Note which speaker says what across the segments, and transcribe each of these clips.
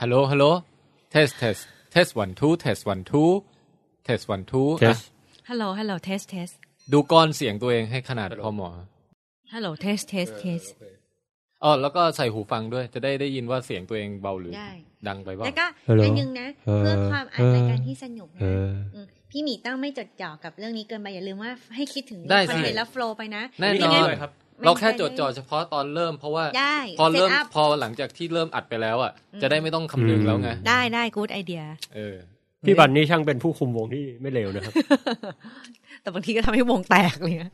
Speaker 1: hello hello test test test one two test one two test one two
Speaker 2: เท
Speaker 1: อ่ะ
Speaker 2: ส
Speaker 3: ฮัลโหลฮัลโหลเทสเทส
Speaker 1: ดูก้อนเสียงตัวเองให้ขนาดพอเหมอ
Speaker 3: ฮัลโหลเทสเทสเทส
Speaker 1: อ๋อแล้วก็ใส่หูฟังด้วยจะได้ได้ยินว่าเสียงตัวเองเบาหรือ
Speaker 4: ได้
Speaker 1: ดังไปบ้า
Speaker 4: แล้
Speaker 1: ง
Speaker 4: วก็อันหนึงนะ
Speaker 2: เออ
Speaker 4: เพื่อความอ่านรายการที่สนุก
Speaker 2: เอ
Speaker 4: นะ
Speaker 2: อ
Speaker 4: มพี่หมีต้องไม่จดจ่อกับเรื่องนี้เกินไปอย่าลืมว่าให้คิดถึง
Speaker 1: ได้
Speaker 4: คอน
Speaker 1: สิ
Speaker 4: เทนต์และโฟล์ไปนะ
Speaker 1: แน่
Speaker 5: มี
Speaker 1: นอ
Speaker 5: เรื่
Speaker 1: น
Speaker 5: งด้วยครับ
Speaker 1: เราแค่จดจ่อเฉพาะตอนเริ่มเพราะว่า
Speaker 4: ได้
Speaker 1: พอเริ่ม
Speaker 4: ซตพ
Speaker 1: พอหลังจากที่เริ่มอัดไปแล้วอ่ะ
Speaker 4: อืม
Speaker 1: จะได้ไม่ต้องคำนึงแล้วไง
Speaker 4: ได้ได้กูดไอเดีย
Speaker 1: เออ
Speaker 2: พี่บันนี่ช่างเป็นผู้คุมวงที่ไม่เลวนะครับ
Speaker 3: แต่บางทีก็ทำให้วงแตกเลยนะ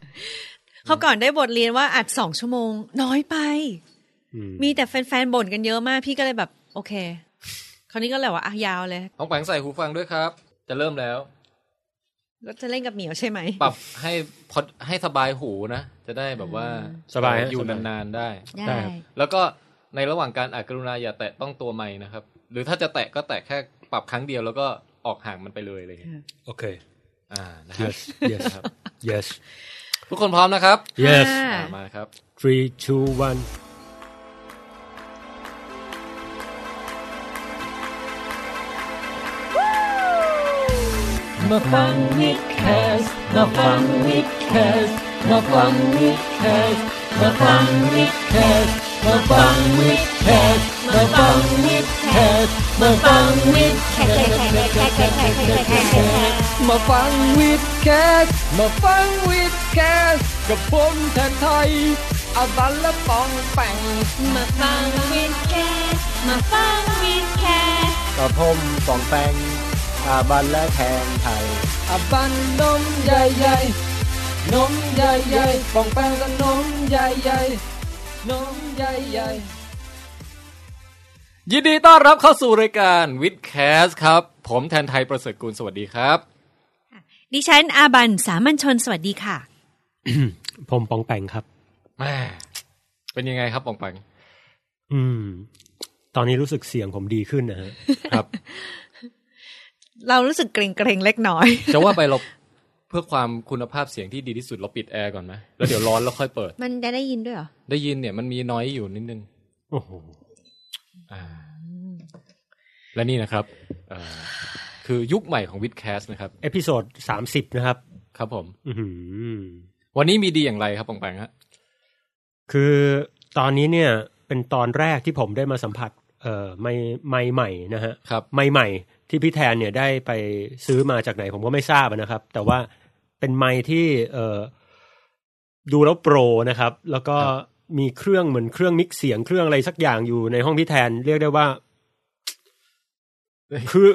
Speaker 3: เขาวก่อนได้บทเรียนว่าอัดสองชั่วโมง น้อยไป
Speaker 2: อืม
Speaker 3: มีแต่แฟนๆบ่นกันเยอะมาก พี่ก็เลยแบบ โอเค คราวนี้ก็เลยว่าอ่ะยาวเลย
Speaker 1: น้องแปงใส่หูฟังด้วยครับ จะเริ่มแล้ว
Speaker 3: ก็จะเล่นกับเหมียวใช่ไหม
Speaker 1: ปรับให้พอให้สบายหูนะ จะได้แบบว่า
Speaker 2: สบายฮะ
Speaker 1: อยู่
Speaker 2: สบาย
Speaker 1: นานๆได้
Speaker 2: ได้
Speaker 4: ได้
Speaker 2: ครับ
Speaker 1: แล้วก็ในระหว่างการอัดกรุณาอย่าแตะต้องตัวไม้นะครับ หรือถ้าจะแตะก็แตะแค่ปรับครั้งเดียวแล้วก็ออกห่างมันไปเลยอะไรอย่างเงี้ย
Speaker 2: โอเค
Speaker 1: อ่านะครับ
Speaker 2: yes yes yes
Speaker 1: ทุกคนพร้อมนะครับ
Speaker 2: yes
Speaker 3: ค่ะ
Speaker 1: อ่ามาครับ
Speaker 2: three two one
Speaker 6: มาฟังวิดแคสมาฟังวิดแคสมาฟังวิดแคสมาฟังวิดแคสมาฟังวิดแคสมาฟังวิดแคสมาฟังวิดแคสมาฟังวิดแคสมาฟังวิดแคสกับผมแทนไทยอาบัลและปองแปง
Speaker 4: มาฟังวิดแคสมาฟังวิดแคส
Speaker 7: กับผมปองแปงอาบันและแทงไทย
Speaker 6: อาบันนมใหญ่ใหญ่นมใหญ่ใหญ่ปองแปงก็นมใหญ่ใหญ่นมใหญ่ใหญ่
Speaker 1: ยินดีต้อนรับเข้าสู่รายการวิดแคสครับ ผมแทนไทยประเสริฐกุลสวัสดีครับ
Speaker 3: ดิฉันอาบันสามัญชนสวัสดีค่ะ
Speaker 2: ผมปองแปงครับ
Speaker 1: แม่เป็นยังไงครับปองปัง
Speaker 2: อืม ตอนนี้รู้สึกเสียงผมดีขึ้นนะฮะ
Speaker 1: ครับ
Speaker 3: เรารู้สึกเกรงๆเล็กน้อย
Speaker 1: จะว่าไปเราเพื่อความคุณภาพเสียงที่ดีที่สุดเราปิดแอร์ก่อนไหมแล้วเดี๋ยวร้อนแล้วค่อยเปิด
Speaker 4: มันจะได้ยินด้วยเหรอ
Speaker 1: ได้ยินเนี่ยมันมีน้อยอยู่นิดนึง
Speaker 2: โอ้โห
Speaker 1: อ่า และนี่นะครับเอ่ อคือยุคใหม่ของวิดแคสนะครับ
Speaker 2: เอพิโซดสามสิบนะครับ
Speaker 1: ครับผม
Speaker 2: อือหือ
Speaker 1: วันนี้มีดีอย่างไรครับปองปังฮะ
Speaker 2: คือตอนนี้เนี่ยเป็นตอนแรกที่ผมได้มาสัมผัส เอ่อไม่ไม่ใหม่นะฮะ
Speaker 1: ครับ
Speaker 2: ไม้ใหม่ที่พี่แทนเนี่ยได้ไปซื้อมาจากไหนผมก็ไม่ทราบนะครับ แต่ว่าเป็นไม้ที่เออดูแล้วโปรนะครับ แล้วก็
Speaker 1: ครับ
Speaker 2: มีเครื่องเหมือนเครื่องมิกเสียงเครื่องอะไรสักอย่างอยู่ในห้องพี่แทน เรียกได้ว่า คือ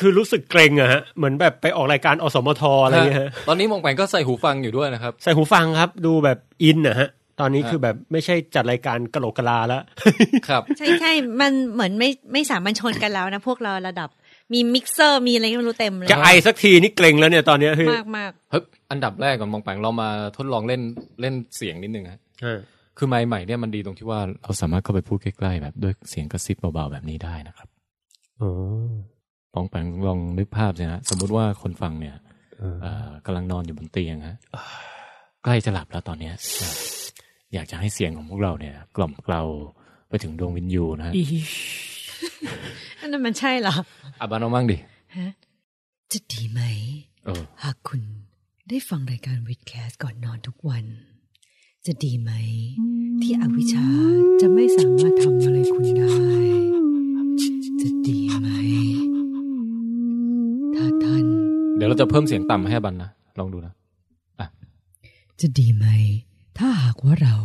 Speaker 2: คือรู้สึกเกรงอะฮะเหมือนแบบไปออกรายการอสมทอะไรเงี้ยฮะ
Speaker 1: ตอนนี้ปองปังก็ใส่หูฟังอยู่ด้วยนะครับ
Speaker 2: ใส่หูฟังครับ ดูแบบอินนะฮะ ตอนนี้
Speaker 1: ฮะ
Speaker 2: คือแบบไม่ใช่จัดรายการกะโหลกกะลาแล้ว
Speaker 1: ครับ
Speaker 3: ใช่ใช่มันเหมือนไม่ไม่สามัญชนกันแล้วนะ พวกเราระดับ มีมิกเซอร์มีอะไรก็ไม่รู้เต็มเลย
Speaker 2: จะไอสักทีนี่เกรงแล้วเนี่ยตอนเนี้ยพี่
Speaker 3: มากมาก
Speaker 1: เฮ้ยอันดับแรกก่อนปองปังเรามาทดลองเล่นเล่นเสียงนิดนึงฮะ
Speaker 2: เออ
Speaker 1: คือไมค์ใหม่เนี่ยมันดีตรงที่ว่าเราสามารถเข้าไปพูดใกล้ๆแบบด้วยเสียงกระซิบเบาๆแบบนี้ได้นะครับ
Speaker 2: อ๋อ
Speaker 1: ปองแปงลองนึกภาพสิฮะสมมุติว่าคนฟังเนี่ย
Speaker 2: เออ
Speaker 1: เอ่อกำลังนอนอยู่บนเตียงฮะใกล้จะหลับแล้วตอนเนี้ยอยากจะให้เสียงของพวกเราเนี่ย กล่อมเกลาไปถึงดวงวิญญูนะฮะ
Speaker 3: ๆอันนั้นมันใช่เหรอ
Speaker 1: อาบานเอามั่งดิ
Speaker 3: จะดีไหม
Speaker 1: เออ
Speaker 3: หากคุณได้ฟังรายการวิดแคสก่อนนอนทุกวัน จะดีไหม ที่อวิชชาจะไม่สามารถทำอะไรคุณได้ จะดีไหม ถ้าท่าน
Speaker 1: เดี๋ยวเราจะเพิ่มเสียงต่ำให้อาบันนะลองดูนะ
Speaker 3: จะดีไหม ถ้าหากว่าเรา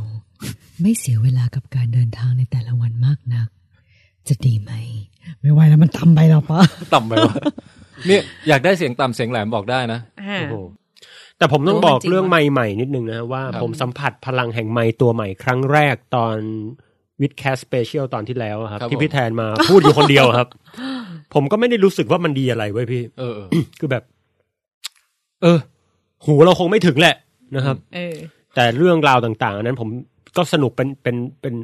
Speaker 3: ไม่เสียเวลากับการเดินทางในแต่ละวันมากนัก จะดีไหม ไม่ไหวแล้วมันต่ำไปแล้วปะ
Speaker 1: ต่ำไปวะเนี่ยอยากได้เสียงต่ำเสียงแหลมบอกได้นะ
Speaker 3: อ่า
Speaker 2: โอ้โหแต่ผมต้อง
Speaker 3: โอ้มัน
Speaker 2: บอก
Speaker 3: จริง
Speaker 2: เรื่อง
Speaker 3: วะ
Speaker 2: ใหม่ใหม่นิดนึงนะว่า
Speaker 1: ครับ
Speaker 2: ผมสัมผัสพลังแห่งใหม่ตัวใหม่ครั้งแรกตอนวิดแคสเปเชียลตอนที่แล้วอะครับ ที่พี่แทนมาพูดอยู่คนเดียวครับ ผมก็ไม่ได้รู้สึกว่ามันดีอะไรเว้ยพี่
Speaker 1: เออเออ
Speaker 2: คือแบบ เออ หูเราคงไม่ถึงแหละนะครับ
Speaker 3: เออ
Speaker 2: แต่เรื่องราวต่างๆอันนั้นผมก็สนุกเป็นเป็นเป็น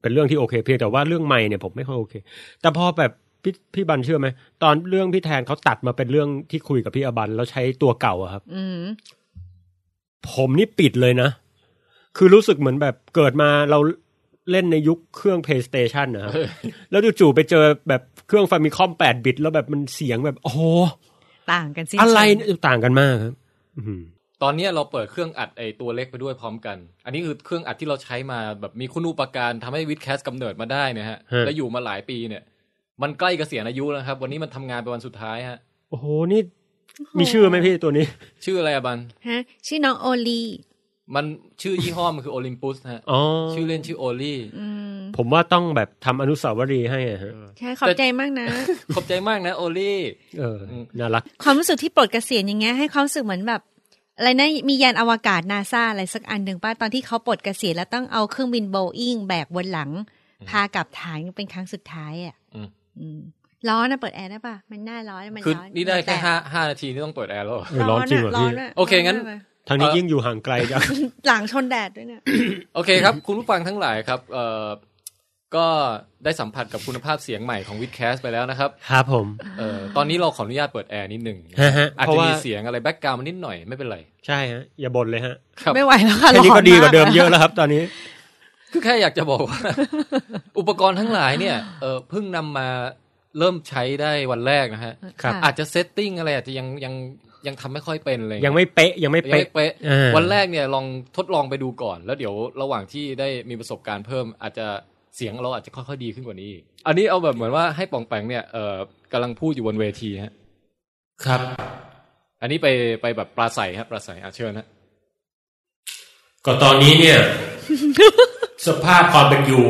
Speaker 2: เป็นเรื่องที่โอเค เพียงแต่ว่าเรื่องใหม่เนี่ยผมไม่ค่อยโอเค แต่พอแบบพี่พี่บันเชื่อไหมตอนเรื่องพี่แทนเขาตัดมาเป็นเรื่องที่คุยกับพี่อบันแล้วใช้ตัวเก่าอะครับ
Speaker 3: อืม
Speaker 2: ผมนี่ปิดเลยนะ คือรู้สึกเหมือนแบบเกิดมาเรา เล่นในยุคเครื่อง PlayStation นะครับแล้วจู่ๆไปเจอแบบเครื่องฟามิคอม8บิต แล้วแบบมันเสียงแบบ โอ้โห
Speaker 8: ต่างกันสิน
Speaker 2: อะไร
Speaker 8: เชิง
Speaker 2: เนี่ยต่างกันมากครับอื้อหือ
Speaker 1: ตอนเนี้ยเราเปิดเครื่องอัดไอตัวเล็กไปด้วยพร้อมกัน อันนี้คือเครื่องอัดที่เราใช้มาแบบมีคุณูปการทำให้วิดแคสกำเนิดมาได้นะฮะ และอยู่มาหลายปีเนี่ย มันใกล้เกษียณอายุแล้วครับ วันนี้มันทำงานเป็นวันสุดท้ายฮะ
Speaker 2: โอ้โหนี่มีชื่อไหมพี่ตัวนี้
Speaker 1: ชื่ออะไรอะบัน
Speaker 3: ฮะชื่อน้องโอลี
Speaker 1: มันชื่อยี่ห้อมันคือโอลิมปัสฮะ
Speaker 2: อ๋อ
Speaker 1: ชื่อเล่นชื่อโอลี่
Speaker 3: อืม
Speaker 2: ผมว่าต้องแบบทำอนุสาวรีย์ให้อะฮะ
Speaker 3: ใช่ขอบใจมากนะ
Speaker 1: ขอบใจมากนะโอลี่
Speaker 2: เออ น่ารัก
Speaker 3: ความรู้สึกที่ปลดเกษียณอย่างเงี้ยให้ความรู้สึกเหมือนแบบ อะไรนะมียานอวกาศนาซาอะไรสักอันหนึ่งป้าตอนที่เขาปลดเกษียณแล้วต้องเอาเครื่องบินโบอิงแบกบนหลัง พากลับฐานเป็นครั้งสุดท้ายอ่ะ
Speaker 1: อืม
Speaker 3: อืมร้อนนะเปิดแอร์ได้ป่ะมันหน้าร้อนมัน
Speaker 1: คือ
Speaker 3: ร้อน
Speaker 1: นี่ได้แค่
Speaker 3: แต่
Speaker 1: ห้าห้านาทีนี่ต้องเปิดแอร์แล้วเหรอ
Speaker 2: เออร้อนจริงเหรอพี่
Speaker 3: ะะ
Speaker 1: โอเคงั้น
Speaker 3: ร้มาก
Speaker 2: ทางนี้
Speaker 1: เอ่อ
Speaker 2: ยิ่งอยู่ห่างไกลจาก
Speaker 3: หลังชนแดดด้วยเนี่ย
Speaker 1: โอเคครับ คุณผู้ฟังทั้งหลายครับเอ่อก็ได้สัมผัสกับคุณภาพเสียงใหม่ของวิดแคสไปแล้วนะครับ
Speaker 2: ครับผม
Speaker 1: เออตอนนี้เราขออนุญาตเปิดแอร์นิดหนึ่ง
Speaker 2: ฮะฮะ
Speaker 1: อาจ
Speaker 2: เพราะ
Speaker 1: จะ
Speaker 2: ว่ามี
Speaker 1: มีเสียงอะไรแบ็กกราวน์นิดหน่อยไม่เป็นไร
Speaker 2: ใช่ฮะ อย่าบ่นเลยฮะ
Speaker 1: ครับ
Speaker 3: ไม่ไหวแล้วค่ะ
Speaker 2: แค่นี้
Speaker 3: ร้
Speaker 2: ก็ดีกว่าเดิม
Speaker 3: แล้
Speaker 2: เยอะแล้วครับ ตอนนี้
Speaker 1: คือแค่อยากจะบอกว่า อุปกรณ์ทั้งหลายเนี่ยเออเพิ่งนำมาเริ่มใช้ได้วันแรกนะฮะ
Speaker 2: ครับ
Speaker 3: ะ
Speaker 1: อาจจะเซตติ้งอะไรอาจจะยังยังยังทำไม่ค่อยเป็นเลย
Speaker 2: ยังไม่เป๊ะ ยังไม่
Speaker 1: ยัง
Speaker 2: เป๊ะ
Speaker 1: ไม่เป๊ะ
Speaker 2: เออ
Speaker 1: วันแรกเนี่ยลองทดลองไปดูก่อน แล้วเดี๋ยวระหว่างที่ได้มีประสบการณ์เพิ่ม อาจจะเสียงเราอาจจะค่อยๆดีขึ้นกว่านี้อีกอันนี้เอาแบบเหมือนว่าให้ป่องแปงเนี่ยเออกำลังพูดอยู่บนเวทีฮะ
Speaker 2: ครับ
Speaker 1: อันนี้ไปไปแบบปลาใสฮะปลาใสอ่ะเชิญฮะ
Speaker 9: ก็ตอนนี้เนี่ย สภาพความเป็นอยู่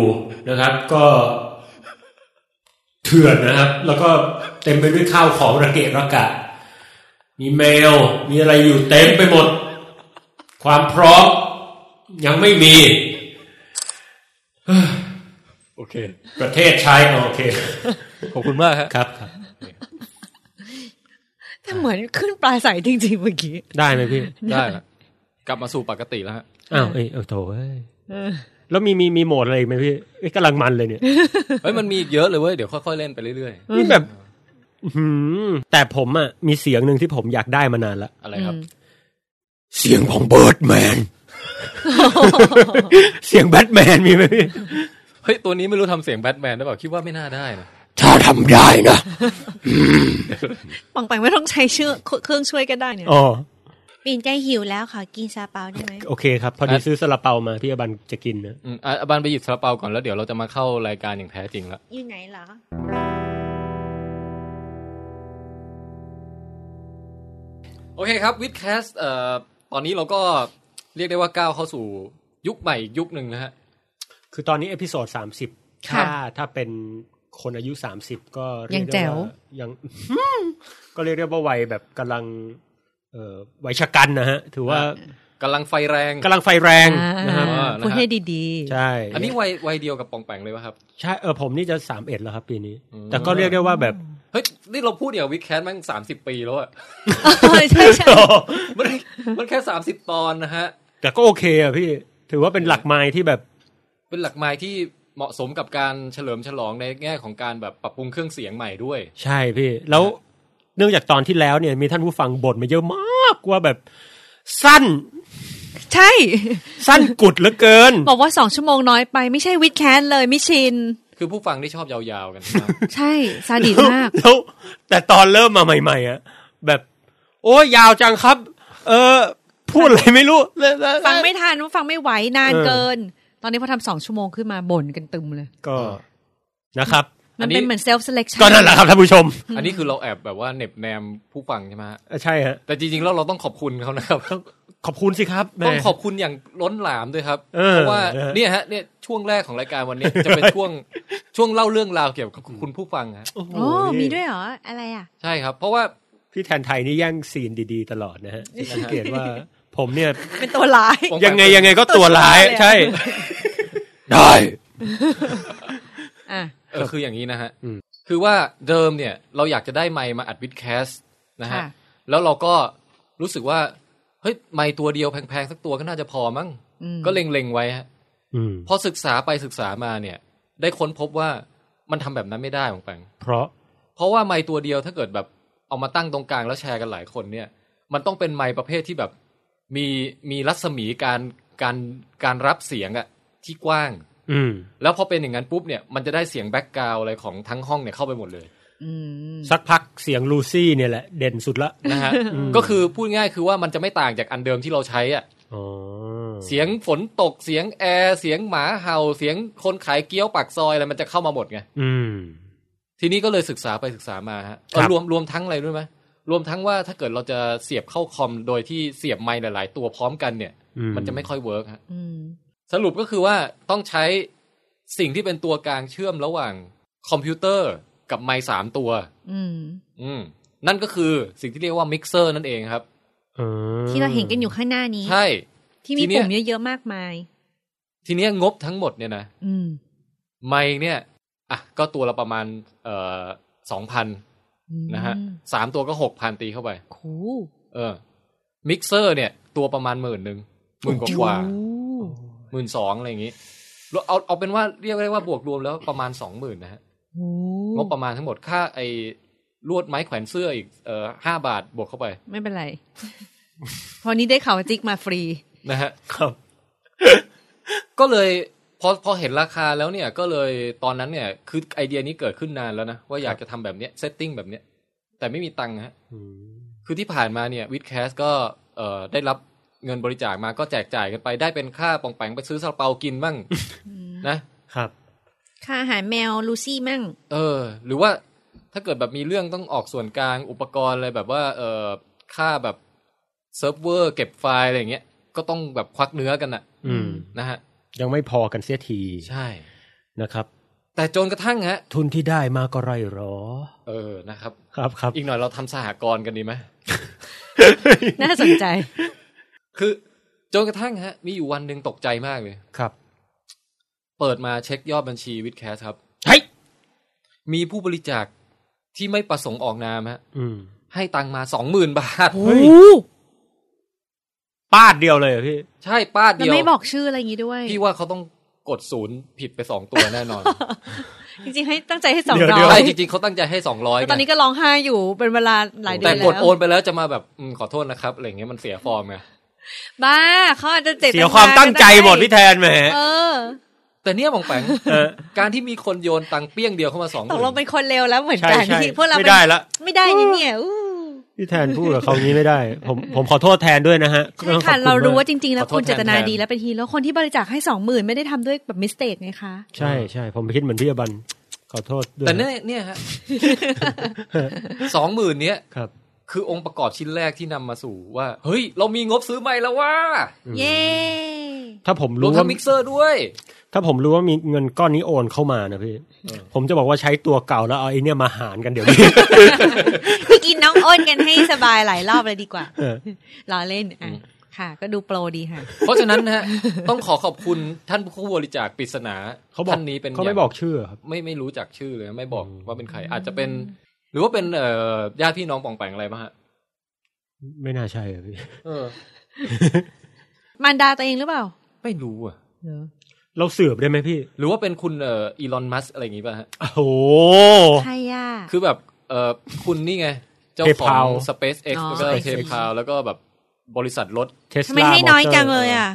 Speaker 9: นะครับ ก็เถื่อนนะครับ แล้วก็เต็มไปด้วยข้าวของระเกะระกะ มีแมว มีอะไรอยู่เต็มไปหมด ความพร้อมยังไม่มี
Speaker 1: โอเค
Speaker 9: ประเทศใช้โอเค
Speaker 1: ขอบคุณมากฮะ
Speaker 9: ครับ
Speaker 3: แต่เหมือนขึ้นปลายสายจริงๆเมื่อกี้
Speaker 2: ได้ไหมพี่
Speaker 1: ได้ละกลับมาสู่ปกติแล้วฮะ
Speaker 2: อ้าวเอ้ยเออโถเอ้ยแล้วมีมีมีโหมดอะไรอีกไหมพี่เอ้ยกำลังมันเลยเนี่ย
Speaker 1: เฮ้ยมันมีอีกเยอะเลยเว้ย เดี๋ยวค่อยๆเล่นไปเรื่อย
Speaker 2: นี่แบบอื้อหือแต่ผมอ่ะมีเสียงหนึ่งที่ผมอยากได้มานานละ
Speaker 1: ๆ อะไรครับ
Speaker 2: เสียงของเบิร์ดแมน เสียงแบทแมนมีไหมพี่
Speaker 1: เฮ้ย ตัวนี้ไม่รู้ทำเสียงแบทแมนได้เปล่า คิดว่าไม่น่าได้นะ
Speaker 2: ถ้าทำได้นะ
Speaker 3: ปังไปไม่ต้องใช้เชือกเครื่องช่วยก็ได้เนี่ย
Speaker 2: อ๋อ
Speaker 3: ปีนใจหิวแล้วขอกินซาเปาได้ไหม
Speaker 2: โอเคครับ พอดีซื้อซาลาเปามาพี่อบันจะกินนะ
Speaker 1: อืมอ่ะอะบานไปหยิบซาลาเปาก่อนแล้วเดี๋ยวเราจะมาเข้ารายการอย่างแท้จริงละ
Speaker 3: อยู่ไหนเหรอ
Speaker 1: โอเคครับวิดแคสเอ่อตอนนี้เราก็เรียกได้ว่าก้าวเข้าสู่ยุคใหม่อีกยุคหนึ่งนะฮะ
Speaker 2: คือตอนนี้เอพิโซดสามสิบ
Speaker 3: ค่ะ
Speaker 2: ถ้าถ้าเป็นคนอายุสามสิบก็เรี
Speaker 8: ยั
Speaker 2: ก
Speaker 8: ง
Speaker 2: ได้า
Speaker 8: แจ๋ว
Speaker 2: ยัง ก็เรียกได้ว่าวัยแบบกำลัง เอ่อวัยชะกันนะฮะ ถือว่า
Speaker 1: อ่ กำลังไฟแรง
Speaker 2: กำลังไฟแรงนะครับ
Speaker 1: อ่า
Speaker 8: พูดให้ดี
Speaker 2: ใช่
Speaker 1: อันนี้วัยวัยเดียวกับปองแปงเลยป่ะครับ
Speaker 2: ใช่เออผมนี่จะสามเอ็ดแล้วครับปีนี้
Speaker 1: อืม
Speaker 2: แต่ก็เรียกได้ว่าแบบ
Speaker 1: เฮ้ย นี่เราพูดเดี๋ยววิดแคสมันสามสิบปีแล้วอะ
Speaker 3: ใช่ใช่
Speaker 1: มันมันแค่สามสิบตอนนะฮะ
Speaker 2: แต่ก็โอเคอ่ะพี่ ถือว่าเป็นหลักไม้ที่แบบ
Speaker 1: เป็นหลักไม้ที่เหมาะสมกับการเฉลิมฉลองในแง่ของการแบบปรับปรุงเครื่องเสียงใหม่ด้วย
Speaker 2: ใช่พี่ แล้วเนื่องจากตอนที่แล้วเนี่ยมีท่านผู้ฟังบ่นมาเยอะมากว่าแบบสั้น
Speaker 3: ใช่
Speaker 2: สั้นกุดเหลือเกิน
Speaker 3: บอกว่าสองชั่วโมงน้อยไปไม่ใช่วิดแคสเลยไม่ชิน
Speaker 1: คือผู้ฟังที่ชอบยาวๆกันนะ
Speaker 3: ใช่ซาดิสมาก
Speaker 2: แล้วแต่ตอนเริ่มมาใหม่ๆอ่ะแบบ โอ้ยยาวจังครับ เออ พูดอะไรไม่รู้แล้วแล้ว
Speaker 3: ฟังไม่ทันว่าฟังไม่ไหวนานเกิน ตอนนี้พอทำสองชั่วโมงขึ้นมาบ่นกันตึมเลย
Speaker 2: ก็นะครับ
Speaker 1: อั
Speaker 3: มันน
Speaker 1: นี้
Speaker 3: เป็นเหมือนเซลฟ์เ l เล t ชั่
Speaker 2: ก็นั่นแหละครับท่านผู้ชม
Speaker 1: อันนี้คือเราแอบแบบว่าเหน็บแนมผู้ฟังใช่ไหมฮะ
Speaker 2: เออใช่ฮะ
Speaker 1: แต่จริงๆแล้วเราต้องขอบคุณเขานะครับ
Speaker 2: ขอบคุณสิครับ แหม่
Speaker 1: ต้องขอบคุณอย่างล้นหลามด้วยครับ
Speaker 2: เออ
Speaker 1: เพราะว่า
Speaker 2: เออ
Speaker 1: เนี่ยฮะเนี่ยช่วงแรกของรายการวันเนี้ยจะเป็นช่วง ช่วงเล่าเรื่องราวเกี่ยวกับคุณผู้ฟังฮะ
Speaker 2: โอ้โห
Speaker 3: โอ้มีด้วยเหรอ อะไรอ่ะ
Speaker 1: ใช่ครับ เพราะว่า
Speaker 2: พี่แทนไทยนี่แย่งซีนดีๆ ตลอดนะฮะสังเกตว่า ผมเนี่ย
Speaker 3: เป็นตัวร้าย
Speaker 2: ยังไงยังไงก็ตัวร้ายใช่ ได้
Speaker 3: อ่ะ
Speaker 1: เออคืออย่างนี้นะฮะ
Speaker 2: อืม
Speaker 1: คือว่าเดิมเนี่ยเราอยากจะได้ไมค์มาอัดวิดแคสต์นะฮะ
Speaker 3: ค่ะ
Speaker 1: แล้วเราก็รู้สึกว่าเฮ้ยไมค์ตัวเดียวแพงๆสักตัวก็น่าจะพอมั้ง
Speaker 3: อืม
Speaker 1: ก็เล็งๆไว้ฮะ
Speaker 2: อืม
Speaker 1: พอศึกษาไปศึกษามาเนี่ย ได้ค้นพบว่ามันทำแบบนั้นไม่ได้ของแปง
Speaker 2: เพราะ
Speaker 1: เพราะว่าไม้ตัวเดียวถ้าเกิดแบบเอามาตั้งตรงกลางแล้วแชร์กันหลายคนเนี่ย มันต้องเป็นไม้ประเภทที่แบบมีมีรัศมีการการการรับเสียงอะที่กว้าง
Speaker 2: อืม
Speaker 1: แล้วพอเป็นอย่างนั้นปุ๊บเนี่ยมันจะได้เสียงแบ็กกราวอะไรของทั้งห้องเนี่ยเข้าไปหมดเลย
Speaker 3: อืม
Speaker 2: สักพักเสียงลูซี่เนี่ยแหละ เด่นสุดละ
Speaker 1: นะฮะ
Speaker 2: อืม
Speaker 1: ก็คือพูดง่ายคือว่ามันจะไม่ต่างจากอันเดิมที่เราใช้อ่ะ
Speaker 2: อ๋อ
Speaker 1: เสียงฝนตกเสียงแอร์เสียงหมาเห่าเสียงคนขายเกี๊ยวปากซอยอะไรมันจะเข้ามาหมดไง
Speaker 2: อืม
Speaker 1: ทีนี้ก็เลยศึกษาไปศึกษามาฮะเออ
Speaker 2: ครับ
Speaker 1: รวมรวมทั้งอะไรด้วยไหมรวมทั้งว่าถ้าเกิดเราจะเสียบเข้าคอมโดยที่เสียบไมค์หลาย ๆ ตัวพร้อมกันเนี่ย
Speaker 2: อื
Speaker 1: มันจะไม่ค่อยเวิร์กฮะ
Speaker 3: อืม
Speaker 1: สรุปก็คือว่าต้องใช้สิ่งที่เป็นตัวกลางเชื่อมระหว่างคอมพิวเตอร์กับไมค์สามตัว
Speaker 3: อืม
Speaker 1: อืมนั่นก็คือสิ่งที่เรียกว่ามิกเซอร์นั่นเองครับ
Speaker 2: ออ
Speaker 3: ที่เราเห็นกันอยู่ข้างหน้านี้
Speaker 1: ใช่
Speaker 3: ที่มี
Speaker 1: ทีเนี้ย
Speaker 3: ปุ่มเยอะๆมากมาย
Speaker 1: ทีเนี้ยงบทั้งหมดเนี่ยนะ
Speaker 3: อืม
Speaker 1: ไมค์เนี่ย อ่ะ ก็ตัวละประมาณ เอ่อสองพันนะฮะสามตัวก็หกพันตีเข้าไป
Speaker 3: คู
Speaker 1: เออ มิกเซอร์เนี่ย ตัวประมาณหมื่นหนึ่งหมื่นกว่ากว่าหมื่นสองอะไรอย่างงี้แล้วเอาเอาเป็นว่าเรียกได้ว่าบวกรวมแล้วประมาณสองหมื่นนะฮะ งบประมาณทั้งหมดค่าไอ้ลวดไม้แขวนเสื้ออีก เอ่อห้าบาทบวกเข้าไป
Speaker 3: ไม่เป็นไร พอนี้ได้ข่าวว่าจิกมาฟรี
Speaker 1: นะฮะ
Speaker 2: ครับ
Speaker 1: ก็เลยพอพอเห็นราคาแล้วเนี่ย ก็เลยตอนนั้นเนี่ย คือไอเดียนี้เกิดขึ้นนานแล้วนะ ว่าอยากจะทำแบบเนี้ยเซตติ้งแบบเนี้ย แต่ไม่มีตังค์ฮะ คือที่ผ่านมาเนี่ยวิดแคสก็เอ่อได้รับเงินบริจาคมาก็แจกจ่ายกันไป ได้เป็นค่าปองแปงไปซื้อซาลาเปากินบ้างนะ
Speaker 2: ครับ
Speaker 3: ค่าอาหารแมวลูซี่มั่ง
Speaker 1: เออ หรือว่าถ้าเกิดแบบมีเรื่องต้องออกส่วนกลางอุปกรณ์อะไรแบบว่าเอ่อค่าแบบเซิร์ฟเวอร์เก็บไฟล์อะไรอย่างเงี้ยก็ต้องแบบควักเนื้อกันน่ะ
Speaker 2: อืม
Speaker 1: นะฮะ
Speaker 2: ยังไม่พอกันเสียที
Speaker 1: ใช่
Speaker 2: นะครับ
Speaker 1: แต่จนกระทั่งฮะ
Speaker 2: ทุนที่ได้มาก็ไรหรอ
Speaker 1: เออนะครับ
Speaker 2: ครับครับ
Speaker 1: อีกหน่อยเราทำสหกรณ์กันดีไหม
Speaker 3: น่าสนใจ
Speaker 1: คือจนกระทั่งฮะ มีอยู่วันหนึ่งตกใจมากเลย
Speaker 2: ครับ
Speaker 1: เปิดมาเช็คยอดบัญชีวิดแคสครับ
Speaker 2: เฮ้ย
Speaker 1: มีผู้บริจาคที่ไม่ประสงค์ออกนามฮะ
Speaker 2: อืม
Speaker 1: ให้ตังค์มาสองหมื่นบาท
Speaker 2: เฮ้ยปาดเดียวเลยเหรอพี่
Speaker 1: ใช่ป้า
Speaker 3: เรา
Speaker 1: เดียว
Speaker 3: ไม่บอกชื่ออะไรอย่างงี้ด้วย
Speaker 1: พี่ว่าเขาต้องกดศูนย์ผิดไปสองตัวแน่ นอน
Speaker 3: จริงๆให้ตั้งใจให้สอง
Speaker 2: เดี๋ยว
Speaker 3: ร้
Speaker 2: เดี๋ยว
Speaker 3: อ
Speaker 1: ใช่
Speaker 3: ย
Speaker 1: จริงๆเขาตั้งใจให้สองร้อย
Speaker 3: แต่ตอนนี้ก็ร้องไห้อยู่เป็นเวลาหลายเดือน
Speaker 1: แต่
Speaker 3: แล้ว
Speaker 1: กดโอนไปแล้วจะมาแบบอืมขอโทษนะครับอะไรอย่างเงี้ยมันเสียฟอร์มไง
Speaker 3: บ้าเขาอาจจะเจตน
Speaker 2: เสียความตั้งใจหมดพี่แทนแหม
Speaker 3: เออ
Speaker 1: แต่เนี้ยบองแปง
Speaker 2: เออ
Speaker 1: การที่มีคนโยนตังค์เปี้ยงเดียวเข้ามาสองห
Speaker 3: ตก
Speaker 1: มื่
Speaker 3: ลง
Speaker 1: น
Speaker 3: เป็นคนเลวแล้วเหมือน
Speaker 2: ใช่
Speaker 3: กัน
Speaker 2: ใช่
Speaker 3: ที่พวกเรา
Speaker 2: ไม่
Speaker 3: เป็น
Speaker 2: ได้ละ
Speaker 3: ไม่ได้นี่เนี่ยอู้
Speaker 2: พี่แทนพูดกับเขางี้ไม่ได้ ผมผมขอโทษแทนด้วยนะฮะ
Speaker 3: ใช่ค่ะ
Speaker 2: ต้องขอบณ
Speaker 3: เรารู้
Speaker 2: ม
Speaker 3: ว่าก จริง ๆ แล้วคุณเจตนาดีแล้วเป็นฮีโร่คนที่บริจาคให้สองหมื่นไม่ได้ทำด้วยแบบมิสเตกไงคะ
Speaker 2: ใช่ใช่ผมคิดเหมือนพี่อบันขอโทษด้วย
Speaker 1: แต่เนี่ยเนี่ย ฮะ สองหมื่นเนี้ย
Speaker 2: ครับ
Speaker 1: คือองค์ประกอบชิ้นแรกที่นำมาสู่ว่า เฮ้ย เรามีงบซื้อใหม่แล้วว่า
Speaker 3: เย้
Speaker 2: ถ้าผม
Speaker 1: รว
Speaker 2: รู้
Speaker 1: มทั้
Speaker 2: ว่าง
Speaker 1: มิกเซอร์ด้วย
Speaker 2: ถ้าผมรู้ว่ามีเงินก้อนนี้โอนเข้ามานะพี่
Speaker 1: เออ
Speaker 2: ผมจะบอกว่าใช้ตัวเก่าแล้วเอาไอ้เนี่ยมาหารกันเดี๋ยวนี้
Speaker 3: พี่กินน้องอ้นกันให้สบายหลายรอบเลยดีกว่า
Speaker 2: เออ
Speaker 3: รอเล่นอ่ะค่ะ ก็ดูโปรดีค่ะ
Speaker 1: เพราะฉะนั้นนะ ฮะ ต้องขอขอบคุณท่านผู้บริจาคปริศนา
Speaker 2: เขาบอก
Speaker 1: ท่านนี้เป็น
Speaker 2: เขาไม่
Speaker 1: ย่ง
Speaker 2: บอกชื่อครับ
Speaker 1: ไม่ไม่รู้จักชื่อเลย ไม่บอกว่าเป็นใคร อาจจะเป็น หรือว่าเป็นเอ่อญาติพี่น้องปองแปงอะไรบ้างฮะ
Speaker 2: ไม่น่าใช่อะพี่
Speaker 1: เออ
Speaker 3: มารดาตัวเองหรือเปล่า
Speaker 1: ไม่รู้อ่ะ
Speaker 2: เราสืบได้ไหมพี่
Speaker 1: หรือว่าเป็นคุณเอ่ออีลอนมัสอะไรอย่างงี้ป่ะฮะ
Speaker 2: โอ้โห
Speaker 3: ใครอ่ะ
Speaker 1: คือแบบเอ่อคุณนี่ไง เจ้าของ
Speaker 2: PayPal
Speaker 1: SpaceX
Speaker 3: อ๋อ
Speaker 1: แล้วก็ PayPal แล้วก็แบบบริษัทรถ
Speaker 2: เทส
Speaker 3: ทำ
Speaker 2: ลา
Speaker 3: ไมให้น้อยจังเลยอ่ะ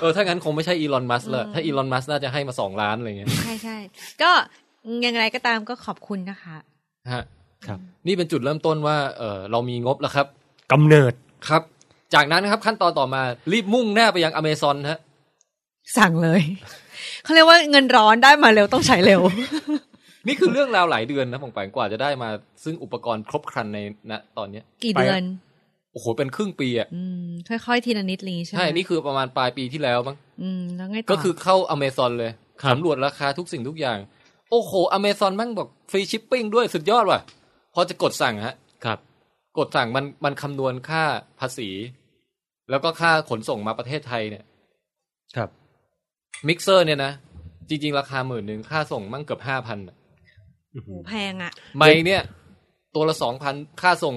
Speaker 1: เออถ้างั้นคงไม่ใช่อีลอนมัสละถ้าอีลอนมัสน่าจะให้มาสองล้านอะไรเงี้ย
Speaker 3: ใช่ใช่ก็ยังไงก็ตามก็ขอบคุณนะคะ
Speaker 1: ฮะ
Speaker 2: ครับ
Speaker 1: นี่เป็นจุดเริ่มต้นว่าเออเรามีงบแล้วครับ
Speaker 2: กำเนิด
Speaker 1: ครับ จากนั้นนะครับขั้นตอนต่อมารีบมุ่งหน้าไปยังอเมซอนฮะ
Speaker 3: สั่งเลย เขาเรียกว่าเงินร้อนได้มาเร็วต้องใช้เร็ว
Speaker 1: นี่คือเรื่องราวหลายเดือนนะผมแปลงกว่าจะได้มา ซึ่งอุปกรณ์ครบครันในณตอนเนี้ย
Speaker 3: กี่เดือน
Speaker 1: โอ้โหเป็นครึ่งปีอ่ะ
Speaker 3: อืมค่อยๆทีละนิดลีใช่ไหม
Speaker 1: ใช่ นี่คือประมาณปลายปีที่แล้วมั้ง
Speaker 3: อืมแล้วไงต่อ
Speaker 1: ก็คือเข้าอเมซอนเลยสำรวจราคาทุกสิ่งทุกอย่าง โอ้โหอเมซอนมั่งบอกฟรีชิปปิ้งด้วยสุดยอดว่ะ พอจะกดสั่งฮะ
Speaker 2: ครับ
Speaker 1: กดสั่งมันมันคำนวณค่าภาษี แล้วก็ค่าขนส่งมาประเทศไทยเนี่ย
Speaker 2: ครับ
Speaker 1: มิกเซอร์เนี่ยนะ จริง ๆ ราคาหมื่นหนึ่งค่าส่งมั่งเกือบห้าพัน
Speaker 3: โหแพงอ่ะ
Speaker 1: ไมค์เนี่ย ตัวละสองพันค่าส่ง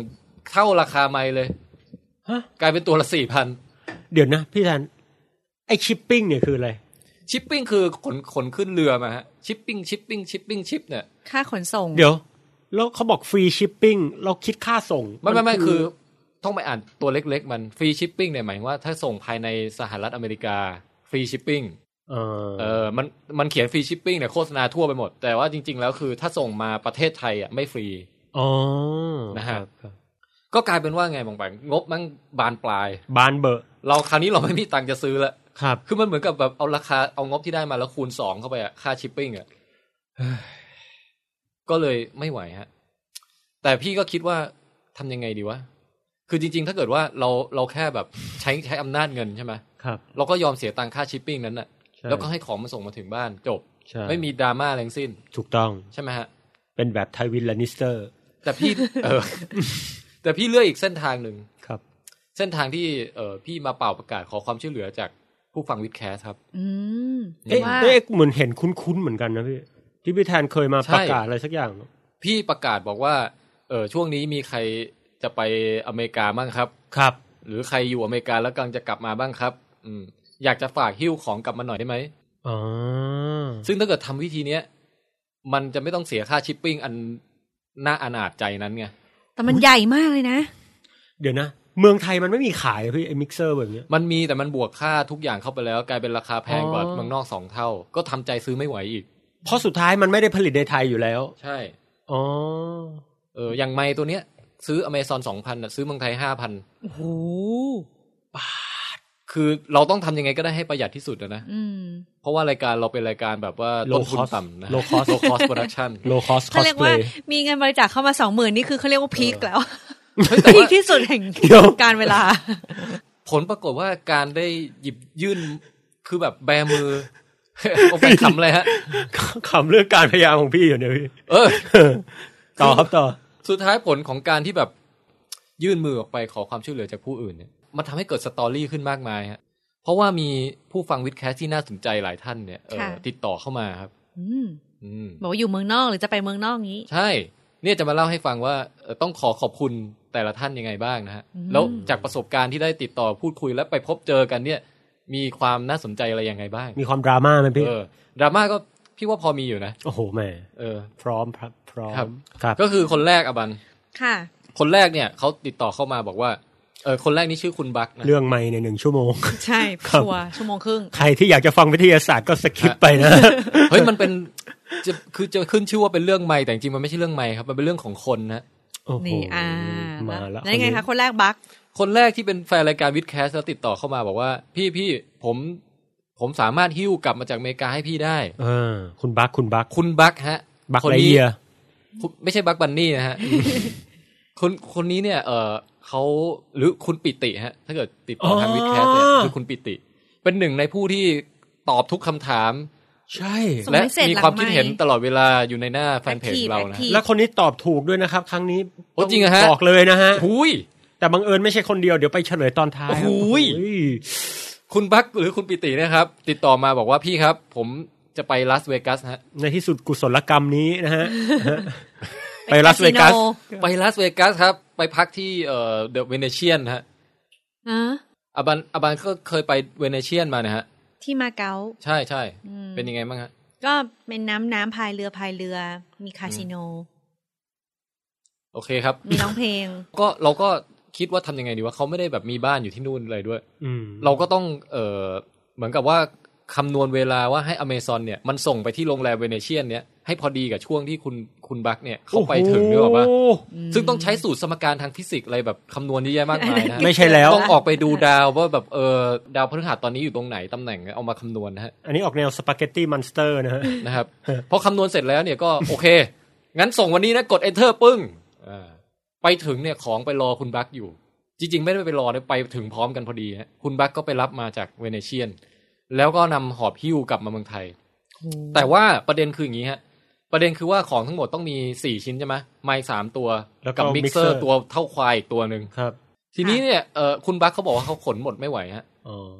Speaker 1: เท่าราคาไมค์เลย
Speaker 2: ฮะ
Speaker 1: กลายเป็นตัวละสี่พัน
Speaker 2: เดี๋ยวนะ พี่แทนไอชิปปิ้งเนี่ยคืออะไร
Speaker 1: ชิปปิ้งคือขนขนขึ้นเรือมาฮะชิปปิ้งชิปปิ้งชิปปิ้งชิปเนี่ย
Speaker 3: ค่าขนส่ง
Speaker 2: เดี๋ยว แล้วเขาบอกฟรีชิปปิ้งเราคิดค่าส่ง
Speaker 1: ไม่ไม่ไม่คือ ต้องไปอ่านตัวเล็ก ๆ มันฟรีชิปปิ้งเนี่ยหมายถึงว่าถ้าส่งภายในสหรัฐอเมริกาฟรีชิปปิ้ง
Speaker 2: เออ
Speaker 1: เออมันมันเขียนฟรีชิปปิ้งเนี่ยโฆษณาทั่วไปหมด แต่ว่าจริง ๆ แล้วคือถ้าส่งมาประเทศไทยอ่ะไม่ฟรี
Speaker 2: อ๋อ
Speaker 1: นะฮะ ก็กลายเป็นว่าไงบางแปงงบมันบานปลาย
Speaker 2: บานเบอะ
Speaker 1: เราคราวนี้เราไม่มีตังค์จะซื้อละ
Speaker 2: ครับ
Speaker 1: คือมันเหมือนกับแบบเอาราคาเอางบที่ได้มาแล้วคูณสองเข้าไปอะค่าชิปปิ้งอะ เฮ้ยก็เลยไม่ไหวฮะ แต่พี่ก็คิดว่าทำยังไงดีวะ คือจริง ๆ ถ้าเกิดว่าเราเราแค่แบบ ใช้ใช้อำนาจเงินใช่ไหม
Speaker 2: ครับ
Speaker 1: เราก็ยอมเสียตังค่าชิปปิ้งนั้นน่ะ
Speaker 2: ใช่
Speaker 1: แล้วก็ให้ของมาส่งมาถึงบ้านจบ
Speaker 2: ใช่
Speaker 1: ไม่มีดราม่าอะไรทั้งสิ้น
Speaker 2: ถูกต้อง
Speaker 1: ใช่ไหมฮะ
Speaker 2: เป็นแบบไทวินลานิสเตอร์
Speaker 1: แต่พี่ เออ แต่พี่เลือกอีกเส้นทางหนึ่ง
Speaker 2: ครับ
Speaker 1: เส้นทางที่เออพี่มาเป่าประกาศขอความช่วยเหลือจากผู้ฟังวิดแคสครับ
Speaker 3: อืม
Speaker 2: เอ๊ะ
Speaker 3: ว่า
Speaker 2: เอ๊ะเหมือนเห็นคุ้นๆเหมือนกันนะพี่ ที่พี่แทนเคยมา
Speaker 1: ใช่
Speaker 2: ประกาศอะไรสักอย่าง
Speaker 1: พี่ประกาศบอกว่า เออช่วงนี้มีใครจะไปอเมริกาบ้างครับ
Speaker 2: ครับ
Speaker 1: หรือใครอยู่อเมริกาแล้วกำลังจะกลับมาบ้างครับ อืม อยากจะฝากหิ้วของกลับมาหน่อยได้ไหม
Speaker 2: อ๋อ
Speaker 1: ซึ่งถ้าเกิดทำวิธีเนี้ย มันจะไม่ต้องเสียค่าชิปปิ้งอันน่าอนาจใจนั้นไง
Speaker 3: แต่มันใหญ่มากเลยนะ
Speaker 2: เดี๋ยวนะ เมืองไทยมันไม่มีขายอะพี่ไอ้มิกเซอร์แบบเนี้ย
Speaker 1: มันมีแต่มันบวกค่าทุกอย่างเข้าไปแล้ว กลายเป็นราคาแพงกว่า
Speaker 2: อ๋อ
Speaker 1: เมืองนอกสองเท่า ก็ทำใจซื้อไม่ไหวอีก
Speaker 2: เพราะสุดท้ายมันไม่ได้ผลิตในไทยอยู่แล้ว
Speaker 1: ใช่
Speaker 2: อ๋อ
Speaker 1: เอออย่างไม้ตัวเนี้ย ซื้ออเมซอนสองพันซื้อเมืองไทยห้าพัน
Speaker 3: โอ้โห
Speaker 1: คือเราต้องทำยังไงก็ได้ให้ประหยัดที่สุดอะนะ
Speaker 3: อืม
Speaker 1: เพราะว่ารายการเราเป็นรายการแบบว่า
Speaker 2: Low
Speaker 1: ต้นทุน
Speaker 2: cost
Speaker 1: ต่ำนะ
Speaker 2: Low cost
Speaker 1: low cost production
Speaker 2: โลคอสคอ
Speaker 3: เขา
Speaker 2: ส
Speaker 3: เรียก
Speaker 2: เพล
Speaker 3: ว่า
Speaker 2: ย์
Speaker 3: มีเงินบริจาคเข้ามาสองหมื่นนี่คือเขาเรียกว่าพีคแล้ว
Speaker 1: เฮ้ยแต่
Speaker 3: พีค
Speaker 1: ว่า
Speaker 3: ที่สุดแห่งการเวลา
Speaker 1: ผลปรากฏว่าการได้หยิบยื่นคือแบบแบมือ โอ้ไปขำเลยฮะ
Speaker 2: ขำเรื่องการพยายามของพี่อยู่เนี่ยพี่
Speaker 1: เออ
Speaker 2: ต่อครับต่อ
Speaker 1: สุดท้ายผลของการที่แบบยื่นมือออกไปขอความช่วยเหลือจากผู้อื่นเนี่ยมันทำให้เกิดสตอรี่ขึ้นมากมายฮะเพราะว่ามีผู้ฟังวิดแคสที่น่าสนใจหลายท่านเนี่ยเออ
Speaker 3: ค่ะ
Speaker 1: ติดต่อเข้ามาครับ
Speaker 3: อืม
Speaker 1: อืม
Speaker 3: บอกว่าอยู่เมืองนอกหรือจะไปเมืองนอกงี้
Speaker 1: ใช่ เนี่ยจะมาเล่าให้ฟังว่าเอ่อต้องขอขอบคุณแต่ละท่านยังไงบ้างนะฮะ
Speaker 3: อืม
Speaker 1: แล้วจากประสบการณ์ที่ได้ติดต่อพูดคุยและไปพบเจอกันเนี่ย มีความน่าสนใจอะไรยังไงบ้าง
Speaker 2: มีความดราม่าไหมพี่
Speaker 1: เออ ดราม่าก็พี่ว่าพอมีอยู่นะ
Speaker 2: โอ้โหแหม่
Speaker 1: เออ
Speaker 2: พร้อมครับพร้อม
Speaker 1: ครับ
Speaker 2: ครับ
Speaker 1: ก็คือคนแรกอะบัน
Speaker 3: ค่ะ
Speaker 1: คนแรกเนี่ยเขาติดต่อเข้ามาบอกว่า เออ คนแรกนี่ชื่อคุณบักนะ
Speaker 2: เรื่องไม่ในหนึ่งชั่วโมง
Speaker 3: ใช่
Speaker 2: ครับ
Speaker 3: ชัวร์ชั่วโมงครึ่ง
Speaker 2: ใครที่อยากจะฟังวิทยาศาสตร์ก็สคิป
Speaker 1: ฮะ
Speaker 2: ไปนะ
Speaker 1: เฮ้ย มันเป็น จะ คือจะขึ้นชื่อว่าเป็นเรื่องใหม่ แต่จริงๆมันไม่ใช่เรื่องใหม่ครับ มันเป็นเรื่องของคนนะ
Speaker 2: โอ้โห
Speaker 3: นี่อ่า
Speaker 2: มาแล้ว
Speaker 3: ได้วยังไงคะคนแรกบัก
Speaker 1: คนแรกที่เป็นแฟนรายการวิดแคสแล้วติดต่อเข้ามาบอกว่า พี่พี่ผมผมสามารถหิ้วกลับมาจากอเมริกาให้พี่ได้
Speaker 2: เออ คุณบักคุณบัก
Speaker 1: คุณบักฮะ
Speaker 2: บัก
Speaker 1: คน
Speaker 2: ไร
Speaker 1: นี้
Speaker 2: เยียร์
Speaker 1: คุณไม่ใช่บักบันนี่นะฮะ คนคนนี้เนี่ย เออเขาหรือคุณปิติฮะ ถ้าเกิดติดต่อทางวิดแคสเนี่ยคือคุณปิติ เป็นหนึ่งในผู้ที่ตอบทุกคำถาม
Speaker 2: ใช่
Speaker 3: ส่ง
Speaker 1: และ
Speaker 3: ให้เสร็จ
Speaker 1: มี
Speaker 3: หลัง
Speaker 1: ความคิดเห็น
Speaker 3: ไมค์
Speaker 1: ตลอดเวลาอยู่ในหน้าแฟนเพจ
Speaker 3: Active
Speaker 1: เรานะ
Speaker 3: Active
Speaker 2: แล้วคนนี้ตอบถูกด้วยนะครับ ครั้งนี้
Speaker 1: โอ้จริงเหรอฮะ
Speaker 2: บอกเลยนะฮะ
Speaker 1: หุย
Speaker 2: แต่บังเอิญไม่ใช่คนเดียวเดี๋ยวไปเฉลยตอนท้าย
Speaker 1: โอ้โห
Speaker 2: เฮ้ย
Speaker 1: คุณบักหรือคุณปิติเนะครับ ติดต่อมาบอกว่าพี่ครับ ผมจะไปลาสเวกัสฮะ
Speaker 2: ในที่สุดกุศลกรรมนี้นะฮะ ไปลาสเวกัส
Speaker 3: คาสิโน
Speaker 1: ไปลาสเวกัสครับ ไปพักที่เอ่อเดอะเวเนเชียนฮะ
Speaker 3: อ่ะ
Speaker 1: อบันอบันก็เคยไปเวเนเชียนมานะฮะ
Speaker 3: ที่มาเก๊า
Speaker 1: ใช่ใช่
Speaker 3: อืม
Speaker 1: เป็นยังไงบ้างฮะ
Speaker 3: ก็เป็นน้ำน้ำพายเรือพายเรือ มีคาสิโน
Speaker 1: โอเคครับ
Speaker 3: มีร้องเพลง
Speaker 1: ก็เราก็คิดว่าทำยังไงดีว่าเขาไม่ได้แบบมีบ้านอยู่ที่นู่นเลยด้วย
Speaker 2: อืม
Speaker 1: เราก็ต้องเอ่อเหมือนกับว่าคำนวณเวลาว่าให้อเมซอนเนี่ยมันส่งไปที่โรงแรมเวเนเชียนเนี่ยให้พอดีกับช่วงที่คุณคุณบักเนี่ยเข้าไปถึงหรือเปล่า
Speaker 2: โโห
Speaker 1: ซึ่งต้องใช้สูตรสมการทางฟิสิกส์อะไรแบบคำ นวณเยอะแยะมากมายนะฮะ
Speaker 2: ไม่ใช่แล้ว
Speaker 1: ต้องออกไปดูดาวว่าแบบเออดาวพฤหัสตอนนี้อยู่ตรงไหนตำแหน่งเอามาคำนวณนะฮะ
Speaker 2: อันนี้ออกแนวสปาเกตตี้มันสเตอร์นะฮะ
Speaker 1: นะครับ พอคำนวณเสร็จแล้วเนี่ยก็ โอเค งั้นส่งวันนี้นะ กด enter ปึ้งอ่าไปถึงเนี่ยของไปรอคุณบักอยู่ จริง ๆ ไม่ได้ไปรอนะไปถึงพร้อมกันพอดีฮะคุณบักก็ไปรับมาจากเวเนเชียน แล้วก็นำหอบหิ้วกลับมาเมืองไทย แต่ว่าประเด็นคืออย่างนี้ฮะ ประเด็นคือว่าของทั้งหมดต้องมีสี่ชิ้นใช่ไหมไม้สามตัว
Speaker 2: แล้วก็
Speaker 1: กับมิกเซอ
Speaker 2: mixer
Speaker 1: ร์ตัวเท่าควายอีกตัวหนึ่ง
Speaker 2: ครับ
Speaker 1: ทีนี้เนี่ยเออคุณบักเขาบอกว่าเขาขนหมดไม่ไหวฮะ
Speaker 2: อ๋อ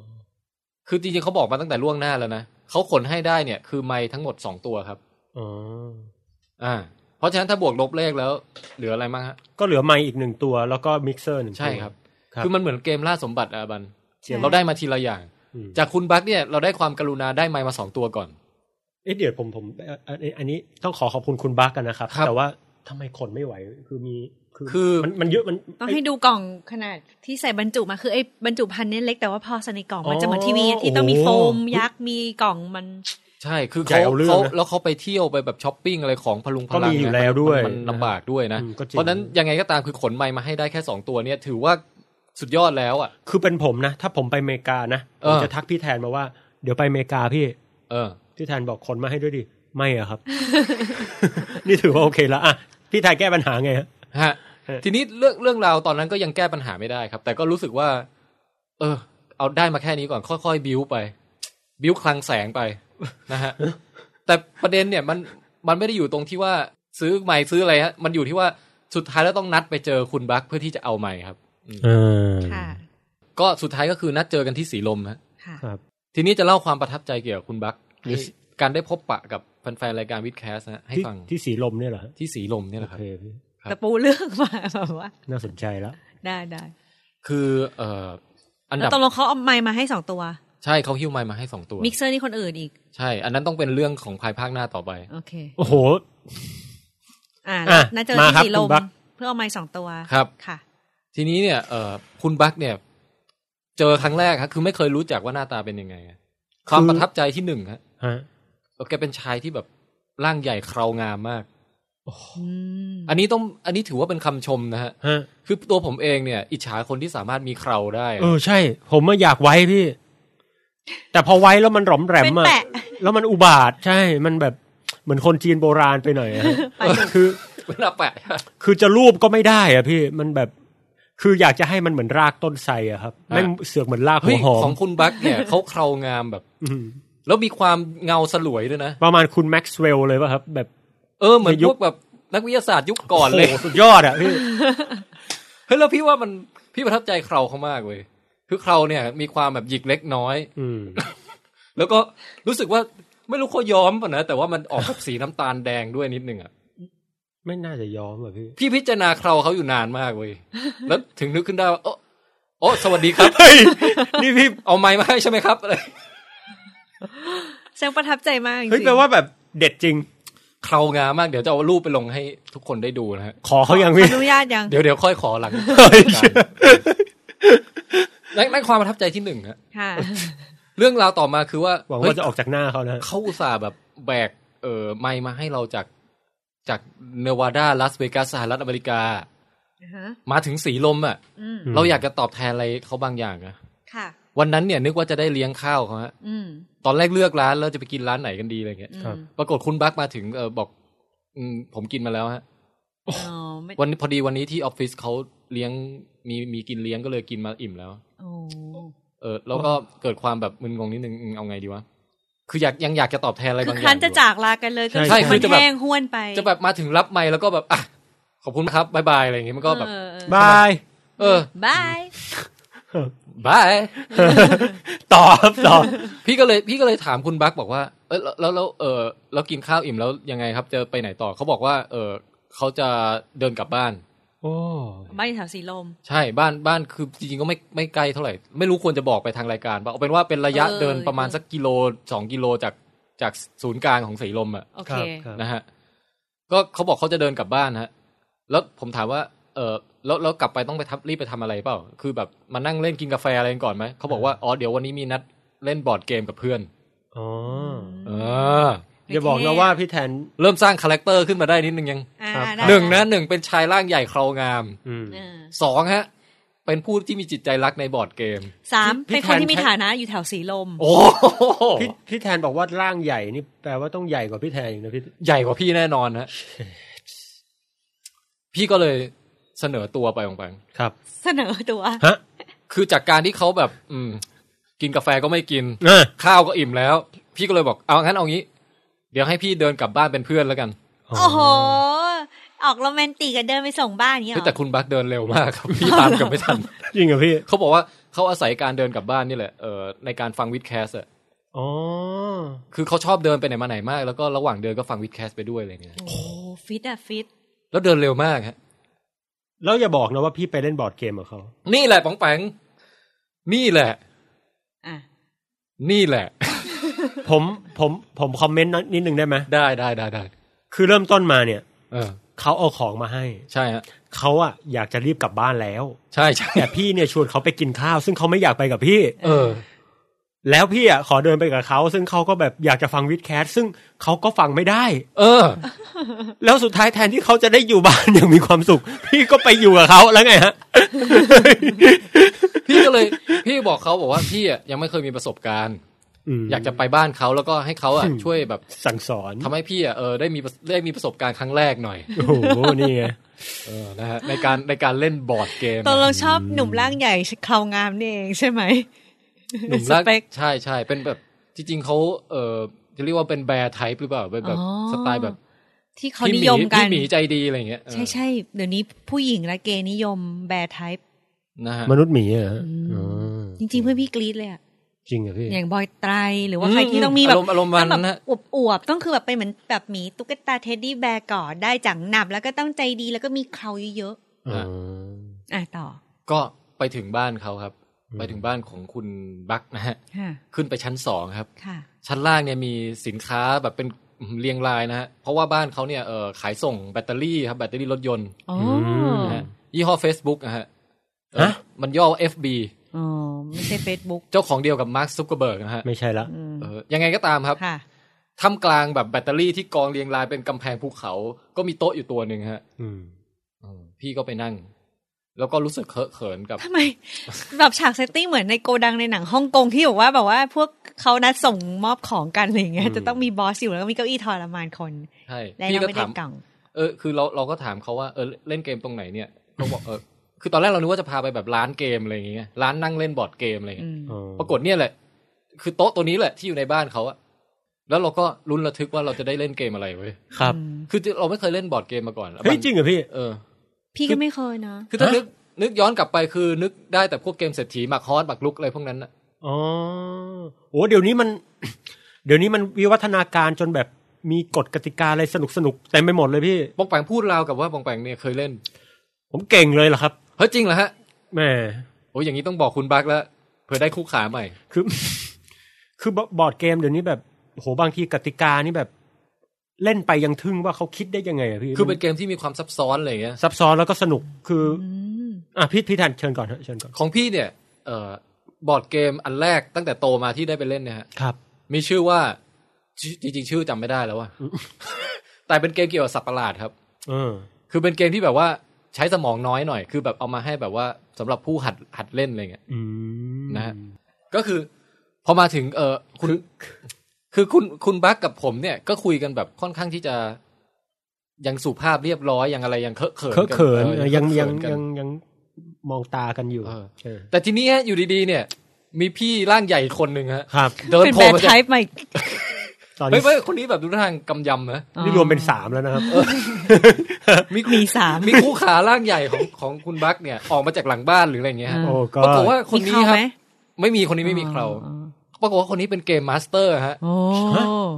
Speaker 1: คือจริงๆเขาบอกมาตั้งแต่ล่วงหน้าแล้วนะเขาขนให้ได้เนี่ย คือไม้ทั้งหมดสองตัวครับ
Speaker 2: อ๋อ
Speaker 1: อ่าเพราะฉะนั้นถ้าบวกลบเลขแล้วเหลืออะไรบ้างฮะ
Speaker 2: ก็เหลือไมค์อีกหนึ่งตัว แล้วก็มิกเซอร์หนึ่งตัว
Speaker 1: ใช่ครับ
Speaker 2: ครับ
Speaker 1: คือมันเหมือนเกมล่าสมบัติอะบัน
Speaker 3: ใช่
Speaker 1: เราได้มาทีละอย่าง
Speaker 2: อืม
Speaker 1: จากคุณบักเนี่ยเราได้ความกรุณาได้ไมค์มาสองตัวก่อน
Speaker 2: เอ๊ะเดี๋ยวผมผมเอ่ออันนี้อันนี้ต้องขอขอบคุณคุณบักกันนะครับ
Speaker 1: ครับ
Speaker 2: แต่ว่า ทำไมขนไม่ไหว คือมี
Speaker 1: คือ
Speaker 2: มันมันเยอะมัน
Speaker 3: ต้องให้ดูกล่องขนาดที่ใส่บรรจุมาคือไอ้บรรจุภัณฑ์เนี่ยเล็กแต่ว่าพอใส่ในกล่องมันจะเหมือนทีวีอะที่ต้องมีโฟมยักษ์มีกล่องมัน
Speaker 1: ใช่คือ
Speaker 2: ใหญ่
Speaker 1: เขา
Speaker 2: เอาเรื่อง
Speaker 1: เขา
Speaker 2: นะ
Speaker 1: แล้วเขาไปเที่ยวไปแบบช้อปปิ้งอะไรของพลุงพลัง
Speaker 2: ก็มีอยู่
Speaker 1: นะมั
Speaker 2: แล้ว
Speaker 1: น
Speaker 2: ด้วย
Speaker 1: มันลำบากด้วยนะ
Speaker 2: อืมก็จริง
Speaker 1: เพราะฉะนั้นยังไงก็ตามคือขนไมค์มาให้ได้แค่สองตัวเนี่ย ถือว่าสุดยอดแล้วอ่ะ
Speaker 2: คือเป็นผมนะ ถ้าผมไปอเมริกานะ
Speaker 1: เอ
Speaker 2: ผม
Speaker 1: อ
Speaker 2: จะทักพี่แทนมาว่า เดี๋ยวไปอเมริกาพี่
Speaker 1: เออ
Speaker 2: พี่แทนบอกขนมาให้ด้วยดิ ไม่อะครับ นี่ถือว่าโอเคแล้วอะพี่แทนแก้ปัญหาไงฮะ
Speaker 1: ฮะ
Speaker 2: เออ
Speaker 1: ทีนี้เรื่องเรื่องราวตอนนั้นก็ยังแก้ปัญหาไม่ได้ครับ แต่ก็รู้สึกว่า เออ เอาได้มาแค่นี้ก่อนค่อยๆ บิ้วไป บิ้วคลังแสงไป นะฮะ แต่ประเด็นเนี่ยมันมันไม่ได้อยู่ตรงที่ว่าซื้อใหม่ซื้ออะไรฮะมันอยู่ที่ว่าสุดท้ายแล้วต้องนัดไปเจอคุณบัคเพื่อที่จะเอาใหม่ครับ
Speaker 2: เออ
Speaker 3: ค่ะ
Speaker 1: ก็สุดท้ายก็คือนัดเจอกันที่สีลมฮะ
Speaker 3: ค่ะ
Speaker 1: ทีนี้จะเล่าความประทับใจเกี่ยวกับคุณบัคให้การได้พบปะกับแฟนๆรายการวิดแคสนะฮะให้
Speaker 2: ที่
Speaker 1: ฟัง
Speaker 2: ที่สีลมเนี่ยเหรอฮะ
Speaker 1: ที่สีลมเนี่ยแห
Speaker 2: โอ
Speaker 1: ละครับ
Speaker 2: เคพี่
Speaker 1: ครับ
Speaker 3: แต่ปูเรื่องมาแบบว่า
Speaker 2: น่าสนใจแล้ว
Speaker 3: ได้ได้
Speaker 1: คือเอ่ออัน
Speaker 3: แล้ว
Speaker 1: ดับ
Speaker 3: ตกลงเขาเอาไมค์มาให้สองตัว
Speaker 1: ใช่เขาหิ้วไมค์มาให้สองตัว
Speaker 3: มิกเซอร์นี่คนอื่นอีก
Speaker 1: ใช่ อันนั้นต้องเป็นเรื่องของภายภาคหน้าต่อไป
Speaker 3: โอเค
Speaker 2: โอ้โห
Speaker 3: อ่า
Speaker 2: อ่ะ
Speaker 3: น่าเจอ
Speaker 2: มาครับ
Speaker 3: ที่สีล
Speaker 2: คุ
Speaker 3: ม
Speaker 2: ณบัค
Speaker 3: เพื่อเอาไมค์สองตัว
Speaker 1: ครับ
Speaker 3: ค่ะ
Speaker 1: ทีนี้เนี่ยเอ่อคุณบักเนี่ย เจอครั้งแรกครับคือไม่เคยรู้จักว่าหน้าตาเป็นยังไงอะความประทับใจที่หนึ่งฮะ
Speaker 2: ฮะ
Speaker 1: แกเป็นชายที่แบบร่างใหญ่เครางามมาก
Speaker 3: อืม
Speaker 1: อันนี้ต้อง อันนี้ถือว่าเป็นคำชมนะฮะ
Speaker 2: ฮะ
Speaker 1: คือตัวผมเองเนี่ย อิจฉาคนที่สามารถมีเคราได้
Speaker 2: เออใช่ ผมมาอยากไว้พี่ แต่พอไว้แล้วมันหลอมแหล
Speaker 3: เป็น
Speaker 2: มอะ
Speaker 3: แปะ
Speaker 2: แล้วมันอุบาทใช่ มันแบบเหมือนคนจีนโบราณไปหน่อยอะฮะ
Speaker 3: ไปหนึ่ง
Speaker 2: คือ
Speaker 1: เวลาแปะ
Speaker 2: คือจะรูปก็ไม่ได้อะพี่มันแบบ คืออยากจะให้มันเหมือนรากต้นไทรอะครับไม่งเสือกเหมือนรากหั
Speaker 1: เฮ้ยว
Speaker 2: หอ
Speaker 1: ขอ
Speaker 2: ม
Speaker 1: งคุณบักเนี่ยเขาเครางามแบบ
Speaker 2: อืม
Speaker 1: แล้วมีความเงาสลวยด้วยนะ
Speaker 2: ประมาณคุณแม็กซ์เวลล์เลยป่ะครับ แบบ
Speaker 1: เออเหมือน
Speaker 2: ในยุ
Speaker 1: พ
Speaker 2: ค
Speaker 1: วกแบบนักวิทยาศาสตร์ยุคก่อนเลย
Speaker 2: โโหสุดยอดอะพี่
Speaker 1: เฮ้ยแล้วพี่ว่ามันพี่ประทับใจเคราเขามากเว้ยคือเคราเนี่ยมีความแบบหยิกเล็กน้อย
Speaker 2: อืม
Speaker 1: แล้วก็รู้สึกว่าไม่รู้เขาย้อมป่ะนะแต่ว่ามันออกแบบสีน้ำตาลแดงด้วยนิดนึงอ่ะ
Speaker 2: ไม่น่าจะยอมอะพี่
Speaker 1: พี่พิจารณาเคราเขาอยู่นานมากเว้ยแล้วถึงนึกขึ้นได้ว่าโอ้โอ้สวัสดีครับ
Speaker 2: เฮ้ยนี่พี่
Speaker 1: เอาไม้มาให้ใช่ไหมครับอะไร
Speaker 3: แสดงประทับใจมากจริง
Speaker 2: เฮ้ยแปลว่าแบบเด็ดจริง
Speaker 1: เครางามมากเดี๋ยวจะเอารูปไปลงให้ทุกคนได้ดูนะฮะ
Speaker 2: ขอเขายังพี่
Speaker 3: อนุญาตยัง
Speaker 1: เดี๋ยวเดี๋ยวค่อยขอ หลัง
Speaker 2: เฮ้ย
Speaker 1: นั่นนั่นความประทับใจที่หนึ่งฮะ
Speaker 3: ค่ะ
Speaker 1: เรื่องราวต่อมาคือว่า
Speaker 2: หวัง
Speaker 1: เฮ้ย
Speaker 2: ว่าจะออกจากหน้าเขานะ
Speaker 1: เขาอุตส่าห์แบบแบกเออไมค์มาให้เราจากจากเนวาดาลาสเวกัสสหรัฐอเมริกา
Speaker 3: อ่าฮะ
Speaker 1: มาถึงสีลมอะ่ะ
Speaker 3: อืม
Speaker 1: เราอยากจะตอบแทนอะไรเขาบางอย่างนะ
Speaker 3: ค่ะ
Speaker 1: วันนั้นเนี่ยนึกว่าจะได้เลี้ยงข้าวเขาฮะ
Speaker 3: อืม
Speaker 1: ตอนแรกเลือกร้านแล้วจะไปกินร้านไหนกันดีอะไรเงี้ย
Speaker 3: อืม
Speaker 1: ปรากฏคุณบักมาถึงเออบอกอืมผมกินมาแล้วฮะ
Speaker 3: อ๋อไม่
Speaker 1: วันพอดีวันนี้ที่ออฟฟิศเขาเลี้ยงมีมีกินเลี้ยงก็เลยกินมาอิ่มแล้ว
Speaker 3: โอ้
Speaker 1: เออแล้วก็เกิดความแบบมึนงงนิดนึงอืมเอาไงดีวะคืออยากยังอยากจะตอบแทนอะไร
Speaker 3: คื
Speaker 1: บา
Speaker 3: อง
Speaker 1: อ
Speaker 3: ครั้
Speaker 1: ย่าน ง
Speaker 3: จะจากลากันเลยก็
Speaker 1: ใช่
Speaker 3: มั
Speaker 1: คื
Speaker 3: น
Speaker 1: อจะแบบ
Speaker 3: แห้งห้วนไป
Speaker 1: จะแบบมาถึงรับไมค์แล้วก็แบบอ่ะขอบคุณครับบายบายอะไรอย่างเงี้ยมันก็แบบ
Speaker 3: เออเออบ
Speaker 2: าย
Speaker 1: เออ
Speaker 3: บาย
Speaker 1: บาย
Speaker 2: ตอบครับตอบ
Speaker 1: พี่ก็เลยพี่ก็เลยถามคุณบักบอกว่า เออแล้วแล้วเออแล้วกินข้าวอิ่มแล้วยังไงครับ จะไปไหนต่อเขาบอกว่า เออเขาจะเดินกลับบ้าน
Speaker 2: โอ้
Speaker 3: บ้านอยู่แถวสีลม
Speaker 1: ใช่บ้านบ้านคือจริงๆก็ไม่ไม่ไกลเท่าไหร่ ไม่รู้ควรจะบอกไปทางรายการป่ะเอาเป็นว่าเป็นระยะ
Speaker 3: เออ
Speaker 1: เดินประมาณสักกิโลสองกิโลจากจากศูนย์กลางของสีลมอะ
Speaker 3: โอ
Speaker 2: ค
Speaker 3: เค
Speaker 2: รับครับ
Speaker 1: นะฮะ ก็เขาบอกเขาจะเดินกลับบ้านฮะ แล้วผมถามว่า เออแล้วแล้วกลับไปต้องไปทับรีบไปทำอะไรเปล่า คือแบบมานั่งเล่นกินกาแฟอะไรกันก่อนไหม เขาบอกว่า อ๋อ เดี๋ยววันนี้มีนัดเล่นบอร์ดเกมกับเพื่อน
Speaker 2: อ๋อ
Speaker 1: เออ
Speaker 2: อย่าบอกนะว่าพี่แทน
Speaker 1: เริ่มสร้างคาแรคเตอร์ขึ้นมาได้นิดนึงยัง
Speaker 3: อ่า
Speaker 2: ครับ
Speaker 3: ได้
Speaker 1: หนึ่งนะหนึ่งเป็นชายร่างใหญ่เครางาม
Speaker 2: อืม
Speaker 3: เออ
Speaker 1: สองฮะ เป็นผู้ที่มีจิตใจรักในบอร์ดเกม
Speaker 3: สาม
Speaker 2: พี่
Speaker 3: เป็นคนที่
Speaker 2: แทน
Speaker 3: มีฐานะอยู่แถวสีลม
Speaker 1: โอ้โห
Speaker 2: พี่พี่แทนบอกว่าร่างใหญ่นี่แปลว่าต้องใหญ่กว่าพี่แทนอีกนะพี่
Speaker 1: ใหญ่กว่าพี่แน่นอนฮะ พี่ก็เลยเสนอตัวไปของแปง
Speaker 2: ครับ
Speaker 3: เสนอตัว
Speaker 2: ฮะ
Speaker 1: คือจากการที่เขาแบบ อืม กินกาแฟก็ไม่กิน
Speaker 2: เออ
Speaker 1: ข้าวก็อิ่มแล้ว พี่ก็เลยบอกเอางั้นเอางี้ เดี๋ยวให้พี่เดินกลับบ้านเป็นเพื่อนแล้วกัน
Speaker 3: โอ้โห ออกโรแมนติกกันเดินไปส่งบ้านอย่างเงี้ย
Speaker 1: คือ
Speaker 3: เหร
Speaker 1: แต่
Speaker 3: อ
Speaker 1: คุณบักเดินเร็วมากครับ พี่ตามกลับไม่ทัน
Speaker 2: จริงเหรอพี่
Speaker 1: เขาบอกว่าเขาอาศัยการเดินกลับบ้านนี่แหละเอ่อในการฟังวิดแคสอะ
Speaker 2: อ๋อ
Speaker 1: คือเขาชอบเดินไปไหนมาไหนมาก แล้วก็ระหว่างเดินก็ฟังวิดแคสไปด้วยอะไรเงี้ย
Speaker 3: โอ้โหฟิตอะฟิต
Speaker 1: แล้วเดินเร็วมากฮะ
Speaker 2: แล้วอย่าบอกนะว่าพี่ไปเล่นบอร์ดเกมกับเขา
Speaker 1: นี่แหละป๋องแปงนี่แหละ
Speaker 3: อ่ะ
Speaker 1: นี่แหละ
Speaker 2: ผมผมผมคอมเมนต์นิดนึงได้ไหม
Speaker 1: ได้ได้ได้ได้
Speaker 2: คือเริ่มต้นมาเนี่ย
Speaker 1: เออ
Speaker 2: เขาเอาของมาให้
Speaker 1: ใช่ฮะ
Speaker 2: เขาอะอยากจะรีบกลับบ้านแล้ว
Speaker 1: ใช่ใช่
Speaker 2: แต่พี่เนี่ยชวนเขาไปกินข้าว ซึ่งเขาไม่อยากไปกับพี่
Speaker 1: เออ
Speaker 2: แล้วพี่อะขอเดินไปกับเขา ซึ่งเขาก็แบบอยากจะฟังวิดแคสซึ่งเขาก็ฟังไม่ได้
Speaker 1: เออ
Speaker 2: แล้วสุดท้ายแทนที่เขาจะได้อยู่บ้าน อย่างมีความสุข พี่ก็ไปอยู่กับเขาแล้วไงฮะ
Speaker 1: พี่ก็เลย พี่บอกเขาบอกว่าพี่อ่ะยังไม่เคยมีประสบการณ์
Speaker 2: ม
Speaker 1: อยากจะไปบ้านเขาแล้วก็ให้เขาอ่ะช่วยแบบ
Speaker 2: สั่งสอน
Speaker 1: ทำให้พี่อ่ะเออได้มีประได้มีประสบการณ์ครั้งแรกหน่อย
Speaker 2: โอ้โหนี่ไง
Speaker 1: เออนะฮะในการในการเล่นบอร์ดเกม
Speaker 3: ตอนเราชอบหนุ่มร่างใหญ่เคราวงามนี่เองใช่ไหม
Speaker 1: หนุ่มรัก
Speaker 3: สเปค
Speaker 1: ใช่ใช่เป็นแบบจริง ๆเขาเออจะเรียกว่าเป็นแบร์ไทป์หรือเปล่าเป็นแบบ
Speaker 3: อ๋อ
Speaker 1: สไตล์แบบ
Speaker 3: ที่เขา
Speaker 1: พี่
Speaker 3: นิ
Speaker 1: หมี
Speaker 3: ยมกั
Speaker 1: พี่
Speaker 3: น
Speaker 1: หมีใจดีอะไรอย่างเงี้ยเออ
Speaker 3: ใช่ใช่เดี๋ยวนี้ผู้หญิงและเกย์นิยมแบร์ไทป์
Speaker 1: นะฮะ
Speaker 2: มนุษย์หมีอะฮะ
Speaker 3: อืม
Speaker 2: อ๋อ
Speaker 3: จริงๆเพื่อนพี่กรี๊ดเลยอะ
Speaker 2: จริงเหรอพี่
Speaker 3: อย่างบอยไตรหรือ
Speaker 1: อื
Speaker 3: ว่าม ใครที่ต้องมีแบบ
Speaker 1: อารมณ์อารมณ์วันนั้นนะ
Speaker 3: ต้องแบบอวบๆต้องคือแบบเป็นเหมือนแบบหมีตุ๊กตาเท็ดดี้แบร์ก่อนได้จังหนับ แล้วก็ต้องใจดีแล้วก็มีเขาเยอะ
Speaker 2: อ๋อ
Speaker 3: ๆอ่ะต่อ
Speaker 1: ก็ไปถึงบ้านเขาครับ
Speaker 2: อืม
Speaker 1: ไปถึงบ้านของคุณบักนะฮะ
Speaker 3: ค่ะ
Speaker 1: ขึ้นไปชั้นสองครับ
Speaker 3: ค่ะ
Speaker 1: ชั้นล่างเนี่ยมีสินค้าแบบเป็นเรียงรายนะฮะ เพราะว่าบ้านเขาเนี่ยเออขายส่งแบตเตอรี่ครับแบตเตอรี่รถยนต์
Speaker 3: อ๋อ
Speaker 2: ม
Speaker 1: นะฮะยี่ห้อ Facebook นะฮะเอ่อ
Speaker 2: ฮะ
Speaker 1: มันย่อว่า FB
Speaker 3: อ๋อไม่ใช่เฟซบุ๊ก
Speaker 1: เจ้าของเดียวกับมาร์คซุกเกอร์เบิร์กนะฮะ
Speaker 2: ไม่ใช่ละ
Speaker 1: เออยังไงก็ตามครับ
Speaker 3: ค่ะ
Speaker 1: ท่ามกลางแบบแบตเตอรี่ที่กองเรียงรายเป็นกำแพงภูเขา ก็มีโต๊ะอยู่ตัวหนึ่งฮะ
Speaker 2: อืม
Speaker 1: เออพี่ก็ไปนั่ง แล้วก็รู้สึกเคอะเขินกับ
Speaker 3: ทำไม แบบฉากเซตติ้งเหมือนในโกดังในหนังฮ่องกงที่บอกว่าแบบว่าพวกเขานัดส่งมอบของกันอะไรอย่างเงี้ย
Speaker 2: อืม
Speaker 3: จะต้องมีบอสอยู่แล้วก็มีเก้าอี้ทรมานคน
Speaker 1: ใช่
Speaker 3: และ
Speaker 1: พี่
Speaker 3: เรา
Speaker 1: ก็
Speaker 3: ไม่
Speaker 1: ถา
Speaker 3: ได้
Speaker 1: ม
Speaker 3: กล่อง
Speaker 1: เออคือเราเราก็ถามเขาว่าเออเล่นเกมตรงไหนเนี่ยเขาบอกเออคือตอนแรกเรานึกว่าจะพาไปแบบร้านเกมอะไรอย่างเงี้ยร้านนั่งเล่นบอร์ดเกมอะไรอย่าง
Speaker 3: อื
Speaker 1: เงี้ย
Speaker 3: ม
Speaker 2: อ๋อ
Speaker 1: ปรากฏเนี่ยแหละ คือโต๊ะตัวนี้แหละที่อยู่ในบ้านเขาอะแล้วเราก็ลุ้นระทึกว่าเราจะได้เล่นเกมอะไรเว้ย
Speaker 2: ครับ
Speaker 1: คือเราไม่เคยเล่นบอร์ดเกมมาก่อน
Speaker 2: เฮ้ยจริงเหรอพี่
Speaker 1: เออ
Speaker 3: พี่ก็ไม่เคยนะ
Speaker 1: คือถ้านึกนึกย้อนกลับไปคือนึกได้แต่พวกเกมเศรษฐีหมักฮอสหมักลุกอะไรพวกนั้นนะ
Speaker 2: อ๋อโอ้เดี๋ยวนี้มัน เดี๋ยวนี้มันวิวัฒนาการจนแบบมีกฎกติกาอะไรสนุกสนุกๆเต็มไปหมดเลยพี่
Speaker 1: ปองแปงพูดราวกับว่าปองแปงเนี่ยเคยเล่น
Speaker 2: ผมเก่งเลยเหรอครับ
Speaker 1: เฮ้ยจริงเหรอฮะ
Speaker 2: แหม่
Speaker 1: โอ้ยอย่างนี้ต้องบอกคุณบักแล้วเผื่อได้คู่ขาใหม่
Speaker 2: คือ คือบอร์ดเกมเดี๋ยวนี้แบบโหบางทีกติกานี่แบบ เล่นไปยังทึ่งว่าเขาคิดได้ยังไงอะพี่
Speaker 1: คือเป็นเกมที่มีความซับซ้อนอะไรอย่างเงี้ย
Speaker 2: ซับซ้อนแล้วก็สนุกคืออ
Speaker 3: อืม
Speaker 2: อ่ะพี่พี่ทันเชิญก่อนฮะเชิญก่อน
Speaker 1: ของพี่เนี่ยเอ่อบอร์ดเกมอันแรกตั้งแต่โตมาที่ได้ไปเล่นเนี่ยฮะ
Speaker 2: ครับ
Speaker 1: มีชื่อว่าชื่อจริงๆ ชื่อจำไม่ได้แล้วว่า แต่เป็นเกมเกี่ยวกับสัตว์ประหลาดครับ
Speaker 2: เออ
Speaker 1: คือเป็นเกมที่แบบว่าใช้สมองน้อยหน่อย คือแบบเอามาให้แบบว่าสำหรับผู้หัดหัดเล่นอะไรเงี้ย
Speaker 2: อืม
Speaker 1: นะฮะ ก็คือ พอมาถึง เออคุณ คือคุณคุณบักกับผมเนี่ย ก็คุยกันแบบค่อนข้างที่จะ ยังสุภาพเรียบร้อยยังอะไรยังเคอะเขิน
Speaker 2: เคอะเขิน
Speaker 1: กัออ
Speaker 2: ยังยัง
Speaker 1: เคอะเขินกัน
Speaker 2: ยังยังมองตากันอยู่
Speaker 1: เออ
Speaker 2: เออ
Speaker 1: แต่ทีนี้ฮะอยู่ดีๆเนี่ย มีพี่ร่างใหญ่คนหนึ่งฮะ
Speaker 2: ครับ
Speaker 1: เดิน
Speaker 3: เป็น
Speaker 1: โผ
Speaker 3: แบ
Speaker 1: ล่
Speaker 3: บ
Speaker 1: มา
Speaker 3: ไท
Speaker 1: จาก
Speaker 3: ป์ใหม่
Speaker 2: ตอน
Speaker 1: ไม่
Speaker 2: นี้
Speaker 1: ไม่คนนี้แบบดูท่าทางกำยำนะ
Speaker 2: นี่รวมเป็นสามแล้วนะครับ
Speaker 1: มี
Speaker 3: มีสาม
Speaker 1: มีคู่ขาร่างใหญ่ของของคุณบักเนี่ย ออกมาจากหลังบ้านหรืออะไรเงี้ยฮะ
Speaker 2: โอ้ก็
Speaker 1: ปรากฏว่าคน
Speaker 3: มี
Speaker 1: นี้ค
Speaker 3: เขา
Speaker 1: รับ
Speaker 3: ไหม
Speaker 1: ไม่มีคนนี้ไม่มีเขา
Speaker 3: อ๋อ
Speaker 1: ปรากฏว่าคนนี้เป็นเกมมาสเตอร์ฮะ
Speaker 3: โอ้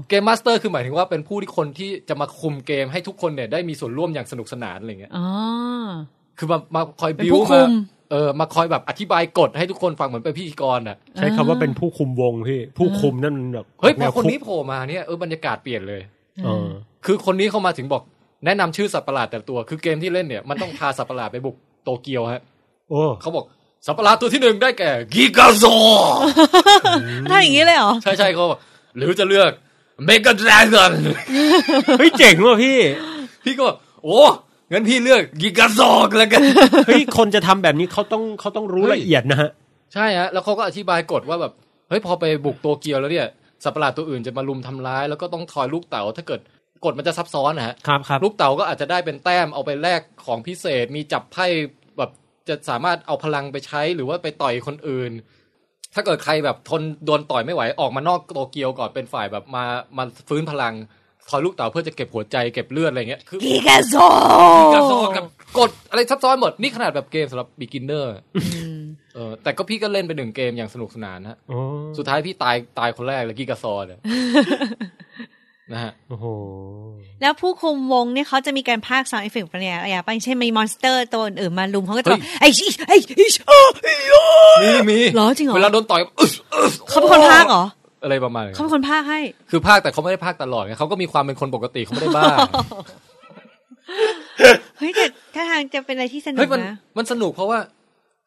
Speaker 1: เกมมาสเตอร์คือหมายถึงว่าเป็นผู้ที่คนที่จะมาคุมเกมให้ทุกคนเนี่ยได้มีส่วนร่วมอย่างสนุกสนานอะไรเงี้ย
Speaker 3: อ๋อ
Speaker 1: คือมามาคอย
Speaker 3: เป็น
Speaker 1: บิว
Speaker 3: ผู้คุ
Speaker 1: มาม เออมาคอยแบบอธิบายกฎให้ทุกคนฟังเหมือนเป็นพิธีกรอ่ะ
Speaker 2: ใช้คำว่าเป็นผู้คุมวงพี่ ผู้คุมนั่นมันแบบ
Speaker 1: เฮ้ยพ
Speaker 2: แน
Speaker 1: อ
Speaker 2: ว
Speaker 1: คน
Speaker 2: ก
Speaker 1: นี้โผล่มาเนี่ยเออบรรยากาศเปลี่ยนเลย
Speaker 2: เออ
Speaker 1: คือคนนี้เข้ามาถึงบอกแนะนำชื่อสัตว์ประหลาดแต่ละตัว คือเกมที่เล่นเนี่ยมันต้องพาสัตว์ประหลาดไปบุกโตเกียวฮะ
Speaker 2: โอ้
Speaker 1: เขาบอกสัตว์ประหลาดตัวที่หนึ่งได้แก่กิกาโซ
Speaker 3: ถ้าอย่างนี้เลยเหรอ
Speaker 1: ใช่ใช่เขาบอกหรือจะเลือกเมกาแดรกอน
Speaker 2: เฮ้ยเจ๋งว่ะพี่
Speaker 1: พี่ก็บอกโอ้งั้นพี่เลือกกิกาโซกันแล้วกัน
Speaker 2: เฮ้ยคนจะทำแบบนี้เขาต้องเขาต้องรู้
Speaker 1: เฮ้ย
Speaker 2: ละเอียดนะฮะ
Speaker 1: ใช่ฮะแล้วเขาก็อธิบายกฎว่าแบบเฮ้ยพอไปบุกโตเกียวแล้วเนี่ยสัตว์ประหลาดตัวอื่นจะมาลุมทำร้าย แล้วก็ต้องทอยลูกเต๋าถ้าเกิดกฎมันจะซับซ้อนนะฮะ
Speaker 2: ครับครับ
Speaker 1: ลูกเต๋าก็อาจจะได้เป็นแต้มเอาไปแลกของพิเศษมีจับไพ่แบบจะสามารถเอาพลังไปใช้หรือว่าไปต่อยคนอื่น ถ้าเกิดใครแบบทนโดนต่อยไม่ไหวออกมานอกโตเกียวก่อนเป็นฝ่ายแบบมามาฟื้นพลังทอยลูกเต๋าเพื่อจะเก็บหัวใจเก็บเลือดอะไรเงี้ยคือ
Speaker 3: กีกาโซ
Speaker 1: กระโดดกับกดอะไรซับซ้อนหมดนี่ขนาดแบบเกมสำหรับบิ๊กินเนอร์เออแต่ก็พี่ก็เล่นไปหนึ่งเกมอย่างสนุกสนานนะ
Speaker 2: โอ้
Speaker 1: สุดท้ายพี่ตายตายคนแรกเลยกิกาซอเลย นะฮะ
Speaker 2: โอ้โห
Speaker 3: แล้วผู้คุมวงเนี่ยเขาจะมีการพากย์ซาวด์เอฟเฟกต์ปะเนี่ยอย่างไปเช่นมีมอนสเตอร์ตัวอื่นๆมาลุมเขาก็จะบอกไอ้ชิไอ้ชิอ้อไอ้ยอ
Speaker 1: มีมี
Speaker 3: เหรอจริงเหรอ
Speaker 1: เวลาโดนต่อยอึ๊ะอึ๊ะ
Speaker 3: เขาเป็นคนพากย์เหรอ
Speaker 1: อะไรประมาณนี้
Speaker 3: เขาเป็นคนพากย์ให้
Speaker 1: คือภาคแต่เขาไม่ได้ภาคตลอดไงเขาก็มีความเป็นคนปกติเขาไม่ได้บ้า
Speaker 3: างจะเป็นอะไรที่สนุ
Speaker 1: เฮ้
Speaker 3: ก
Speaker 1: ยมัน
Speaker 3: นะ
Speaker 1: มันสนุกเพราะว่า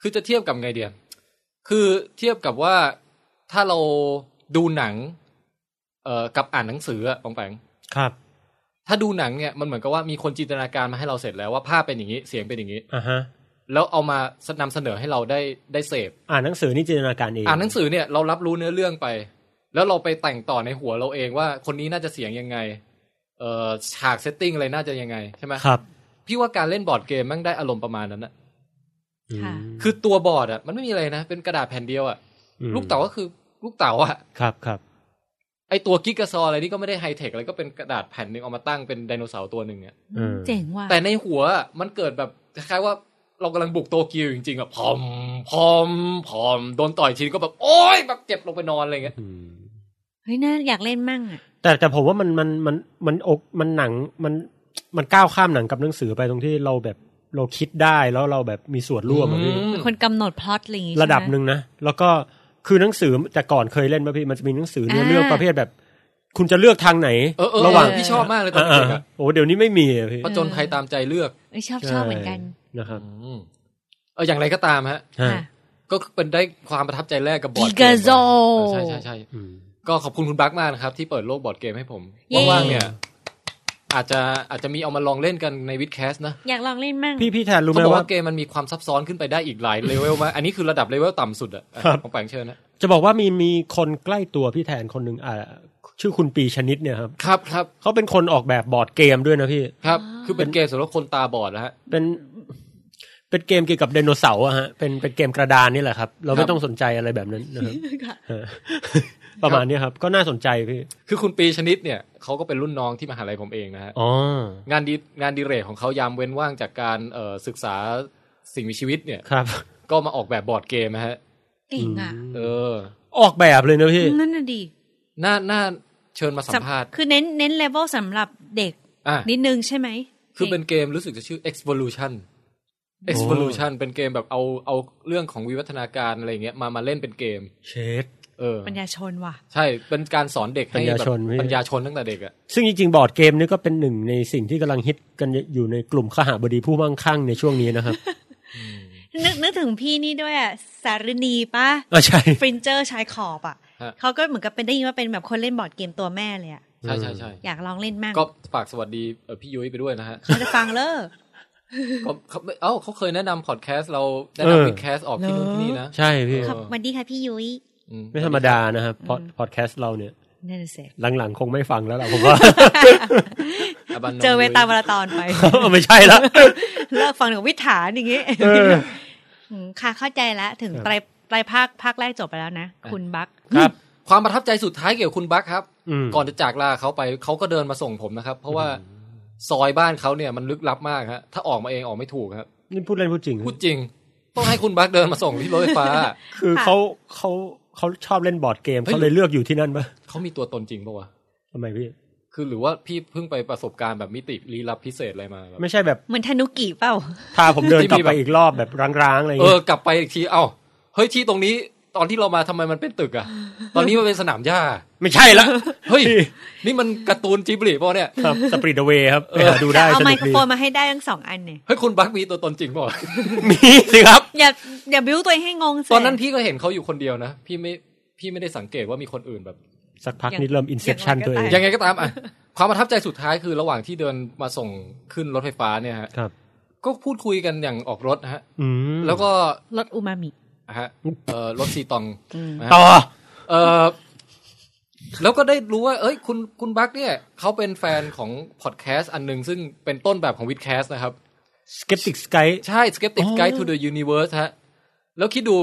Speaker 1: คือจะเทียบกับไงเดียคือเทียบกับว่าถ้าเราดูหนัง เอ่อกับอ่านหนังสืออะปองแปง
Speaker 2: ครับ
Speaker 1: ถ้าดูหนังเนี่ยมันเหมือนกับว่ามีคนจินตนาการมาให้เราเสร็จแล้วว่าภาพเป็นอย่างนี้เสียงเป็นอย่างนี้
Speaker 2: อ่าฮะ
Speaker 1: แล้วเอามานำเสนอให้เราได้ได้เสพ
Speaker 2: อ่านหนังสือนี่จินตนาการเอง
Speaker 1: อ่านหนังสือเนี่ยเรารับรู้เนื้อเรื่องไป แล้วเราไปแต่งต่อในหัวเราเองว่าคนนี้น่าจะเสียงยังไง เอ่อฉากเซตติ้งอะไรน่าจะยังไงใช่ไหม
Speaker 2: ครับ
Speaker 1: พี่ว่าการเล่นบอร์ดเกมแมันได้อารมณ์ประมาณนั้นนะ
Speaker 3: ค่ะ
Speaker 1: คือตัวบอร์ดอ่ะมันไม่มีอะไรนะ เป็นกระดาษแผ่นเดียวอ่ะ
Speaker 2: อืม
Speaker 1: ลูกเต๋าก็คือลูกเต๋าอ่ะ
Speaker 2: ครับครับ
Speaker 1: ไอตัวกิกกะซออะไรนี่ก็ไม่ได้ไฮเทคอะไรก็เป็นกระดาษแผ่นหนึ่งเอามาตั้งเป็นไดโนเสาร์ตัวหนึ่งเนี่ย
Speaker 2: เออ
Speaker 3: เจ๋งว่ะ
Speaker 1: แต่ในหัวอะมันเกิดแบบคล้ายๆว่าเรากำลังบุกโตเกียวจริงๆอ่ะพอมพอมพอมโดนต่อยทีก็แบบโอ๊ยแบบเจ็บลงไปนอนอะไรเงี้ย
Speaker 2: อืม
Speaker 3: เฮ้ยน่าอยากเล่นมั่งอ่ะ
Speaker 2: แต่แต่ผมว่ามันมันมันมันอกมันหนังมันมันก้าวข้ามหนังกับหนังสือไปตรงที่เราแบบเราคิดได้แล้วเราแบบมีส่วนร่วมอะพี่
Speaker 3: เป็นคนกำหนดพล็อตอะไรอย่างงี้
Speaker 2: ระดับ
Speaker 3: ใช่ไม
Speaker 2: หนึ่งนะ แล้วก็คือหนังสือแต่ก่อนเคยเล่นป่ะพี่มันจะมีหนังสือเนื้อ
Speaker 3: อ่า
Speaker 2: เรื่องประเภทแบบ คุณจะเลือกทางไหน
Speaker 1: เออเออ
Speaker 2: ระหว่าง
Speaker 1: เออพี่ชอบมากเลยตอน
Speaker 2: อ่า
Speaker 1: เด็กๆอะ
Speaker 2: ๆโอ้เดี๋ยวนี้ไม่มีอะพี่
Speaker 1: ผจญภัยตามใจเลือก
Speaker 3: เอ้ยชอบชอบเหมือนกัน
Speaker 2: นะครับ
Speaker 1: เอออย่างไรก็ตามฮะ
Speaker 2: ฮะ
Speaker 3: ค่ะ
Speaker 1: ก็เป็นได้ความประทับใจแรกกับบอร์ดเกม
Speaker 3: Gigazo
Speaker 1: เออใช่ใช่ใช่
Speaker 2: อืม
Speaker 1: ก็ขอบคุณคุณบั๊กมากนะครับ ที่เปิดโลกบอร์ดเกมให้ผม
Speaker 3: เย้
Speaker 1: ว่างๆเนี่ย อาจจะอาจจะมีเอามาลองเล่นกันในวิดแคสนะ
Speaker 3: อยากลองเล่นมั่ง
Speaker 2: พี่พี่แทนรู้ไห
Speaker 1: เขา
Speaker 2: ม
Speaker 1: บอก
Speaker 2: ว่า
Speaker 1: ว่าเกมมันมีความซับซ้อนขึ้นไปได้อีกหลายเลเวลมากอันนี้คือระดับเลเวลต่ำสุดอะอ่ะ
Speaker 2: ครับ
Speaker 1: ของแปงเชิญนะ
Speaker 2: จะบอกว่ามีมีคนใกล้ตัวพี่แทนคนหนึ่งอ่าชื่อคุณปีชนิดเนี่ยครับ
Speaker 1: ครับครับ
Speaker 2: เขาเป็นคนออกแบบบอร์ดเกมด้วยนะพี่
Speaker 1: ครับ คือเป็นเกมสำหรับคนตาบอดนะฮะ
Speaker 2: เป็นเป็นเกมเกี่ยวกับไดโนเสาร์อะฮะเป็นเป็นเกมกระดานนี่แหละครับ เรา
Speaker 1: ค
Speaker 2: ไม่
Speaker 1: รับ
Speaker 2: ต้องสนใจอะไรแบบนั้นนะครับฮะประมาณเนี้ยครับ ก็น่าสนใจพี่
Speaker 1: คือคุณปีชนิดเนี่ยเขาก็เป็นรุ่นน้องที่มหาลัยผมเองนะฮะ
Speaker 2: อ๋อ
Speaker 1: งานดีงานดีเรกของเขายามเว้นว่างจากการเอ่อศึกษาสิ่งมีชีวิตเนี่ย
Speaker 2: ครับ
Speaker 1: ก็มาออกแบบบอร์ดเกมนะฮะ
Speaker 3: เก่งอ่ะ
Speaker 1: เออ
Speaker 2: ออกแบบเลยนะพี่
Speaker 3: นั่นน่ะดี
Speaker 1: น่าน่าเชิญมาสัมภาษณ์
Speaker 3: คือเน้นเน้นเลเวลสำหรับเด็ก
Speaker 1: อ่ะ
Speaker 3: นิดนึงใช่ไหม
Speaker 1: คือเป็นเกมรู้สึกจะชื่อ Expvolution Expvolution เป็นเกมแบบเอาเอาเรื่องของวิวัฒนาการอะไรอย่างเงี้ยมามาเล่นเป็นเกม
Speaker 2: เชด
Speaker 1: เออ
Speaker 3: ปัญญาชนว่ะ
Speaker 1: ใช่เป็นการสอนเด็กให้
Speaker 2: ปัญญา
Speaker 1: แบบ
Speaker 2: ชนพี่
Speaker 1: ปัญญาชนตั้งแต่เด็กอะ
Speaker 2: ซึ่งจริงๆบอร์ดเกมนี่ก็เป็นหนึ่งในสิ่งที่กำลังฮิตกันอยู่ในกลุ่มขหาบดีผู้มั่งคั่งในช่วงนี้นะครับ
Speaker 3: นึกนึกถึงพี่นี่ด้วยอ่ะสารณีป่ะ
Speaker 2: อ่ะใช่
Speaker 3: ฟรินเจอร์ชายขอบอ่ะเขาก็เหมือนกับเป็นได้ยินว่าเป็นแบบคนเล่นบอร์ดเกมตัวแม่เลยอ่ะ
Speaker 1: ใช่ใช่ใช่
Speaker 3: อยากลองเล่นมั่ง
Speaker 1: ก็ฝากสวัสดีเอ่อพี่ยุ้ยไปด้วยนะฮะ
Speaker 3: เขาจะฟังเลย
Speaker 1: ก็เขาเอ้าเขาเคยแนะนำพอดแคสต์เราแนะนำวิดแคสต์ออกที่นู่นที่นี่นะ
Speaker 2: ใช่พี่
Speaker 3: ครับสวัสดีค่ะพี่ยุ้ย
Speaker 1: อื
Speaker 2: ไม่ธรรมดานะครับพอดพอดแคสต์เราเนี่ย
Speaker 3: นั่นน่ะสิ
Speaker 2: หลังๆ คงไม่ฟังแล้วล่ะผมว่า
Speaker 1: ะบันนม
Speaker 3: เจอเว
Speaker 1: ยุ้ย
Speaker 3: ตาลวลาตอนไป
Speaker 2: ไม่ใช่ละ
Speaker 3: เลิกฟังถึงวิถานอย่างงี้
Speaker 2: เออ
Speaker 3: มค่ะเข้าใจแล้วถึงไตรไตรภาคภาคแรกจบไปแล้วนะ คุณบัก
Speaker 2: ครับ
Speaker 1: ความประทับใจสุดท้ายเกี่ยวกับคุณบัคครับ
Speaker 2: อืม
Speaker 1: ก่อนจะจากลาเขาไปเขาก็เดินมาส่งผมนะครับ เพราะว่าซอยบ้านเขาเนี่ยมันลึกลับมากฮะถ้าออกมาเองออกไม่ถูกครับ
Speaker 2: นี่พูดเล่นพูดจริง
Speaker 1: พูดจริง ต้องให้คุณบัคเดินมาส่งที่รถไฟ ฟ้า
Speaker 2: คือเขาเขาเขาชอบเล่นบอร์ดเกม
Speaker 1: เฮ้ย
Speaker 2: เขาเลยเลือกอยู่ที่นั่นปะ
Speaker 1: เขามีตัวตนจริงปะวะ
Speaker 2: ทำไมพี่
Speaker 1: คือหรือว่าพี่เพิ่งไปประสบการณ์แบบมิติลี้ลับพิเศษอะไรมาแบบ
Speaker 2: ไม่ใช่แบบ
Speaker 3: เหมือนธนุกิเปล่า
Speaker 2: พาผมเดินกลับไปอีกรอบแบบร้างๆอะไรอย่าง
Speaker 1: เออ
Speaker 2: เงี้ย
Speaker 1: กลับไปอีกทีเอ้าเฮ้ยที่ตรงนี้ตอนที่เรามาทำไมมันเป็นตึกอะตอนนี้มันเป็นสนามหญ้า
Speaker 2: ไม่ใช่ละ
Speaker 1: เฮ้ย นี่มันการ์ตูนจิบลิปะเนี่ย
Speaker 2: ครับสปริตเวครับไปหาดูได้
Speaker 3: เอา
Speaker 2: ส
Speaker 3: ไม
Speaker 2: นุก
Speaker 3: โคร
Speaker 2: ดี
Speaker 3: โฟนมาให้ได้ทั้งสองอันเนี่ย
Speaker 1: เฮ้ยคุณบัคมีตัวตนจริงปะวะ
Speaker 2: มีสิครับ
Speaker 3: อย่าอย่าบิ้วตัวเองให้งงสิ
Speaker 1: ตอนนั้นพี่ก็เห็นเขาอยู่คนเดียวนะ พี่ไม่พี่ไม่ได้สังเกตว่ามีคนอื่นแบบ
Speaker 2: สักพัก
Speaker 3: อย่าง
Speaker 2: นี้เริ่มอินเ p ปชัน
Speaker 3: อย่างไร
Speaker 1: ยังไง
Speaker 2: ตัวเอง
Speaker 3: ก็ตาม
Speaker 1: ก็ ตามอ่ะ ความประทับใจสุดท้ายคือระหว่างที่เดินมาส่งขึ้นรถไฟฟ้าเนี่ยฮะ
Speaker 2: ครับ
Speaker 1: ก็พูดคุยกันอย่างออกรถนะฮะ
Speaker 2: อืม
Speaker 1: แล้วก็
Speaker 3: รสอูมามิ
Speaker 1: ฮะเอ่อรถซีตองนะฮะ
Speaker 2: ต่อ
Speaker 1: เอ่อแล้วก็ได้รู้ว่า เอ้ย คุณคุณบักเนี่ยเขาเป็นแฟนของพอดแคสต์อันหนึ่งซึ่งเป็นต้นแบบของวิดแคสต์นะครับ
Speaker 2: Skeptic Sky
Speaker 1: ใช่ Skeptic Guide to the Universe ฮะแล้วคิดดู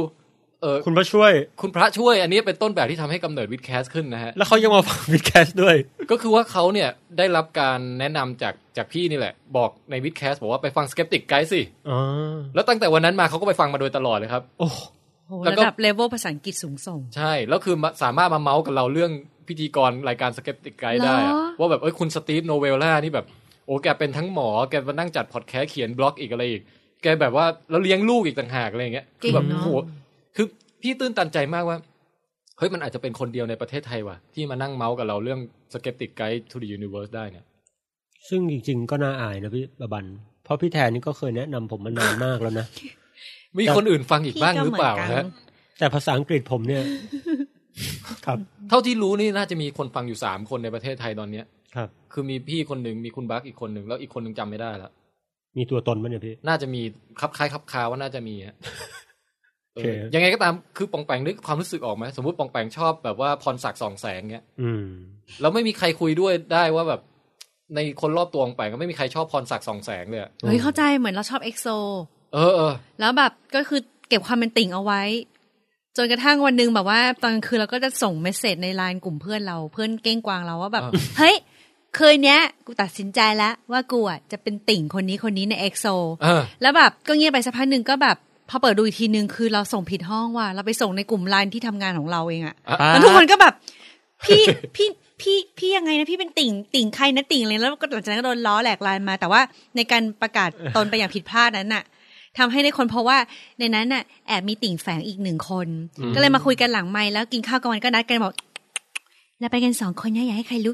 Speaker 1: เออ
Speaker 2: คุณพระช่วย
Speaker 1: คุณพระช่วยอันนี้เป็นต้นแบบที่ทำให้กำเนิดวิดแคสต์ขึ้นนะฮะ
Speaker 2: แล้วเขายังมาฟังวิดแคสด้วย
Speaker 1: ก็คือว่าเขาเนี่ยได้รับการแนะนำจากจากพี่นี่แหละ บอกในวิดแคสบอกว่าไปฟัง Skeptic Guide สิ
Speaker 2: อ๋อ
Speaker 1: แล้วตั้งแต่วันนั้นมาเขาก็ไปฟังมาโดยตลอดเลยครับ
Speaker 2: โอ้
Speaker 3: โอ้โห
Speaker 1: แล้ว
Speaker 3: ระ
Speaker 1: ก็
Speaker 3: ดับเลเวลภาษาอังกฤษสูงส่ง
Speaker 1: ใช่ แล้วคือมาสามารถมาเมาส์กับเราเรื่องพิธีกรรายการ Skeptic Guide ได้อะ
Speaker 3: เหรอ
Speaker 1: ว่าแบบเอ้ยคุณสตีฟโนเวลล่านี่แบบ โอ้แกเป็นทั้งหมอ แกมานั่งจัดพอดแคสต์เขียนบล็อกอีกอะไรอีก แกแบบว่าแล้วเลี้ยงลูกอีกต่างหากอะไรอย่างเงี้ยคืแบบโอ้โหคือพี่ตื้นตันใจมากว่าเฮ้ยมันอาจจะเป็นคนเดียวในประเทศไทยว่ะที่มานั่งเมาส์กับเราเรื่อง Skeptic Guide to the Universe ได้เนี่ย
Speaker 2: ซึ่งจริงๆ ก็น่าอายนะพี่บะบันพ ราะพี่แทนนี่ก็เคยแนะนำผมมานานมากแล้วนะ
Speaker 1: มีคนอื่นฟังอีก
Speaker 3: พี่
Speaker 1: บ้าง
Speaker 3: ก็
Speaker 1: หรือ
Speaker 3: เห
Speaker 1: เป
Speaker 3: มือน
Speaker 1: ล่า
Speaker 3: กัน
Speaker 1: ฮะ
Speaker 2: แต่ภาษาอังกฤษผม เนี่ย ครับ
Speaker 1: เท่าที่รู้นี่น่าจะมีคนฟังอยู่สามคนในประเทศไทยตอนเนี้ย
Speaker 2: ครับ
Speaker 1: คือมีพี่คนหนึ่งมีคุณบักอีกคนหนึ่งแล้วอีกคนหนึ่งจำไม่ได้ละ
Speaker 2: มีตัวตนมั้ยเนี่ยพี่
Speaker 1: น่าจะมีคับคล้ายคับคาว่าน่าจะมีฮะ
Speaker 2: โอเค
Speaker 1: เออยังไงก็ตามคือปองแปงนึกความรู้สึกออกไหมสมมติปองแปงชอบแบบว่าพรศักดิ์สองแสงเงี้ย
Speaker 2: อืม
Speaker 1: แล้วไม่มีใครคุยด้วยได้ว่าแบบ ในคนรอบตัวของแปงก็ไม่มีใครชอบพรศักดิ์สองแสงเลยอะ
Speaker 3: เฮ้ยเข้าใจเหมือนเราชอบเอ็กโซ
Speaker 1: เออเออ
Speaker 3: แล้วแบบก็คือเก็บความเป็นติ่งเอาไว้ จนกระทั่งวันหนึ่งแบบว่า ตอนกลางคืนเราก็จะส่งเมสเซจในไลน์กลุ่มเพื่อนเราเพื่อนเก้งกวางเราว่าแบบ เฮ้ย คืนเนี้ย กูตัดสินใจแล้วว่ากูอ่ะจะเป็นติ่งคนนี้คนนี้ในเอ็กโซ
Speaker 1: เออ
Speaker 3: แล้วแบบก็เงียบไปสักพักหนึ่งก็แบบ พอเปิดดูอีกทีหนึ่งคือเราส่งผิดห้องว่ะเราไปส่งในกลุ่มไลน์ที่ทำงานของเราเองอ่ะ
Speaker 1: อ่ะ
Speaker 3: แล้วทุกคนก็แบบ พี่พี่พี่พี่ยังไงนะพี่เป็นติ่งติ่งใครนะติ่งอะไรแล้วก็หลังจากนั้นก็โดนล้อแหลกลานมา แต่ว่าในการประกาศตนไปอย่างผิดพลาดนั้นน่ะทำให้ได้คนเพราะว่าในนั้นน่ะแอบมีติ่งแฝงอีกหนึ่งคน ก็เลยมาคุยกันหลังไม้แล้วกินข้าวกลางวันก็นัดกันบอกเราไปกันสองคนนะอย่าให้ใครรู้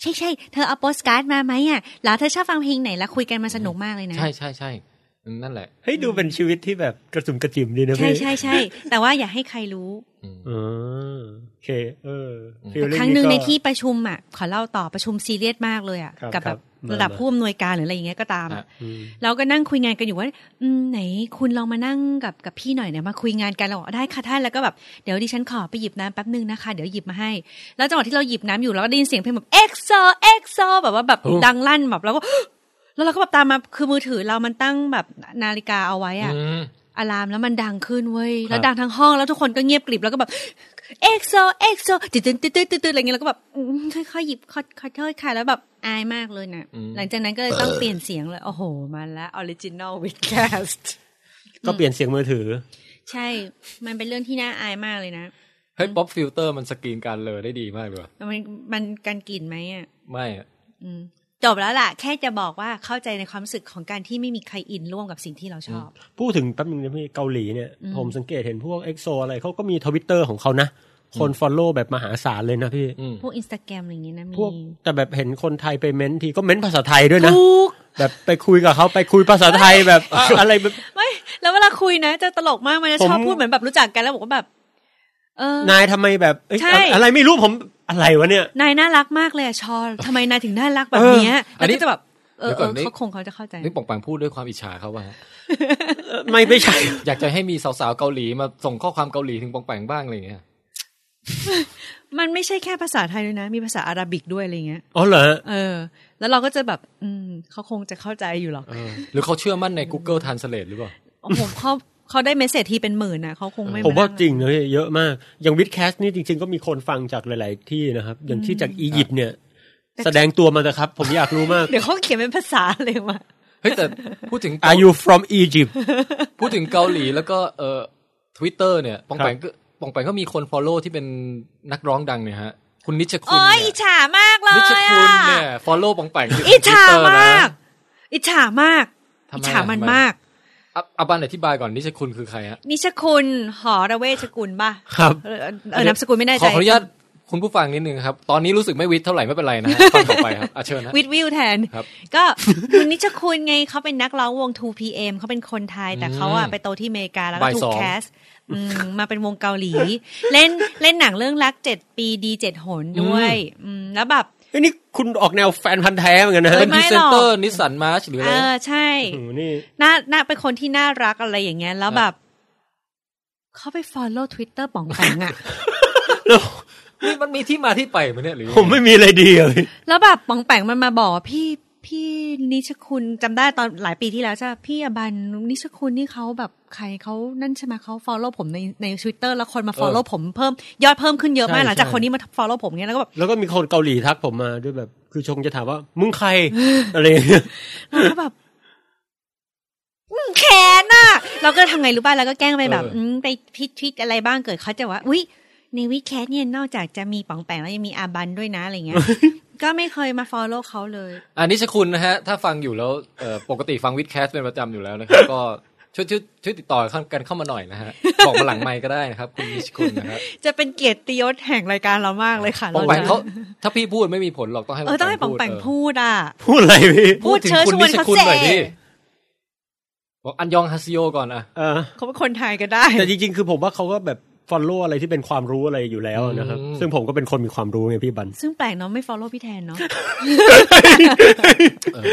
Speaker 3: ใช่ใช่เธอเอาโปสการ์ดมาไหมอ่ะแล้วเธอชอบฟังเพลงไหนแล้วคุยกันมาสนุกมากเลยนะ
Speaker 1: ใช่ใช่ใช่นั่นแหละ
Speaker 2: เฮ้ยดูเป็นชีวิตที่แบบกระจุมกระจิมดีนะ
Speaker 3: ใช่
Speaker 2: พี่
Speaker 3: ใช่ใช่แต่ว่าอย่าให้ใครรู้
Speaker 2: เออโอเค เออ
Speaker 3: แต่
Speaker 2: feeling
Speaker 3: ครั้งหนึ่ง
Speaker 2: ก็
Speaker 3: ในที่ประชุมอ่ะขอเล่าต่อประชุมซีเรียสมากเลยอ่ะ
Speaker 2: ครับ
Speaker 3: กับ
Speaker 2: ค
Speaker 3: แบ
Speaker 2: รับบ
Speaker 3: ระดับ
Speaker 2: มา
Speaker 3: ผู้อำนวยการหรืออะไรอย่างเงี้ยก็ตามอะ
Speaker 1: อ่ะ
Speaker 2: อืม
Speaker 3: เราก็นั่งคุยงานกันอยู่ว่า อืมไหนคุณลองมานั่งกับกับพี่หน่อยเนี่ยมาคุยงานกันเราบอกได้ค่ะท่านแล้วก็แบบเดี๋ยวดิฉันขอไปหยิบน้ำแป๊บนึงนะคะ เดี๋ยวหยิบมาให้ แล้วจังหวะที่เราหยิบน้ำอยู่เราก็ได้ยินเสียงเพลงแบบเอ็กโซเอ็กโซแบบว่าแบบ
Speaker 1: โอ้
Speaker 3: ดังลั่นแบบแล้วก็ แล้วเราก็แบบตามมาคือมือถือเรามันตั้งแบบนาฬิกาเอาไว้อะ
Speaker 1: อืม
Speaker 3: อะลามแล้วมันดังขึ้นเว้ย
Speaker 1: ครับ
Speaker 3: แล้วดังทั้งห้องแล้วทุกคนก็เงียบกริบแล้วก็แบบเอ็กโซเอ็กโซตื่นตื่นตื่นตื่นตื่นอะไรเงี้ยแล้วก็แบบอืมค่อยๆหยิบขอขอโทษค่ะแล้วแบบอายมากเลยนะหลังจากนั้นก็เลยต้องเปลี่ยนเสียงเลย โอ้โห มาแล้วออริจินอลวิดแคสต์
Speaker 2: ก็เปลี่ยนเสียงมือถือ
Speaker 3: ใช่ มันเป็นเรื่องที่น่าอายมากเลยนะ
Speaker 1: เฮ้ยป๊อปฟิลเตอร์มันสกรีนการเลอได้ดีมากเลยว่ะ
Speaker 3: มันมันการกลินไหมอ่ะ
Speaker 1: ไม่อะ
Speaker 3: อืมจบแล้วล่ะ แค่จะบอกว่าเข้าใจในความรู้สึกของการที่ไม่มีใครอินร่วมกับสิ่งที่เราชอบ
Speaker 2: พูดถึงแป๊บนึงนะพี่เกาหลีเนี่ย
Speaker 3: อืม
Speaker 2: ผมสังเกตเห็นพวกเอ็กโซอะไรเขาก็มีทวิตเตอร์ของเขานะ คนฟอลโล่แบบมหาศาลเลยนะพี่
Speaker 1: อืม
Speaker 3: พวกอินสตาแกรมอะไรอย่างงี้นะมี
Speaker 2: พวกแต่แบบเห็นคนไทยไปเม้นทีก็เม้นภาษาไทยด้วยนะ
Speaker 3: ถูก
Speaker 2: แบบไปคุยกับเขาไปคุยภาษาไทยแบบเอ่ออะไรแบบ
Speaker 3: ไม่แล้วเวลาคุยนะ จะตลกมากมันจะชอบ
Speaker 2: ผม
Speaker 3: พูดเหมือนแบบรู้จักกันแล้วบอกว่าแบบ เออ
Speaker 2: นายทำไมแบบเอ้ย
Speaker 3: ใช่
Speaker 2: อะไรไม่รู้ผมอะไรวะเนี่ย
Speaker 3: นายน่ารักมากเลยอะชอ ทำไมนายถึงน่ารักแบบเนี้ย
Speaker 1: อันนี้
Speaker 3: แล้วก็จะแบบเออ
Speaker 1: เดี๋ยวก่
Speaker 3: เอ
Speaker 1: อ
Speaker 3: อน
Speaker 1: นี่
Speaker 3: เขาคงเขาจะเข้าใจ
Speaker 1: นี่ปองแปงพูดด้วยความอิจฉาเขาว่ะฮะ
Speaker 2: ไม่ไม่ใช่
Speaker 1: อยากจะให้มีสาวๆเกาหลีมาส่งข้อความเกาหลีถึงปองแปงบ้างอะไรอย่างเงี้ย
Speaker 3: มันไม่ใช่แค่ภาษาไทยด้วยนะ มีภาษาอาหรับิกด้วยอะไรเงี้ย
Speaker 2: อ๋อเหรอ
Speaker 3: เออ แล้วเราก็จะแบบ อืมเขาคงจะเข้าใจอยู่ หรอก
Speaker 1: หรือเขาเชื่อมั่นใน Google Translate หรือเปล่า
Speaker 3: โอ้โหเขาเขาได้เมสเซจทีเป็นหมื่นนะเขาคงไม่
Speaker 2: ผมว่า
Speaker 3: นั่
Speaker 2: จริงเลยเยอะมาก อย่างวิดแคสนี่จริง ๆ ก็มีคนฟังจากหลาย ๆ ที่นะครับ อย่างที่จากอียิปต์เนี่ย แสดงตัวมาเถอะครับ ผมอยากรู้มาก
Speaker 3: เดี๋ยวเขาเขียนเป็นภาษาเลยว่ะ
Speaker 1: เฮ้ยแต่พู ดถึง
Speaker 2: Are you from Egypt
Speaker 1: พูดถึงเกาหลีแล้วก็เอ่อทวิตเตอร์เนี่ยปองแปงก็ปองแปงก็มีคน follow ที่เป็นนักร้องดังเนี่ยฮะ คุณนิชคุ
Speaker 3: โอ้
Speaker 1: ณ
Speaker 3: ย
Speaker 1: เนี่
Speaker 3: อิ
Speaker 1: ย
Speaker 3: จฉามากเล
Speaker 1: นิช
Speaker 3: ย
Speaker 1: คุ
Speaker 3: อ่ะ
Speaker 1: ณเนี่ย follow ปองแปงยู่ใน
Speaker 3: อิจฉา
Speaker 1: Twitter นะ
Speaker 3: มาก อิจฉามาก
Speaker 1: ทำ
Speaker 3: อิจ
Speaker 1: ไะ
Speaker 3: ฉามัน
Speaker 1: ทำไะ
Speaker 3: มาก
Speaker 1: อ่ะอาบันอธิบายก่อนนิชคุณคือใครฮะ
Speaker 3: นิชคุณหอระเวชกุลป่ะ
Speaker 2: ครับ
Speaker 3: เออเออนามสกุลไม่แน่
Speaker 1: ขอ
Speaker 3: ใจ
Speaker 1: ขออนุญาตคุณผู้ฟังนิดนึงครับ ตอนนี้รู้สึกไม่วิทย์เท่าไหร่ไม่เป็นไรนะฮะ ฟังต่อไปครับอาเชิญนะ
Speaker 3: วิดวิวแทน
Speaker 1: ครับ
Speaker 3: ก็คุณนิชคุณไงเขาเป็นนักร้องวง 2PM เขาเป็นคนไทย แต่เขาอะ
Speaker 1: อืม
Speaker 3: ไปโตที่อเมริกาแล้วก็
Speaker 1: บ่าย
Speaker 3: ถู
Speaker 1: สอก ง
Speaker 3: แคสอืมมาเป็นวงเกาหลี เล่นเล่นหนังเรื่องรักเจ็ดปีดีเจ็ดหนด้วยอืมแล้วแบบ
Speaker 2: เฮ้ยนี่คุณออกแนวแฟนพันธ์แท้เหมือนกันนะ
Speaker 3: ฮ้
Speaker 1: เป็
Speaker 3: ย
Speaker 1: นพ
Speaker 3: ไม่
Speaker 1: รีเซนเตอ
Speaker 3: หร
Speaker 1: ร์
Speaker 3: อก
Speaker 1: นิสสันมาร์ชหรืออะ
Speaker 3: เอ
Speaker 1: ไร
Speaker 3: อใช่
Speaker 2: โอ้โหนี่
Speaker 3: น่าน่าเป็นคนที่น่ารักอะไรอย่างเงี้ยแล้วแบบเขาไป follow Twitter ป๋องแปงอะ
Speaker 1: นี่มันมีที่มาที่ไปไหมเนี่ยหรือ
Speaker 2: ผมไม่มีอะไรดีเลย
Speaker 3: แล้วแบบปองแปงมันมาบอกว่าพี่พี่นิชคุณจำได้ตอนหลายปีที่แล้วใช่ปะพี่อบันนิชคุณนี่เขาแบบใครเขานั่นใช่ไหมเขาฟอลโล่ผมในในทวิตเตอร์แล้วคนมาฟอลโล่ผมเพิ่มยอดเพิ่มขึ้นเยอะมาก
Speaker 2: ใช่
Speaker 3: หลังจาก
Speaker 2: ใช่
Speaker 3: คนนี้มาฟอลโล่ผมเนี้ยแล้วก็แบบ
Speaker 2: แล้วก็มีคนเกาหลีทักผมมาด้วยแบบ คือชงจะถามว่า มึงใคร อะไรอย่างเงี้ย
Speaker 3: เราก็แบบอืมแค้นน่ะ เราก็ทำไงรู้ป่ะเราก็แกล้งไปแบบมไปพิทวิตอะไรบ้างเกิดเขาจะว่าอุ้ยในวิดแคสเนี่ยนอกจากจะมีปองแปงแล้วยังมีอาบันด้วยนะอะไรเงี้ย ก็ไม่เคยมาฟอลโล่เขาเลย
Speaker 1: อันนิชคุณนะฮะ ถ้าฟังอยู่แล้วเอ่อปกติฟังวิดแคสเป็นประจำอยู่แล้วนะครับ ก็ช่วยช่วยช่วยติดต่อกันเข้ามาหน่อยนะฮ ะ บอกมาหลังไมค์ก็ได้นะครับ คุณนิชคุณ นะครับ
Speaker 3: จะเป็นเกียรติยศแห่งรายการเรามากเลยค่ะ
Speaker 1: ปองแปง
Speaker 3: รจะ
Speaker 1: เขาถ้าพี่พูดไม่มีผลหรอกต้องให้
Speaker 3: เออต้องให้ปองแปง
Speaker 1: เออ
Speaker 3: พูดอ่ะ
Speaker 2: พูดอะไรพี่
Speaker 3: พูดเชิญชวน
Speaker 1: ถึงคุณนิชคุณ
Speaker 3: เขาเส
Speaker 1: หน่อยดิ บอกอันยองฮัสโยก่อนอ่ะ
Speaker 2: เออ
Speaker 3: เขาเป็นคนไทยก็ได้
Speaker 2: แต่จริงๆ คือผมว่าเขาก็แบบฟอลโล่อะไรที่เป็นความรู้อะไรอยู่แล้วนะครับ
Speaker 1: อืม
Speaker 2: ซึ่งผมก็เป็นคนมีความรู้ไงพี่บัน
Speaker 3: ซึ่งแปลกเนาะไม่ follow พี่แทนเนาะ
Speaker 1: เออ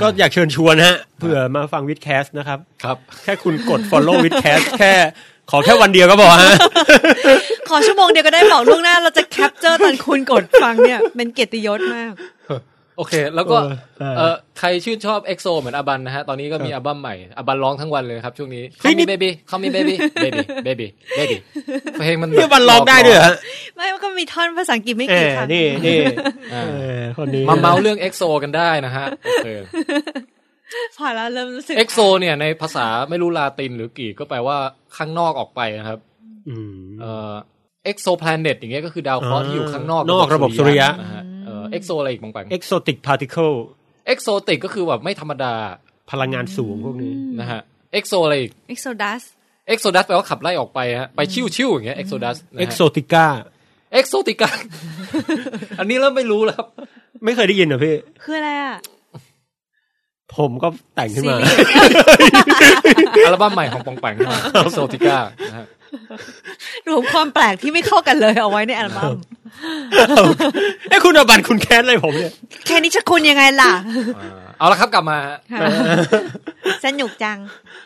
Speaker 2: ก็อยากเชิญชวนฮะเผื่อมาฟังวิดแคสต์นะครับ
Speaker 1: ครับ
Speaker 2: แค่คุณกด follow วิดแคส ต์แค่ขอแค่วันเดียวก็พอฮะ
Speaker 3: ขอชั่วโมงเดียวก็ได้บอกล่วงหน้า เราจะแคปเจอร์ตอนคุณกดฟัง เนี่ยเป็นเกียรติยศมาก
Speaker 1: โอเค แล้วก็
Speaker 2: เออ
Speaker 1: เออใครชื่นชอบเอ็กโซเหมือนอาบันนะฮะ ตอนนี้ก็มีอัลบั้มใหม่อาบันร้องทั้งวันเลยครับช่วงนี้
Speaker 2: เฮ้
Speaker 1: เขา
Speaker 2: ยนี่
Speaker 1: มีเบบี้เขามีเบบี้เบบี้เบบี้เบ บี้เพลงมัน
Speaker 2: พี่บันลองได้ด้วยเหรอฮะ
Speaker 3: ไม่ว่าก็มีท่อนภาษาอังกฤษไม่
Speaker 2: เอ
Speaker 3: กี่
Speaker 2: อ
Speaker 3: คำ
Speaker 2: นี่นี่
Speaker 1: อ่า
Speaker 2: เออคนนี้
Speaker 1: มาเมาเรื่องเอ็กโซกันได้นะฮะโอเค
Speaker 3: พอแล้วเริ่มรู้สึก
Speaker 1: เอ็กโซเนี่ยในภาษาไม่รู้ลาตินหรือกรีกก็แปลว่าข้างนอกออกไปนะครับ เอ่อ็กโซแพลเน็ตอย่างเงี้ยก็คือดาวเคราะห์
Speaker 2: อ่า
Speaker 1: ที่อยู่ข้างนอก
Speaker 2: นอกระบบสุริยะ
Speaker 1: นฮเอ็กโซอะไรอีกบางแปลง
Speaker 2: เอ็กโซติกพาร์ติเคิล
Speaker 1: เอ็กโซติกก็คือแบบไม่ธรรมดา
Speaker 2: พลังงานสูงพวกนี้
Speaker 1: นะฮะ เอ็กโซอะไรอีก
Speaker 3: เอ็กโซดัส
Speaker 1: เอ็กโซดัสแปลว่าขับไล่ออกไปฮะ ไปชิวๆอย่างเงี้ย เอ็กโซดัส
Speaker 2: เอ็กโซติก้า
Speaker 1: เอ็กโซติก า อันนี้เริ่มไม่รู้แล้ว ครับ
Speaker 2: ไม่เคยได้ยินเหรอพี่
Speaker 3: คืออะไรอ่ะ
Speaker 2: ผมก็แต่งขึ้นมา
Speaker 3: ซีรีส์
Speaker 1: อัลบั้มใหม่ของปองแปงเอ็กโซติกานะฮะ
Speaker 3: รวมความแปลกที่ไม่เข้ากันเลยเอาไว้ในอัลบั้ ม
Speaker 2: เอ้ยคุณเอาบัตรคุณแคสอะไรผมเนี่ย
Speaker 3: แค่นี้จะคุณยังไงล่ะ
Speaker 1: อ่าเอาละครับกลับมาฮะ
Speaker 3: สนุกจัง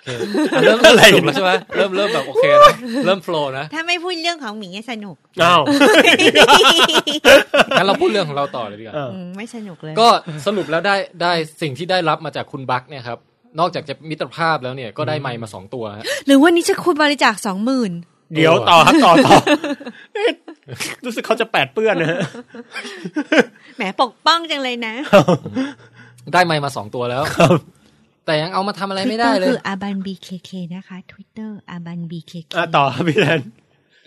Speaker 1: โอเคอ่ ะเริ่มเริ่มสนุกแล้วใช่ไหมเริ่มเริ่มแบบโอเค นะเริ่มโฟล์นะ
Speaker 3: ถ้าไม่พูดเรื่องของหมีเนี่ยส นุก
Speaker 2: อ้าว
Speaker 1: งั้นเราพูดเรื่องของเราต่อเลยดีกว่า
Speaker 3: อืมไม่สนุกเลย
Speaker 1: ก็สรุปแล้วได้ได้สิ่งที่ได้รับมาจากคุณบักเนี่ยครับ นอกจากจะมิตรภาพแล้วเนี่ยก็ได้ไมค์มาสองตัวฮะ
Speaker 3: หรือวันนี้จะคุณบริจาคสองหมื่น
Speaker 2: เดี๋ยวต่อครับต่อต่อเอ๊ะรู้สึกเขาจะแปดเปื้อนนะฮะ
Speaker 3: แหมปกป้องจังเลยนะ
Speaker 1: ได้ไมค์มาสองตัวแล้ว
Speaker 2: ครับ
Speaker 1: แต่ยังเอามาทำอะไรไม่ได้เลย
Speaker 3: คืออาบันบีเคเคนะคะทวิตเตอร์อาบันบีเคเค
Speaker 2: อ่ะต่อครับพี่แลน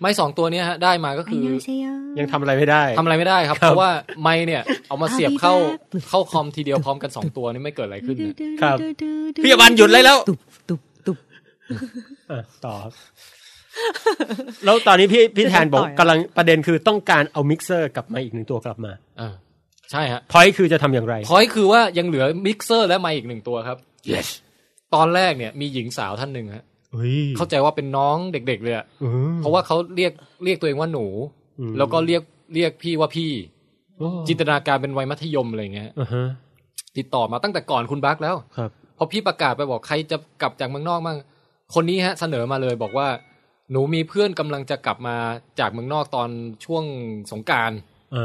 Speaker 1: ไมค์สองตัวเนี้ยฮะได้มาก็คือ
Speaker 3: ยังเซโย
Speaker 2: ยังทำอะไรไม่ได้
Speaker 1: ทำอะไรไม่ได้ครับ
Speaker 2: ครับ
Speaker 1: เพราะว่าไมค์เนี่ยเอามาเสียบเข้า
Speaker 3: เอาดีมาก
Speaker 1: เข้าคอมทีเดียวพร้อมกันสองตัวนี่ไม่เกิดอะไรขึ้นนะ
Speaker 2: ครับ พี่อบันหยุดเลยแล้ว
Speaker 3: ตุบตุบตุบ
Speaker 2: อ่ะต่อครับแล้วตอนนี้พี่พี่แทนบอก
Speaker 3: จะต่อย
Speaker 2: กำลังประเด็นคือต้องการเอามิกเซอร์กลับมาอีกหนึ่งตัวกลับมา
Speaker 1: เออใช่ฮะ
Speaker 2: พอยคือจะทำอย่างไร
Speaker 1: พอยคือว่ายังเหลือมิกเซอร์และไมค์อีกหนึ่งตัวครับ
Speaker 2: yes
Speaker 1: ตอนแรกเนี่ยมีหญิงสาวท่านหนึ่งฮะ
Speaker 2: เฮ้ย
Speaker 1: เข้าใจว่าเป็นน้องเด็ก ๆเลยอะ
Speaker 2: อืม
Speaker 1: เพราะว่าเขาเรียกเรียกตัวเองว่าหนู
Speaker 2: อืม
Speaker 1: แล้วก็เรียกเรียกพี่ว่าพี่ จินตนาการเป็นวัยมัธยมอะไรอย่างเงี้ย
Speaker 2: อ่าฮะ
Speaker 1: ติดต่อมาตั้งแต่ก่อนคุณบักแล้ว
Speaker 2: ครับ
Speaker 1: พอพี่ประกาศไปบอกใครจะกลับจากเมืองนอกมั่งคนนี้ฮะ เสนอมาเลยบอกว่า หนูมีเพื่อนกำลังจะกลับมาจากเมืองนอกตอนช่วงสงกราร
Speaker 2: เอ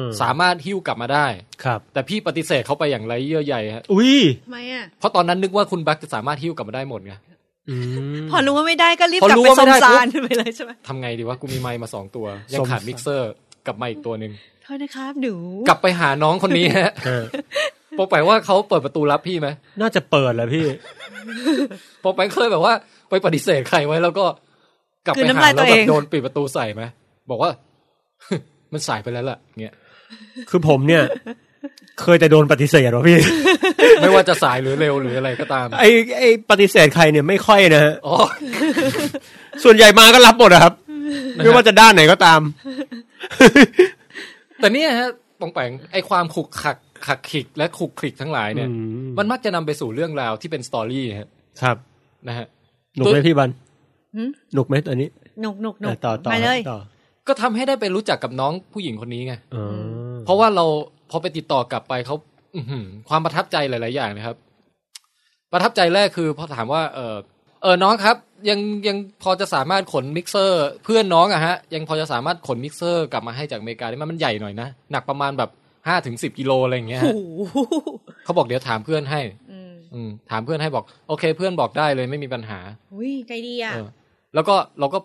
Speaker 2: อ
Speaker 1: สามารถหิ้วกลับมาได้
Speaker 2: ครับ
Speaker 1: แต่พี่ปฏิเสธเขาไปอย่างไรเยื่อใยฮะ
Speaker 2: อุ้ย
Speaker 3: ทำไมอ่ะ
Speaker 1: เพราะตอนนั้นนึกว่าคุณบักจะสามารถหิ้วกลับมาได้หมดไง
Speaker 2: อืม
Speaker 3: พอรู้ว่าไม่ได้ก็รีบ
Speaker 1: พอก
Speaker 3: ลับ
Speaker 1: รู้
Speaker 3: ไป
Speaker 1: ว่า
Speaker 3: ส
Speaker 1: ไม่
Speaker 3: ม
Speaker 1: ได้
Speaker 3: ซาน
Speaker 1: ปุ๊บ
Speaker 3: ไปเลยใช่ไหม
Speaker 1: ทำไงดีวะกูมีไมค์มาสองตัวยังขาด
Speaker 2: สม
Speaker 1: มิกเซอร์กับไมค์อีกตัวหนึ่ง
Speaker 3: โทษนะครับหนู
Speaker 1: กลับไปหาน้องคนนี้ฮะ
Speaker 2: เออ
Speaker 1: โปอแปงว่าเขาเปิดประตูรับพี่ไหม
Speaker 2: น่าจะเปิดแหละพี่
Speaker 1: โปอแปงเคยแบบว่าไปปฏิเสธใครไว้แล้วก็ กลับไปหาแล้วแบบโดนปิดประตูใส่ไหมบอกว่า มันสายไปแล้วล่ะเงี้ย
Speaker 2: คือผมเนี่ย เคยแต่โดนปฏิเสธวะพี่
Speaker 1: ไม่ว่าจะสายหรือเร็วหรืออะไรก็ตาม
Speaker 2: ไอไอปฏิเสธใครเนี่ยไม่ค่อยนะฮะ
Speaker 1: อ๋อ
Speaker 2: ส่วนใหญ่มาก็รับหมดอะครับ ไม่ว่าจะด้านไหนก็ตาม
Speaker 1: แต่เนี่ยฮะโปองแปงไอความขลุกขลักขลักขลิกและขลุกขลิกทั้งหลายเนี่ย
Speaker 2: อืม
Speaker 1: มันมักจะนำไปสู่เรื่องราวที่เป็นสตอรี่ฮะ
Speaker 2: ครับ
Speaker 1: นะฮะ
Speaker 2: หนุกไหมพี่บัน
Speaker 3: หึ
Speaker 2: หนุกไหมตอนนี้
Speaker 3: หนุกหนุกหนุ
Speaker 2: อ่ะ
Speaker 3: ก
Speaker 2: ต่อต่อ
Speaker 3: ไปเลย
Speaker 2: ต่อ
Speaker 1: ก็ทำให้ได้ไปรู้จักกับน้องผู้หญิงคนนี้ไง
Speaker 2: อ๋อ
Speaker 1: เพราะว่าเราพอไปติดต่อกลับไปเขาอื้อหือความประทับใจหลาย ๆ อย่างนะครับ ประทับใจแรกคือพอถามว่า เออเออน้องครับ ยังยังพอจะสามารถขนมิกเซอร์ เพื่อนน้องอะฮะ ยังพอจะสามารถขนมิกเซอร์กลับมาให้จากอเมริกาได้ไหมมันใหญ่หน่อยนะ หนักประมาณแบบห้าถึงสิบกิโลอะไรอย่างเงี้ยฮะ
Speaker 3: โอ้โห
Speaker 1: เขาบอกเดี๋ยวถามเพื่อนให้
Speaker 3: อืม
Speaker 1: อืมถามเพื่อนให้บอก โอเค เพื่อนบอกได้เลยไม่มีปัญหา
Speaker 3: อุ้ยใจดีอ่ะ
Speaker 1: เออแล้วก็เราก็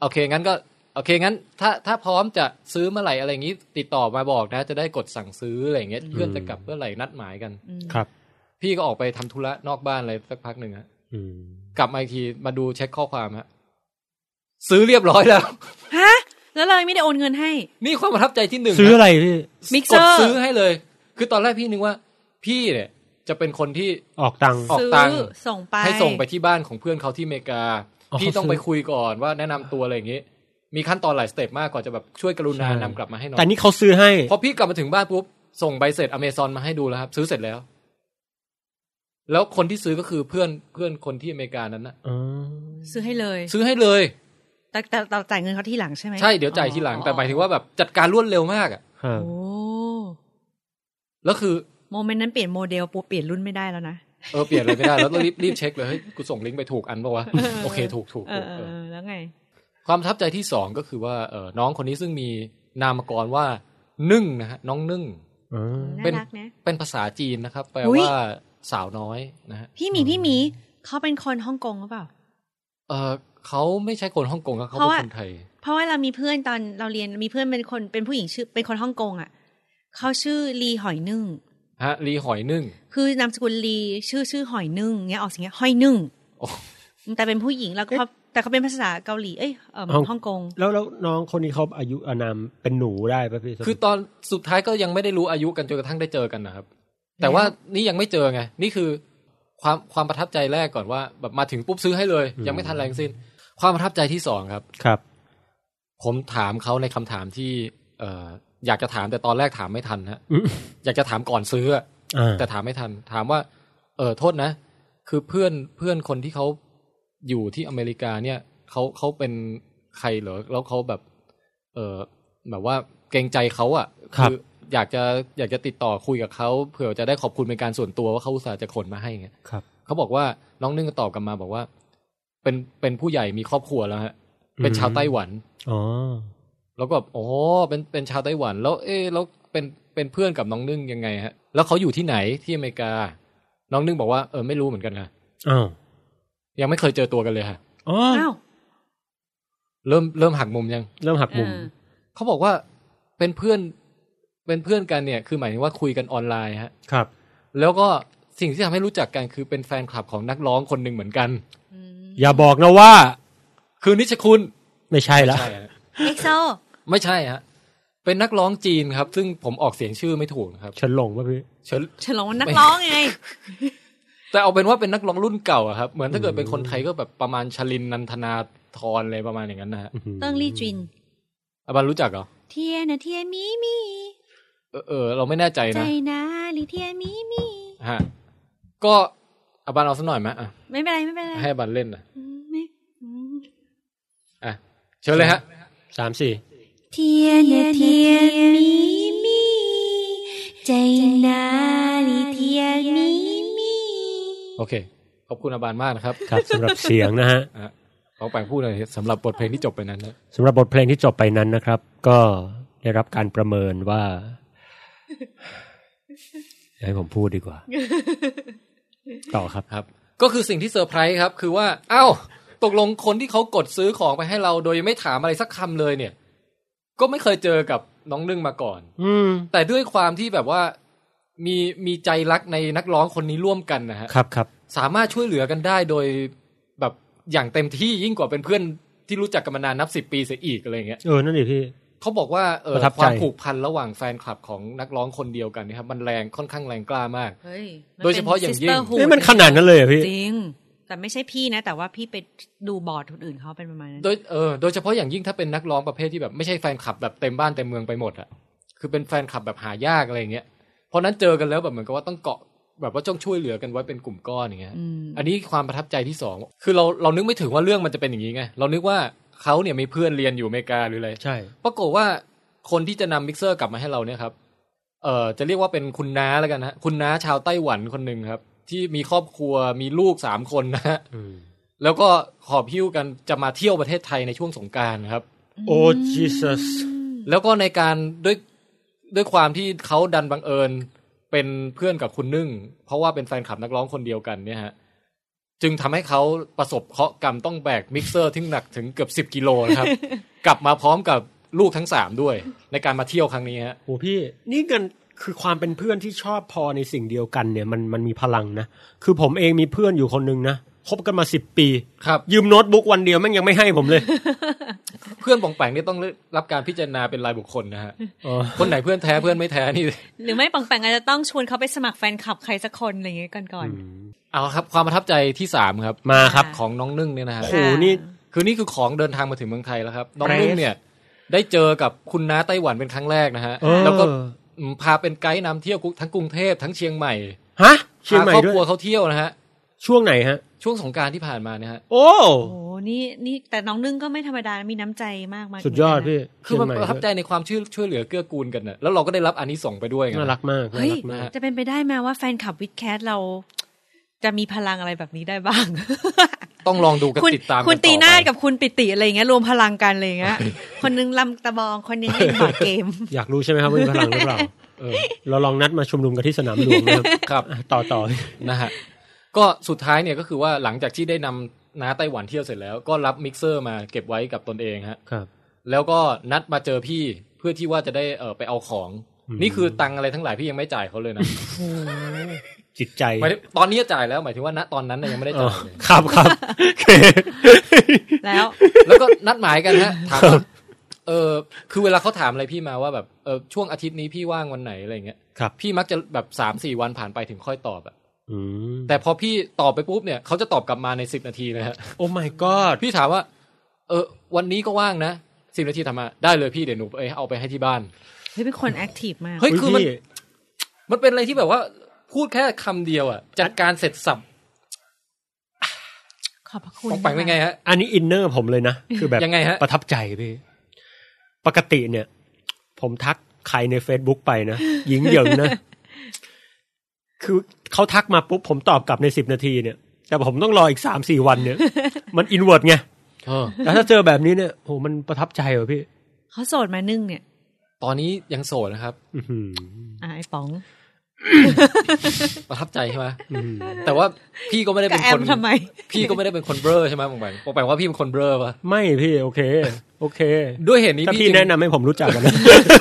Speaker 1: โอเคงั้นก็ โอเคงั้น ถ้าถ้าพร้อมจะซื้อเมื่อไหร่อะไรอย่างนี้ ติดต่อมาบอกนะ จะได้กดสั่งซื้ออะไรอย่างเงี้ยเพื่อนจะกลับเมื่อไหร่นัดหมายกัน
Speaker 3: อืม
Speaker 2: ครับ
Speaker 1: พี่ก็ออกไปทำธุระนอกบ้านอะไรสักพักหนึ่งฮะ
Speaker 2: อืม
Speaker 1: กลับมาอีกทีมาดูเช็คข้อความฮะซื้อเรียบร้อยแล้ว
Speaker 3: ฮะ แล้วเรายังไม่ได้โอนเงินให้
Speaker 1: นี่ความประทับใจที่หนึ่ง
Speaker 2: ซื้อ
Speaker 1: นะ
Speaker 2: อะไรพี่
Speaker 3: มิกเซอร์
Speaker 1: ดซื้อให้เลย คือตอนแรกพี่นึกว่า พี่เนี่ย จะเป็นคนที่
Speaker 2: ออกตังค์
Speaker 1: ออก
Speaker 3: ซื้
Speaker 1: ตังค์
Speaker 3: ส่งไป
Speaker 1: ให้ส่งไปที่บ้านของเพื่อนเขาที่อเมริกา
Speaker 2: อ๋อ
Speaker 1: พี่ต้อง
Speaker 2: ซื้อ
Speaker 1: ไปคุยก่อนว่าแนะนำตัวอะไรอย่างงี้ มีขั้นตอนหลายสเต็ปมากกว่าจะแบบช่วยกรุณานำกลับมาให้หน่อย
Speaker 2: แต่นี่เขาซื้อให้
Speaker 1: พอพี่กลับมาถึงบ้านปุ๊บ ส่งใบเสร็จอเมซอนมาให้ดูแล้วครับ ซื้อเสร็จแล้ว แล้วคนที่ซื้อก็คือเพื่อนเพื่อนคนที่อเมริกานั้นนะ
Speaker 2: อ๋อ
Speaker 3: ซื้อให้เลย
Speaker 1: ซื้อให้เลย
Speaker 3: แต่แต่แต่จ่ายเงินเขาที่หลังใช่ไหม
Speaker 1: ใช่เดี๋ยวจ่ายทีหลังแต่หมายถึงว่าแบบจัดการรวดเร็วมากอ่ะ
Speaker 2: ฮะ
Speaker 3: โอ้
Speaker 1: แล้วคือ
Speaker 3: โมเมนต์นั้นเปลี่ยนโมเดลปูเปลี่ยนรุ่นไม่ได้แล้วนะ
Speaker 1: เออเปลี่ยนอะไรไม่ได้แล้วรีบรีบเช็คเลยเฮ้ยกูส่งลิงก์ไปถูกอันปะวะ
Speaker 3: เออ
Speaker 1: โอเคถูกถูก
Speaker 3: เอ
Speaker 1: ถู
Speaker 3: อก
Speaker 1: เออ
Speaker 3: เออเออแล้วไง
Speaker 1: ความประทับใจที่สองก็คือว่าเออน้องคนนี้ซึ่งมีนามกรว่านึ่งนะฮะน้องนึ่ง
Speaker 2: อ๋อ
Speaker 3: น่า
Speaker 1: เป็น
Speaker 3: รักนะ
Speaker 1: เป็นภาษาจีนนะครับ แปล
Speaker 3: อุ๊ย
Speaker 1: ว่าสาวน้อยนะฮะ
Speaker 3: พี่หมีพี่หมีเขาเป็นคนฮ่องกงหรือเปล่า
Speaker 1: เออเขาไม่ใช่คนฮ่องกงครับเขา
Speaker 3: เพราะ
Speaker 1: เป็น
Speaker 3: ว่า
Speaker 1: คนไทย
Speaker 3: เพราะว่าเรามีเพื่อนตอนเราเรียนมีเพื่อนเป็นคนเป็นผู้หญิงชื่อเป็นคนฮ่องกงอ่ะเขาชื่อลีหอยนึ่ง
Speaker 1: ฮะรีหอยนึ่ง
Speaker 3: คือนามสกุลลีชื่อชื่อหอยนึ่งเงี้ยออกเสียงเงี้ยหอยนึ่ง
Speaker 1: โอ้
Speaker 3: แต่เป็นผู้หญิงแล้วก็เขาแต่เขาเป็นภาษาเกาหลีเอ้ยเอิ่มฮ่องกง
Speaker 2: แล้วแล้วน้องคนนี้เขาอายุอานามเป็นหนูได้ป่ะพี่
Speaker 1: คือตอนสุดท้ายก็ยังไม่ได้รู้อายุกันจนกระทั่งได้เจอกันนะครับ แต่ว่านี่ยังไม่เจอไง นี่คือความความประทับใจแรกก่อนว่า แบบมาถึงปุ๊บซื้อให้เลย ยังไม่ทันแรงสิ้น ความประทับใจที่สองครับ
Speaker 2: ครับ
Speaker 1: ผมถามเขาในคำถามที่ เอออยากจะถามแต่ตอนแรกถามไม่ทันฮะ
Speaker 2: อืม
Speaker 1: อยากจะถามก่อนซื้ออะ
Speaker 2: อ่า
Speaker 1: แต่ถามไม่ทัน ถามว่า เออโทษนะ คือเพื่อนเพื่อนคนที่เขาอยู่ที่อเมริกาเนี่ยเขาเขาเป็นใครเหรอแล้วเขาแบบ เออแบบว่าเกรงใจเขาอะ่ะอยากจะอยากจะติดต่อคุยกับเขาเผื่อจะได้ขอบคุณเป็นการส่วนตัวว่าเขาอุตส่าห์จะขนมาให้เงี้ย
Speaker 2: ครับ
Speaker 1: เขาบอกว่าน้องนึ่งก็ตอบกลับมาบอกว่า เป็นเป็นผู้ใหญ่มีครอบครัวแล้วฮะ เป็นชาวไต้หวัน
Speaker 2: อ๋อ
Speaker 1: แล้วก็แบบอ๋อเป็นเป็นชาวไต้หวัน แล้ว เอ๊ะแล้วเป็นเป็นเพื่อนกับน้องนึ่งยังไงฮะ แล้วเขาอยู่ที่ไหนที่อเมริกา น้องนึ่งบอกว่าเออไม่รู้เหมือนกันค่ะ
Speaker 2: อ้าว
Speaker 1: ยังไม่เคยเจอตัวกันเลยค่ะ
Speaker 2: อ๋อ
Speaker 3: อ้าว
Speaker 1: เริ่มเริ่มหักมุมยัง
Speaker 2: เริ่มหัก
Speaker 3: เอ
Speaker 2: มุม
Speaker 3: อ
Speaker 1: เขาบอกว่าเป็นเพื่อนเป็นเพื่อนกันเนี่ย คือหมายถึงว่าคุยกันออนไลน์ฮะ
Speaker 2: ครับ
Speaker 1: แล้วก็สิ่งที่ทำให้รู้จักกันคือเป็นแฟนคลับของนักร้องคนหนึ่งเหมือนกัน
Speaker 3: อืม
Speaker 2: อย่าบอกนะว่า
Speaker 1: คือนิชคุณ
Speaker 2: ไม่ใช่ละ
Speaker 1: ใช่ฮะ
Speaker 3: เอ็กโซ
Speaker 1: ไม่ใช่ฮะเป็นนักร้องจีนครับ ซึ่งผมออกเสียงชื่อไม่ถูกนะครับ
Speaker 2: ฉันหลงป่ะพี่
Speaker 1: เฉิน
Speaker 3: ฉลองนักร้องไง
Speaker 1: แต่เอาเป็นว่าเป็นนักร้องรุ่นเก่าอะครับ เหมือนถ้าเกิดเป็นคนไทยก็แบบประมาณชลินนันทนาทรอะไรประมาณอย่างนั้นนะฮะ
Speaker 3: เติ้งลี่จิน
Speaker 1: อาบันรู้จักเหรอ
Speaker 3: เทียนนะเทียนมีมี
Speaker 1: เออเออเราไม่แน่ใจ
Speaker 3: ใจ
Speaker 1: นะ
Speaker 3: นาลิเทียนมีมี
Speaker 1: ฮะก็อาบันเอาสักหน่อยไหมอ่ะ
Speaker 3: ไม่เป็นไรไม่เป็นไร
Speaker 1: ให้อาบันเล่นนะ
Speaker 3: อืมไม่อืม
Speaker 1: อ่ะเชิญเลยฮะ
Speaker 2: สามสี่
Speaker 3: เทียนนะเทียนมีมีใจนาลิเทียนมีมี
Speaker 1: โอเค ขอบคุณอาบันมากนะครับ
Speaker 2: ครับสำหรับเสียงนะฮะ
Speaker 1: ลองแปลงพูดเลยสำหรับบทเพลงที่จบไปนั้นนะ
Speaker 2: สำหรับบทเพลงที่จบไปนั้นนะครับ ก็ได้รับการประเมินว่า อย่าให้ผมพูดดีกว่า ต่อครับ
Speaker 1: ครับ ก็คือสิ่งที่เซอร์ไพรส์ครับ คือว่าเอ้าตกลงคนที่เขากดซื้อของไปให้เราโดยยังไม่ถามอะไรสักคำเลยเนี่ย ก็ไม่เคยเจอกับน้องนึ่งมาก่อน
Speaker 2: อืม
Speaker 1: แต่ด้วยความที่แบบว่ามีมีใจรักในนักร้องคนนี้ร่วมกันนะฮะ
Speaker 2: ครับครับ
Speaker 1: สามารถช่วยเหลือกันได้โดยแบบอย่างเต็มที่ยิ่งกว่าเป็นเพื่อนที่รู้จักกันมานานนับสิบปีเสียอีกอะไรเงี้ย
Speaker 2: เออ นั่นดิพี่
Speaker 1: เขาบอกว่าเออ
Speaker 2: ประทับใจ
Speaker 1: ความผูกพันระหว่างแฟนคลับของนักร้องคนเดียวกันเนะครับมันแรงค่อนข้างแรงกล้ามาก
Speaker 3: เฮ้ย
Speaker 1: โดยเฉพาะอย่างยิ่ง
Speaker 2: เอ้ยมันขนาดนั้นเลยเหรอพี่
Speaker 3: จริง แต่ไม่ใช่พี่นะ แต่ว่าพี่ไปดูบอร์ดคนอื่นเขาเป็นประมาณนั้น
Speaker 1: โดยเออโดยเฉพาะอย่างยิ่งถ้าเป็นนักร้องประเภทที่แบบไม่ใช่แฟนคลับแบบเต็มบ้านเต็มเมืองไปหมดอะคือเป็นแฟนคลับแบบหายากอะไรเงี้ยเพราะนั้นเจอกันแล้วแบบเหมือนกับว่าต้องเกาะแบบว่าต้องช่วยเหลือกันไว้เป็นกลุ่มก้อนอย่างเงี้ย
Speaker 3: อืม
Speaker 1: อันนี้ความประทับใจที่สองคือเราเรานึกไม่ถึงว่าเรื่องมันจะเป็นอย่างนี้ไง เรานึกว่าเขาเนี่ยมีเพื่อนเรียนอยู่อเมริกาหรืออะไร
Speaker 2: ใช่
Speaker 1: ปรากฏว่าคนที่จะนำมิกเซอร์กลับมาให้เราเนี่ยครับ เอ่อจะเรียกว่าเป็นคุณน้าแล้วกันนะคุณน้าชาวไต้หวันคนหนึ่งครับ ที่มีครอบครัวมีลูกสามคนนะฮะ
Speaker 2: อืม
Speaker 1: แล้วก็ขอบหิ้วกันจะมาเที่ยวประเทศไทยในช่วงสงกรารครับ
Speaker 2: โอ้ Jesus
Speaker 1: แล้วก็ในการด้วยด้วยความที่เขาดันบังเอิญเป็นเพื่อนกับคุณนึ่ง เพราะว่าเป็นแฟนคลับนักร้องคนเดียวกันเนี่ยฮะจึงทำให้เขาประสบเคราะห์กรรมต้องแบกมิกเซอร์ที่หนักถึงเกือบสิบ10กิโลนะครับ กลับมาพร้อมกับลูกทั้งสามด้วย ในการมาเที่ยวครั้งนี้ฮะ
Speaker 2: โอ้พี่ นี่กันคือความเป็นเพื่อนที่ชอบพอในสิ่งเดียวกันเนี่ยมันมันมีพลังนะ คือผมเองมีเพื่อนอยู่คนหนึ่งนะคบกันมาสิบปี
Speaker 1: ครับ
Speaker 2: ยืมโน้ตบุ๊กวันเดียวแม่งยังไม่ให้ผมเลย
Speaker 1: เพื่อนปองแปงนี่ต้องรับการพิจารณาเป็นรายบุคคลนะฮะ
Speaker 2: อ๋อ
Speaker 1: คนไหนเพื่อนแท้เพื่อนไม่แท้นี่
Speaker 3: หรือไม่ปังแปงอาจจะต้องชวนเขาไปสมัครแฟนคลับใครสักคนอะไรอย่างเงี้ยก่อนก่อน
Speaker 1: เอาละครับ ความประทับใจที่สามครับ
Speaker 2: มาครับ
Speaker 1: ของน้องนึ่งเนี่ยนะฮะ
Speaker 2: โอ้โหนี่
Speaker 1: คือนี่คือของเดินทางมาถึงเมืองไทยแล้วครับน้องนุ่งเนี่ย ได้เจอกับคุณน้าไต้หวันเป็นครั้งแรกนะฮะ
Speaker 2: เออ
Speaker 1: แล้วก็อืมพาเป็นไกด์นำเที่ยวทั้งกรุงเทพทั้งเชียงใหม่
Speaker 2: ฮะ เชียงใหม่
Speaker 1: พาครอบ
Speaker 2: ด้
Speaker 1: ครั
Speaker 2: วย
Speaker 1: วเขาเที่ยวนะฮะ
Speaker 2: ช่วงไหนฮะ
Speaker 1: ช่วงสงกรารที่ผ่านมาเนี่ยฮะ
Speaker 2: โอ้
Speaker 3: โอ้โหนี่นี่แต่น้องนึ่งก็ไม่ธรรมดานะมีน้ำใจมากมาก
Speaker 2: สุดยอดพี่
Speaker 1: คือมัน
Speaker 2: เชียงให
Speaker 1: ประทับใจในความช่วยช่วยเหลือเกื้อกูลกันนะแล้วเราก็ได้รับอันนี้ส่งส์ไปด้วยไง
Speaker 2: น่ารักมากน่า
Speaker 3: เฮ้ย
Speaker 2: รักมาก
Speaker 3: จะเป็นไปได้ไหมว่าแฟนคลับวิดแคสเรา จะมีพลังอะไรแบบนี้ได้บ้าง
Speaker 1: ต้องลอง ดูกัน
Speaker 3: คุณ
Speaker 1: ติดตาม
Speaker 3: คุณ
Speaker 1: กั
Speaker 3: ตี
Speaker 1: อไป
Speaker 3: นาดกับคุณปิติอะไรอย่างเงี้ยรวมพลังกันอะไรอย่างเงี้ย คนนึงลำตะบองคนนึงเล่นบอร์ดเกม
Speaker 2: อยากรู้ใช่ไหมครับว่ามีพลังหรือเปล่าเออเราลองนัดมาชุมนุมกันที่สนามหลวงนะครับ
Speaker 1: ครับ
Speaker 2: อ่ะต่อต่อ
Speaker 1: นะฮะก็สุดท้ายเนี่ยก็คือว่าหลังจากที่ได้นำน้าไต้หวันเที่ยวเสร็จแล้ว ก็รับมิกเซอร์มาเก็บไว้กับตนเองฮะ
Speaker 2: ครับ
Speaker 1: แล้วก็นัดมาเจอพี่เพื่อที่ว่าจะได้เออไปเอาของ นี่คือตังอะไรทั้งหลายพี่ยังไม่จ่ายเขาเลยนะ
Speaker 2: จิตใจ
Speaker 1: หมายถึงตอนนี้จ่ายแล้วหมายถึงว่าณตอนนั้นน่ะยังไม่ได้
Speaker 2: เอ
Speaker 1: จ่า
Speaker 2: อย
Speaker 1: เลย
Speaker 2: ครับครับ โอเค
Speaker 3: แล้ว
Speaker 1: แล้วก็นัดหมายกันฮะถามว่าเออคือเวลาเขาถามอะไรพี่มาว่าแบบเออช่วงอาทิตย์นี้พี่ว่างวันไหนอะไรอย่างเงี้ย
Speaker 2: ครับ
Speaker 1: พี่มักจะแบบสามสี่วันผ่านไปถึงค่อยตอบอะ
Speaker 2: อืม
Speaker 1: แต่พอพี่ตอบไปปุ๊บเนี่ยเขาจะตอบกลับมาในสิบนาทีนะฮะ
Speaker 2: โอ้ my god
Speaker 1: พี่ถามว่า เออ วันนี้ก็ว่างนะสิบนาทีทำมาได้เลยพี่เดี๋ยวหนูไปเอาไปให้ที่บ้าน
Speaker 3: เฮ้ยเป็นคนแอคทีฟมาก
Speaker 1: เฮ้ยคือมัน
Speaker 2: พี่
Speaker 1: มันเป็นอะไรที่แบบว่า พูดแค่คำเดียวอ่ะ จัดการเสร็จสับ
Speaker 3: ขอบพระคุณ
Speaker 1: ปองแปงเป็นไงฮะ
Speaker 2: อันนี้อินเนอร์ผมเลยนะ คือแบบ
Speaker 1: ยังไงฮะ
Speaker 2: ประทับใจพี่ ปกติเนี่ย ผมทักใครใน Facebook ไปนะ หญิงเดี่ยวนะ คือเขาทักมาปุ๊บ ผมตอบกลับในสิบนาทีเนี่ย แต่ผมต้องรออีกสามสี่วันเนี่ย มันอินเวิร์ดไงแล้วถ้าเจอแบบนี้เนี่ยโหมันประทับใจเหรอพี่
Speaker 3: เขาโสดมานึ่งเนี่ย
Speaker 1: ตอนนี้ยังโสดนะครับ
Speaker 2: อื้อหือ
Speaker 3: อ่ะไอ้ป๋อง
Speaker 1: ประทับใจใช่ไหม
Speaker 2: อื้อหือ
Speaker 1: แต่ว่าพี่ก็ไม่ได้
Speaker 3: กั
Speaker 1: เป็
Speaker 3: บ
Speaker 1: น
Speaker 3: แอ
Speaker 1: ค
Speaker 3: ม
Speaker 1: น
Speaker 3: ทำไม
Speaker 1: พี่ก็ไม่ได้เป็นคนเบลอใช่ไหมปองแปงปองแปงว่าพี่เป็นคนเบลอปะ
Speaker 2: ไม่พี่ โอเค โอเค
Speaker 1: ด้วยเหตุนี้
Speaker 2: ถ้าพี่
Speaker 1: จึง
Speaker 2: แนะนำให้ผมรู้จักกัน นะ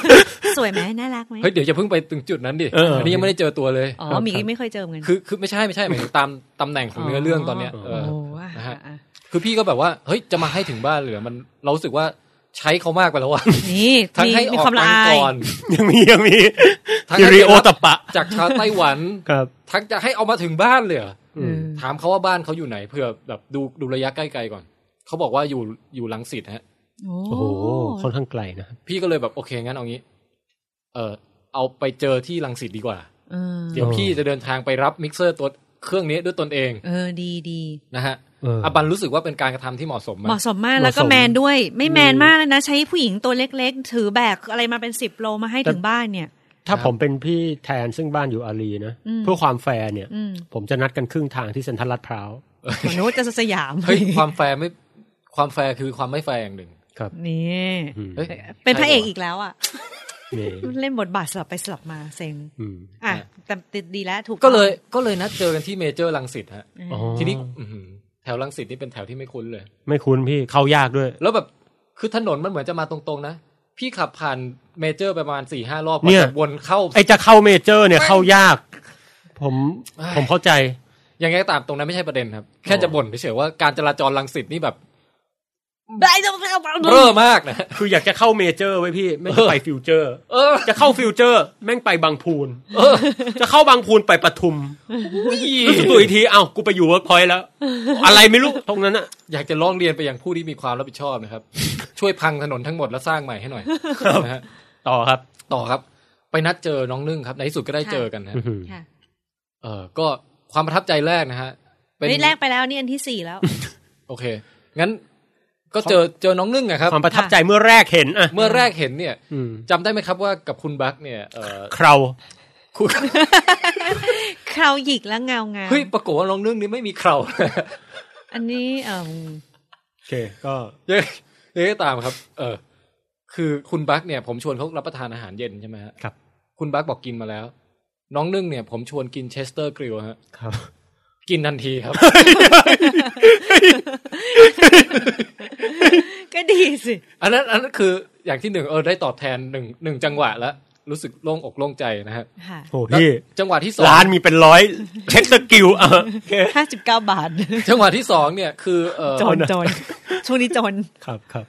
Speaker 3: สวยไหมน่ารักไหม
Speaker 1: เฮ้ยเดี๋ยวจะเพิ่งไปถึงจุดนั้นดิ
Speaker 2: เอออั
Speaker 1: อันนี้ยังไม่ได้เจอตัวเลย
Speaker 3: อ๋อหมีไม่เคยเจอเหมือนกัน
Speaker 1: คือคือไม่ใช่ไม่ใช่หมายถึงตามตำแหน่งของเนื้อเรื่องตอนเนี้ยเอ
Speaker 3: โอ้
Speaker 1: อ
Speaker 3: โหอ่ะ
Speaker 1: นะฮะ
Speaker 3: อ่ะ
Speaker 1: คือพี่ก็แบบว่าเฮ้ยจะมาให้ถึงบ้านเลยเหรอมันเรารู้สึกว่าใช้เขามากไป แล้วอะ
Speaker 3: นี่
Speaker 1: ทั้ง
Speaker 3: มี
Speaker 1: ให้อ
Speaker 3: มี
Speaker 1: อก
Speaker 3: ความละ
Speaker 1: ตัง
Speaker 3: อา
Speaker 1: ค์
Speaker 3: ย
Speaker 1: ก่อน
Speaker 2: ยังมียังมี
Speaker 1: ทาง
Speaker 2: กิ
Speaker 1: นั้น
Speaker 2: ริ
Speaker 1: เดี๋ยว
Speaker 2: โอ
Speaker 1: รับ
Speaker 2: ตปะ
Speaker 1: จากชาวไต้หวัน
Speaker 2: ครับ
Speaker 1: ทั้งจะให้เอามาถึงบ้านเลยเหรอ
Speaker 2: อืม
Speaker 1: ถามเขาว่าบ้านเขาอยู่ไหนเผื่อแบบดูดูระยะใกล้ๆก่อน เขาบอกว่าอยู่อยู่ลังสิตฮะ
Speaker 2: โอ้โหค่อนข้างไกลนะ
Speaker 1: พี่ก็เลยแบบโอเคงั้นเอางี้ เออเอาไปเจอที่ลังสิตดีกว่า
Speaker 3: เออ
Speaker 1: เดี๋ยวพี่จะเดินทางไปรับมิกเซอร์ตัวเครื่องนี้ด้วยตนเอง
Speaker 3: เออดีดี
Speaker 1: นะฮะ
Speaker 2: เอออ
Speaker 1: บันรู้สึกว่าเป็นการกระทำที่เหมาะสม
Speaker 3: เห
Speaker 1: มา
Speaker 3: มาะ
Speaker 1: ก
Speaker 3: สมมากแล้วก็
Speaker 2: เหมาะสม
Speaker 3: แมนด้วย ไม่แมนมากเลยนะ ใช้ผู้หญิงตัวเล็กๆ ถือแบกอะไรมาเป็นสิบโลมาให้ถึงบ้านเนี่ย
Speaker 2: ถ้าผมเป็นพี่แทนซึ่งบ้านอยู่อารีนะ
Speaker 3: อืม
Speaker 2: เพื่อความแฟร์เนี่ย
Speaker 3: อืม
Speaker 2: ผมจะนัดกันครึ่งทางที่เซ็นทรัลลาดพร้าว
Speaker 3: มนุษย์จะสยาม
Speaker 1: เฮ้ยความแฟร์ไม่ความแฟร์คือความไม่แฟร์อย่างหนึ่ง
Speaker 3: นี่
Speaker 2: อืม
Speaker 1: เฮ้ย
Speaker 3: เป็นพระเอก
Speaker 1: ใช่ห
Speaker 3: อีกแล้วอ่ะ
Speaker 2: นี่
Speaker 3: เล่นบทบาทสลับไปสลับมาเซ็ง
Speaker 2: อืม
Speaker 3: อ่ะแต่ติดดีแล้วถูก
Speaker 1: ก็เลยก็เลยนัดเจอกันที่เมเจอร์ลังสิตฮะ
Speaker 3: อ๋อ
Speaker 1: ทีนี้อื้อหือแถวลังสิตนี่เป็นแถวที่ไม่คุ้นเลย
Speaker 2: ไม่คุ้นพี่เข้ายากด้วย
Speaker 1: แล้วแบบคือถนนมันเหมือนจะมาตรงๆนะ พี่ขับผ่านเมเจอร์ไปประมาณสี่ห้ารอบก
Speaker 2: เนี่
Speaker 1: ว่าย จะวนเข้า
Speaker 2: ไอจะเข้าเมเจอร์เนี่ยเข้ายาก ผม
Speaker 1: เอ้ย
Speaker 2: ผมเข้าใจ
Speaker 1: ยังไงก็ตามตรงนั้นไม่ใช่ประเด็นครับ แค่จะบ่นเฉยๆว่าการจราจรลังสิตนี่แบบ
Speaker 3: ได้จะเอาเอา
Speaker 1: เร่อมากนะ
Speaker 2: คืออยากจะเข้าเมเจอร์ไว้พี่ไม่
Speaker 1: เออ
Speaker 2: ไปฟิวเจอร์
Speaker 1: เออ
Speaker 2: จะเข้าฟิวเจอร์แม่งไปบางพูนจะเข้าบางพูนไปปทุมรู้สึกตัวอีกทีเอ้ากูไปอยู่เวิร์กพอยต์แล้ว อะไรไม่รู้ตรงนั้นอะ
Speaker 1: อยากจะร้องเรียนไปยังผู้ที่มีความรับผิดชอบนะครับ ช่วยพังถนนทั้งหมดแล้วสร้างใหม่ให้หน่อยนะฮะ
Speaker 2: ต่อครับ
Speaker 1: ต่อครับ ไปนัดเจอน้องนึ่งครับ ในที่สุดก็ได้เจอกันนะฮะ
Speaker 3: ค่ะ
Speaker 1: เออก็ความประทับใจแรกนะฮะเป็น
Speaker 3: เฮ้ยแรกไปแล้วนี่อันที่สี่ แล้ว
Speaker 1: โอเค งั้น ก็เจอเจอน้องนึ่งนะครับ
Speaker 2: ความประทับใจเมื่อแรกเห็นอะ
Speaker 1: เมื่อแรกเห็นเนี่ย
Speaker 2: อืม
Speaker 1: จำได้ไหมครับว่ากับคุณบักเนี่ยเออ
Speaker 2: เครา
Speaker 1: คุณ
Speaker 3: คราวหยิกแล้วเงาเงา
Speaker 1: เฮ้ยปรากฏว่าน้องนึ่งนี่ไม่มีเครา
Speaker 3: อันนี้เออ
Speaker 2: โอเคก็
Speaker 1: เย้เย้ตามครับ เออ คือคุณบักเนี่ย ผมชวนเขารับประทานอาหารเย็นใช่ไหมฮะ
Speaker 2: ครับ
Speaker 1: คุณบักบอกกินมาแล้ว น้องนึ่งเนี่ย ผมชวนกินเชสเตอร์กริลฮะ
Speaker 2: ครับ
Speaker 1: กินทันที ครับ
Speaker 3: ก็ดีสิ
Speaker 1: อันนั้นอันนั้นคืออย่างที่หนึ่งเออได้ตอบแทนหนึ่งหนึ่งจังหวะแล้วรู้สึกโล่งอกโล่งใจนะฮะ
Speaker 3: ค่ะ
Speaker 2: โหพี่
Speaker 1: จังหวะที่สอง
Speaker 2: ร้านมีเป็นร้อยเช็คสกิลอ่ะโอเค
Speaker 3: ห้าสิบเก้าบาท
Speaker 1: จังหวะที่สองเนี่ย คือเออ
Speaker 3: จนจนช่วงนี้จน
Speaker 2: ครับครับ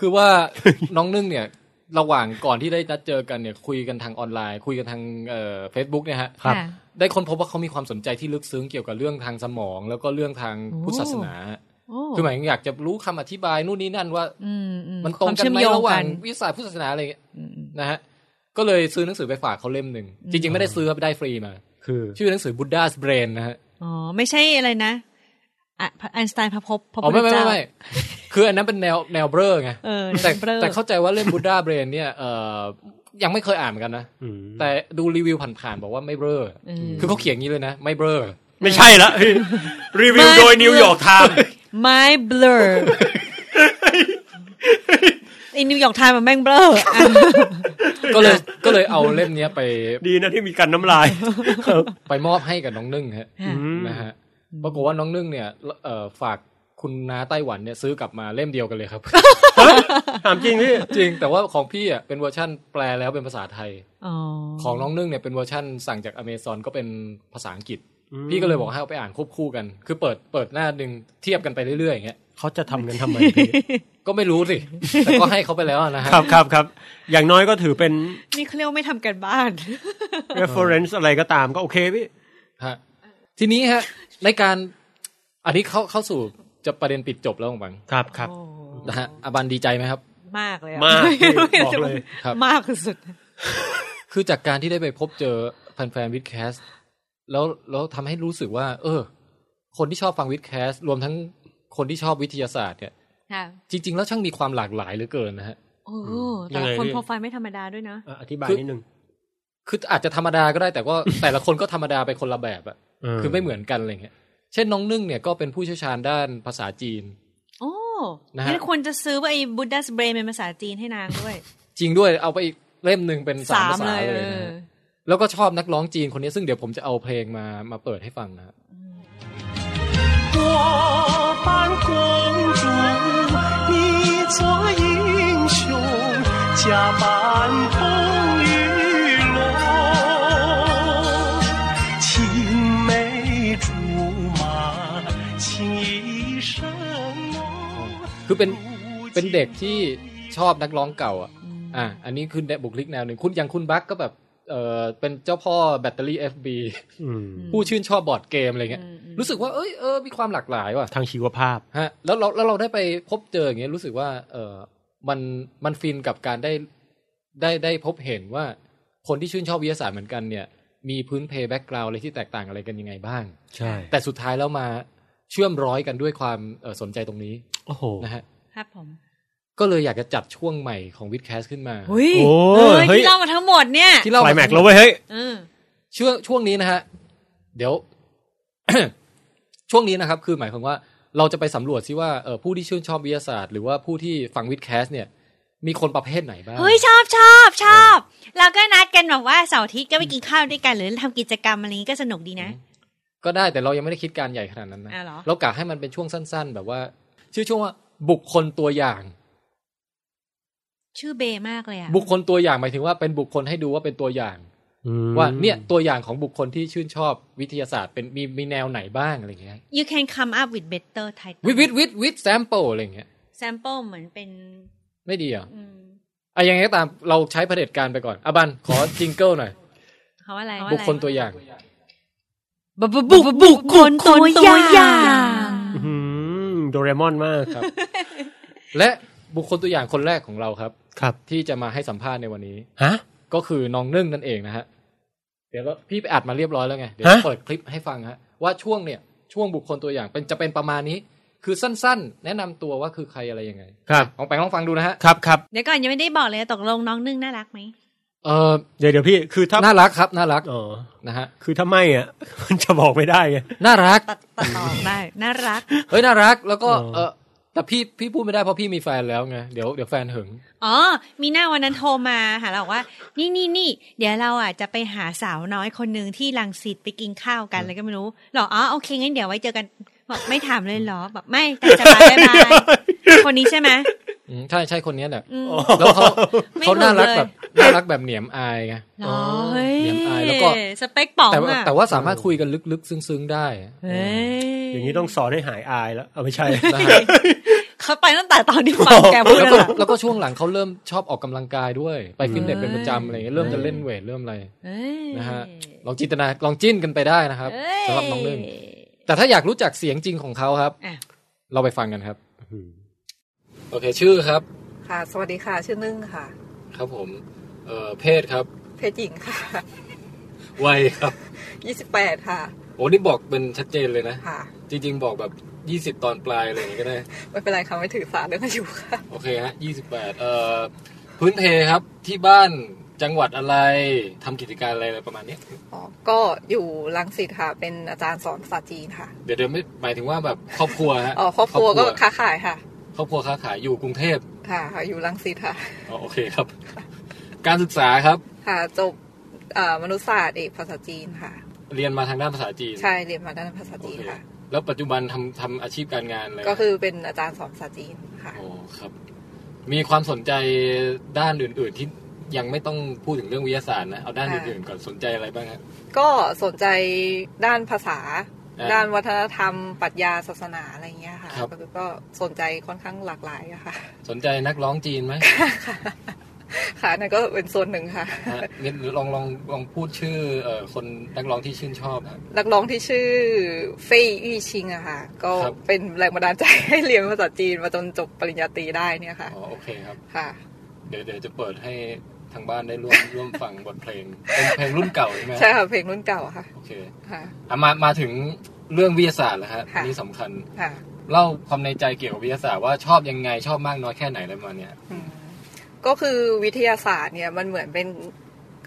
Speaker 1: คือว่าน้องนึ่งเนี่ย ระหว่างก่อนที่ได้นัดเจอกันเนี่ย คุยกันทางออนไลน์ คุยกันทางเอ่อเฟซบุ๊กเนี่ยฮะ
Speaker 3: ครับ
Speaker 1: ได้ค้นพบว่าเขามีความสนใจที่ลึกซึ้งเกี่ยวกับเรื่องทางสมอง แล้วก็เรื่องทางพุทธศาสนา
Speaker 3: โอ้
Speaker 1: คือหมายถึงอยากจะรู้คำอธิบายนู่นนี่นั่นว่า
Speaker 3: อือื
Speaker 1: มันตรงกัน
Speaker 3: ควา
Speaker 1: ไหม
Speaker 3: เชื่อโย
Speaker 1: ระหว่าง
Speaker 3: กัน
Speaker 1: วิสัยพุทธศาสนาอะไรอย่างเงี้ย
Speaker 3: อืมอืม
Speaker 1: นะฮะ ก็เลยซื้อหนังสือไปฝากเขาเล่มหนึ่ง จริง ๆ ไม่ได้ซื้อครับได้ฟรีมา
Speaker 2: คือ
Speaker 1: ชื่อหนังสือ Buddha's Brain นะฮะ
Speaker 3: อ๋อ ไม่ใช่อะไรนะอ่ะไอน์สไตน์พระภพบพระ
Speaker 1: อ๋อ
Speaker 3: พุทธ
Speaker 1: ไม่ไม่
Speaker 3: เจ้า
Speaker 1: ไม่ไม่คืออันนั้นเป็นแนวแนวเบลอไง
Speaker 3: เออแนว
Speaker 1: แต่
Speaker 3: เบลอ
Speaker 1: แต่เข้าใจว่าเล่ม Buddha Brain เนี่ยเอ่อยังไม่เคยอ่านเหมือนกันนะ
Speaker 2: อืม
Speaker 1: แต่ดูรีวิวผ่านๆบอกว่าไม่เบลอ
Speaker 3: อืม
Speaker 1: คือเขาเขียนอย่างนี้เลยนะ ไม่เบลอ
Speaker 2: ไม่ใช่ละ รีวิวโดยนิวยอร์กไทม์
Speaker 3: My Blur ไอ้นิวยอร์กไทม์มันแม่งเบลอ อ่ะ
Speaker 1: ก็เลยก็เลยเอาเล่มเนี้ยไป
Speaker 2: ดีนะที่มีกันน้ำลายครับ
Speaker 1: ไปมอบให้กับน้องนึ่งฮะ
Speaker 3: ค่ะ
Speaker 1: นะฮะปรากฏว่าน้องนึ่งเนี่ยเอ่อฝากคุณน้าไต้หวันเนี่ยซื้อกลับมาเล่มเดียวกันเลยครับ
Speaker 2: ถามจริงพี่
Speaker 1: จริงแต่ว่าของพี่อ่ะเป็นเวอร์ชั่นแปลแล้วเป็นภาษาไทย
Speaker 3: อ๋อ
Speaker 1: ของน้องนึ่งเนี่ยเป็นเวอร์ชั่นสั่งจากอเมซอนก็เป็นภาษาอังกฤษ พี่ก็เลยบอกให้เอาไปอ่านควบคู่กัน คือเปิดเปิดหน้าหนึ่งเทียบกันไปเรื่อยๆอย่างเงี้ย
Speaker 2: เขาจะทำกันทำ ไมพี่
Speaker 1: ก็ไม่รู้สิ แต่ก็ให้เขาไปแล้วนะฮะ
Speaker 2: ครับครับครับ อย่างน้อยก็ถือเป็น
Speaker 3: นี่เขาเรียกว่าไม่ทำกันบ้าน
Speaker 2: reference อะไรก็ตามก็โอเคพี่
Speaker 1: ฮะทีนี้ฮะ ในการ อันนี้เข้าเข้าสู่จะประเด็นปิดจบแล้วของบัง
Speaker 2: ครับครับ
Speaker 3: โอ้
Speaker 1: นะฮะอาบันดีใจไหมครับ
Speaker 3: มากเลยอะ
Speaker 2: มากบอกเลย
Speaker 1: ครับ
Speaker 3: มากสุด
Speaker 1: คือจากการที่ได้ไปพบเจอแฟนๆวิดแคสแล้วแล้วทำให้รู้สึกว่า เออ คนที่ชอบฟังวิดแคสรวมทั้งคนที่ชอบวิทยาศาสตร์เนี่ย
Speaker 3: ค่ะ
Speaker 1: จริง ๆ แล้วช่างมีความหลากหลายเหลือเกินนะฮะ
Speaker 3: โอ้แต่ละ
Speaker 2: ยังไง
Speaker 3: คน
Speaker 2: พี่
Speaker 3: โปรไฟล์ไม่ธรรมดาด้วยนะ
Speaker 2: อ่ะอธิบาย
Speaker 1: คือ
Speaker 2: นิดนึง
Speaker 1: คืออาจจะธรรมดาก็ ได้แต่ว่า แต่ละคนก็ธรรมดาไปคนละแบบอะ คือไม่เหมือนกันอะไรเงี้ย เช่นน้องนึ่งเนี่ยก็เป็นผู้เชี่ยวชาญด้านภาษาจีน
Speaker 3: โอ้
Speaker 1: นะฮะ
Speaker 3: งั้นควรจะซื้อไอ้บุ d ดัสเบรนเป็นภาษาจีนให้นางด้วย
Speaker 1: จริงด้วยเอาไปอีกเล่มหนึ่งเป็นสามภาษาเลย
Speaker 3: อ
Speaker 1: นะ
Speaker 3: อ
Speaker 1: ฮะแล้วก็ชอบนักร้องจีนคนนี้ซึ่งเดี๋ยวผมจะเอาเพลงมามาเปิดให้ฟังนะฮะ
Speaker 10: 我扮公主，你做英雄，假扮风雨龙，青梅竹马，情意深浓。
Speaker 1: คือเป็นเป็นเด็กที่ชอบนักร้องเก่าอ่ะอ่ะอันนี้คือบุคลิกแนวหนึ่งคุณอย่างคุณบัคก็แบบเออเป็นเจ้าพ่อแบตเตอรี่ FB
Speaker 2: อืม
Speaker 1: ผู้ชื่นชอบบอร์ดเกมอะไรเงี้ยรู้สึกว่าเอ้ยเออมีความหลากหลายว่ะ
Speaker 2: ทางชีวภาพ
Speaker 1: ฮะแล้วเราแล้วเราได้ไปพบเจออย่างเงี้ยรู้สึกว่า เออมันมันฟินกับการได้ได้ได้พบเห็นว่า คนที่ชื่นชอบวิทยาศาสตร์เหมือนกันเนี่ย มีพื้นเพย์แบ็กกราวอะไรที่แตกต่างอะไรกันยังไงบ้าง
Speaker 2: ใช่
Speaker 1: แต่สุดท้ายแล้วมาเชื่อมร้อยกันด้วยความเอ่อสนใจตรงนี้
Speaker 2: โอ้โห
Speaker 1: นะฮะ
Speaker 3: ครับผม
Speaker 1: ก็เลยอยากจะจัดช่วงใหม่ของวิดแคสขึ้นมา
Speaker 3: เฮ้ย
Speaker 2: โอ้
Speaker 3: เออย
Speaker 2: เฮ้ย
Speaker 3: ที่เล่ามาทั้งหมดเนี่ย
Speaker 1: ที่เล่า
Speaker 2: ไฟ
Speaker 1: มา
Speaker 2: แม็กแล้วเว้ยเฮ้ย
Speaker 3: เออ
Speaker 1: ช่วงช่วงนี้นะฮะ เดี๋ยว ช่วงนี้นะครับ คือหมายความว่าเราจะไปสำรวจซิว่าเอ่อผู้ที่ชื่นชอบวิทยาศาสตร์ หรือว่าผู้ที่ฟังวิดแคสเนี่ย มีคนประเภทไหนบ้าง
Speaker 3: เฮ้ยชอบชอบชอบ เราก็นัดกันแบบว่าเสาร์อาทิตย์ก็ไปกินข้าวด้วยกันหรือทำกิจกรรมอะไรนี้ก็สนุกดีนะ
Speaker 1: ก็ได้แต่เรายังไม่ได้คิดการใหญ่ขนาดนั้นนะ
Speaker 3: อ่ะเหรอ
Speaker 1: กะให้มันเป็นช่วงสั้น ๆ แบบว่า ชื่อช่วงว่าบุคคลตัวอย่าง
Speaker 3: ชื่อเบมากเลยอะ
Speaker 1: บุคคลตัวอย่างหมายถึงว่าเป็นบุคคลให้ดูว่าเป็นตัวอย่าง ว่าเนี่ยตัวอย่างของบุคคลที่ชื่นชอบวิทยาศาสตร์เป็นมีมีแนวไหนบ้างอะไรอย่างเงี้ย
Speaker 3: you can come up with better title
Speaker 1: วิดวิดวิดวิดแซมเปิลอะไรอย่างเงี้ย
Speaker 3: sample เหมือนเป็น
Speaker 1: ไม่ดีเหรอ่ะ
Speaker 3: อืม
Speaker 1: อะยังไงก็ตามเราใช้เผด็จการไปก่อนอะบันขอจิงเกิลหน่อย
Speaker 3: เขาว่าอะไร
Speaker 1: บุคคลตัวอย่าง
Speaker 3: บุบบุบบุคคลตัวอย่าง À.
Speaker 2: อืมโดเรมอนมากครับ
Speaker 1: และบุคคลตัวอย่างคนแรกของเราครับ
Speaker 2: ครับ
Speaker 1: ที่จะมาให้สัมภาษณ์ในวันนี้
Speaker 2: ฮะ
Speaker 1: ก็คือน้องนึ่งนั่นเองนะฮะ เดี๋ยวเราพี่ไปอัดมาเรียบร้อยแล้วไง เดี๋ยว
Speaker 2: ฮะ
Speaker 1: เปิดคลิปให้ฟังฮะ ว่าช่วงเนี่ย ช่วงบุคคลตัวอย่างเป็นจะเป็นประมาณนี้ คือสั้นๆ แนะนำตัวว่าคือใครอะไรยังไง
Speaker 2: ครับ
Speaker 1: ลองไปลองฟังดูนะฮะ
Speaker 2: ครับครับ
Speaker 3: เดี๋ยวก่อนยังไม่ได้บอกเลยตกลงน้องนึ่งน่ารักไหม
Speaker 1: เออ
Speaker 2: เดี๋ยวเดี๋ยวพี่ คือถ้า
Speaker 1: น่ารักครับ น่ารัก
Speaker 2: อ๋อ
Speaker 1: นะฮะ
Speaker 2: คือถ้าไม่อ่ะ มันจะบอกไม่ได้ไง
Speaker 1: น่ารัก
Speaker 3: ตัดตัดต่อได้ น่ารัก
Speaker 1: เฮ้ย น่ารัก แล้วก็
Speaker 2: อ๋อ
Speaker 1: เออแต่พี่พี่พูดไม่ได้เพราะพี่มีแฟนแล้วไง เดี๋ยวเดี๋ยวแฟนหึง
Speaker 3: อ๋อ มีหน้าวันนั้นโทรมาหาเราบอกว่า นี่นี่นี่เดี๋ยวเราอ่ะจะไปหาสาวน้อยคนหนึ่งที่ลังสิตไปกินข้าวกันอะไรก็ไม่รู้หรอกอ๋อโอเคงั้นเดี๋ยวไว้เจอกันบอกไม่ถามเลยเหรอแบบไม่แต่จะมาบ๊ายบาย คนนี้ใช่ไหม
Speaker 1: อืมใช่ใช่คนเนี้ยแหละ
Speaker 3: อืม
Speaker 1: แล้วเขา
Speaker 3: ไม่
Speaker 1: เขาน่ารัก
Speaker 3: หึงเลย
Speaker 1: แบบ น่ารักแบบเหนียมอายไง
Speaker 3: เหรอเฮ้ย
Speaker 1: เดี๋ยวอายแล้วก็
Speaker 3: สเปคป๋อง
Speaker 1: แต่ว่า
Speaker 3: อ่ะ
Speaker 1: แต่ว่าสามารถคุยกันลึกๆ ซึ้งๆ ได้
Speaker 3: เฮ้ย
Speaker 2: อย่างนี้ต้องสอนให้หายอายแล้ว เอาไม่ใช่
Speaker 1: นะฮะ
Speaker 3: เขาไปตั้งแต่ตอนที่ฟังแกพูด
Speaker 1: แล้วก็
Speaker 3: นั่นแหละ
Speaker 1: แล้วก็ช่วงหลังเขาเริ่มชอบออกกำลังกายด้วย ไปฟิตเนสเป็นประจำอะไรเงี้ยเริ่มจะเล่นเวทเริ่มอะไร
Speaker 3: เฮ้ย
Speaker 1: นะฮะลองจินตนาลองจิ้นกันไปได้นะครับสำหรับน้องเรื่องแต่ถ้าอยากรู้จักเสียงจริงของเขาครับ
Speaker 3: อ่ะ
Speaker 1: เราไปฟังกันครับโอเค ชื่อครับ
Speaker 6: ค่ะ สวัสดีค่ะ ชื่อนึ่งค่ะ
Speaker 1: ครับผมเอ่อเพศครับ
Speaker 6: เพศหญิงค่ะ
Speaker 1: วัยครับ
Speaker 6: ยี่สิบแปดค่ะ
Speaker 1: โอ้นี่บอกเป็นชัดเจนเลยนะ
Speaker 6: ค่ะ
Speaker 1: จริง ๆ บอกแบบ 20 ตอนปลายอะไรอย่างงี้ก็ได้
Speaker 6: ไม่เป็นไรค่ะไม่ถือสาเรื่องอายุค่ะ
Speaker 1: โอเคฮะ28เอ่อพื้นเพครับที่บ้านจังหวัดอะไรทำกิจการอะไรอะไรประมาณเนี้ย
Speaker 6: ก็อยู่ลังสิตค่ะ เป็นอาจารย์สอนภาษาจีนค่ะ
Speaker 1: เดี๋ยวเดี๋ยวไม่หมายถึงว่าแบบครอบครัวฮะ
Speaker 6: อ๋อครอบครัวก็ค้าขายค่ะ
Speaker 1: ครอบครัวค้าขายอยู่กรุงเทพ
Speaker 6: ค่ะค่ะอยู่ลังสิตค่ะ
Speaker 1: อ๋อโอเคครับ การศึกษาครับ
Speaker 6: ค่ะจบเอ่อมนุษยศาสตร์เอกภาษาจีนค่ะ
Speaker 1: เรียนมาทางด้านภาษาจีน
Speaker 6: ใช่เรียนมาด้านภาษาจีนค่ะ
Speaker 1: แล้วปัจจุบันทำทำอาชีพการงานอะไร
Speaker 6: ก็คือเป็นอาจารย์สอนภาษาจีนค่ะ
Speaker 1: โอ้ครับ มีความสนใจด้านอื่น ๆ ที่ยังไม่ต้องพูดถึงเรื่องวิทยาศาสตร์นะเอาด้าน
Speaker 6: ค่ะ
Speaker 1: อื่นๆก่อนสนใจอะไรบ้างฮะ
Speaker 6: ก็สนใจด้านภาษา
Speaker 1: อ่า
Speaker 6: ด้านวัฒนธรรมปรัชญาศาสนาอะไรอย่างเงี้ยค่ะ
Speaker 1: ครับ
Speaker 6: ก็คือก็สนใจค่อนข้างหลากหลายอะค่ะ
Speaker 1: สนใจนักร้องจีนไหม
Speaker 6: ค่ะนั่นก็เป็นส่วนหนึ่งค่ะ
Speaker 1: ฮะนิดลองลองลองพูดชื่อเอ่อคนนักร้องที่ชื่นชอบนะ
Speaker 6: นักร้องที่ชื่อเฟยอี้ชิงอะค่ะ ก็
Speaker 1: ครับ
Speaker 6: เป็นแรงบันดาลใจให้เรียนภาษาจีนมาจนจบปริญญาตรีได้เนี่ยค่ะ
Speaker 1: อ๋อโอเคครับ
Speaker 6: ค่ะ
Speaker 1: เดี๋ยวเดี๋ยวจะเปิดให้ทางบ้านได้ร่วม ร่วมฟังบทเพลง เป็นเพลงรุ่นเก่าใช่ไหม
Speaker 6: ใช่ค่ะเพลงรุ่นเก่าอะค่ะ
Speaker 1: โอเค
Speaker 6: ค่ะ
Speaker 1: อ่ะมามาถึงเรื่องวิทยาศาสตร์แล้วฮะ
Speaker 6: ค่ะ
Speaker 1: อันนี้สำคัญ
Speaker 6: ค่ะ
Speaker 1: เล่าความในใจเกี่ยวกับวิทยาศาสตร์ว่าชอบยังไงชอบมากน้อยแค่ไหนอะไรประมาณเนี้ย
Speaker 6: ก็คือวิทยาศาสตร์เนี่ยมันเหมือนเป็น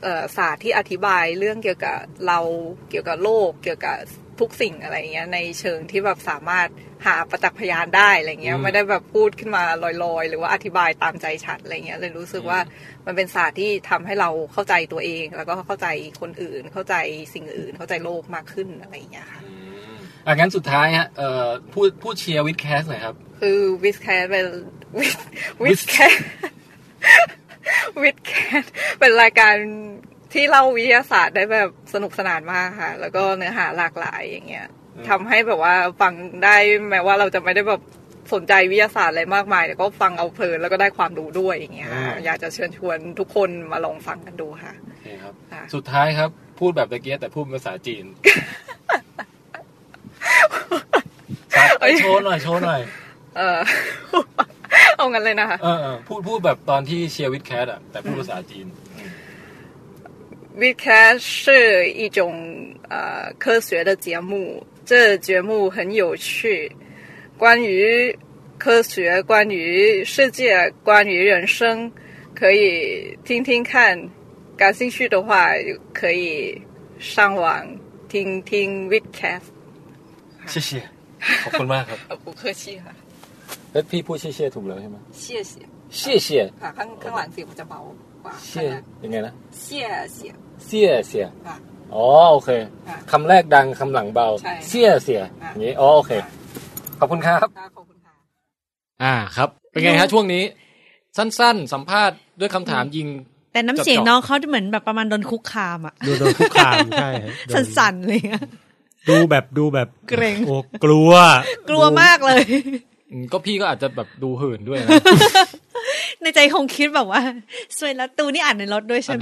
Speaker 6: เอ่อศาสตร์ที่อธิบายเรื่องเกี่ยวกับเราเกี่ยวกับโลก เกี่ยวกับทุกสิ่งอะไรเงี้ยในเชิงที่แบบสามารถหาประจักษ์พยานได้อะไรเงี้ย
Speaker 11: อืม
Speaker 6: ไม่ได้แบบพูดขึ้นมาลอยๆ หรือว่าอธิบายตามใจฉันอะไรเงี้ยเลยรู้สึกว่ามันเป็นศาสตร์ที่ทำให้เราเข้าใจตัวเอง แล้วก็เข้าใจคนอื่น เข้าใจสิ่งอื่น เข้าใจโลกมากขึ้นอะไรเงี้ยค่ะ
Speaker 1: อ่ะงั้นสุดท้ายฮะเอ่อพูดพูดเชียร์วิดแคสหน่อยครับ
Speaker 6: คือวิสแคทเป็นวิสวิสแค ทวิสแคทเป็นรายการที่เล่าวิทยาศาสตร์ได้แบบสนุกสนานมากค่ะ แล้วก็เนื้อหาหลากหลายอย่างเงี้ย
Speaker 1: อืม
Speaker 6: ทำให้แบบว่าฟังได้แม้ว่าเราจะไม่ได้แบบสนใจวิทยาศาสตร์อะไรมากมายแต่ก็ฟังเอาเพลินแล้วก็ได้ความรู้ด้วยอย่างเงี้ยค่ะ
Speaker 1: อืม
Speaker 6: อยากจะเชิญชวนทุกคนมาลองฟังกันดูค่ะ
Speaker 1: โอเคครับ
Speaker 6: ค่ะ
Speaker 1: สุดท้ายครับ พูดแบบตะเกียบแต่พูดเป็นภาษาจีน ครับเอ้ยโชว์หน่อยโชว์หน่อย
Speaker 6: เออ เอางั้นเลยนะคะ
Speaker 1: เออเออพูดพูดแบบตอนที่เชียร์วิดแคสอะแต่พูดภาษาจีน
Speaker 6: Vidcast 是一种呃科学的节目，这节目很有趣，关于呃科学、关于世界、关于人生，可以听听看。感兴趣的话，可以上网听听 Vidcast。
Speaker 1: 谢谢ขอบคุณมากครับ
Speaker 6: 不客气哈，
Speaker 1: แล้วพี่พูดเชี่ยเชี่ยถูกแล้วใช่ไหม
Speaker 6: 谢谢。
Speaker 1: เชี่ยเชี่ย
Speaker 6: 啊，看看完节目就包。哇，
Speaker 1: เชี่ยยังไงนะ
Speaker 6: 谢谢。
Speaker 1: เชี่ยเชี่ย
Speaker 6: ค่ะ
Speaker 1: อ๋อโอเคคำแรกดังคำหลังเบา
Speaker 6: ใช่
Speaker 1: เชี่ยเชี่ยอย่างนี้อ๋อโอเค ขอบคุณครับ อ่าครับ เป็นไงฮะช่วงนี้ สั้น ๆ สัมภาษณ์ด้วยคำถามยิง
Speaker 3: แต่น้ำเสียงน้องเขาเหมือนแบบประมาณโดนคุกคามอะ
Speaker 2: ดูโดนคุกคามใช่ ฮะโดน
Speaker 3: สั่นๆเลยอะ
Speaker 2: ดูแบบดูแบบ
Speaker 3: เกรง
Speaker 2: โอ้กลัว
Speaker 3: กลัวมากเลย
Speaker 1: อืมก็พี่ก็อาจจะแบบดูหื่นด้วยนะ
Speaker 3: ในใจคงคิดแบบว่า สวยแล้วตูนี่อ่านในรถด้วยใช่ไหม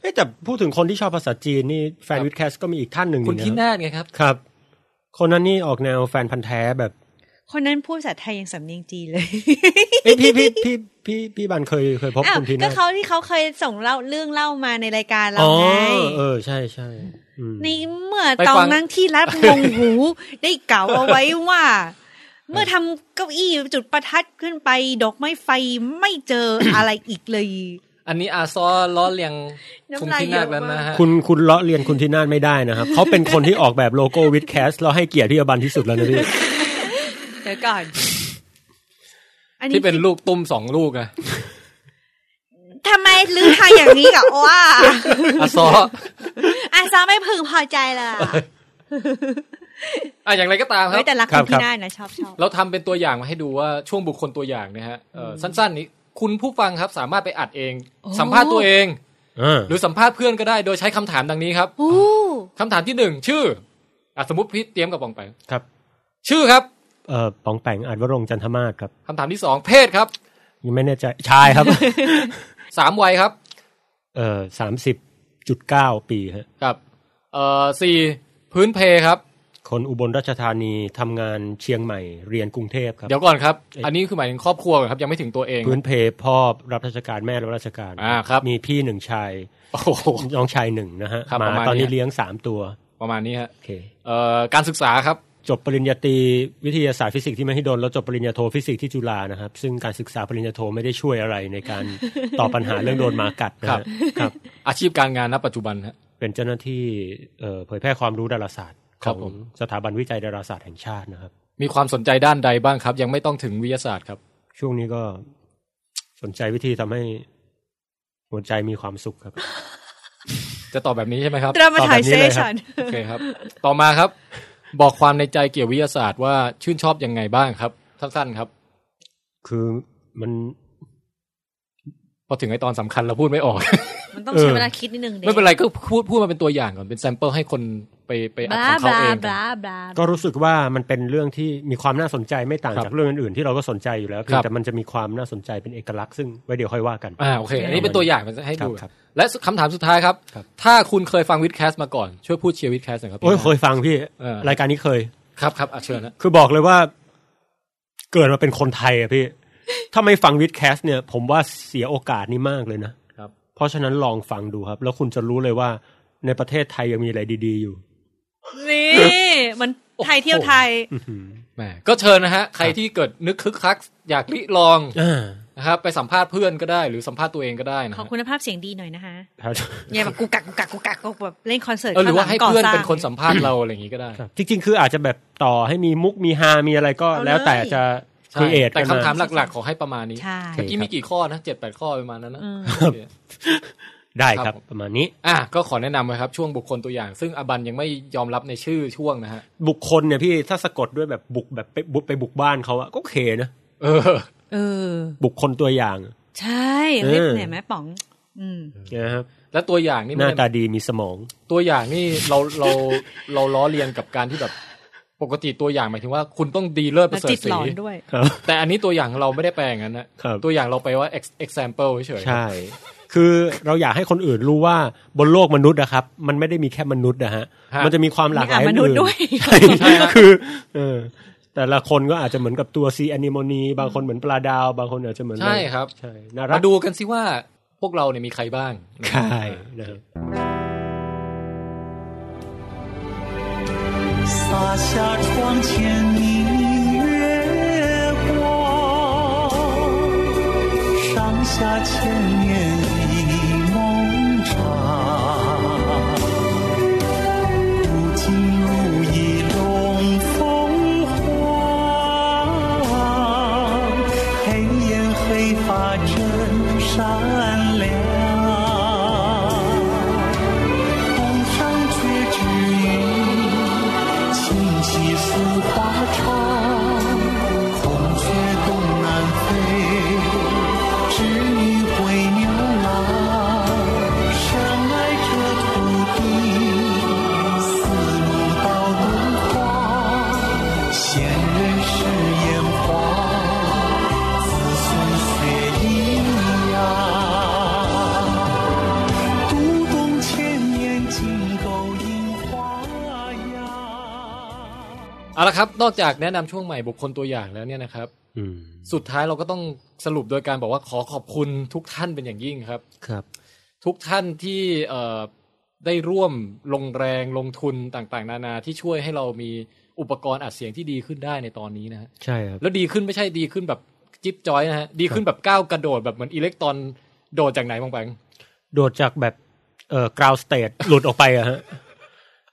Speaker 2: เอ้ยแต่พูดถึงคนที่ชอบภาษาจีนนี่แฟนวิดแคสก็มีอีกท่านหนึ่ง
Speaker 1: คุณ
Speaker 2: อยู่ะ
Speaker 1: ที่น่านไงครับ
Speaker 2: ครับ คนนั้นนี่ออกแนวแฟนพันธ์แท้แบบ
Speaker 3: คนนั้นพูดภาษาไทยยังสำเนียงจีนเลย
Speaker 2: เอ้ยพี่พี่พี่พี่พี่บันเคยเคยพบ
Speaker 3: อ้าว
Speaker 2: คุณที
Speaker 3: ก็
Speaker 2: น่าน
Speaker 3: เขาที่เขาเคยส่งเล่าเรื่องเล่ามาในรายการเรา
Speaker 2: อ๋อ
Speaker 3: ไง
Speaker 2: เออใช่ใช่อืม
Speaker 3: ในเมื่อ
Speaker 2: ไป
Speaker 3: ตอ
Speaker 2: ฟั
Speaker 3: ง
Speaker 2: ง
Speaker 3: นั่งที่รัดงงหู ได้เกล่าวเอาไว้ว่า เมื่อทำเก้าอี้จุดประทัดขึ้นไป ดอกไม้ไฟไม่เจอ อะไรอีกเลย
Speaker 1: อันนี้อาซอล้อเลียง
Speaker 3: น้ำลา
Speaker 1: คุณ
Speaker 3: ย
Speaker 1: ที่น่านแล้วนะฮะ
Speaker 2: คุณคุณเลาะเรียนคุณที่น่านไม่ได้นะครับ เขาเป็นคนที่ออกแบบโลโก้วิดแคสแล้วให้เกียรติพี่อบันที่สุดแล้ว นะพี่
Speaker 3: เดี๋ยวก่อน อันนี้
Speaker 1: ที่เป็นลูกตุ้มสองลูก อะ
Speaker 3: ทำไมลื้อทางอย่างนี้กับว่า
Speaker 1: อาซอ
Speaker 3: อาซาไม่พึงพอใจเลยอะ
Speaker 1: อ่ะอย่างไรก็ตามครั
Speaker 3: เฮ้ย
Speaker 1: บ
Speaker 3: แต่รักคุณพี่น่านะชอบชอบ
Speaker 1: เราทำเป็นตัวอย่างมาให้ดูว่าช่วงบุคคลตัวอย่างเนะฮะเอ่อสั้นๆนี้คุณผู้ฟังครับสามารถไปอัดเอง
Speaker 3: โอ้
Speaker 1: สัมภาษณ์ตัวเอง
Speaker 2: เออ
Speaker 1: หรือสัมภาษณ์เพื่อนก็ได้โดยใช้คำถามดังนี้ครับคำถามที่หนึ่งชื่ออ่ะสมมติพี่เตรียมกับปองไป
Speaker 2: ครับ
Speaker 1: ชื่อครับ
Speaker 2: เอ่อปองแปงอาจวรงค์จันทมาศครับ
Speaker 1: คำถามที่สองเพศครับ
Speaker 2: ยังไม่แน่ใจชายครับ
Speaker 1: สามวัยครับ
Speaker 2: เอ่อสามสิบจุดเก้าปีฮะ
Speaker 1: กับเอ่อสี่พื้นเพครับ
Speaker 2: คนอุบลราชธานีทำงานเชียงใหม่เรียนกรุงเทพครับ
Speaker 1: เดี๋ยวก่อนครับ อันนี้คือหมายถึงครอบครัวก่อนครับยังไม่ถึงตัวเอง
Speaker 2: พื้นเพพ่อรับราชการแม่รับราชการ
Speaker 1: อ่าครับ
Speaker 2: มีพี่หนึ่งชาย
Speaker 1: โอ้โห
Speaker 2: น้องชายหนึ่งนะฮะ
Speaker 1: ครับ
Speaker 2: หมา
Speaker 1: ประมาณ
Speaker 2: ตอนนี้
Speaker 1: เนี้ย
Speaker 2: เลี้ยงสามตัว
Speaker 1: ประมาณนี้ฮะ
Speaker 2: โอเค
Speaker 1: เอ่อการศึกษาครับ
Speaker 2: จบปริญญาตรีวิทยาศาสตร์ฟิสิกส์ที่มหิดลแล้วจบปริญญาโทฟิสิกส์ที่จุฬานะครับ ซึ่งการศึกษาปริญญาโทไม่ได้ช่วยอะไรใน การ ตอบปัญหาเรื่องโดนหมากัดนะ
Speaker 1: ค
Speaker 2: ฮะ
Speaker 1: รับ
Speaker 2: ครับ
Speaker 1: อาชีพการงานณปัจจุบันฮะ
Speaker 2: เป็นเจ้าหน้าที่เอ่อเผยแพร่ความรู้ดาราศาสตร์
Speaker 1: ครั
Speaker 2: ข
Speaker 1: บ
Speaker 2: อง
Speaker 1: ผม
Speaker 2: สถาบันวิจัยดาราศาสตร์แห่งชาตินะครับ
Speaker 1: มีความสนใจด้านใดบ้างครับ ยังไม่ต้องถึงวิทยาศาสตร์ครับ
Speaker 2: ช่วงนี้ก็สนใจวิธีทำให้หัวใจมีความสุขครับ
Speaker 1: จะตอบแบบนี้ใช่ไหมครับ
Speaker 2: Dramatization
Speaker 1: ตอบแบบนี้เลยครับโอเคครับ ต่อมาครับ บอกความในใจเกี่ยววิทยาศาสตร์ว่าชื่นชอบยังไงบ้างครับ สั้นๆครับ
Speaker 2: คือมัน
Speaker 1: พอถึงไอตอนสำคัญเราพูดไม่ออก
Speaker 3: มันต้องใช้เวลาคิดนิดนึงดิ
Speaker 1: ไม่เป็นไรก็พูดพูดมาเป็นตัวอย่างก่อนเป็นแซมเปิลให้คนไปไป
Speaker 3: บ
Speaker 1: อ่านของ
Speaker 3: ลาบ
Speaker 1: เขา
Speaker 3: ลา
Speaker 1: เอง
Speaker 3: บ
Speaker 1: กัน
Speaker 3: ลาบลา
Speaker 2: ก็รู้สึกว่ามันเป็นเรื่องที่มีความน่าสนใจไม่ต่าง
Speaker 1: ครับ
Speaker 2: จากเรื่องอื่นๆที่เราก็สนใจอยู่แล้วเพีย
Speaker 1: ครั
Speaker 2: ง
Speaker 1: บ
Speaker 2: แต่มันจะมีความน่าสนใจเป็นเอกลักษณ์ซึ่งไว้เดี๋ยวค่อยว่ากัน
Speaker 1: อ่าโอเค อันนี้เป็นตัวอย่างให้ดู
Speaker 2: ครับ
Speaker 1: และคำถามสุดท้ายครับ ถ้าคุณเคยฟังวิดแคสต์มาก่อน ช่วยพูดเชียร์วิดแคสต์หน่อยครับ
Speaker 2: โอ้ย
Speaker 1: พี่
Speaker 2: เคยฟังพี่
Speaker 1: เออ
Speaker 2: รายการนี้เคย
Speaker 1: ครับครับอ่ะเชิญนะ
Speaker 2: คือบอกเลยว่า เกิดมาเป็นคนไทยอะพี่ ถ้าไม่ฟังวิดแคสต์เนี่ย ผมว่าเสียโอกาสนี้มากเลยนะ
Speaker 1: ครับ
Speaker 2: เพราะฉะนั้นลองฟังดูครับ แล้วคุณจะรู้เลยว่าในประเทศไทยยังมีอะไรดีๆอยู่
Speaker 3: นี่มันไทยเที่ยวไทย
Speaker 1: แหมก็เชิญนะฮะ ใครที่เกิดนึกคึกคัก อยากริลอง
Speaker 2: อ่า
Speaker 1: นะครับไปสัมภาษณ์เพื่อนก็ได้ หรือสัมภาษณ์ตัวเองก็ได้นะ
Speaker 3: ขอ
Speaker 1: ฮะ
Speaker 3: คุณภาพเสียงดีหน่อยนะคะ
Speaker 2: ครับ
Speaker 3: อย่าแบบกูกักกูกักกูกักกูแบบเล่นคอนเสิร์ต
Speaker 1: เออหรือว่าให้เพื่อน
Speaker 3: ข้งลังก่
Speaker 1: เป็นคน
Speaker 3: สร้าง
Speaker 1: สัมภาษณ์เราอะไรอย่างนี้ก็ได้
Speaker 2: จริงๆ คืออาจจะแบบต่อให้มีมุกมีฮา มีอะไรก็แล้วแต่จะ
Speaker 1: ใช่
Speaker 2: ครีเอท
Speaker 1: แต่คำถามหลักๆ ขอให้ประมาณนี้
Speaker 3: ใช่
Speaker 1: เมื่อกี้มีกี่ข้อนะเจ็ดแปดข้อประมาณนั้นนะ
Speaker 2: ครับ
Speaker 1: โอเค
Speaker 2: ได้
Speaker 1: ค
Speaker 2: ค
Speaker 1: รั
Speaker 2: รับ บ ประมาณนี้
Speaker 1: อ่ะก็ขอแนะนำไว้ครับ ช่วงบุคคลตัวอย่าง ซึ่งอบันยังไม่ยอมรับในชื่อช่วงนะฮะ
Speaker 2: บุคคลเนี่ยพี่ถ้าสะกดด้วยแบบบุกแบบไปบุกไปบุกบ้านเขาอะก็โอเคนะ
Speaker 1: เออ
Speaker 3: เออ
Speaker 2: บุคคลตัวอย่าง
Speaker 3: ใช่เฮ้ย
Speaker 2: เออ
Speaker 3: เห็นไหมป๋อง อืม
Speaker 2: นะครับ
Speaker 1: แล้วตัวอย่างนี่
Speaker 2: หน้า
Speaker 1: ไม่
Speaker 2: ตา
Speaker 1: ได้
Speaker 2: ดีมีสมอง
Speaker 1: ตัวอย่างนี่เราเราเราล้อเลียนกับการที่แบบปกติตัวอย่างหมายถึงว่าคุณต้องดีเลิศป
Speaker 3: แล้
Speaker 1: ระ
Speaker 3: ว
Speaker 1: เสริ
Speaker 3: ติ
Speaker 1: ฐ
Speaker 3: ด
Speaker 1: ศ
Speaker 3: หล
Speaker 1: รี
Speaker 3: อนด้วย
Speaker 2: ครับ
Speaker 1: แต่อันนี้ตัวอย่างเราไม่ได้แปลอย่างนั้นนะครับ ตัวอย่างเราไปว่า ex- example เฉยๆ
Speaker 2: ใช่ คือเราอยากให้คนอื่นรู้ว่าบนโลกมนุษย์นะครับ มันไม่ได้มีแค่มนุษย์นะฮะ
Speaker 1: ฮะ
Speaker 2: มันจะมีความหลากหลาย
Speaker 3: มีอ่ะมนุษย์
Speaker 2: อื่น
Speaker 3: ด้วย
Speaker 2: ใช่
Speaker 1: ใช่ฮะ
Speaker 2: คือเออแต่ละคนก็อาจจะเหมือนกับตัวซีแอนิโมนีบางคนเหมือนปลาดาว บางคนอาจจะเหมือน
Speaker 1: ใช่ครับ
Speaker 2: ใช่น่ารั
Speaker 1: มาก ดูกันสิว่าพวกเราเนี่ยมีใครบ้าง
Speaker 2: ใช่นะครับ
Speaker 10: 洒下窗前明月光，上下千年已梦长。不尽如意笼凤凰，黑眼黑发真善良。红裳却只影，清溪似花长。孔雀东南飞，织女会牛郎。深爱这土地，四路到东方。闲人是炎黄，子孙学阴阳。读懂千年金钩银花样。
Speaker 1: เอาละครับ นอกจากแนะนำช่วงใหม่บุคคลตัวอย่างแล้วเนี่ยนะครับ
Speaker 2: อืม
Speaker 1: สุดท้ายเราก็ต้องสรุปโดยการบอกว่าขอขอบคุณทุกท่านเป็นอย่างยิ่งครับ
Speaker 2: ครับ
Speaker 1: ทุกท่านที่เอ่อได้ร่วมลงแรงลงทุนต่างๆ นานาที่ช่วยให้เรามีอุปกรณ์อัดเสียงที่ดีขึ้นได้ในตอนนี้นะฮะ
Speaker 2: ใช่ครับ
Speaker 1: แล้วดีขึ้นไม่ใช่ดีขึ้นแบบจิ๊บจอยนะฮะดีขึ้นแบบก้าวกระโดดแบบเหมือนอิเล็กตรอนโดดจากไหนบางแปง
Speaker 2: โดดจากแบบเอ่อกราวสเตทหลุดออกไปอะฮะ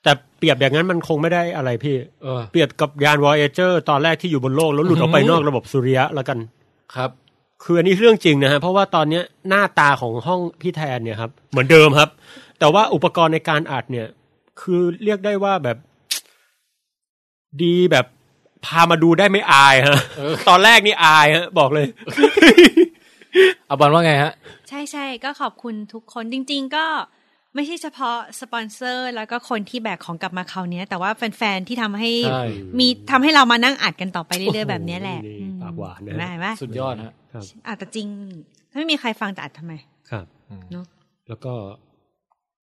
Speaker 2: แต่เปรียบอย่างนั้นมันคงไม่ได้อะไรพี่
Speaker 1: เออ
Speaker 2: เปรียบกับยานวอ a เจอร์ตอนแรกที่อยู่บนโลก แล้วหลุดออกไป
Speaker 1: อือหือ
Speaker 2: นอกระบบสุริยะแล้วกัน
Speaker 1: ครับ
Speaker 2: คืออันนี้เรื่องจริงนะฮะเพราะว่าตอนเนี้ยหน้าตาของห้องพี่แทนเนี่ยครับ เหมือนเดิมครับ แต่ว่าอุปกรณ์ในการอัดเนี่ย คือเรียกได้ว่าแบบ ดีแบบพามาดูได้ไม่อายฮะ
Speaker 1: เออ
Speaker 2: ตอนแรกนี่อายฮะ บอกเลย
Speaker 1: อาบอลว่าไงฮะ
Speaker 3: ใช่ใช่ก็ขอบคุณทุกคนจริง ๆ ก็ไม่ใช่เฉพาะสปอนเซอร์ แล้วก็คนที่แบกของกลับมาคราวเนี้ย แต่ว่าแฟนๆที่ทำให้
Speaker 1: ใช่
Speaker 3: มีทำให้เรามานั่งอัดกันต่อไปเรื่อยๆแบบเนี้ยแหละ
Speaker 2: โอ้โห
Speaker 3: อืม
Speaker 2: ปากหวานนะ
Speaker 3: ได้ไหม
Speaker 1: สุดยอดฮะ
Speaker 2: ครับ
Speaker 3: อัดแต่จริง ถ้าไม่มีใครฟังจะอัดทำไม
Speaker 2: ครับ
Speaker 3: เนอะ
Speaker 2: แล้วก็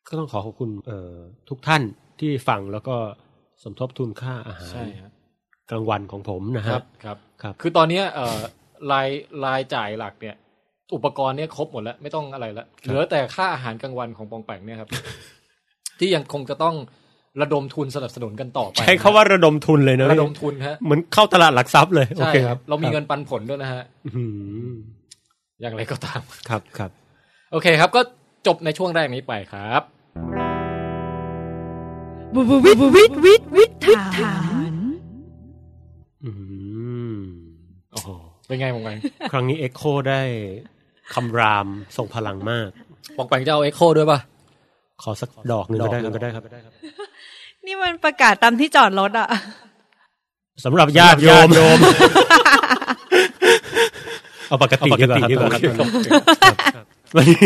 Speaker 2: ก็ต้องขอขอบคุณ เอ่อ ทุกท่านที่ฟังแล้วก็สมทบทุนค่าอาหาร
Speaker 1: ใช่ฮะ
Speaker 2: กลางวันของผมนะ
Speaker 1: ค
Speaker 2: ฮะ
Speaker 1: รับครับ
Speaker 2: ครับ
Speaker 1: คือตอนเนี้ยเอ่อรายรายจ่ายหลักเนี่ย อุปกรณ์เนี่ยครบหมดแล้ว ไม่ต้อง อะไรแล้วเหลือแต่ค่าอาหารกลางวันของปองแปงเนี่ยครับ ที่ยังคงจะต้อง ระดมทุนสนับสนุนกันต่อไป
Speaker 2: ใช้คาว่าระดมทุนเลยนะ
Speaker 1: ระดมทุนฮะ
Speaker 2: เหมือนเข้าตลาดหลักทรัพย์เลยโอ
Speaker 1: ใช่
Speaker 2: เคครับ
Speaker 1: เรามีเงินปันผลด้วยนะฮะ
Speaker 2: อื้อหือ
Speaker 1: อย่างไรก็ตาม
Speaker 2: ครับครับ
Speaker 1: โอเคครับ ก็จบในช่วงแรกนี้ไปครับ
Speaker 8: วิดวิดวิดวิดวิดถาม
Speaker 2: อืมโอ้โห
Speaker 1: เป็นไงมองไง
Speaker 2: ครั้งนี้เอ็กโคได้คำรามส่งพลังมาก
Speaker 1: ปองแปงจะเอาเอ็กโคด้วยป่ะ
Speaker 2: ขอสักดอกหนึ่งก็ได้ครับก็ได้ครับ
Speaker 3: นี่มันประกาศตามที่จอดรถอ่ะ
Speaker 2: สำหรับญาติโยม เอาปกติดีกว่าครั
Speaker 9: เอาปก
Speaker 2: บ
Speaker 9: ติดีกว่า
Speaker 2: ค
Speaker 9: ครั
Speaker 2: รับบ ครับวันนี้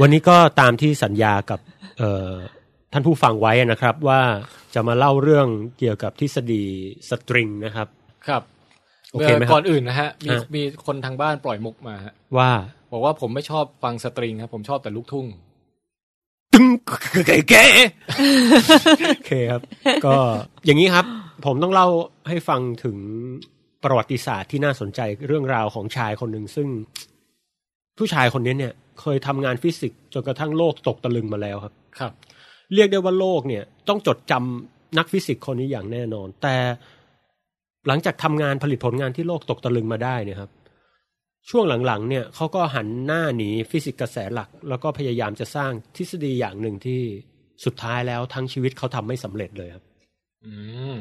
Speaker 2: วันนี้ก็ตามที่สัญญากับ เอ่อท่านผู้ฟังไว้นะครับ ว่าจะมาเล่าเรื่องเกี่ยวกับทฤษฎีสตริงนะครับ
Speaker 1: ครับ
Speaker 2: โอเคไหมครับ
Speaker 1: ก่อนอื่นนะฮะ มี
Speaker 2: ฮะ
Speaker 1: มีคนทางบ้านปล่อยมุกมาฮะ
Speaker 2: ว่า
Speaker 1: บอกว่าผมไม่ชอบฟังสตริงครับ ผมชอบแต่ลูกทุ่ง
Speaker 2: เก๋เก๋โอเคครับ ก็อย่างนี้ครับ ผมต้องเล่าให้ฟังถึงประวัติศาสตร์ที่น่าสนใจเรื่องราวของชายคนหนึ่งซึ่ง ผู้ชายคนนี้เนี่ย เคยทำงานฟิสิกส์จนกระทั่งโลกตกตะลึงมาแล้วครับ
Speaker 1: ครับ
Speaker 2: เรียกได้ว่าโลกเนี่ย ต้องจดจำนักฟิสิกส์คนนี้อย่างแน่นอน แต่หลังจากทำงานผลิตผลงานที่โลกตกตะลึงมาได้เนี่ยครับ ช่วงหลังๆ เนี่ยเขาก็หันหน้าหนีฟิสิกส์กระแสหลัก แล้วก็พยายามจะสร้างทฤษฎีอย่างหนึ่งที่สุดท้ายแล้วทั้งชีวิตเขาทำไม่สำเร็จเลยครับ
Speaker 1: อืม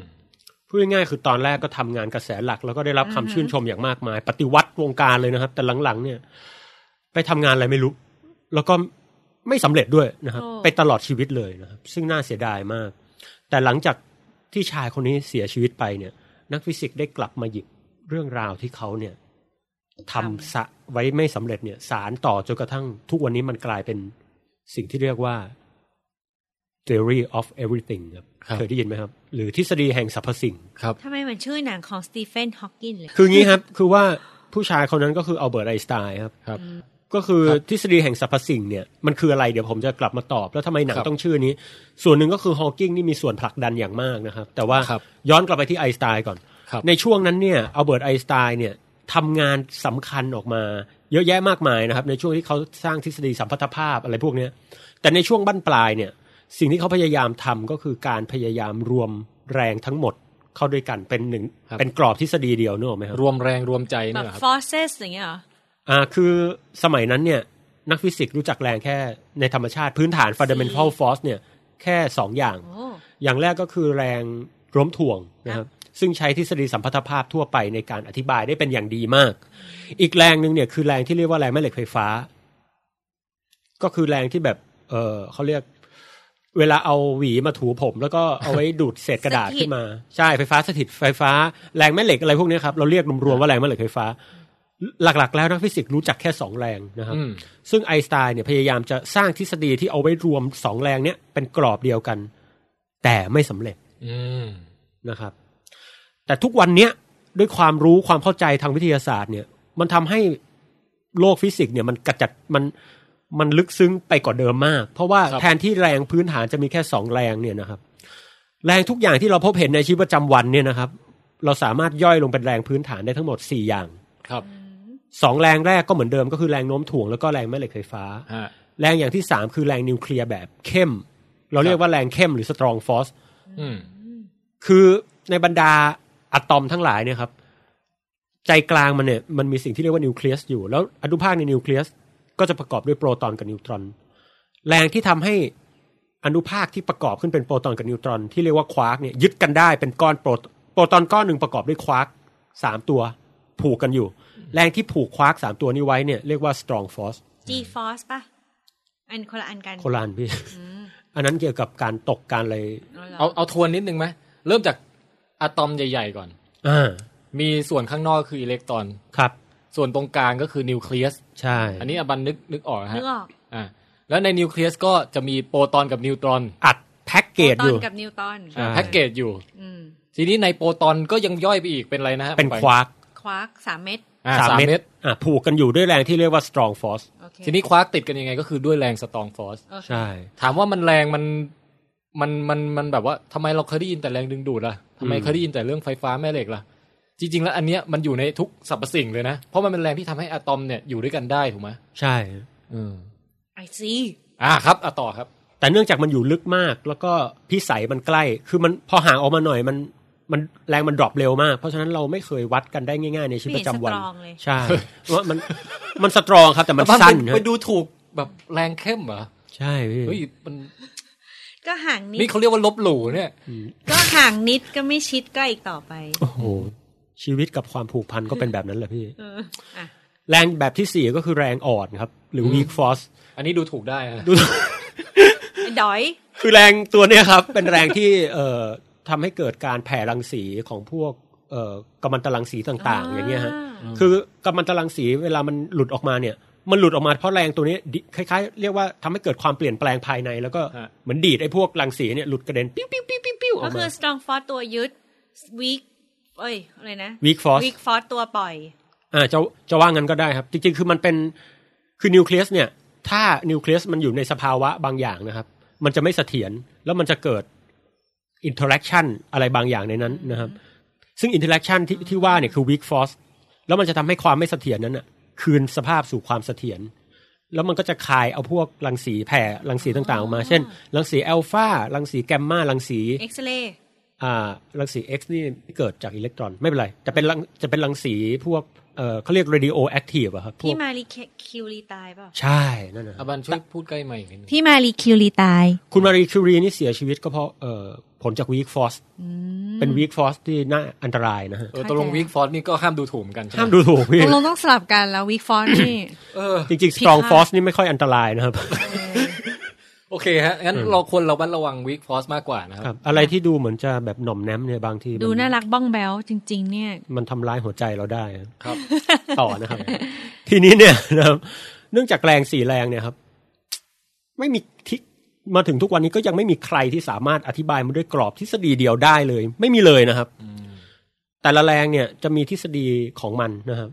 Speaker 2: พูดง่ายๆคือตอนแรกก็ทำงานกระแสหลัก แล้วก็ได้รับ
Speaker 1: อือฮึ
Speaker 2: คำชื่นชมอย่างมากมาย ปฏิวัติวงการเลยนะครับ แต่หลังๆ เนี่ย ไปทำงานอะไรไม่รู้ แล้วก็ไม่สำเร็จด้วยนะครับ
Speaker 9: โอ้
Speaker 2: ไปตลอดชีวิตเลยนะครับ ซึ่งน่าเสียดายมาก แต่หลังจากที่ชายคนนี้เสียชีวิตไปเนี่ย นักฟิสิกส์ได้กลับมาหยิบเรื่องราวที่เขาเนี่ย ทำสะไว้ไม่สำเร็จเนี่ย สารต่อจนกระทั่งทุกวันนี้มันกลายเป็นสิ่งที่เรียกว่า theory of everything ครับ
Speaker 1: ครับ
Speaker 2: เคยได้ยินไหมครับ หรือทฤษฎีแห่งสรรพสิ่ง
Speaker 1: ครับ
Speaker 3: ทำไมเหมือนชื่อหนังของสตีเฟนฮอว์กินเลย
Speaker 2: คืองี้ครับ คือว่าผู้ชายคนนั้นก็คืออัลเบิร์ตไอน์สไตน์ครับ
Speaker 1: ครับ
Speaker 2: ก็คือทฤษฎีแห่งสรรพสิ่งเนี่ย มันคืออะไรเดี๋ยวผมจะกลับมาตอบ แล้วทำไมหนัง
Speaker 1: ครับ
Speaker 2: ต้องชื่อนี้ ส่วนหนึ่งก็คือฮอว์กิงนี่มีส่วนผลักดันอย่างมากนะครับ แต่ว่า
Speaker 1: ครับ
Speaker 2: ย้อนกลับไปที่ไอน์สไตน์ก่อน
Speaker 1: ครับ
Speaker 2: ในช่วงนั้นเนี่ยอัลเบิร์ตไอน์สไตน์เนี่ยทำงานสำคัญออกมา เยอะแยะมากมายนะครับ ในช่วงที่เขาสร้างทฤษฎีสัมพัทธภาพอะไรพวกเนี้ยแต่ในช่วงบั้นปลายเนี่ย สิ่งที่เขาพยายามทำก็คือการพยายามรวมแรงทั้งหมดเข้าด้วยกันเป็นหนึ่ง
Speaker 1: ครับ
Speaker 2: เป็นกรอบทฤษฎีเดียวนึกออกไหมครับ
Speaker 1: รวมแรงรวมใจ
Speaker 3: แบ
Speaker 1: เนี่ยเห
Speaker 3: บ
Speaker 1: รอครับ
Speaker 3: forces อย่างเงี้ยเหรอ
Speaker 2: อ่าคือสมัยนั้นเนี่ยนักฟิสิกส์รู้จักแรงแค่ในธรรมชาติพื้นฐาน fundamental force เนี่ยแค่สองอย่าง อย่างแรกก็คือแรงโน้มถ่วงนะครับซึ่งใช้ทฤษฎีสัมพัทธภาพทั่วไปในการอธิบายได้เป็นอย่างดีมาก อีกแรงหนึ่งเนี่ยคือแรงที่เรียกว่าแรงแม่เหล็กไฟฟ้า ก็คือแรงที่แบบเออเขาเรียก เวลาเอาหวีมาถูผม แล้วก็เอาไว้ดูดเศษกระดาษ
Speaker 9: สถิต
Speaker 2: ขึ้นมา ใช่ไฟฟ้าสถิตไฟฟ้าแรงแม่เหล็กอะไรพวกเนี้ยครับเราเรียกรวมๆว่าแรงแม่เหล็กไฟฟ้า หลักๆ แล้วนักฟิสิกส์รู้จักแค่สองแรงนะครับ
Speaker 1: อืม
Speaker 2: ซึ่งไอน์สไตน์เนี่ยพยายามจะสร้างทฤษฎีที่เอาไว้รวมสองแรงเนี้ยเป็นกรอบเดียวกัน แต่ไม่สำเร็จ
Speaker 1: อืม
Speaker 2: นะครับ แต่ทุกวันเนี้ยด้วยความรู้ความเข้าใจทางวิทยาศาสตร์เนี่ย มันทำให้โลกฟิสิกส์เนี่ยมันกระจัดมันมันลึกซึ้งไปกว่าเดิมมาก เพราะว่า
Speaker 1: ครับ
Speaker 2: แทนที่แรงพื้นฐานจะมีแค่สองแรงเนี่ยนะครับ แรงทุกอย่างที่เราพบเห็นในชีวิตประจำวันเนี่ยนะครับ เราสามารถย่อยลงเป็นแรงพื้นฐานได้ทั้งหมดสี่อย่าง
Speaker 1: ครับ
Speaker 2: สองแรงแรกก็เหมือนเดิมก็คือแรงโน้มถ่วงแล้วก็แรงแม่เหล็กไฟฟ้า
Speaker 1: ฮะ
Speaker 2: แรงอย่างที่สามคือแรงนิวเคลียร์แบบเข้ม เราเรียกว่าแรงเข้มหรือสตรองฟอส
Speaker 1: อืม
Speaker 2: คือในบรรดาอะตอมทั้งหลายเนี่ยครับ ใจกลางมันเนี่ยมันมีสิ่งที่เรียกว่านิวเคลียสอยู่ แล้วอนุภาคในนิวเคลียสก็จะประกอบด้วยโปรตอนกับนิวตรอน แรงที่ทำให้อนุภาคที่ประกอบขึ้นเป็นโปรตอนกับนิวตรอน ที่เรียกว่าควาร์กเนี่ยยึดกันได้เป็นก้อนโปรตโปรตอนก้อนหนึ่งประกอบด้วยควาร์กสามตัวผูกกันอยู่ แรงที่ผูกควาร์กสามตัวนี้ไว้เนี่ยเรียกว่า strong force
Speaker 3: G force ป่ะ อันคนละอันกัน
Speaker 2: โคลานพี่ อันนั้นเกี่ยวกับการตกการอะไร
Speaker 1: เอาเอาทวนนิดนึงไหมเริ่มจากอะตอมใหญ่ๆก่อน
Speaker 2: อ่า
Speaker 1: มีส่วนข้างนอกคืออิเล็กตรอน
Speaker 2: ครับ
Speaker 1: ส่วนตรงกลางก็คือนิวเคลียส
Speaker 2: ใช่
Speaker 1: อันนี้อบันนึกนึกออกนะฮะ
Speaker 3: นึกออก
Speaker 1: อ่าแล้วในนิวเคลียสก็จะมีโปรตอนกับนิวตรอน
Speaker 2: อัดแพ็กเกจ
Speaker 3: ต
Speaker 2: อ
Speaker 3: อน
Speaker 2: ยู่
Speaker 3: กับนิวตอน
Speaker 1: อ่าแพ็กเกจอยู่
Speaker 3: อืม
Speaker 1: ทีนี้ในโปรตอนก็ยังย่อยไปอีกเป็นอะไรนะฮะ
Speaker 2: เป็น
Speaker 1: ไป
Speaker 2: ควาร์ก
Speaker 3: ควาร์กสามเม็ด
Speaker 1: อ่า
Speaker 2: สาม
Speaker 1: สามเม็ด
Speaker 2: เม็ดอ่ะผูกกันอยู่ด้วยแรงที่เรียกว่า strong force
Speaker 3: โอเค
Speaker 1: ทีนี้ควักติดกันยังไงก็คือด้วยแรงสตรองฟอส
Speaker 2: ใช่
Speaker 1: ถามว่ามันแรงมันมันมันมันแบบว่าทำไมเราเคยได้ยินแต่แรงดึงดูดล่ะทำไม
Speaker 2: อืม
Speaker 1: เคยได้ยินแต่เรื่องไฟฟ้าแม่เหล็กล่ะ จริง ๆ แล้วอันเนี้ยมันอยู่ในทุกสรรพสิ่งเลยนะ เพราะมันเป็นแรงที่ทำให้อะตอมเนี่ยอยู่ด้วยกันได้ถูกไหม
Speaker 2: ใช่
Speaker 1: อืม
Speaker 3: I see
Speaker 1: อ่าครับอ่ะต่อครับ
Speaker 2: แต่เนื่องจากมันอยู่ลึกมาก แล้วก็พิสัยมันใกล้ คือมันพอห่างออกมาหน่อยมันมันแรงมันดรอปเร็วมาก เพราะฉะนั้นเราไม่เคยวัดกันได้ง่ายๆ ในชีวิตประจำวัน
Speaker 3: ไม่เห็นสตรองเลย
Speaker 2: ใช่ว่ามันมันสตรองครับ แต่มันสั้น
Speaker 1: ไป
Speaker 2: ฮะ
Speaker 1: ไปดูถูกแบบแรงเข้มเหรอ
Speaker 2: ใช่พี่
Speaker 1: เฮ้ยมัน
Speaker 3: ก็ห่างนิด
Speaker 1: นี่เขาเรียกว่าลบหลู่เนี่ย
Speaker 3: ก็ห่างนิดก็ไม่ชิดใกล้อีกต่อไป
Speaker 2: โอ้โหชีวิตกับความผูกพันก็เป็นแบบนั้นแหละพี่
Speaker 3: เอออ่ะ
Speaker 2: แรงแบบที่สี่ก็คือแรงอ่อนครับ หรือ weak force
Speaker 1: อันนี้ดูถูกได้นะ
Speaker 2: ดู
Speaker 3: ไอ้ดอย
Speaker 2: คือแรงตัวเนี้ยครับ เป็นแรงที่เอ่อทำให้เกิดการแผ่รังสีของพวกเอ่อกัมมันตรังสีต่างๆ อย่างเงี้ยฮะคือกัมมันตรังสีเวลามันหลุดออกมาเนี่ย มันหลุดออกมาเพราะแรงตัวนี้ดิคล้ายๆ เรียกว่าทำให้เกิดความเปลี่ยนแปลงภายใน แล้วก็เหมือนดีดไอ้พวกรังสีเนี่ยหลุดกระเด็นปิ้วปิ้วปิ้วปิ้วปิ้วออ
Speaker 3: ก็
Speaker 2: ก
Speaker 3: คื
Speaker 2: มา
Speaker 3: อ strong force ตัวยึด weak เอ้ยอะไรนะ
Speaker 2: weak force
Speaker 3: weak force ตัวปล่อย
Speaker 2: อ่าจะจะว่างั้นก็ได้ครับ จริงๆ คือมันเป็นคือนิวเคลียสเนี่ย ถ้านิวเคลียสมันอยู่ในสภาวะบางอย่างนะครับ มันจะไม่เสถียรแล้วมันจะเกิดอินเทอร์แอคชั่นอะไรบางอย่างในนั้นนะครับ ซึ่งอินเทอร์แอคชั่นที่ที่ว่าเนี่ยคือ weak force แล้วมันจะทำให้ความไม่เสถียรนั้นน่ะ คืนสภาพสู่ความเสถียรแล้วมันก็จะคายเอาพวกรังสีแผ่รังสีต่างๆออกมา เช่น รังสีอัลฟารังสีแกมมารังสี
Speaker 3: X-ray
Speaker 2: อ่ารังสี X นี่เกิดจากอิเล็กตรอน ไม่เป็นไร จะเป็นรังจะเป็นรังสีพวกเอ่อเขาเรียก radio active อะครับพว
Speaker 3: ที่
Speaker 2: ก
Speaker 3: มารีคิวรีตายเปล่า
Speaker 2: ใช่นั่นนะ
Speaker 1: อาบันช่วยพูดใกล้ใหม่อีกนิดนึง
Speaker 3: ที่มารีคิวรีตาย
Speaker 2: คุณมารีคิวรีนี่เสียชีวิตก็เพราะเอ่อผลจาก weak force เป็น weak force ที่น่าอันตรายนะฮะ
Speaker 1: เออตกลงวิกฟอนนี่ก็ห้ามดูถูกเหมือนกันใช่ไหม
Speaker 2: ห้ามดูถูกพี่
Speaker 3: ตกลงต้องสลับกันแล้ว weak force นี่
Speaker 1: เออ
Speaker 2: จริง ๆ
Speaker 3: ผิด
Speaker 2: strong
Speaker 3: ค่ะ
Speaker 2: force นี่ไม่ค่อยอันตรายนะครับ
Speaker 1: โอเคฮะ งั้นเราควรระมัดระวังวิกฟอสมากกว่านะค
Speaker 2: ครั
Speaker 1: รั
Speaker 2: บบ อะไรที่ดูเหมือนจะแบบหน่อมแนมเนี่ยบางที
Speaker 3: ดู
Speaker 2: มั
Speaker 3: น่ารักบ้องแบลจริง ๆ เนี่ย
Speaker 2: มันทำร้ายหัวใจเราได้นะครับ ต่อนะครับ ทีนี้เนี่ยนะครับ เนื่องจากแรงสี่แรงเนี่ยครับ ไม่มีทิศมาถึงทุกวันนี้ก็ยังไม่มีใครที่สามารถอธิบายมันด้วยกรอบทฤษฎีเดียวได้เลย ไม่มีเลยนะครับ แต่ละแรงเนี่ยจะมีทฤษฎีของมันนะครับ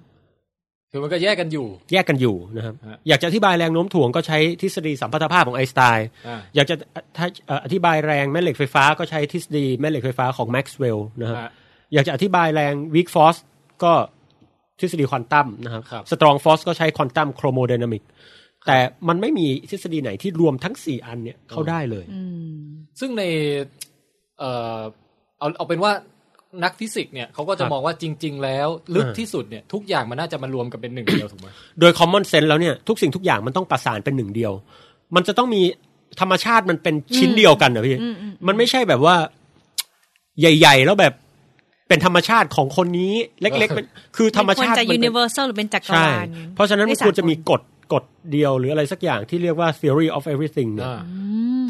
Speaker 1: คือมันก็แยกกันอยู่
Speaker 2: แยกกันอยู่นะครับ
Speaker 1: ฮะ
Speaker 2: อยากจะอธิบายแรงโน้มถ่วงก็ใช้ทฤษฎีสัมพัทธภาพของไอน์สไตน์
Speaker 1: อ่า
Speaker 2: อยากจะถ้าเอ่ออธิบายแรงแม่เหล็กไฟฟ้าก็ใช้ทฤษฎีแม่เหล็กไฟฟ้าของแม็กซ์เวลล์นะครับ
Speaker 1: อ่า
Speaker 2: อยากจะอธิบายแรง weak force ก็ทฤษฎีควอนตัมนะครับ
Speaker 1: ครับ
Speaker 2: strong force ก็ใช้ควอนตัมโครโมไดนามิกแต่มันไม่มีทฤษฎีไหนที่รวมทั้ง 4 อันเนี่ยเข้าได้เลย
Speaker 1: ซึ่งใน เอ่อ เอา เอาเป็นว่านักฟิสิกส์เนี่ยเขาก็
Speaker 2: ค
Speaker 1: จะ
Speaker 2: รับ
Speaker 1: มองว่าจริง ๆ แล้วลึก
Speaker 2: เออ
Speaker 1: ที่สุดเนี่ย ทุกอย่างมันน่าจะมารวมกันเป็นหนึ่งเดียวถูกไหม
Speaker 2: โดย common sense แล้วเนี่ย ทุกสิ่งทุกอย่างมันต้องประสานเป็นหนึ่งเดียว มันจะต้องมีธรรมชาติมันเป็นชิ้นเดียวกันนะพี่ มันไม่ใช่แบบว่า ใหญ่ ๆ แล้วแบบเป็นธรรมชาติของคนนี้เล็กๆเป็นคือธรรมชาติ
Speaker 3: นควรจะ
Speaker 2: มันเป็น
Speaker 3: universal หรือเป็นจักร
Speaker 2: ใช่
Speaker 3: วาลไง
Speaker 2: เพราะฉะนั้นมัน
Speaker 3: ไส
Speaker 2: ควรจะมี
Speaker 3: ล
Speaker 2: กฎกฎเดียวหรืออะไรสักอย่างที่เรียกว่า theory of everything เนี่ย
Speaker 1: อ่า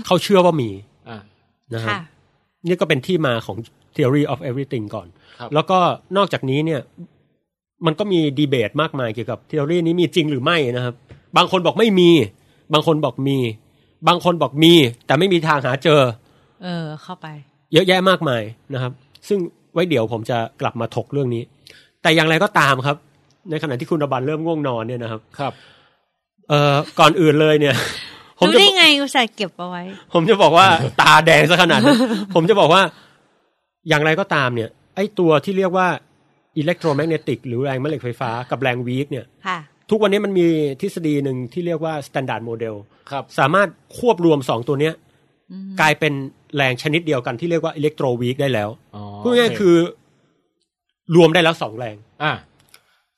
Speaker 2: เขาเชื่อว่ามี
Speaker 1: อ่า
Speaker 2: นะครับ
Speaker 3: ค่ะ
Speaker 2: นี่ก็เป็นที่มาของ theory of everything ก่อน
Speaker 1: ครับ
Speaker 2: แล้วก็นอกจากนี้เนี่ย มันก็มีดีเบตมากมายเกี่ยวกับ theory นี้มีจริงหรือไม่นะครับ บางคนบอกไม่มี บางคนบอกมี บางคนบอกมี แต่ไม่มีทางหาเจอ
Speaker 3: เออ เข้าไป
Speaker 2: เยอะแยะมากมายนะครับ ซึ่งไว้เดี๋ยวผมจะกลับมาถกเรื่องนี้ แต่อย่างไรก็ตามครับ ในขณะที่คุณอบันเริ่มง่วงนอนเนี่ยนะครับ
Speaker 1: ครับ
Speaker 2: เอ่อก่อนอื่นเลยเนี่ย ผม
Speaker 3: รู้
Speaker 2: จะ
Speaker 3: ได้ไงอุตส่าห์เก็บเอาไว้
Speaker 2: ผมจะบอกว่า ตาแดงซะขนาดนั้น ผมจะบอกว่าอย่างไรก็ตามเนี่ย ไอ้ตัวที่เรียกว่าอิเล็กโทรแมกเนติกหรือแรงแม่เหล็กไฟฟ้ากับแรงวีคเนี่ย
Speaker 3: ค่ะ
Speaker 2: ทุกวันนี้มันมีทฤษฎีหนึ่งที่เรียกว่า standard model
Speaker 1: ครับ
Speaker 2: สามารถควบรวมสองตัวเนี้ยกลายเป็นแรงชนิดเดียวกันที่เรียกว่าอิเล็กโทรวีคได้แล้ว
Speaker 1: อ๋อ
Speaker 2: พูดง่ายๆคือรวมได้แล้วสองแรง
Speaker 1: อ่า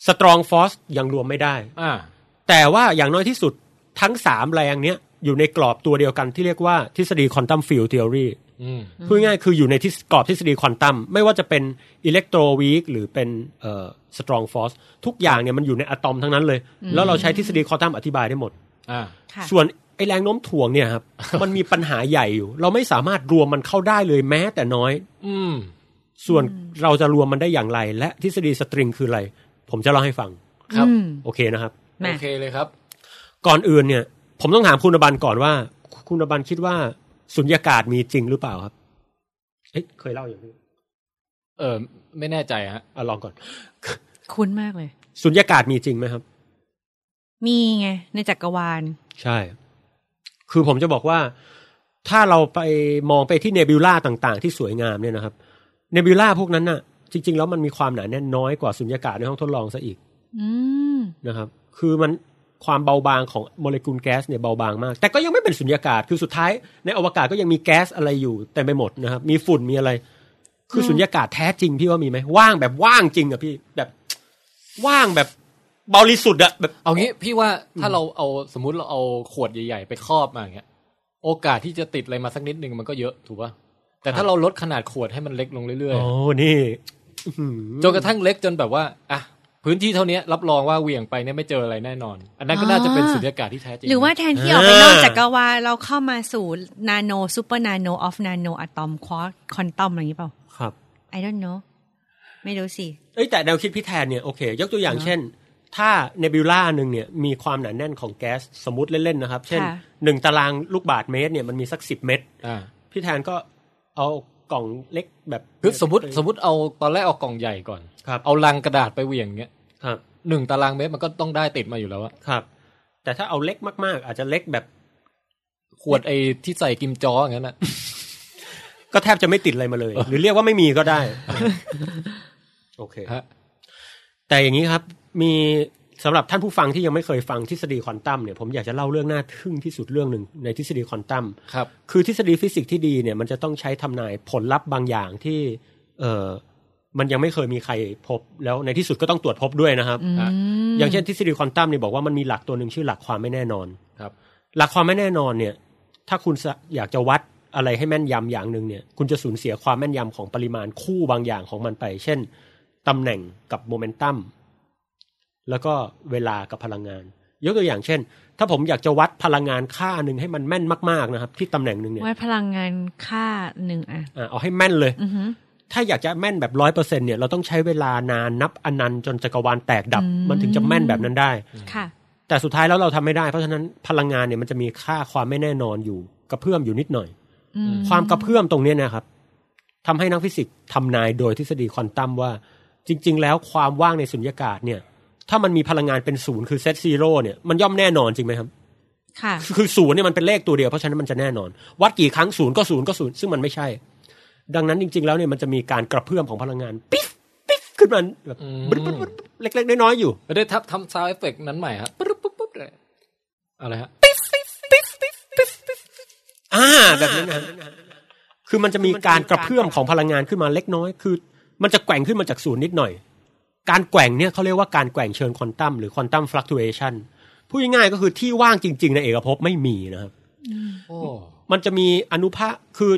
Speaker 2: สตรองฟอสยังรวมไม่ได้
Speaker 1: อ่า
Speaker 2: แต่ว่าอย่างน้อยที่สุดทั้งสามแรงเนี้ยอยู่ในกรอบตัวเดียวกันที่เรียกว่าทฤษฎีควอนตัมฟิลด์ท h e o รี
Speaker 1: อืม
Speaker 2: พูดง่ายๆคืออยู่ในที่กรอบทฤษฎีควอนตัมไม่ว่าจะเป็นอิเล็กโทรวีคหรือเป็นเอ่อสตรองฟอสทุกอย่างเนี่ยมันอยู่ในอะตอมทั้งนั้นเลย แล้วเราใช้ทฤษฎีควอนตัมอธิบายได้หมด
Speaker 1: อ่า
Speaker 3: ค่ะ
Speaker 2: ส่วนไอแรงโน้มถ่วงเนี่ยครับ มันมีปัญหาใหญ่อยู่ เราไม่สามารถรวมมันเข้าได้เลยแม้แต่น้อย
Speaker 1: อืม
Speaker 2: ส่วนเราจะรวมมันได้อย่างไร และทฤษฎีสตริงคืออะไร ผมจะเล่าให้ฟัง
Speaker 1: ครับ
Speaker 3: อืม
Speaker 2: โอเคนะครับ
Speaker 3: มา
Speaker 1: โอเคเลยครับ
Speaker 2: ก่อนอื่นเนี่ย ผมต้องถามคุณอบันก่อนว่า คุณอบันคิดว่าสุญญากาศมีจริงหรือเปล่าครับเอ๊ะเคยเล่าอย่างนี้
Speaker 1: เออ ไม่แน่ใจฮะ
Speaker 2: อ่ะลองก่อน
Speaker 3: คุ้นมากเลย
Speaker 2: สุญญากาศมีจริงไหมครับ
Speaker 3: มีไง ในจักรวาล
Speaker 2: ใช่ คือผมจะบอกว่าถ้าเราไปมองไปที่เนบิวลาต่างๆ ที่สวยงามเนี่ยนะครับ เนบิวลาพวกนั้นน่ะ จริง ๆ แล้วมันมีความหนาแน่นน้อยกว่าสุญญากาศในห้องทดลองซะอีก
Speaker 3: อืม
Speaker 2: นะครับ คือมัน ความเบาบางของโมเลกุลแก๊สเนี่ยเบาบางมาก แต่ก็ยังไม่เป็นสุญญากาศคือสุดท้าย ในอวกาศก็ยังมีแก๊สอะไรอยู่เต็มไปหมดนะครับ มีฝุ่นมีอะไร คือสุญญากาศแท้จริงพี่ว่ามีไหมว่างแบบว่างจริงอะพี่แบบว่างแบบบริสุทธิ์อะแบบ
Speaker 1: เอางี้พี่ว่าถ้าเราเอาสมมุติเราเอาขวดใหญ่ๆ ไปครอบมาอย่างเงี้ยโอกาสที่จะติดอะไรมาสักนิดนึงมันก็เยอะถูกป่ะแต่ถ้าเราลดขนาดขวดให้มันเล็กลงเรื่อย
Speaker 2: โอ้นี่
Speaker 1: ๆจนกระทั่งเล็กจนแบบว่าอ่ะพื้นที่เท่านี้รับรองว่าเหวี่ยงไปเนี่ยไม่เจออะไรแน่นอน อันนั้นก็น่าจะเป็นสุญญากาศที่แท้จริง
Speaker 3: หรือว่าแทนที่ออกไปนอกจักรวาลเราเข้ามาสู่นาโนซูเปอร์นาโนออฟนาโนอะตอมควอคอนตอมอะไรอย่างนี้เปล่า
Speaker 2: ครับ
Speaker 3: I don't know ไม่รู้สิ
Speaker 2: เอ้ยแต่แนวคิดพี่แทนเนี่ยโอเค ยกตัวอย่างเช่น ถ้าเนบิวล่าหนึ่งเนี่ยมีความหนาแน่นของแก๊สสมมติเล่น ๆ นะครับ เช่น
Speaker 3: ค่ะ
Speaker 2: หนึ่งตารางลูกบาทเมตรเนี่ยมันมีสักสิบเมตร
Speaker 1: อ่า
Speaker 2: พี่แทนก็เอากล่องเล็กแบบ
Speaker 1: คือสมมติสมมติเอาตอนแรกเอากล่องใหญ่ก่อน
Speaker 2: ครับ
Speaker 1: เอาลังกระดาษไปเหวี่ยงเงี้ย
Speaker 2: ครับ
Speaker 1: หนึ่งตารางเมตรมันก็ต้องได้ติดมาอยู่แล้วอะ
Speaker 2: ครับ แต่ถ้าเอาเล็กมากๆ อาจจะเล็กแบบ
Speaker 1: ขวดไอ้ที่ใส่กิมจ้ออย่างนั้นอะ
Speaker 2: ก็แทบจะไม่ติดอะไรมาเลย หรือเรียกว่าไม่มีก็ได้ โอเค
Speaker 1: ฮะ
Speaker 2: แต่อย่างนี้ครับ มีสำหรับท่านผู้ฟังที่ยังไม่เคยฟังทฤษฎีควอนตัมเนี่ยผมอยากจะเล่าเรื่องน่าทึ่งที่สุดเรื่องหนึ่งในทฤษฎีควอนตัม
Speaker 1: ครับ
Speaker 2: คือทฤษฎีฟิสิกส์ที่ดีเนี่ยมันจะต้องใช้ทำนายผลลัพธ์บางอย่างที่ เออมันยังไม่เคยมีใครพบ แล้วในที่สุดก็ต้องตรวจพบด้วยนะครับ อย่างเช่นทฤษฎีควอนตัมเนี่ยบอกว่ามันมีหลักตัวหนึ่งชื่อหลักความไม่แน่นอน
Speaker 1: ครับ
Speaker 2: หลักความไม่แน่นอนเนี่ย ถ้าคุณสะอยากจะวัดอะไรให้แม่นยำอย่างหนึ่งเนี่ย คุณจะสูญเสียความแม่นยำของปริมาณคู่บางอย่างของมันไป เช่นตำแหน่งกับโมเมนตัมแล้วก็เวลากับพลังงาน ยกตัวอย่างเช่น ถ้าผมอยากจะวัดพลังงานค่าหนึ่งให้มันแม่นมากๆนะครับ ที่ตำแหน่งหนึ่งเนี่ย
Speaker 3: ว่าพลังงานค่าหนึ่งอ่ะ
Speaker 2: อ่ะเอาให้แม่นเลย
Speaker 3: อือหือ
Speaker 2: ถ้าอยากจะแม่นแบบร้อยเปอร์เซ็นเนี่ยเราต้องใช้เวลานานนับอนันต์จนจักรวาลแตกดับ
Speaker 3: อืม
Speaker 2: มันถึงจะแม่นแบบนั้นได้
Speaker 3: ค่ะ
Speaker 2: แต่สุดท้ายแล้วเราทำไม่ได้เพราะฉะนั้นพลังงานเนี่ยมันจะมีค่าความไม่แน่นอนอยู่กระเพื่อมอยู่นิดหน่อย
Speaker 3: อืม
Speaker 2: ความกระเพื่อมตรงเนี้ยนะครับทำให้นักฟิสิกส์ทำนายโดยทฤษฎีควอนตัมว่า จริง ๆ แล้วความว่างในสุญญากาศเนี่ย ถ้ามันมีพลังงานเป็นศูนย์คือเซตซีโร่เนี่ยมันย่อมแน่นอนจริงไหมครับ
Speaker 3: ค่ะ
Speaker 2: คือศูนย์เนี่ยมันเป็นเลขตัวเดียวเพราะฉะนั้นมันจะแน่นอน วัดกี่ครั้งศูนย์ก็ศูนย์ก็ศูนย์ซึ่งมันไม่ใช่ ดังนั้นจริง ๆ แล้วเนี่ยมันจะมีการกระเพื่อมของพลังงานปิ๊บปิ๊บขึ้นมาแบบ
Speaker 1: อืม
Speaker 2: บึ๊ดบึ๊ดบึ๊ดบึ๊ดเล็ก ๆ น้อยๆอยู่
Speaker 1: ไม่ได้ทับทำซาวเอฟเฟกนั้นใหม่ฮะปุ๊บปุ๊บปุ๊บเลยอะไรฮะ
Speaker 2: อ่าแบบนั้นนะคือมันจะมีการกระเพื่อมของพลังงานขึ้นมาเล็กน้อย คือ มันจะแกว่งขึ้นมาจากศูนย์นิดหน่อย การแกว่งเนี่ยเขาเรียกว่าการแกว่งเชิงควอนตัมหรือควอนตัมฟลักตูเอชันพูดง่ายๆก็คือที่ว่างจริง ๆ ในเอกภพไม่มีนะครับ
Speaker 1: โอ้
Speaker 2: มันจะมีอนุภาค คือ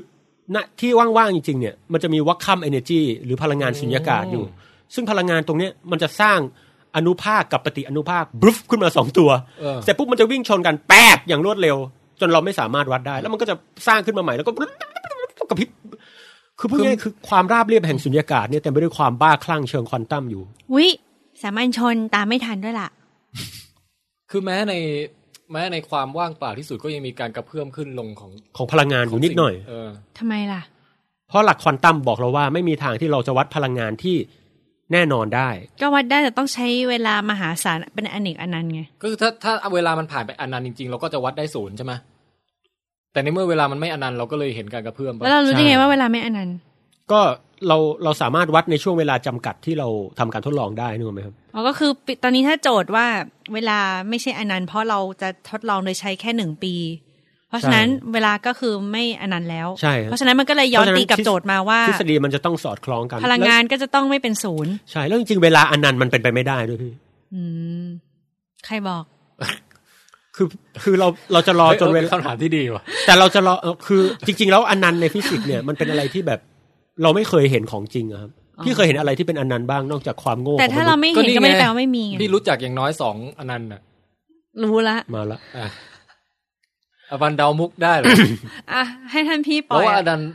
Speaker 2: ณที่ว่างๆจริง ๆ เนี่ย มันจะมีวัคคัมเอเนจีหรือพลังงานสุญญากาศอยู่ ซึ่งพลังงานตรงเนี้ยมันจะสร้างอนุภาคกับปฏิอนุภาคบลุฟขึ้นมาสองตัว
Speaker 1: เออ
Speaker 2: เสร็จปุ๊บมันจะวิ่งชนกันแป๊บอย่างรวดเร็ว จนเราไม่สามารถวัดได้ แล้วมันก็จะสร้างขึ้นมาใหม่แล้วก็กระพริบคือพูดง่ายๆคือความราบเรียบแห่งสุญญากาศเนี่ยเต็มไปด้วยความบ้าคลั่งเชิงควอนตัมอยู่
Speaker 3: วิสามัญชนตามไม่ทันด้วยล่ะ
Speaker 1: คือแม้ในแม้ในความว่างเปล่าที่สุดก็ยังมีการกระเพื่อมขึ้นลงของ
Speaker 2: ของพลังงานอยู่นิดหน่อย
Speaker 1: เออ
Speaker 3: ทำไมล่ะ
Speaker 2: เพราะหลักควอนตัมบอกเราว่าไม่มีทางที่เราจะวัดพลังงานที่แน่นอนได้
Speaker 3: ก็วัดได้แต่ต้องใช้เวลามหาศาลเป็นอเนกอนันต์ไง
Speaker 1: ก็คือถ้าถ้าเวลามันผ่านไปอนันต์จริงๆ เราก็จะวัดได้ศูนย์ใช่ไหมแต่ในเมื่อเวลามันไม่อนันต์เราก็เลยเห็นการกระเพื่อมปะ
Speaker 3: แล้วเรารู้ได้ไงว่าเวลาไม่อนันต์
Speaker 2: ก็เราเราสามารถวัดในช่วงเวลาจำกัดที่เราทำการทดลองได้นึกออกไหมครับ
Speaker 3: อ๋อก็คือปิตอนนี้ถ้าโจทย์ว่าเวลาไม่ใช่อนันต์เพราะเราจะทดลองโดยใช้แค่หนึ่งปี เพราะฉะนั้นเวลาก็คือไม่อนันต์แล้ว
Speaker 2: ใช่ครับ
Speaker 3: เพราะฉะนั้นมันก็เลยย้อนตีกับโจทย์มาว่า
Speaker 2: ทฤษฎีมันจะต้องสอดคล้องกัน
Speaker 3: พลังงานก็จะต้องไม่เป็นศูนย์
Speaker 2: ใช่แล้วจริงๆเวลาอันนันต์มันเป็นไปไม่ได้ด้วยพี่
Speaker 3: อืม ใครบอก
Speaker 2: คือคือเราเราจะรอ
Speaker 1: เฮ้ย
Speaker 2: จนเว
Speaker 1: ออป็
Speaker 2: ลา
Speaker 1: คำถามที่ดีว่ะ
Speaker 2: แต่เราจะรอเออคือจริง ๆ แล้วอันนันต์ในฟิสิกส์เนี่ยมันเป็นอะไรที่แบบเราไม่เคยเห็นของจริงอะครับ
Speaker 3: อ๋อ
Speaker 2: พี่เคยเห็นอะไรที่เป็นอันนันต์บ้างนอกจากความโง่
Speaker 3: แต่ถ้าเราไม่เห็น
Speaker 1: ก็นี่
Speaker 3: ก็ไม่ได้
Speaker 1: ไง
Speaker 3: แปลว่าไม่มีไง
Speaker 1: พี่รู้จักอย่างน้อยสองอนันต์อ่ะ
Speaker 3: รู้ละ
Speaker 2: มาละ
Speaker 1: อ่ะอ บันเดามุกได้เหรอ
Speaker 3: อ่ะ ให้ท่านพี่ป
Speaker 1: เพ
Speaker 3: ล่อ
Speaker 1: ราะ
Speaker 3: ย
Speaker 1: ว่าอ
Speaker 3: อ่ะ
Speaker 1: นันต์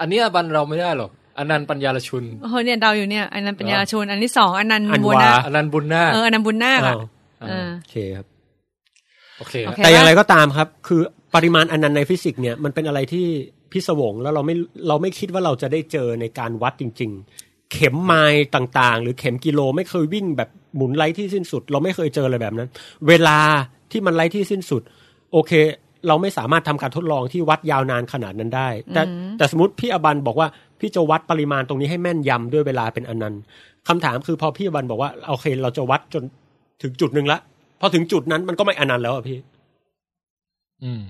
Speaker 1: อันเนี้ยอบันเราไม่ได้หรอกอนันต์ปัญญาลชุน
Speaker 3: โอ้โหเนี่ยเดาอยู่เนี่ย อันนั้นเป็น
Speaker 1: เหรอ
Speaker 3: ยาชนอันที่สองอันนั้น
Speaker 2: อัน
Speaker 3: บุญ
Speaker 2: วา
Speaker 3: นาค
Speaker 1: อนันต์บุญนาค
Speaker 3: เอออันนั้นบุญนาค
Speaker 2: อ้า
Speaker 3: อ่ะ
Speaker 2: ว
Speaker 3: เออ
Speaker 2: โอเคครับ
Speaker 1: โอเค
Speaker 3: โอเค
Speaker 2: แต่อย่างไรก็ตามครับ คือปริมาณอันนันต์ในฟิสิกส์เนี่ยมันเป็นอะไรที่พิศวงแล้วเราไม่เราไม่คิดว่าเราจะได้เจอในการวัดจริง ๆ เข็มไมล์ต่างๆ หรือเข็มกิโลไม่เคยวิ่งแบบหมุนไร้ที่สิ้นสุด เราไม่เคยเจออะไรแบบนั้น เวลาที่มันไร้ที่สิ้นสุด โอเค เราไม่สามารถทำการทดลองที่วัดยาวนานขนาดนั้นได้ แต่แต่สมมติพี่อบันบอกว่าพี่จะวัดปริมาณตรงนี้ให้แม่นยำด้วยเวลาเป็นอนันต์คำถามคือพอพี่อบันบอกว่าโอเค เราจะวัดจนถึงจุดหนึ่งละ พอถึงจุดนั้นมันก็ไม่อนันต์แล้วอะพี่
Speaker 12: อืม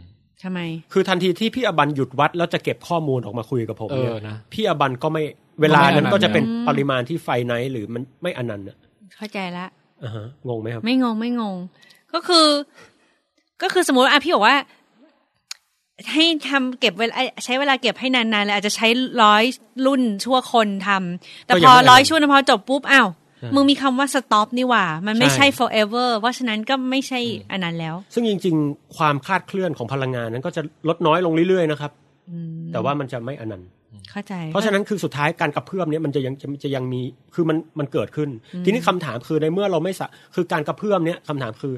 Speaker 3: ทำไม
Speaker 2: คือทันทีที่พี่อบันหยุดวัดแล้วจะเก็บข้อมูลออกมาคุยกับผม
Speaker 12: เออ
Speaker 2: เนี่ย
Speaker 12: นะ
Speaker 2: พี่อบันก็ไม่เวลานั้นก็จะเป็น
Speaker 3: อืม
Speaker 2: ปริมาณที่ไฟไนท์หรือมันไม่อนันต์อะ
Speaker 3: เข้าใจละ
Speaker 2: อ่าฮะงงไหมครับ
Speaker 3: ไม่งงไม่งง ก็คือ ก็คือสมมติว่าอ่ะพี่บอกว่า ให้ทำเก็บเวลาใช้เวลาเก็บให้นานๆเลยอาจจะใช้ร้อยรุ่นชั่วคนทำแต่
Speaker 2: ก็
Speaker 3: พ
Speaker 2: ยัง
Speaker 3: อ
Speaker 2: ไม่
Speaker 3: ร้อย
Speaker 2: นาน
Speaker 3: ชั่วนะพอจบปุ๊บอ้าว
Speaker 2: ใช่
Speaker 3: มึงมีคำว่า stop นี่หว่า มันไม่
Speaker 2: ใช่
Speaker 3: ใช่ forever เพราะฉะนั้นก็ไม่ใช่อันนั้นแล้ว
Speaker 2: ซึ่งจริง ๆ ความคาดเคลื่อนของพลังงานนั้นก็จะลดน้อยลงเรื่อยๆนะครับ
Speaker 3: อืม
Speaker 2: แต่ว่ามันจะไม่อนันต์
Speaker 3: เข้าใจ
Speaker 2: เพราะฉะนั้นคือสุดท้ายการกระเพื่อมเนี้ยมันจะยังจะจะยังมีคือมันมันเกิดขึ้น
Speaker 3: อืม
Speaker 2: ทีนี้คำถามคือในเมื่อเราไม่สะคือการกระเพื่อมเนี้ยคำถามคือ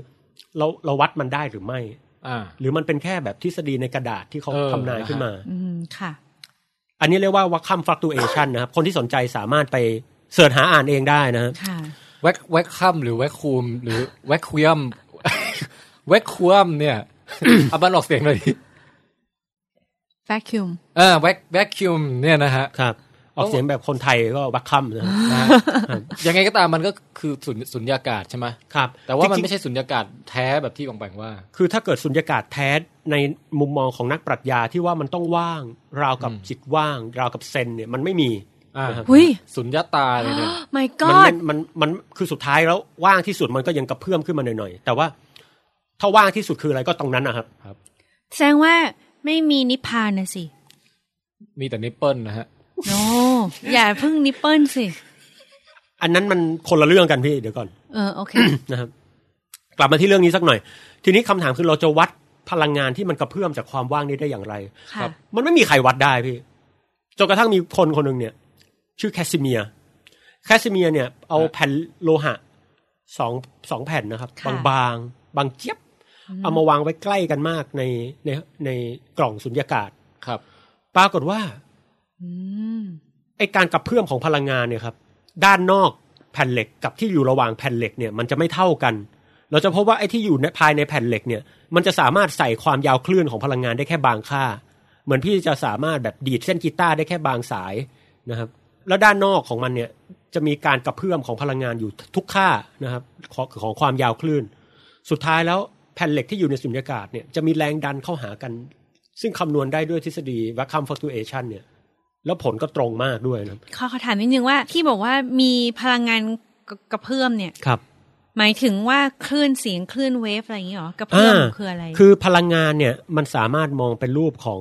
Speaker 2: เราเราวัดมันได้หรือไม่
Speaker 12: อ่า
Speaker 2: หรือมันเป็นแค่แบบทฤษฎีในกระดาษที่เขา
Speaker 12: เออ
Speaker 2: ทำนายขึ้นมา
Speaker 3: อืมค่ะ
Speaker 2: อันนี้เรียกว่าวัคคัมฟลักตูเอชันนะครับ คนที่สนใจสามารถไปเสิร์ชหาอ่านเองได้นะฮะ
Speaker 3: ค่ะ
Speaker 1: แวกแวกคัมหรือแวกคูมหรือแวกคุยม แวกคุยมเนี่ย เอาบันออกเสียงหน่อยดิ
Speaker 3: vacuum
Speaker 1: เออแวกแวกคิวมเนี่ยนะฮะ
Speaker 2: ครับ ออกเสียงแบบคนไทยก็วัคคัมนะฮะ
Speaker 1: นะ ฮะยังไงก็ตามมันก็คือสุญสุญญากาศใช่ไหม
Speaker 2: ครับ
Speaker 1: แต่ว่ามัน
Speaker 2: จริงๆ
Speaker 1: ไม่ใช่สุญญากาศแท้แบบที่บางแบงว่า
Speaker 2: คือถ้าเกิดสุญญากาศแท้ในมุมมองของนักปรัชญาที่ว่ามันต้องว่าง ราวกับ
Speaker 1: อืม
Speaker 2: จิตว่าง ราวกับเซนเนี่ยมันไม่มี
Speaker 1: อ่า
Speaker 2: นะครับ
Speaker 3: หุ้ย
Speaker 1: สุญญาตาเลย เนี่ย
Speaker 2: มั
Speaker 3: my
Speaker 2: นมั
Speaker 3: god
Speaker 2: นมันมันคือสุดท้ายแล้วว่างที่สุดมันก็ยังกระเพื่อมขึ้นมาหน่อยๆแต่ว่าถ้าว่างที่สุดคืออะไรก็ตรงนั้นนะครับ
Speaker 3: แสดงว่าไม่มีนิพพานนะสิ
Speaker 1: มีแต่นิปเปิลนะฮะ
Speaker 3: no อย่าเพิ่งนิปเปิลสิ
Speaker 2: อันนั้นมันคนละเรื่องกันพี่เดี๋ยวก่อน
Speaker 3: เออโอเค
Speaker 2: นะครับ กลับมาที่เรื่องนี้สักหน่อย ทีนี้คำถามคือเราจะวัดพลังงานที่มันกระเพื่อมจากความว่างนี้ได้อย่างไร
Speaker 3: ค่ะ
Speaker 2: มันไม่มีใครวัดได้พี่จนกระทั่งมีคนคนหนึ่งเนี่ย ชื่อแคสซิเมียร์แคสซิเมียร์เนี่ย เอาแผ่นโลหะสองสองแผ่นนะครับ
Speaker 3: ค่ะ
Speaker 2: บางๆ บางเจี๊ยบ เอามาวางไว้ใกล้กันมากในในในกล่องสุญญากาศ
Speaker 1: ครับ
Speaker 2: ปรากฏว่า
Speaker 3: อืม
Speaker 2: ไอการกระเพื่อมของพลังงานเนี่ยครับ ด้านนอกแผ่นเหล็กกับที่อยู่ระหว่างแผ่นเหล็กเนี่ย มันจะไม่เท่ากัน เราจะพบว่าไอ้ที่อยู่ในภายในแผ่นเหล็กเนี่ย มันจะสามารถใส่ความยาวคลื่นของพลังงานได้แค่บางค่า เหมือนพี่จะสามารถแบบดีดเส้นกีตาร์ได้แค่บางสายนะครับ แล้วด้านนอกของมันเนี่ยจะมีการกระเพื่อมของพลังงานอยู่ทุกค่านะครับของของความยาวคลื่น สุดท้ายแล้วแผ่นเหล็กที่อยู่ในสุญญากาศเนี่ยจะมีแรงดันเข้าหากัน ซึ่งคำนวณได้ด้วยทฤษฎีวัคคัมฟลักตูเอชันเนี่ย แล้วผลก็ตรงมากด้วยนะครับ
Speaker 3: ขอขอถามนิดนึงว่าที่บอกว่ามีพลังงานกระกระเพื่อมเนี่ย
Speaker 2: ครับ
Speaker 3: หมายถึงว่าคลื่นเสียงคลื่นเวฟอะไรอย่างนี้หรอกระเพื่อม
Speaker 2: อ่า
Speaker 3: คืออะไร
Speaker 2: คือพลังงานเนี่ยมันสามารถมองเป็นรูปของ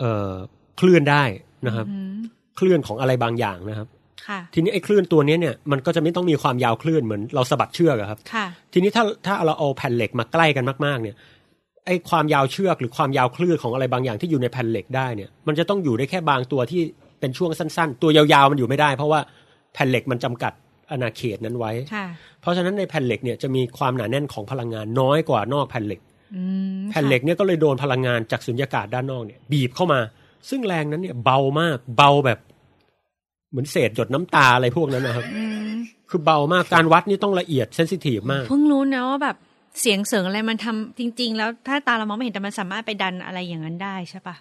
Speaker 2: เอ่อคลื่นได้นะครับ
Speaker 3: อืม
Speaker 2: คลื่นของอะไรบางอย่างนะครับ
Speaker 3: ค่ะ
Speaker 2: ทีนี้ไอ้คลื่นตัวเนี้ยเนี่ยมันก็จะไม่ต้องมีความยาวคลื่นเหมือนเราสะบัดเชือกอะครับ
Speaker 3: ค่ะ
Speaker 2: ทีนี้ถ้าถ้าเราเอาแผ่นเหล็กมาใกล้กันมาก ๆ เนี่ยไอ้ความยาวเชือกหรือความยาวคลื่นของอะไรบางอย่างที่อยู่ในแผ่นเหล็กได้เนี่ย มันจะต้องอยู่ได้แค่บางตัวที่เป็นช่วงสั้น ๆ ตัวยาวๆมันอยู่ไม่ได้ เพราะว่าแผ่นเหล็กมันจำกัดอาณาเขตนั้นไว้
Speaker 3: ค่ะ
Speaker 2: เพราะฉะนั้นในแผ่นเหล็กเนี่ยจะมีความหนาแน่นของพลังงานน้อยกว่านอกแผ่นเหล็ก
Speaker 3: อืม
Speaker 2: แผ่นเหล็กเนี่ยก็เลยโดนพลังงานจากสุญญากาศด้านนอกเนี่ย บีบเข้ามา ซึ่งแรงนั้นเนี่ยเบามาก เบาแบบ เหมือนเศษหยดน้ำตาอะไรพวกนั้นนะครับ
Speaker 3: อืม
Speaker 2: คือเบามากการวัดนี่ต้องละเอียดเซนซิทีฟมาก
Speaker 3: เพิ่งรู้นะว่าแบบเสียงเสริงอะไรมันทำจริง ๆ แล้วถ้าตาเรามองไม่เห็นแต่มันสามารถไปดันอะไรอย่างนั้นได้ใช่ปะ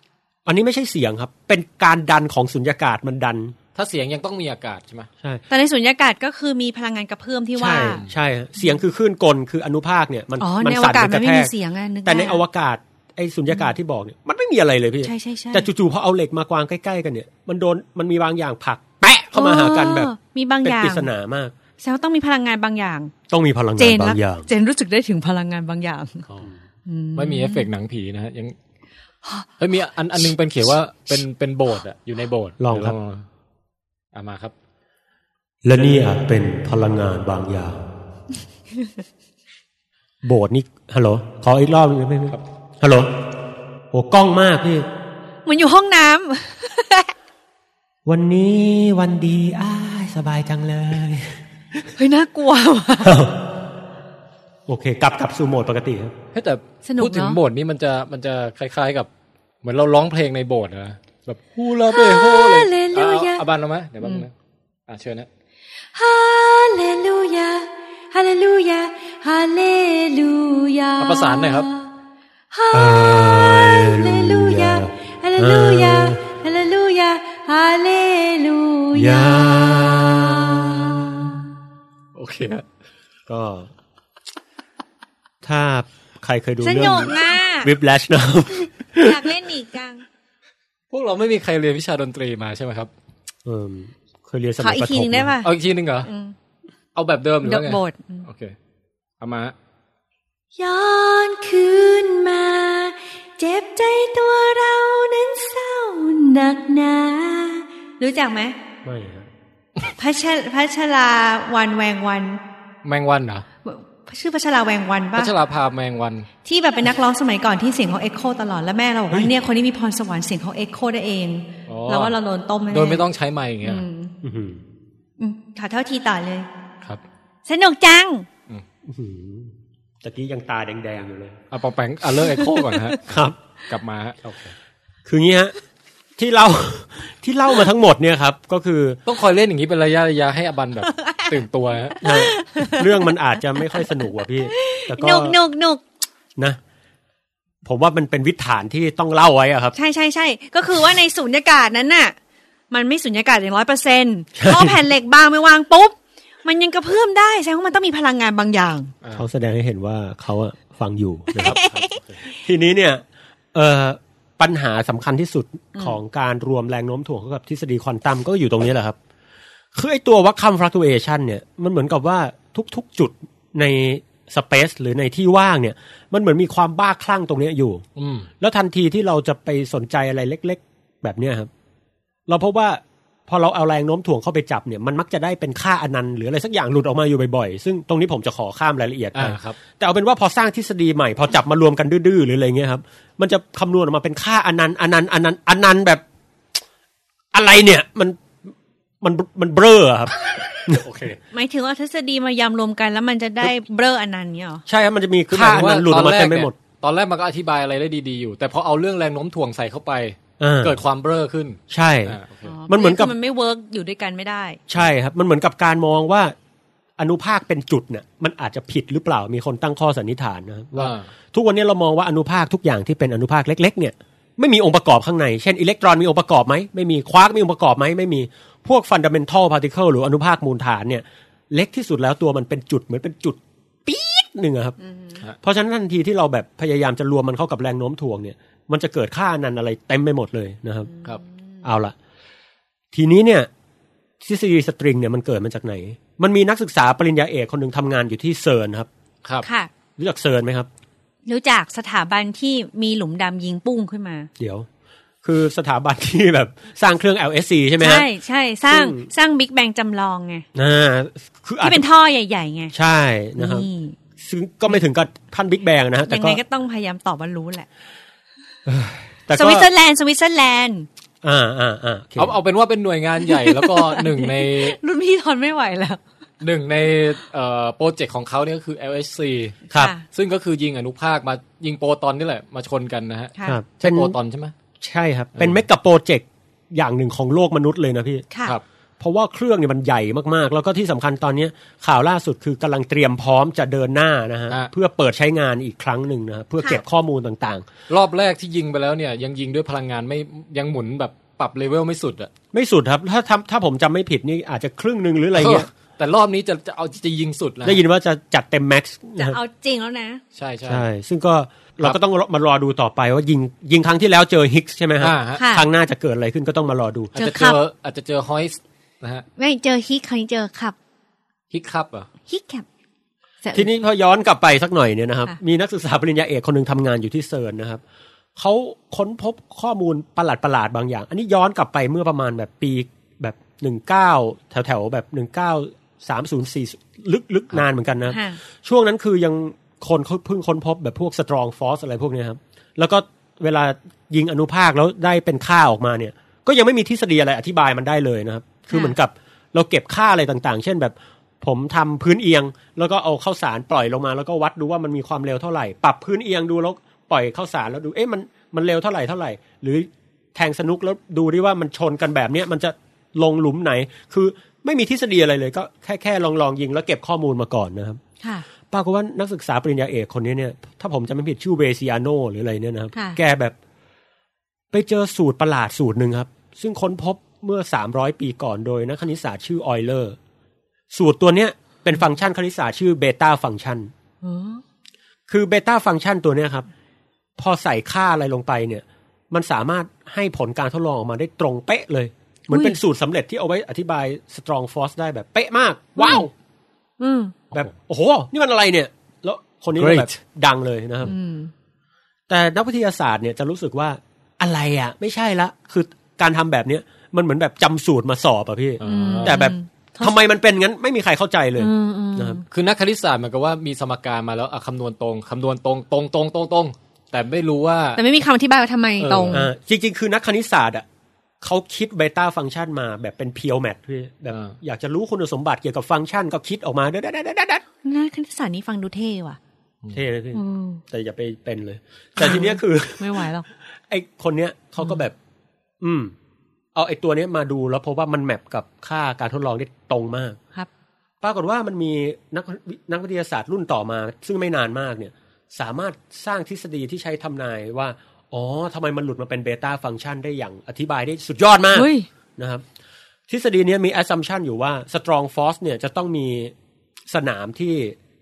Speaker 2: อันนี้ไม่ใช่เสียงครับ เป็นการดันของสุญญากาศมันดัน
Speaker 1: ถ้าเสียงยังต้องมีอากาศใช่ไหม
Speaker 2: ใช่
Speaker 3: แต่ในสุญญากาศก็คือมีพลังงานกระเพื่อมที่ว่า
Speaker 2: ใช่ใช่ฮะเสียงคือคลื่นกลคืออนุภาคเนี่ยมัน
Speaker 3: อ๋อ
Speaker 2: มั
Speaker 3: ในอว
Speaker 2: สั่น
Speaker 3: กาศ
Speaker 2: มันก
Speaker 3: มัน
Speaker 2: ระ
Speaker 3: ไม่
Speaker 2: แท
Speaker 3: มี
Speaker 2: ก
Speaker 3: เสียงอะนึก
Speaker 2: แต่ใน
Speaker 3: ได้
Speaker 2: อวกาศไอ้สุญญากาศที่บอกเนี่ยมันไม่มีอะไรเลยพี่
Speaker 3: ใช่ใช่ใช่
Speaker 2: แต่จู่ๆพอเอาเหล็กมากวางใกล้ๆกันเนี่ย มันโดนมันมีบางอย่างผลักแปะเข้ามาหากันแบบ
Speaker 3: อ๋อมีบาง
Speaker 2: เป็
Speaker 3: อน ย่าง
Speaker 2: ปริศนามาก
Speaker 3: แสดงว่าต้องมีพลังงานบางอย่าง
Speaker 2: ต้องมีพลัง
Speaker 3: เจ
Speaker 2: งาน
Speaker 3: น
Speaker 2: บา
Speaker 3: ละ
Speaker 2: งอย่าง
Speaker 3: เจนรู้สึกได้ถึงพลังงานบางอย่าง
Speaker 1: ไม่มีเอฟเฟกต์หนังผีนะฮะยังเฮ้ยมีอันอันนึงเป็นเขียนว่าเป็นเป็นโบสถ์อะอยู่ในโบสถ์
Speaker 2: ลองครับ
Speaker 1: เดี๋ยวลอ่ะมาครับ
Speaker 2: และนี่อาจเป็นพลังงานบางอย่าง โบสถ์นี่ฮัลโหลขออีกรอบหนึงได้ไหมครับฮัลโหลโอ้กล้องมากพี่
Speaker 3: เหมือนอยู่ห้องน้ำ
Speaker 2: วันนี้วันดีอ้ายสบายจังเลย
Speaker 3: เฮ้ยน่ากลัวว่ะ
Speaker 2: โอเค กลับกลับสู่โหมดปกติครับ
Speaker 1: เฮ้ยแต่
Speaker 3: สนุก
Speaker 1: พูดถึง
Speaker 3: เนอะ
Speaker 1: โบสถ์นี่มันจะมันจะคล้าย ๆกับ เหมือนเราร้องเพลงในโบสถ์นะแบบฮูลาเบโฮเลย
Speaker 3: ฮาเลลูยา
Speaker 1: เอาเอาบันเอาไหมเดี๋ยวบันงนะอ่ะเชิญนะ
Speaker 3: ฮาเลลูยา ฮาเลลูยา ฮาเลลูยา
Speaker 1: เอาประสานหน่อยครับ
Speaker 3: ฮาเลลูยา ฮาเลลูยา ฮาเลลูยา ฮาเลลูยา
Speaker 1: โอเค
Speaker 2: ก็ ถ้าใครเคยดู
Speaker 3: ส
Speaker 2: เรื่
Speaker 3: นุ
Speaker 2: อง
Speaker 3: กอ่ะ
Speaker 2: วิบแลชนะครับ
Speaker 3: อยากเล่นอีกจัง
Speaker 1: พวกเราไม่มีใครเรียนวิชาดนตรีมาใช่ไหมครับ
Speaker 2: เออเคยเรียนส
Speaker 3: ข
Speaker 2: มั
Speaker 3: อย อี
Speaker 2: ป
Speaker 3: ก
Speaker 2: ระถ
Speaker 3: ที
Speaker 2: ม
Speaker 3: หนึ่งได้ป่ะ
Speaker 1: เอาอีกทีหนึ่งเหรอ
Speaker 3: อืม
Speaker 1: เอาแบบเดิมหรือว่าไง
Speaker 3: ดอกโบส
Speaker 1: โอเค เอามา
Speaker 4: ย้อนคืนมา เจ็บใจตัวเรานั้นเศร้าหนักหนา
Speaker 3: รู้จักไหม
Speaker 2: ไม่ฮะ
Speaker 3: พัชพัชราวันแวงวัน
Speaker 1: แมงวันเหรอ
Speaker 3: ชื่อพัชราแวงวันป่ะ
Speaker 1: พัชราภาแมงวัน
Speaker 3: ที่แบบเป็นนักร้องสมัยก่อนที่เสียงเขาเอ็กโคตลอดแล้วแม่เราบอกว่าเนี่ยคนนี้มีพรสวรรค์เสียงเขาเอ็กโคได้เอง
Speaker 1: อ๋อ
Speaker 3: เราว่าเราโดนต้มแน่ๆ
Speaker 1: โดยไม่ต้องใช้ไมค์อย่างเงี้ย
Speaker 3: อืม
Speaker 2: อื้อหือ
Speaker 3: อืมขอเท่าทีต่อเลย
Speaker 1: ครับ
Speaker 3: สนุกจัง
Speaker 2: อื้อหือตะกี้ยังตาแดงๆอยู่เลย
Speaker 1: เอาปองแปงเอาเลิกเอ็กโคก่อน นะฮะ
Speaker 2: ครับ
Speaker 1: กลับมาฮะโอเค
Speaker 2: คืองี้ฮะ ที่เล่า ที่เล่ามาทั้งหมดเนี่ยครับ ก็คือ
Speaker 1: ต้องคอยเล่นอย่างนี้เป็นระยะระยะให้อบันแบบ ตื่นตัวฮะ
Speaker 2: นะเรื่องมันอาจจะไม่ค่อยสนุกว่ะพี่ แต่ก็
Speaker 3: หนุกหนุกหนุก
Speaker 2: นะ ผมว่ามันเป็นวิถีฐานที่ต้องเล่าไว้อะครับ
Speaker 3: ใช่ใช่ใช่ก็คือว่าในสุญญากาศนั้นน่ะ มันไม่สุญญากาศอย่างร้อยเปอร์เซ็นต์พอแผ่นเหล็กบางไปวางปุ๊บ มันยังกระเพื่อมได้แสดงว่ามันต้องมีพลังงานบางอย่าง
Speaker 2: เขาแสดงให้เห็นว่าเขาอะฟังอยู่ นะครับ ทีนี้เนี่ยเอ่อปัญหาสำคัญที่สุดของการรวมแรงโน้มถ่วงเข้ากับทฤษฎีควอนตัมก็อยู่ตรงนี้แหละครับ คือไอตัววัคคัมฟลักตูเอชันเนี่ยมันเหมือนกับว่าทุกๆจุดในสเปซหรือในที่ว่างเนี่ย มันเหมือนมีความบ้าคลั่งตรงเนี้ยอยู่
Speaker 1: อืม
Speaker 2: แล้วทันทีที่เราจะไปสนใจอะไรเล็ก ๆ แบบเนี้ยครับ เราพบว่าพอเราเอาแรงโน้มถ่วงเข้าไปจับเนี่ยมันมักจะได้เป็นค่าอนันต์หรืออะไรสักอย่างหลุดออกมาอยู่บ่อยๆ ซึ่งตรงนี้ผมจะขอข้ามรายละเอียดไป
Speaker 1: อ่าครับ
Speaker 2: แต่เอาเป็นว่าพอสร้างทฤษฎีใหม่พอจับมารวมกันดื้อๆหรืออะไรเงี้ยครับ มันจะคำนวณออกมาเป็นค่าอนันต์อนันต์อนันต์อนันต์แบบ อะไรเนี่ย มันมันมันเบ้ออะครับ โอเค
Speaker 3: หมายถึงว่าทฤษฎีมายำรวมกันแล้วมันจะได้เบลออันนั้นเนี่ยเหรอ
Speaker 2: ใช่ครับมันจะมีค่าอนันต์หลุดออกมาเต็มไปหมด
Speaker 1: ตอนแรกมันก็อธิบายอะไรได้ดีๆอยู่ แต่พอเอาเรื่องแรงโน้มถ่วงใส่เข้าไป
Speaker 2: เออ
Speaker 1: เกิดความเบ้อขึ้น
Speaker 2: ใช่
Speaker 1: อ่าโอเค
Speaker 2: มันเหมือนกับ
Speaker 3: คืมันไม่เวิร์กอยู่ด้วยกันไม่ได้
Speaker 2: ใช่ครับ มันเหมือนกับการมองว่าอนุภาคเป็นจุดเนี่ยมันอาจจะผิดหรือเปล่ามีคนตั้งข้อสันนิษฐานนะครับว่า
Speaker 1: อ่า
Speaker 2: ทุกวันนี้เรามองว่าอนุภาคทุกอย่างที่เป็นอนุภาคเล็ก ๆ เนี่ย ไม่มีองค์ประกอบข้างใน เช่นอิเล็กตรอนมีองค์ประกอบไหมไม่มีควาร์กมีองค์ประกอบไหมไม่มีพวกฟันดัมเบลทัลพาร์ติเคิลหรืออนุภาคมูลฐานเนี่ย เล็กที่สุดแล้วตัวมันเป็นจุดเหมือนเป็นจุดปี๊ดหนึ่งอะครับ เพราะฉะนั้นทันทีที่เราแบบพยายามจะรวมมันเข้ากับแรงโน้มถ่วงเนี่ย มันจะเกิดค่าอนันต์อะไรเต็มไปหมดเลยนะครับ
Speaker 1: ครับ
Speaker 2: เอาละทีนี้เนี่ยทฤษฎีสตริงเนี่ยมันเกิดมาจากไหน มันมีนักศึกษาปริญญาเอกคนหนึ่งทำงานอยู่ที่เซิร์นครับ
Speaker 1: ครับ
Speaker 3: ค่ะ
Speaker 2: รู้จักเซิร์นไหมครับ
Speaker 3: รู้จักสถาบันที่มีหลุมดำยิงปุ้งขึ้นมา
Speaker 2: เดี๋ยว คือสถาบันที่แบบ สร้างเครื่อง LSC ใช่ไหมฮะ
Speaker 3: ใช่ใช่สร้าง
Speaker 2: ซึ่ง
Speaker 3: สร้างบิ๊กแบงจำลองไง
Speaker 2: อ่าคืออาจ
Speaker 3: ที่เป็นท่อใหญ่ๆไง
Speaker 2: ใช่นะครับ
Speaker 3: นี่
Speaker 2: ซึ่งก็ไม่ถึงกับขั้นบิ๊กแบงนะฮะแต่
Speaker 3: ยัง
Speaker 2: ก็
Speaker 3: ไงก็ต้องพยายามตอบว่ารู้แหละ
Speaker 2: แต่
Speaker 3: ส
Speaker 2: ก็
Speaker 3: วิตเซอร์แลนด์สวิตเซอร์แลนด์
Speaker 2: อ่าอ่าอ่าโอเค
Speaker 1: เอาเอาเป็นว่าเป็นหน่วยงานใหญ่ แล้วก็หนึ่งใน
Speaker 3: รุ่นพี่ทนไม่ไหวแล้ว
Speaker 1: หนึ่งในเอ่อโปรเจกต์ของเขาเนี่ยก็คือ LHC
Speaker 2: ครับ
Speaker 3: ะ
Speaker 1: ซึ่งก็คือยิงอนุภาคมายิงโปรตอนนี่แหละมาชนกันนะฮะ
Speaker 3: ค่ะ
Speaker 2: ครับ
Speaker 1: ใช่
Speaker 2: เป็น
Speaker 1: โปรตอนใช่ไหม
Speaker 2: ใช่ครับ เป็นเมกะโปรเจกต์อย่างหนึ่งของโลกมนุษย์เลยนะพี่
Speaker 3: ค่ะ
Speaker 1: ครับ
Speaker 2: เพราะว่าเครื่องเนี่ยมันใหญ่มากๆ แล้วก็ที่สำคัญตอนเนี้ยข่าวล่าสุดคือกำลังเตรียมพร้อมจะเดินหน้านะฮะ
Speaker 1: อ่ะ
Speaker 2: เพื่อเปิดใช้งานอีกครั้งหนึ่งนะฮะเพื่อเก็บข้อมูลต่าง
Speaker 1: รอบแรกที่ยิงไปแล้วเนี่ย ยังยิงด้วยพลังงานไม่ยังหมุนแบบปรับเลเวลไม่สุดอะ
Speaker 2: ๆ ไม่สุดครับ ถ้าถ้าถ้าผมจำไม่ผิดนี่อาจจะครึ่งหนึ่งหรืออะไรเงี้ย
Speaker 1: แต่รอบนี้จะจะเอาจะยิงสุดแล้ว
Speaker 2: ได้ยินว่าจะจัดเต็มแม็กซ์
Speaker 3: จะ
Speaker 2: นะฮะ
Speaker 3: เอาจริงแล้วนะ
Speaker 1: ใช่ใช่
Speaker 2: ใช่ ซึ่งก็เราก็ต้องมารอดูต่อไปว่ายิงยิงครั้งที่แล้วเจอฮิกส์ใช่ไหมฮะ
Speaker 1: อ่าฮะ
Speaker 3: ค่ะ
Speaker 2: ครั้งหน้าจะเกิดอะไรขึ้นก็ต้องมารอดู
Speaker 1: อาจจะ
Speaker 3: เจ
Speaker 1: เจ
Speaker 3: อครับ
Speaker 1: ออาจจะเจอฮอยส์นะฮะ
Speaker 3: ไม่เจอฮิกครั้งนี้เจอขับ
Speaker 1: ฮิกคับเหรอ
Speaker 3: ฮิกแคป
Speaker 2: ทีนี้พอย้อนกลับไปสักหน่อยเนี่ยนะครับ
Speaker 3: ค่ะ
Speaker 2: มีนักศึกษาปริญญาเอกคนหนึ่งทำงานอยู่ที่เซิร์นนะครับเขาค้นพบข้อมูลประหลาดประหลาดๆบางอย่าง อันนี้ย้อนกลับไปเมื่อประมาณแบบปีแบบหนึ่งเก้าแถวแถวๆแบบหนึ่งเก้าสามศูนย์สี่ลึกลึกนานเหมือนกันนะ
Speaker 3: ค่ะ
Speaker 2: ช่วงนั้นคือยังคนเขาเพิ่งค้นพบแบบพวกสตรองฟอสอะไรพวกเนี้ยครับ แล้วก็เวลายิงอนุภาคแล้วได้เป็นค่าออกมาเนี่ย ก็ยังไม่มีทฤษฎีอะไรอธิบายมันได้เลยนะครับ คือเหมือนกับเราเก็บค่าอะไรต่างๆ เช่นแบบผมทำพื้นเอียง แล้วก็เอาข้าวสารปล่อยลงมา แล้วก็วัดดูว่ามันมีความเร็วเท่าไหร่ ปรับพื้นเอียงดูแล้วปล่อยข้าวสารแล้วดู เอ๊ะมันมันเร็วเท่าไหร่เท่าไหร่ หรือแทงสนุกแล้วดูดิว่ามันชนกันแบบเนี้ยมันจะลงหลุมไหน คือไม่มีทฤษฎีอะไรเลย ก็แค่แค่ลองลองยิงแล้วเก็บข้อมูลมาก่อนนะครับ
Speaker 3: ค่ะ
Speaker 2: ปรากฏว่านักศึกษาปริญญาเอกคนนี้เนี่ย ถ้าผมจะไม่ผิดชื่อเวซิอาโนหรืออะไรเนี่ยนะครับ
Speaker 3: ค่ะ
Speaker 2: แกแบบ ไปเจอสูตรประหลาดสูตรหนึ่งครับ ซึ่งค้นพบเมื่อสามร้อยปีก่อนโดยนักคณิตศาสตร์ชื่อออยเลอร์ สูตรตัวเนี้ยเป็นฟังก์ชันคณิตศาสตร์ชื่อเบต้าฟังก์ชัน
Speaker 3: อ๋อ
Speaker 2: คือเบต้าฟังก์ชันตัวเนี้ยครับ พอใส่ค่าอะไรลงไปเนี่ย มันสามารถให้ผลการทดลองออกมาได้ตรงเป๊ะเลย เหมือนเป็นสูตรสำเร็จที่เอาไว้อธิบายสตรองฟอสได้แบบเป๊ะมาก ว้าว
Speaker 3: อืม
Speaker 2: แบบโอ้โห นี่มันอะไรเนี่ย แล้วคนนี้ก็
Speaker 3: Great
Speaker 2: แบบดังเลยนะครับ
Speaker 3: อืม
Speaker 2: แต่นักวิทยาศาสตร์เนี่ยจะรู้สึกว่าอะไรอ่ะ ไม่ใช่ละ คือการทำแบบเนี้ยมันเหมือนแบบจำสูตรมาสอบอะพี่
Speaker 1: อืม
Speaker 2: แต่แบบทำไมมันเป็นงั้นไม่มีใครเข้าใจเลย
Speaker 1: อืมอืม
Speaker 2: นะครับ
Speaker 1: คือนักคณิตศาสตร์เหมือนกับว่ามีสมการมาแล้วอ่ะคำนวณตรงคำนวณตรงตรงตรงตรงตรงแต่ไม่รู้ว่า
Speaker 3: แต่ไม่มีคำอธิบายว่าทำไมตรง
Speaker 2: เออจริงๆ คือนักคณิตศาสตร์อ่ะเขาคิดเบต้าฟังก์ชันมาแบบเป็นเพียวแมทพี่แบบอยากจะรู้คุณสมบัติเกี่ยวกับฟังก์ชันก็คิดออกมาได้ได้ได้ได้
Speaker 3: น่าคณิตศาสตร์นี้ฟังดูเท่ว่ะ
Speaker 2: เท่เลยพี่
Speaker 3: อืม
Speaker 2: แต่อย่าไปเป็นเลย แต่ทีเนี้ยคือ
Speaker 3: ไม่ไหวหรอก
Speaker 2: ไอคนเนี้ยเขาก็แบบ อืม เอาไอตัวเนี้ยมาดูแล้วพบว่ามันแมปกับค่าการทดลองได้ตรงมาก
Speaker 3: ครับ
Speaker 2: ปรากฏว่ามันมีนักวินักวิทยาศาสตร์รุ่นต่อมา ซึ่งไม่นานมากเนี่ย สามารถสร้างทฤษฎีที่ใช้ทำนายว่า อ๋อทำไมมันหลุดมาเป็นเบต้าฟังก์ชันได้อย่างอธิบายได้สุดยอดมาก
Speaker 3: เฮ้ย
Speaker 2: นะครับ ทฤษฎีเนี้ยมีแอสซัมชันอยู่ว่าสตรองฟอสเนี่ยจะต้องมีสนามที่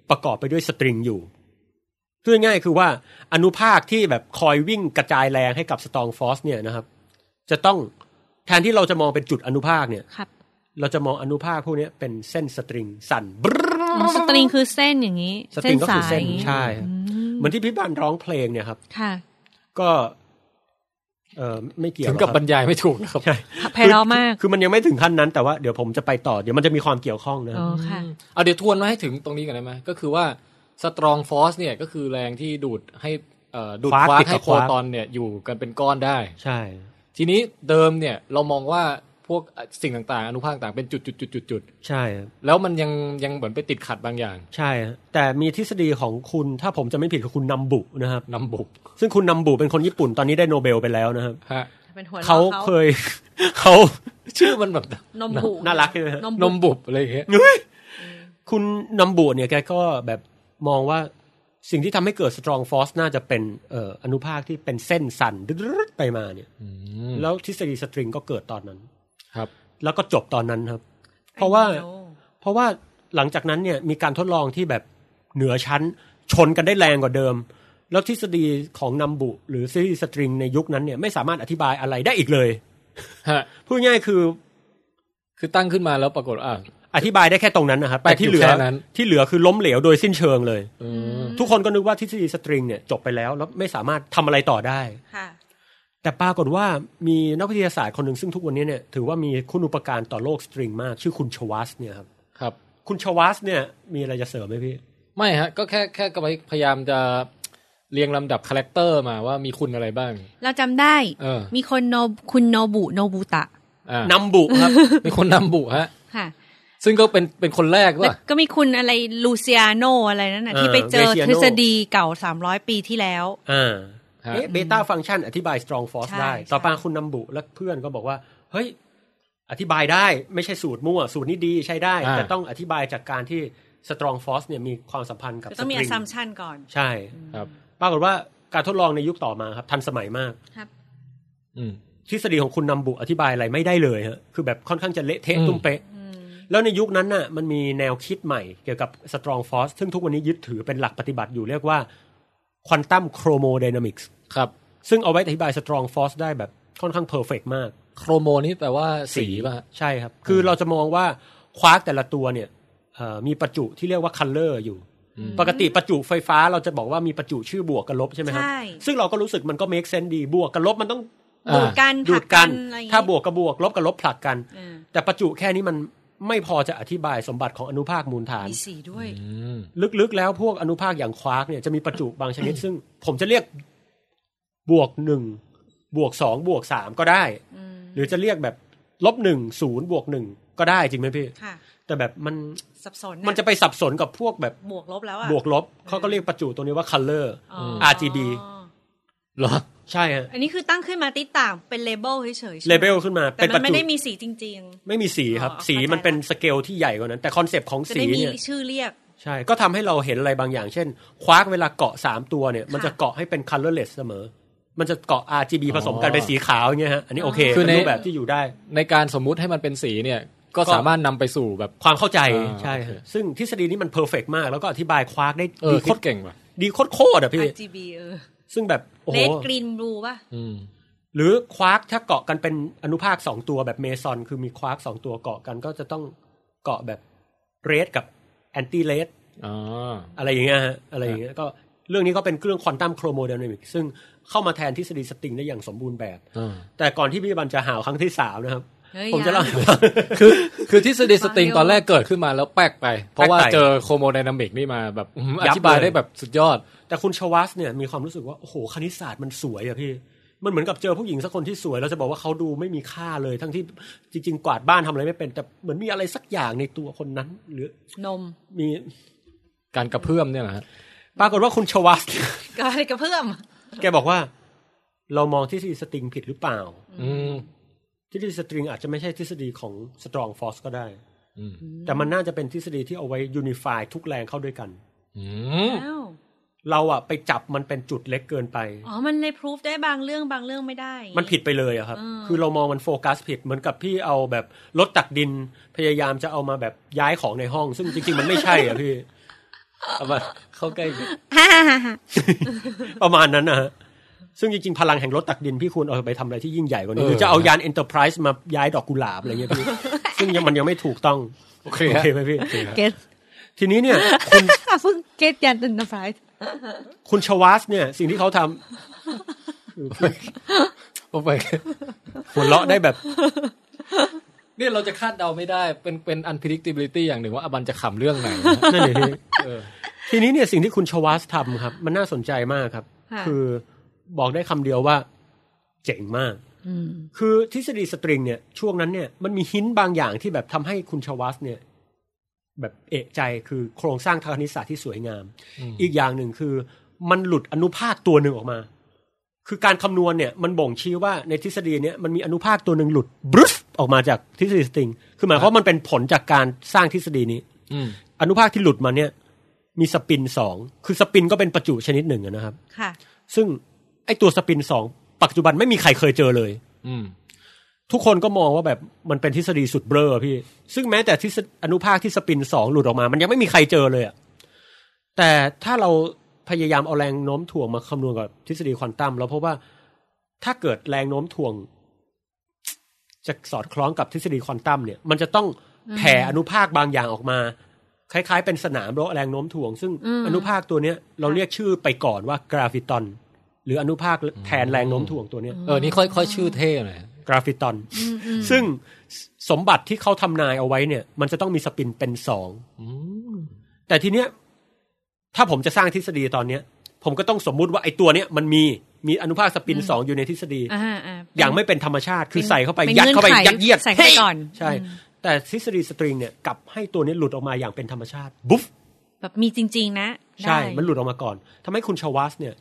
Speaker 2: ประกอบไปด้วยสตริงอยู่พูดง่ายๆคือว่าอนุภาคที่แบบคอยวิ่งกระจายแรงให้กับสตรองฟอสเนี่ยนะครับ จะต้องแทนที่เราจะมองเป็นจุดอนุภาคเนี่ย
Speaker 3: ครับ
Speaker 2: เราจะมองอนุภาคพวกเนี้ยเป็นเส้นสตริงสั่นบรึ๊ด
Speaker 3: อ๋อสตริงคือเส้นอย่างนี้
Speaker 2: สต
Speaker 3: เส้
Speaker 2: ริ
Speaker 3: น
Speaker 2: งก็
Speaker 3: สา
Speaker 2: คือย เส้น
Speaker 3: อย่างนี้
Speaker 2: ใช่ครับเหมือนที่พี่บานร้องเพลงเนี่ยครับ
Speaker 3: ค่ะ
Speaker 2: ก็ เออไม่เกี่ยว
Speaker 1: ถึงกับ
Speaker 2: หรอบ
Speaker 1: รรยายไม่ถูกนะครับ
Speaker 2: ใช่
Speaker 3: ไพเราะมาก
Speaker 2: คือคือมันยังไม่ถึงขั้นนั้นแต่ว่าเดี๋ยวผมจะไปต่อเดี๋ยวมันจะมีความเกี่ยวข้องนะค
Speaker 3: อ๋
Speaker 2: รั
Speaker 3: อบ ค่ะ
Speaker 1: เอาเดี๋ยวทวนมาให้ถึงตรงนี้กันได้ไหมก็คือว่าสตรองฟอสเนี่ยก็คือแรงที่ดูดให้เอ่อดูด
Speaker 2: ควาร์ก
Speaker 1: ควาร์ก
Speaker 2: ติดกับ
Speaker 1: ให้โค
Speaker 2: ควาร์ก
Speaker 1: ตอนเนี่ยอยู่กันเป็นก้อนได้
Speaker 2: ใช่
Speaker 1: ทีนี้เดิมเนี่ยเรามองว่าพวกสิ่งต่างๆ อนุภาคต่างเป็นจุดจุดจุดจุดจุด
Speaker 2: ใช่ครับ
Speaker 1: แล้วมันยังยังเหมือนไปติดขัดบางอย่าง
Speaker 2: ใช่ครับแต่มีทฤษฎีของคุณถ้าผมจะไม่ผิดคือคุณนัมบุนะครับ
Speaker 1: นัมบุ
Speaker 2: ซึ่งคุณนัมบุเป็นคนญี่ปุ่นตอนนี้ได้โนเบลไปแล้วนะครับ
Speaker 1: ฮะ
Speaker 3: เป็นหัว
Speaker 2: เขาเคย เขา
Speaker 1: ชื่อมันแบบ
Speaker 3: นมบุ
Speaker 2: น่ารักใช่ไหมฮะ
Speaker 1: นมบุบอะไรอย่างเงี้ย
Speaker 2: เฮ้ยคุณนำบุเนี่ยแกก็แบบมองว่าสิ่งที่ทำให้เกิดสตรองฟอสน่าจะเป็นเอ่ออนุภาคที่เป็นเส้นสั่นดึดๆไปมาเนี่ยแล้วทฤษฎีสตริงก็เกิดตอนนั้น
Speaker 1: ครับ
Speaker 2: แล้วก็จบตอนนั้นครับ เพราะว่า เพราะว่าหลังจากนั้นเนี่ยมีการทดลองที่แบบเหนือชั้นชนกันได้แรงกว่าเดิม แล้วทฤษฎีของนัมบุ หรือทฤษฎีสตริงในยุคนั้นเนี่ยไม่สามารถอธิบายอะไรได้อีกเลย
Speaker 1: ฮะ
Speaker 2: พูดง่ายๆคือ
Speaker 1: คือตั้งขึ้นมาแล้วปรากฏว่าอ่ะ
Speaker 2: อธิบายได้แค่ตรงนั้นนะครับ
Speaker 1: แปล
Speaker 2: แต่
Speaker 1: กอยู่
Speaker 2: ที่เหลือ
Speaker 1: แค่นั้น
Speaker 2: ที่เหลือคือล้มเหลวโดยสิ้นเชิงเลย
Speaker 1: อืม
Speaker 2: ทุกคนก็นึกว่าทฤษฎีสตริงเนี่ยจบไปแล้วแล้วไม่สามารถทำอะไรต่อได้
Speaker 3: ค่ะ
Speaker 2: แต่ปรากฏว่ามีนักวิทยาศาสตร์คนหนึ่งซึ่งทุกวันนี้เนี่ยถือว่ามีคุณูปการต่อโลกสตริงมาก ชื่อคุณชวัสเนี่ยครับ
Speaker 1: ครับ
Speaker 2: คุณชวัสเนี่ยมีอะไรจะเสริมไหมพี่
Speaker 1: ไม่ฮะ ก็แค่แค่กำลังพยายามจะเรียงลำดับคาแรคเตอร์มาว่ามีคุณอะไรบ้าง
Speaker 3: เราจำได้
Speaker 1: เออ
Speaker 3: มีคนโนคุณโนบุโนบุตะ
Speaker 1: อ่ะ
Speaker 2: นัมบุ ครับ
Speaker 1: มีคนนำบุฮะ
Speaker 3: ค่ะ
Speaker 1: ซึ่งก็เป็นเป็นคนแรก
Speaker 3: แล้ว
Speaker 1: ว่า
Speaker 3: ก็มีคุณอะไรลูเซียโนอะไรนั่นน่ะ
Speaker 2: เออ
Speaker 3: ที่ไปเจอ
Speaker 2: ลูเซียโน่
Speaker 3: ทฤษฎีเก่าสามร้อยปีที่แล้ว
Speaker 2: อ่า
Speaker 1: ฮะ
Speaker 2: เอ๊ะเบต้าฟังก์ชันอธิบายสตรองฟอส
Speaker 3: ใช่
Speaker 2: ได้
Speaker 3: ใช่
Speaker 2: ต่อมาคุณนัมบุและเพื่อนก็บอกว่า เฮ้ย อธิบายได้ไม่ใช่สูตรมั่ว สูตรนี้ดีใช้ได้
Speaker 1: อ่า
Speaker 2: แต่ต้องอธิบายจากการที่สตรองฟอสเนี่ยมีความสัมพันธ์กับ
Speaker 3: จะต้องมี
Speaker 2: สตริ
Speaker 3: assumption ก่อน
Speaker 2: ใช่
Speaker 1: ครับ
Speaker 2: ปรากฏว่าการทดลองในยุคต่อมาครับ ทันสมัยมาก
Speaker 3: ครับ
Speaker 1: อืม
Speaker 2: ทฤษฎีของคุณนำบุอธิบายอะไรไม่ได้เลยฮะคือแบบค่อนข้างจะเละเทะ
Speaker 1: อืม
Speaker 2: ตุ้มเป๊ะ
Speaker 3: อืม
Speaker 2: แล้วในยุคนั้นน่ะมันมีแนวคิดใหม่เกี่ยวกับสตรองฟอสซึ่งทุกวันนี้ยึดถือเป็นหลักปฏิบัติอยู่เรียกว่าคว a นตัมโครโม d y นามิกส์
Speaker 1: ครับ
Speaker 2: ซึ่งเอาไว้อธิบายสตรองฟอสได้แบบค่อนข้างเพอร์เฟกมาก
Speaker 1: โครโมนี่แปลว่าสีป่ะฮะ
Speaker 2: ใช่ครับ คือเราจะมองว่าควาร์กแต่ละตัวเนี่ยเอ่อมีประจุที่เรียกว่าคัลเลอร์อยู่
Speaker 1: อืม
Speaker 2: ปกติประจุไฟฟ้าเราจะบอกว่ามีประจุชื่อบวกกับลบใช่ไหมครับ
Speaker 3: ใช่
Speaker 2: ซึ่งเราก็รู้สึกมันก็ make sense ดีบวกกับลบมันต้อง
Speaker 1: อ่า
Speaker 3: ดูดกัน
Speaker 2: ดูดกัน
Speaker 3: ผลัอะไรอย่งงี้
Speaker 2: ถ้าบวกกับบวก ลบกับลบผลักกัน
Speaker 3: อ่า
Speaker 2: แต่ประจุแค่นี้มันไม่พอจะอธิบายสมบัติของอนุภาคมูลฐาน
Speaker 3: มีสีด้วย
Speaker 1: อืม
Speaker 2: ลึกๆ แล้วพวกอนุภาคอย่างควาร์กเนี่ยจะมีประจุบางชนิด ซึ่งผมจะเรียกบวกหนึ่งบวกสองบวกสามก็ได้
Speaker 3: อืม
Speaker 2: หรือจะเรียกแบบลบหนึ่งศูนย์บวกหนึ่งก็ได้จริงไหมพี่
Speaker 3: ค่ะ
Speaker 2: แต่แบบมัน
Speaker 3: สับสน
Speaker 2: มันจะไปสับสนกับพวกแบบ
Speaker 3: บวกลบแล้วอ่ะ
Speaker 2: บวกลบเขาก็เรียกประจุตัวนี้ว่า color
Speaker 3: อ๋อ
Speaker 2: RGB
Speaker 1: เหรอ
Speaker 2: ใช่ฮะ
Speaker 3: อันนี้คือตั้งขึ้นมาติดต่างเป็นเลเบลเฉยๆใช่ไหม
Speaker 2: label ขึ้นมา
Speaker 3: แต่
Speaker 2: เป็น
Speaker 3: มั
Speaker 2: ป
Speaker 3: น
Speaker 2: ระ
Speaker 3: ไม่
Speaker 2: จุ
Speaker 3: ได้มีสีจริง
Speaker 2: ไม่มีสีครับ
Speaker 3: อ๋อ
Speaker 2: สีมัน
Speaker 3: เข้าใจละ
Speaker 2: เป็นสเกลที่ใหญ่กว่านั้น แต่คอนเซปต์ของ
Speaker 3: ๆ จะ
Speaker 2: สี
Speaker 3: ได้มี
Speaker 2: เนี่ย
Speaker 3: ชื่อเรียก
Speaker 2: ใช่ก็ทำให้เราเห็นอะไรบางอย่าง เช่น ควาร์กเวลาเกาะ 3 ตัวเนี่ย มันจะเกาะให้เป็น colorless เสมอ มันจะเกาะ RGB ผสมกันเป็นสีขาวอย่างเงี้ยฮะอันนี้โอเค
Speaker 1: คือ
Speaker 2: เป็นรู
Speaker 1: ใน
Speaker 2: ปแบบที่อยู่ได้
Speaker 1: ในการสมมุติให้มันเป็นสีเนี่ย ก็
Speaker 2: ก็
Speaker 1: สามารถนำไปสู่แบบ
Speaker 2: ความเข้าใจ
Speaker 1: อ่า
Speaker 2: ใช่
Speaker 1: โอเค
Speaker 2: ฮะซึ่งทฤษฎีนี้มันเพอร์เฟกมาก แล้วก็อธิบายควาร์กได้
Speaker 1: เอ
Speaker 2: ดี
Speaker 1: อ
Speaker 2: โค
Speaker 1: โคต
Speaker 2: ตร
Speaker 1: รเก่งว่ะ
Speaker 2: ดีโคตรๆอ่ะพี่
Speaker 3: RGB เออ
Speaker 2: ซึ่งแบบโอ้โห
Speaker 3: Red Green Blue ป่ะ
Speaker 2: หรือควาร์กถ้าเกาะกันเป็นอนุภาคสองตัวแบบเมซอนคือมีควาร์กสองตัวเกาะกันก็จะต้องเกาะแบบเรดกับแอนตี้เรด
Speaker 12: อ๋อ
Speaker 2: อะไรอย่างเงี้ยฮะอะไรอย่างเงี้ยก็เรื่องนี้ก็เป็นเรื่องควอนตัมโครโมไดนามิกซึ่งเข้ามาแทนทฤษฎีสตริงได้อย่างสมบูรณ์แบบ แต่ก่อนที่พี่บันจะหาวครั้งที่สามนะครับ
Speaker 3: เฮ้ย
Speaker 2: ผมจะเล่า
Speaker 1: คือคือทฤษฎีสตริงตอนแรกเกิดขึ้นมาแล้วแป๊กไป เพราะว่า
Speaker 2: แป๊กไป
Speaker 1: เจอโครโมไดนามิกนี่มาแบบอื้อหืออ
Speaker 2: ยัเล
Speaker 1: ธิบายได้แบบสุดยอด
Speaker 2: แต่คุณชวัสเนี่ยมีความรู้สึกว่า โอ้โห คณิตศาสตร์มันสวยอะพี่ มันเหมือนกับเจอผู้หญิงสักคนที่สวย เราจะบอกว่าเขาดูไม่มีค่าเลย ทั้งที่จริง ๆ กวาดบ้านทำอะไรไม่เป็น แต่เหมือนมีอะไรสักอย่างในตัวคนนั้น หรือน
Speaker 3: ม
Speaker 2: มี
Speaker 1: การกระเพื่อมเนี่ยนะ
Speaker 2: ปรากฏว่าคุณชวัส
Speaker 3: ก็อะไรกระเพื่อม
Speaker 2: แกบอกว่า เรามองทฤษฎีสตริงผิดหรือเปล่า
Speaker 1: อืม
Speaker 2: ทฤษฎีสตริงอาจจะไม่ใช่ทฤษฎีของสตรองฟอสก็ได้
Speaker 1: อืม
Speaker 2: แต่มันน่าจะเป็นทฤษฎีที่เอาไว้ยูนิฟายทุกแรงเข้าด้วยกัน
Speaker 1: อืม
Speaker 3: อ้าว
Speaker 2: เราอะไปจับมันเป็นจุดเล็กเกินไป
Speaker 3: อ๋อ มันเลยพรูฟได้บางเรื่องบางเรื่องไม่ได้
Speaker 2: มันผิดไปเลยอะครับ
Speaker 3: อืม
Speaker 2: คือเรามองมันโฟกัสผิด เหมือนกับพี่เอาแบบรถตักดินพยายามจะเอามาแบบย้ายของในห้อง ซึ่งจริงๆ มันไม่ใช่อะพี่
Speaker 1: เอามาเข้าใกล้อีก
Speaker 3: ฮ่าฮ่าฮ่า
Speaker 2: ประมาณนั้นนะฮะ ซึ่งจริงๆ พลังแห่งรถตักดินพี่ควรเอาไปทำอะไรที่ยิ่งใหญ่กว่านี้หรือจะเอายานเอ็นเตอร์ไพรส์มาย้ายดอกกุหลาบอะไรเงี้ ยพี่ ซึ่งยังมันยังไม่ถูกต้อง
Speaker 1: โอเค
Speaker 2: โอ
Speaker 1: ฮะ
Speaker 2: เคไหมพี่
Speaker 3: เก็ต
Speaker 2: ทีนี้เนี่ย คุณ
Speaker 3: เพิ่งเก็ตยันตันไฟส์
Speaker 2: คุณชวัสเนี่ย สิ่งที่เขาทำ
Speaker 1: โอเค
Speaker 2: หัวเราะได้แบบ
Speaker 1: เนี่ยเราจะคาดเดาไม่ได้เป็นเป็น unpredictability อย่างหนึ่งว่าอบันจะขำเรื่องไหนนะ
Speaker 2: นั่นเองพี่
Speaker 1: เออ
Speaker 2: ทีนี้เนี่ยสิ่งที่คุณชวัสทำครับ มันน่าสนใจมากครับ
Speaker 3: ค่ะ
Speaker 2: คือบอกได้คำเดียวว่า เจ๋งมาก
Speaker 3: ม
Speaker 2: คือทฤษฎีสตริงเนี่ยช่วงนั้นเนี่ยมันมีหินบางอย่างที่แบบทำให้คุณชวัสเนี่ย แบบเอะใจคือโครงสร้างทางคณิตศาสตร์ที่สวยงาม อีกอย่างหนึ่งคือมันหลุดอนุภาคตัวหนึ่งออกมา คือการคำนวณเนี่ยมันบ่งชี้ว่าในทฤษฎีเนี่ยมันมีอนุภาคตัวหนึ่งหลุดบรึฟออกมาจากทฤษฎีสตริง คือหมายความว่ามันเป็นผลจากการสร้างทฤษฎีนี้
Speaker 1: อืม
Speaker 2: อนุภาคที่หลุดมาเนี่ย มีสปินสองคือสปินก็เป็นประจุชนิดหนึ่งอะนะครับ
Speaker 3: ค่ะ
Speaker 2: ซึ่งไอตัวสปินสองปัจจุบันไม่มีใครเคยเจอเลย
Speaker 1: อืม
Speaker 2: ทุกคนก็มองว่าแบบมันเป็นทฤษฎีสุดเบลอพี่ ซึ่งแม้แต่ทฤษฎีอนุภาคที่สปินสองหลุดออกมา มันยังไม่มีใครเจอเลยอะแต่ถ้าเราพยายามเอาแรงโน้มถ่วงมาคำนวณกับทฤษฎีควอนตัมเราพบว่าถ้าเกิดแรงโน้มถ่วง จะสอดคล้องกับทฤษฎีควอนตัมเนี่ย มันจะต้องแผ่อนุภาคบางอย่างออกมา คล้ายๆ เป็นสนามรบแรงโน้มถ่วง ซึ่ง
Speaker 3: อืม
Speaker 2: อนุภาคตัวเนี้ยเราเรียกชื่อไปก่อนว่ากราฟิตอนหรืออนุภาคแทนแรงโน้มถ่วงตัวเนี้ย
Speaker 1: เออนี่ค่อยค่อยชื่อเท่หน่อย
Speaker 2: กราฟิตอน
Speaker 3: อืมอืม
Speaker 2: ซึ่งสสมบัติที่เขาทำนายเอาไว้เนี่ย มันจะต้องมีสปินเป็นสองแต่ทีเนี้ยถ้าผมจะสร้างทฤษฎีตอนเนี้ย ผมก็ต้องสมมุติว่าไอ้ตัวเนี้ยมันมีมีอนุภาคสปินสองอยู่ในทฤษฎี
Speaker 3: อ่าอ่าเป็น
Speaker 2: อย่างไม่เป็นธรรมชาติคือ
Speaker 3: เป็น
Speaker 2: ใส่เข้าไป
Speaker 3: เป็น
Speaker 2: ยัดเข้าไป
Speaker 3: เงื่อนไข
Speaker 2: ยัดเยียด
Speaker 3: ใส่เข้าไป
Speaker 2: ฮ้ย
Speaker 3: ก่อน
Speaker 2: ใช่
Speaker 3: อืม
Speaker 2: แต่ทฤษฎีสตริงเนี่ยกลับให้ตัวเนี้ยหลุดออกมาอย่างเป็นธรรมชาติบุ๊ฟ
Speaker 3: แบบมีจริง ๆ นะ
Speaker 2: ใช่
Speaker 3: ได้
Speaker 2: มันหลุดออกมาก่อนทำให้คุณชวัสเนี่ย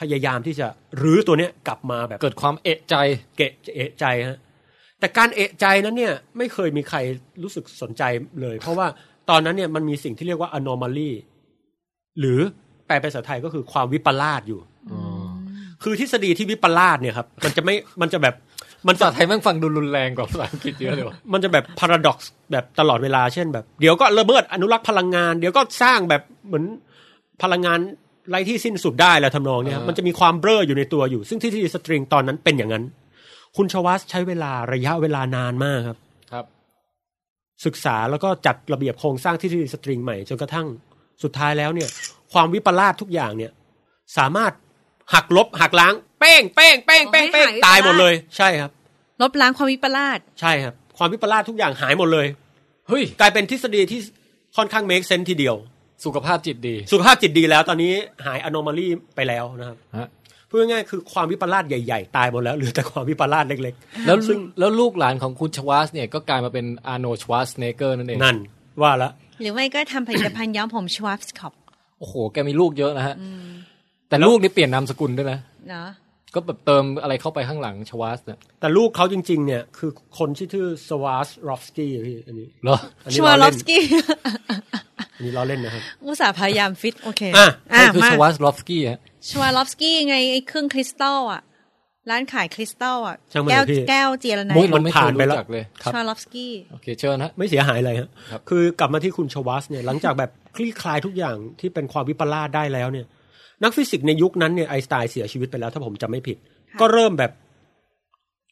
Speaker 2: พยายามที่จะรื้อตัวเนี้ยกลับมาแบบ
Speaker 1: เกิดความเอะใจ
Speaker 2: เกะเอะใจฮะแต่การเอะใจนั้นเนี่ย ไม่เคยมีใครรู้สึกสนใจเลย เพราะว่าตอนนั้นเนี่ยมันมีสิ่งที่เรียกว่า anomaly หรือแปลเป็นภาษาไทยก็คือความวิปลาสอยู่ คือทฤษฎีที่วิปลาสเนี่ยครับ มันจะไม่มันจะแบบมัน
Speaker 1: ภา
Speaker 2: จะ
Speaker 1: ษาไทยแม่งฟังดูรุนแรงกว่าภาษาอังกฤษเยอะเลยว่ะ
Speaker 2: มันจะแบบ paradox แบบตลอดเวลาเช่นแบบ เดี๋ยวก็ระเบิดอนุรักษ์พลังงาน เดี๋ยวก็สร้างแบบเหมือนพลังงานไรที่สิ้นสุดได้แล้วทำนองเนี่ยครับ
Speaker 1: อ่ามั
Speaker 2: มันจะมีความเบ้ออยู่ในตัวอยู่ ซึ่งทฤษฎีสตริงตอนนั้นเป็นอย่างนั้น คุณชวัสใช้เวลาระยะเวลานานมากครับ
Speaker 1: ครับ
Speaker 2: ศึกษาแล้วก็จัดระเบียบโครงสร้างทฤษฎีสตริงใหม่จนกระทั่งสุดท้ายแล้วเนี่ย ความวิปลาสทุกอย่างเนี่ย สามารถหักลบหักล้างเป้งเป้งเป้งเป้งเป้งตายหมดเลยใช่ครับ
Speaker 3: ลบล้างความวิปลาส
Speaker 2: ใช่ครับ ความวิปลาสทุกอย่างหายหมดเลย
Speaker 1: เฮ้ย
Speaker 2: กลายเป็นทฤษฎีที่ค่อนข้างเมคเซนทีเดียว
Speaker 1: สุขภาพจิตดี
Speaker 2: สุขภาพจิตดีแล้วตอนนี้หายอนอมาลีไปแล้วนะครับ
Speaker 1: ฮะ
Speaker 2: พูดง่ายๆคือความวิปลาสใหญ่ๆ ตายหมดแล้วเหลือแต่ความวิปลาสเล็ก
Speaker 1: แล้วลูกแล้วลูกหลานของคุณชวาสเนี่ยก็กลายมาเป็นอาร์โนชวาสเนเกอร์นั่นเอง
Speaker 2: ๆ นั่นว่าละ
Speaker 3: หรือไม่ก็ทำผลิตภัณฑ์ย้อมผมชวัฟส์คอป
Speaker 1: โอ้โห แกมีลูกเยอะนะฮะ แต่ลูกนี่เปลี่ยนนามสกุลด้วยนะ
Speaker 3: เนาะ
Speaker 1: ก็แบบเติมอะไรเข้าไปข้างหลังชวาสเนี่ย
Speaker 2: แต่ลูกเขาจริง ๆ เนี่ย คือคนที่ชื่อสวาสรอฟสกี้พี่อันนี้
Speaker 1: เหรอ
Speaker 2: อันนี้
Speaker 3: ชัว
Speaker 2: ล้อ
Speaker 3: ลอ
Speaker 2: เล่
Speaker 3: ฟ
Speaker 2: น
Speaker 3: สกี้
Speaker 2: อันนี้ล้อเล่นนะครับ
Speaker 3: อุตส่าห์พยายามฟิตโอเค
Speaker 2: อ่ะ
Speaker 1: ใครคือ
Speaker 3: มา
Speaker 1: ชวาสลอฟสกี้ฮะ
Speaker 3: ชัวลอฟสกี้ไงไอ้เครื่องคริสตัลอ่ะ ร้านขายคริสตัลอ่ะ
Speaker 2: ช่างมัน
Speaker 3: แก้ว
Speaker 2: เถอะพี่
Speaker 3: แก้วเจรไน
Speaker 1: มุก
Speaker 3: ท์
Speaker 1: มันไม่เค
Speaker 2: ผ่าน
Speaker 1: ย
Speaker 2: ไปแล้
Speaker 1: รู้
Speaker 2: ว
Speaker 1: จักเลยครับ
Speaker 3: ชัวลอฟสกี้
Speaker 1: โอเคเชิญฮะ
Speaker 2: ไม่เสียหายอะไรฮะ
Speaker 1: ครับ
Speaker 2: คือกลับมาที่คุณชวัสเนี่ย หลังจากแบบคลี่คลายทุกอย่างที่เป็นความวิปลาสได้แล้วเนี่ย นักฟิสิกส์ในยุคนั้นเนี่ยไอน์สไตน์เสียชีวิตไปแล้วถ้าผมจำไม่ผิด ก็เริ่มแบบ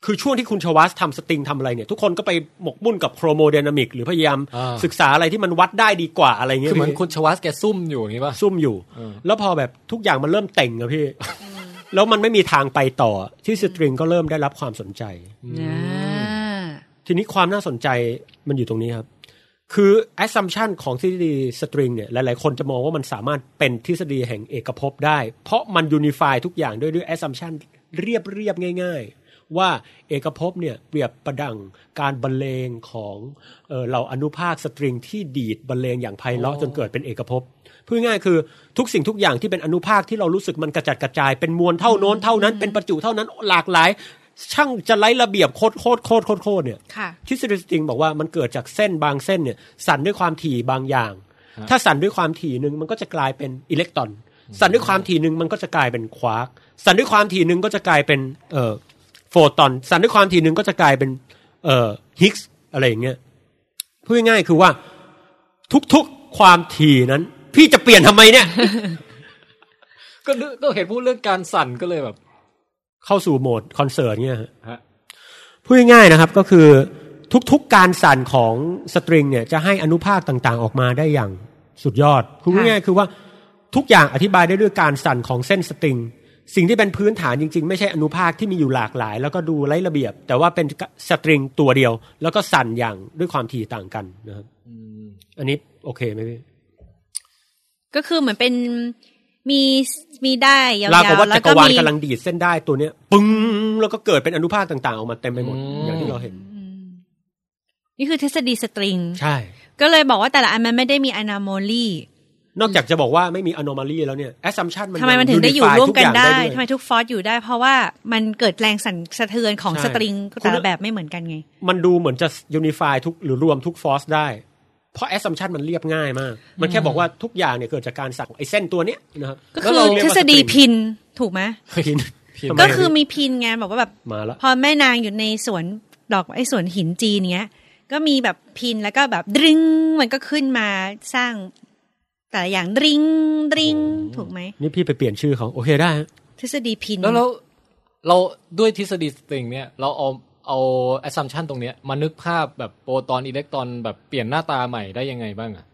Speaker 2: คือช่วงที่คุณชวัสทำสตริงทำอะไรเนี่ย ทุกคนก็ไปหมกมุ่นกับโครโมไดนามิก หรือพยายาม
Speaker 1: อ่า
Speaker 2: ศึกษาอะไรที่มันวัดได้ดีกว่าอะไรเงี้ย
Speaker 1: คือเหมือน
Speaker 2: พี่
Speaker 1: คุณชวัสแกซุ่มอยู่อย่างนี้ป่ะ
Speaker 2: ซุ่มอยู่
Speaker 1: เออ
Speaker 2: แล้วพอแบบทุกอย่างมันเริ่มเต่งอะพี่ แล้วมันไม่มีทางไปต่อ ที่สตริงก็เริ่มได้รับความสนใจ ทีนี้ความน่าสนใจมันอยู่ตรงนี้ครับ คือ assumption ของทฤษฎีสตริงเนี่ยหลาย ๆ คนจะมองว่ามันสามารถเป็นทฤษฎีแห่งเอกภพได้ เพราะมัน unify ทุกอย่างด้วยด้วย assumption เรียบเรียบๆง่าย ๆ ว่าเอกภพเนี่ยเปรียบประดังการบรรเลงของเอ่อเหล่าอนุภาคสตริงที่ดีดบรรเลงอย่างไพเราะจนเกิดเป็นเอกภพพูดง่ายๆคือทุกสิ่งทุกอย่างที่เป็นอนุภาคที่เรารู้สึกมันกระจัดกระจายเป็นมวลเท่าโน้นเท่านั้นเป็นประจุเท่านั้นหลากหลาย ช่างจะไร้ระเบียบโคตรโคตรโคตรโคตรโคตรเนี่ย
Speaker 3: ค่ะ
Speaker 2: ทฤษฎีสตริงบอกว่ามันเกิดจากเส้นบางเส้นเนี่ย สั่นด้วยความถี่บางอย่าง ถ้าสั่นด้วยความถี่หนึ่งมันก็จะกลายเป็นอิเล็กตรอน สั่นด้วยความถี่หนึ่งมันก็จะกลายเป็นควาร์กสั่นด้วยความถี่หนึ่งก็จะกลายเป็นเอ่อโฟตอน สั่นด้วยความถี่หนึ่งก็จะกลายเป็นเอ่อฮิกส์อะไรอย่างเงี้ยพูดง่ายๆคือว่าทุกๆความถี่นั้น พี่จะเปลี่ยนทำไมเนี่ย
Speaker 1: ก็นึกก็เห็นพูดเรื่องการสั่นก็เลยแบบ
Speaker 2: เข้าสู่โหมดคอนเสิร์ตเนี่ยฮะ
Speaker 1: ฮะ
Speaker 2: พูดง่ายๆนะครับก็คือทุกๆการสั่นของสตริงเนี่ยจะให้อนุภาคต่างๆออกมาได้อย่างสุดยอดคือพูดง่ายๆคือว่าทุกอย่างอธิบายได้ด้วยการสั่นของเส้นสตริง สิ่งที่เป็นพื้นฐานจริง ๆ ไม่ใช่อนุภาคที่มีอยู่หลากหลาย แล้วก็ดูไร้ระเบียบ แต่ว่าเป็นสตริงตัวเดียว แล้วก็สั่นอย่างด้วยความถี่ต่างกันนะครับอันนี้โอเคไหมพี่
Speaker 3: ก็คือเหมือนเป็นมีมีได้ยาว
Speaker 2: ราวกับ
Speaker 3: ๆ
Speaker 2: ว่า
Speaker 3: แล้
Speaker 2: จั
Speaker 3: ว
Speaker 2: ก
Speaker 3: ก็
Speaker 2: รวาล
Speaker 3: มี
Speaker 2: กำลังดีดเส้นได้ตัวเนี้ยปึ้งแล้วก็เกิดเป็นอนุภาคต่างๆออกมาเต็มไปหมดอย่างที่เราเห็น
Speaker 3: นี่คือทฤษฎีสตริง
Speaker 2: ใช่
Speaker 3: ก็เลยบอกว่าแต่ละอันมันไม่ได้มีอนาโมลี
Speaker 2: นอกจากจะบอกว่าไม่มี anomaly แล้วเนี่ย assumption มัน
Speaker 3: ทำไมมันถึงได้อยู่
Speaker 2: unify
Speaker 3: ร่วมกั
Speaker 2: ทุ
Speaker 3: น
Speaker 2: อย่า
Speaker 3: ได้
Speaker 2: งวย
Speaker 3: ทำไมทุกฟอสอยู่ได้ เพราะว่ามันเกิดแรงสั่นสะเทือนของสตริงแต่ละแบบไม่เหมือนกันไง
Speaker 2: มันดูเหมือนจะ unify ทุกหรือรวมทุก force ได้ เพราะ assumption มันเรียบง่ายมาก มันแค่บอกว่าทุกอย่างเนี่ยเกิดจากการสั่งไอ้เส้นตัวเนี้ยนะครับ
Speaker 3: ก็
Speaker 2: แล้ว
Speaker 3: คื
Speaker 2: เรา
Speaker 3: อ
Speaker 2: เรีย
Speaker 3: ทฤ
Speaker 2: ว่า
Speaker 3: ษฎี
Speaker 2: สตริง
Speaker 3: พินถูกไหม
Speaker 2: พินทำไม
Speaker 3: ก็คือมีพินไงบอกว่าแบบ
Speaker 2: มาละ
Speaker 3: พอแม่นางอยู่ในสวนดอกไอ้สวนหินจีนเนี้ย ก็มีแบบพินแล้วก็แบบดริงมันก็ขึ้นมาสร้าง แต่ละอย่างดริงดริงถูกไหม
Speaker 2: นี่พี่ไปเปลี่ยนชื่อเขาโอเคได้ฮะ
Speaker 3: ทฤษฎีพิน
Speaker 1: แล้วเราเราด้วยทฤษฎีสตริงเนี่ยเราเอาเอาแอสซัมชันตรงเนี้ยมานึกภาพแบบโปรตอนอิเล็กตรอนแบบเปลี่ยนหน้าตาใหม่ได้ยังไงบ้างอะ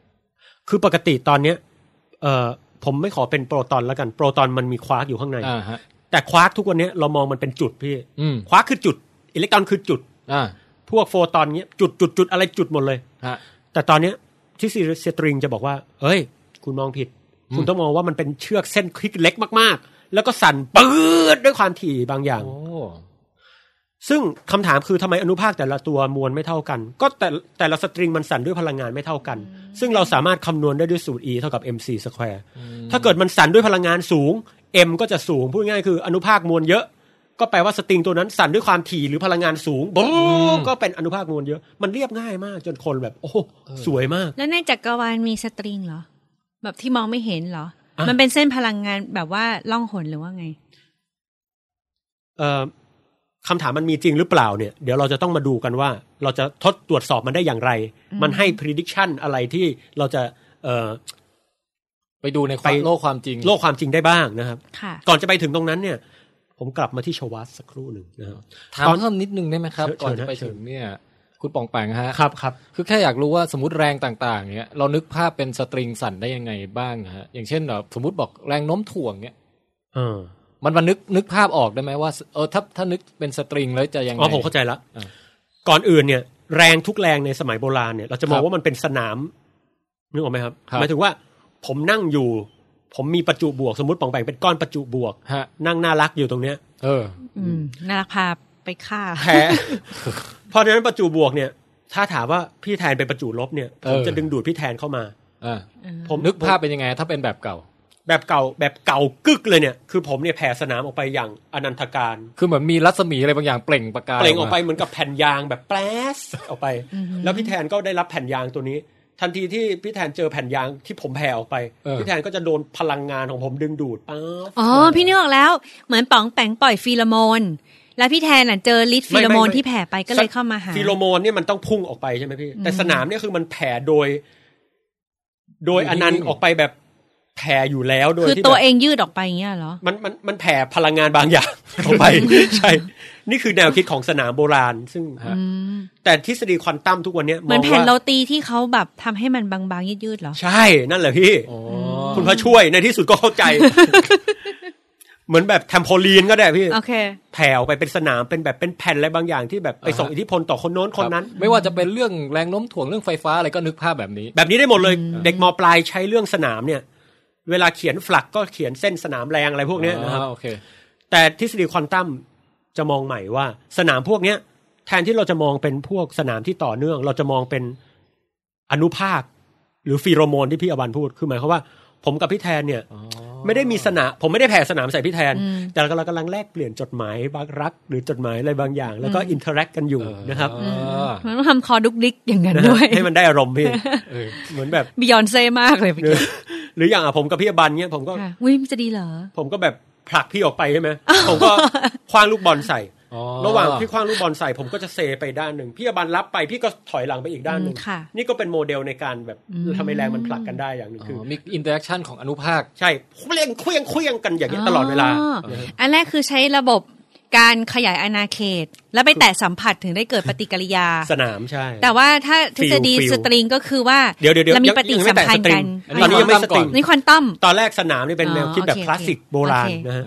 Speaker 2: คือปกติตอนเนี้ยเอ่อผมไม่ขอเป็นโปรตอนแล้วกันโปรตอนมันมีควาร์กอยู่ข้างใน
Speaker 1: อ่าฮะ
Speaker 2: แต่ควาร์กทุกวันเนี้ยเรามองมันเป็นจุดพี่
Speaker 1: อืม
Speaker 2: ควาร์กคือจุดอิเล็กตรอนคือจุด
Speaker 1: อ่า
Speaker 2: พวกโฟตอนเนี้ยจุดจุดจุดอะไรจุดหมดเลย
Speaker 1: ฮะ
Speaker 2: แต่ตอนเนี้ยที่ซีสตริงจะบอกว่า เอ้ย คุณมองผิด คุณต้องมองว่ามันเป็นเชือกเส้นคลิกเล็กมากๆ แล้วก็สั่นปืดด้วยความถี่บางอย่าง
Speaker 1: โอ้
Speaker 2: ซึ่งคำถามคือทำไมอนุภาคแต่ละตัวมวลไม่เท่ากัน ก็แต่แต่ละสตริงมันสั่นด้วยพลังงานไม่เท่ากัน ซึ่งเราสามารถคำนวณได้ด้วยสูตร e เท่ากับ mc สแควร์ถ้าเกิดมันสั่นด้วยพลังงานสูง m ก็จะสูง พูดง่ายๆคืออนุภาคมวลเยอะ ก็แปลว่าสตริงตัวนั้นสั่นด้วยความถี่หรือพลังงานสูงบูมก็เป็นอนุภาคมวลเยอะ มันเรียบง่ายมากจนคนแบบ โอ้โหสวยมาก
Speaker 3: แล้วในจักรวาลมีสตริงเหรอ แบบที่มองไม่เห็นเหรอ
Speaker 2: อ่ะ
Speaker 3: มันเป็นเส้นพลังงานแบบว่าล่องหนหรือว่าไง
Speaker 2: เอ่อคำถามมันมีจริงหรือเปล่าเนี่ยเดี๋ยวเราจะต้องมาดูกันว่า เราจะทดตรวจสอบมันได้อย่างไร
Speaker 3: อืม
Speaker 2: มันให้ prediction อะไรที่เราจะเอ่อ
Speaker 1: ไปดูในควา
Speaker 2: ไป
Speaker 1: มโลกความจริง
Speaker 2: โลกความจริงได้บ้างนะครับ
Speaker 3: ค่ะ
Speaker 2: ก่อนจะไปถึงตรงนั้นเนี่ย ผมกลับมาที่ชวัสสักครู่หนึ่งนะครับ
Speaker 1: ถาม
Speaker 2: ตอน
Speaker 1: เพิ่มนิดนึงได้ไหมครับ
Speaker 2: เชิญ
Speaker 1: ก่อนจะไป
Speaker 2: เชิ
Speaker 1: ถึ
Speaker 2: ญ
Speaker 1: งเนี่ย คุณปองแปงฮะ
Speaker 2: ครับครับ
Speaker 1: คือแค่อยากรู้ว่าสมมติแรงต่างๆเนี่ยเรานึกภาพเป็นสตริงสั่นได้ยังไงบ้างฮะอย่างเช่นแบบสมมติบอกแรงโน้มถ่วงเนี่ย
Speaker 2: เออ
Speaker 1: มันมันนึกนึกภาพออกได้ไหมว่าเออถ้าถ้านึกเป็นสตริงแล้วจะยังไง
Speaker 2: อ๋อผมเข้าใจละ
Speaker 1: อ่า
Speaker 2: ก่อนอื่นเนี่ย แรงทุกแรงในสมัยโบราณเนี่ย เราจะม
Speaker 1: ค
Speaker 2: อง
Speaker 1: รับ
Speaker 2: ว่ามันเป็นสนามนึกออกไหมครับ
Speaker 1: ครับ
Speaker 2: หมายถึงว่า ผมนั่งอยู่ ผมมีประจุบวก สมมติปองแปงเป็นก้อนประจุบวก
Speaker 1: ฮะ
Speaker 2: นั่งน่ารักอยู่ตรงเนี้ย
Speaker 1: เออ
Speaker 3: อืมน่ารักพาไปฆ่า
Speaker 2: แทน เพราะฉะนั้นประจุบวกเนี่ย ถ้าถามว่าพี่แทนเป็นประจุลบเนี่ยผม
Speaker 1: เออ
Speaker 2: จะดึงดูดพี่แทนเข้ามา
Speaker 1: อ่า
Speaker 2: ผม
Speaker 1: นึกภาพเป็นยังไง ถ้าเป็นแบบเก่า
Speaker 2: แบบเก่าแบบเก่ากึกเลยเนี่ย คือผมเนี่ยแผ่สนามออกไปอย่างอนันตการ
Speaker 1: คือเหมือนมีรัศมีอะไรบางอย่างเปล่งประกาย
Speaker 2: เปล่งออกไปเหมือนกับแผ่นยางแบบแปลสออกไป แล้วพี่แทนก็ได้รับแผ่นยางตัวนี้ ทันทีที่พี่แทนเจอแผ่นยางที่ผมแผ่ออกไป พี่แทนก็จะโดนพลังงานของผมดึงดูดป๊าบ
Speaker 3: อ๋อ พี่นึกออกแล้วเหมือนป๋องแปงปล่อยฟีโรโมน แล้วพี่แทนน่ะเจอฤทธิ์ฟีโรโมน
Speaker 2: ไม่ไม่ไม่
Speaker 3: ที่แผ่ไปก็เลยเข้ามาหา
Speaker 2: ฟีโรโมนเนี่ยมันต้องพุ่งออกไปใช่ไหมพี่ แต่
Speaker 3: อืม
Speaker 2: สนามเนี่ยคือมันแผ่โดย โดยอนันต์ออกไปแบบ แผ่อยู่แล้วโดย
Speaker 3: คือ
Speaker 2: ที่
Speaker 3: ตัว
Speaker 2: แบบ
Speaker 3: เองยืดออกไปอย่างเงี้ยเหรอ
Speaker 2: มันมันมันแผ่พลังงานบาง อย่าง ออก ไป ใช่ นี่คือแนวคิดของสนามโบราณ ซึ่ง
Speaker 3: อืม
Speaker 2: แต่ทฤษฎีควอนตัมทุกวันเนี้ย
Speaker 3: เหมือน
Speaker 2: ง
Speaker 3: แผ่น
Speaker 2: ว่า
Speaker 3: โรตีที่เขาแบบทำให้มันบางๆยืดๆเหรอ
Speaker 2: ใช่ นั่นแหละพี่คุณพระช่วยในที่สุดก็เข้าใจ เหมือนแบบแทมโพลีนก็ได้พี่
Speaker 3: โอเค
Speaker 2: แผ่ออกไปเป็นสนามเป็นแบบเป็นแผ่นอะไรบางอย่างที่แบบไปส่งอิทธิพลต่อคนโน้นคนนั้น
Speaker 1: ไม่ว่าจะเป็นเรื่องแรงโน้มถ่วงเรื่องไฟฟ้าอะไรก็นึกภาพแบบนี้
Speaker 2: แบบนี้ได้หมดเลย เด็กมปลายใช้เรื่องสนามเนี่ย เวลาเขียนฝลักก็เขียนเส้นสนามแรงอะไรพวกเนี้ยนะครับ
Speaker 1: อ่าโอเค
Speaker 2: แต่ทฤษฎีควอนตัมจะมองใหม่ว่าสนามพวกเนี้ย แทนที่เราจะมองเป็นพวกสนามที่ต่อเนื่อง เราจะมองเป็นอนุภาค หรือฟีโรโมนที่พี่อบันพูดคือหมายความว่า ผมกับพี่แทนเนี่ย ไม่ได้มีสนามผมไม่ได้แผ่สนามใส่พี่แทน
Speaker 9: อืม
Speaker 2: แต่เรากำลังแลกเปลี่ยนจดหมายบางรัก หรือจดหมายอะไรบางอย่าง แล้วก็
Speaker 3: อืม
Speaker 2: อินเทอร์แอคกันอยู่นะครับ
Speaker 3: มันต้องทำคอดุกดิกอย่างนั้น
Speaker 2: นะฮะ
Speaker 3: ด้วย
Speaker 2: ให้ มันได้อารมณ์พี่เหมือนแบบ
Speaker 3: บิยอนเซ่มากเลยเมื่อกี้
Speaker 2: หรืออย่างอ่ะผมกับพี่อบันเนี่ยผมก็
Speaker 3: ค่ะอุ้ยมันจะดีเหรอ
Speaker 2: ผมก็แบบผลักพี่ออกไปใช่ไหม ผมก็คว้างลูกบอลใส่ ระหว่างที่คว้างลูกบอลใส่ ผมก็จะเซไปด้านหนึ่ง พี่อบันรับไปพี่ก็ถอยหลังไปอีกด้านหนึ่ง
Speaker 3: อืมค่ะ
Speaker 2: นี่ก็เป็นโมเดลในการแบบ
Speaker 3: อืม
Speaker 2: ทำให้แรงมันผลักกันได้อย่างหนึ่งคือ
Speaker 1: มีอินเตอร์แอคชั่นของอนุภาค
Speaker 2: ใช่เคลี้ยงเคลี้ยงเคลี้ยงกันอย่างเงี้ยตลอดเวลา
Speaker 3: อ๋ออันแรกคือใช้ระบบการขยายอาณาเขต แล้วไปแตะสัมผัสถึงได้เกิดปฏิกิริยา
Speaker 2: สนามใช่
Speaker 3: แต่ว่าถ้าทฤษฎี
Speaker 2: ฟิลฟิล
Speaker 3: สตริงก็คือว่า
Speaker 2: เดี๋ยวเดี๋ยวเดี๋ยว
Speaker 3: รามี
Speaker 2: ยัง
Speaker 3: ปฏิ
Speaker 2: ยัง
Speaker 3: สั
Speaker 2: ไม่
Speaker 3: ม
Speaker 2: แต่ง
Speaker 3: พัน
Speaker 2: ส
Speaker 3: ธ์
Speaker 2: ตริ
Speaker 3: กั
Speaker 2: ง
Speaker 3: น
Speaker 2: ตอนนี้ยังไม่สตริง
Speaker 3: นี่ควอนตัม
Speaker 2: ตอนแรกสนามนี่เป็นแนวคิดแบบ
Speaker 3: อ๋อโอเค
Speaker 2: คลาสสิกโบราณ
Speaker 3: โอเค
Speaker 2: นะฮะ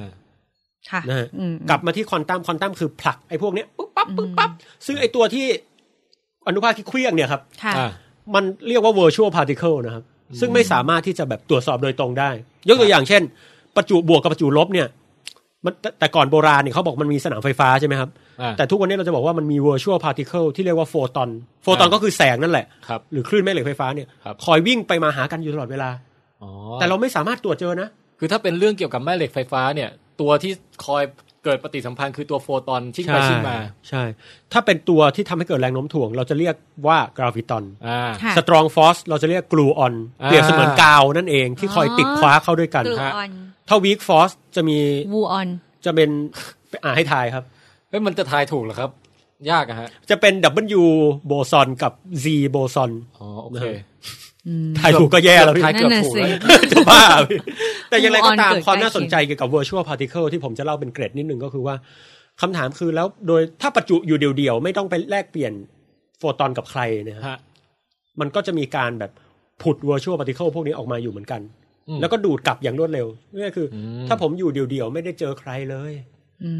Speaker 3: ค่ะ
Speaker 2: นะฮะ
Speaker 3: อืม
Speaker 2: กลับมาที่ควอนตัมควอนตัมคือผลักไอ้พวกเนี้ยปุ๊บปั๊บปุ๊บปั๊บซึ่งไอ้ตัวที่อนุภาคที่เคลี้ยงเนี่ยครับ
Speaker 3: ค่ะ
Speaker 2: มันเรียกว่า virtual particle นะครับ ซึ่งไม่สามารถที่จะแบบตรวจสอบโดยตรงได้ ยกตัวอย่างเช่น ประจุบวกกับประจุลบเนี่ยมันแต่แต่ก่อนโบราณเนี่ยเขาบอกมันมีสนามไฟฟ้าใช่ไหมครับ
Speaker 1: อ่า
Speaker 2: แต่ทุกวันนี้เราจะบอกว่ามันมี virtual particle ที่เรียกว่าโฟตอนโฟตอน
Speaker 1: อ่า
Speaker 2: ก็คือแสงนั่นแหละ
Speaker 1: ครับ
Speaker 2: หรือคลื่นแม่เหล็กไฟฟ้าเนี่ย
Speaker 1: ครับ
Speaker 2: คอยวิ่งไปมาหากันอยู่ตลอดเวลา
Speaker 1: อ๋อ
Speaker 2: แต่เราไม่สามารถตรวจเจอนะ
Speaker 1: คือถ้าเป็นเรื่องเกี่ยวกับแม่เหล็กไฟฟ้าเนี่ย ตัวที่คอยเกิดปฏิสัมพันธ์คือตัวโฟตอนชิ่งไป
Speaker 2: ใช่
Speaker 1: ชิ่งมา
Speaker 2: ใช่ ถ้าเป็นตัวที่ทำให้เกิดแรงโน้มถ่วง เราจะเรียกว่ากราฟิตอน
Speaker 1: อ่า
Speaker 3: ค่ะ
Speaker 2: สตรองฟอสเราจะเรียกกลูออน
Speaker 1: อ่า
Speaker 2: เปรียบเสมือนกาวนั่นเองที่คอยติดคว้าเข้าด้วยกัน
Speaker 3: กลูออน
Speaker 2: ถ้าวีคฟอสจะมี
Speaker 3: วูออน
Speaker 2: จะเป็นอ่าให้ทายครับ
Speaker 1: เฮ้ยมันจะทายถูกเหรอครับ ยากอะฮะ
Speaker 2: จะเป็น W โบซอนกับ Z โบซอน
Speaker 1: อ๋อโอเค
Speaker 2: ทายถูกก็แย่แล้วพี่
Speaker 1: ทายเกือบนั่นน่ะถูกแล้วสิ
Speaker 2: จะบ้าพี่แต่อย่างไรก็ตาม
Speaker 1: เกิดใกล้
Speaker 2: ความน่าสนใจเกี่ยวกับ virtual particle ที่ผมจะเล่าเป็นเกรดนิดนึงก็คือว่าคำถามคือแล้วโดยถ้าประจุอยู่เดียวๆ ไม่ต้องไปแลกเปลี่ยนโฟตอนกับใครนะฮะมันก็จะมีการแบบผุด virtual particle พวกนี้ออกมาอยู่เหมือนกัน
Speaker 1: อืม
Speaker 2: แล้วก็ดูดกลับอย่างรวดเร็วนี่คืออ
Speaker 1: ม
Speaker 2: ถ้าผมอยู่เดียวๆไม่ได้เจอใครเลย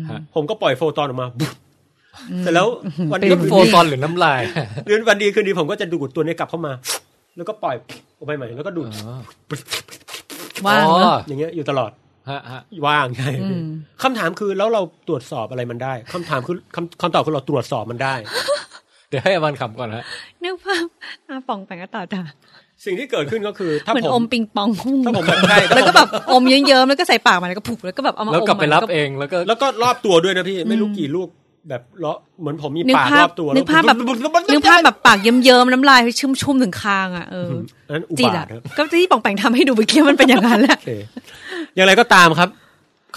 Speaker 1: ฮะ
Speaker 2: ผมก็ปล่อยโฟตอนออกมา
Speaker 1: อืม
Speaker 2: เสร็จแล้ววัน
Speaker 1: เป็นโฟตอนหรือน้ำลาย
Speaker 2: หรือวันดีคืนดีผมก็จะดูดตัวนี้กลับเข้ามา แล้วก็ปล่อยออกไปใหม่แล้วก็ดูด
Speaker 3: ว่างเนอะ
Speaker 2: อย่างเงี้ยอยู่ตลอด
Speaker 1: ฮะฮะ
Speaker 2: ว่างใช่
Speaker 3: อืม
Speaker 2: คำถามคือแล้วเราตรวจสอบอะไรมันได้คำถามคือคำคำตอบคือเราตรวจสอบมันได้
Speaker 1: เดี๋ยวให้อวันขำก่อนฮะ
Speaker 3: นึกภาพอ่ะป่องแปงก็ต่อจ้ะ
Speaker 2: สิ่งที่เกิดขึ้นก็คือ ถ้า
Speaker 3: เหมือน
Speaker 2: ผ
Speaker 3: อ
Speaker 2: ม
Speaker 3: มปิงปองหุ้ง
Speaker 2: ถ้าผมแบบใช่ถ้าผม
Speaker 3: แล้วก็แบบอมเยิ้มๆแล้วก็ใส่ปากมันแล้วก็ผูกแล้วก็แบบเอามาอม
Speaker 2: แล้วกลับไป
Speaker 3: มัน
Speaker 2: รับ
Speaker 3: ก็
Speaker 1: เองแล้วก็
Speaker 2: แล้วก็รอบตัวด้วยนะพี่ไม่รู้
Speaker 3: อืม
Speaker 2: กี่ลูกแบบเลาะเหมือนผมมี
Speaker 3: นึก
Speaker 2: ปาก
Speaker 3: ภาร พ
Speaker 2: อบตัว
Speaker 3: นึกภาพแบบนึกภาพแบบปากเยิ้มๆน้ำลายชุ่มๆถึงคางอ่ะเออ
Speaker 2: อันนั้นอุ
Speaker 3: จิต
Speaker 2: บา
Speaker 3: อ่ะ
Speaker 2: ทครับ
Speaker 3: ก็ที่ป่องแปงทำให้ดูเมื่อกี้มันเป็นอย่างนั้นแหละ
Speaker 2: โอเคอย่างไรก็ตามครับ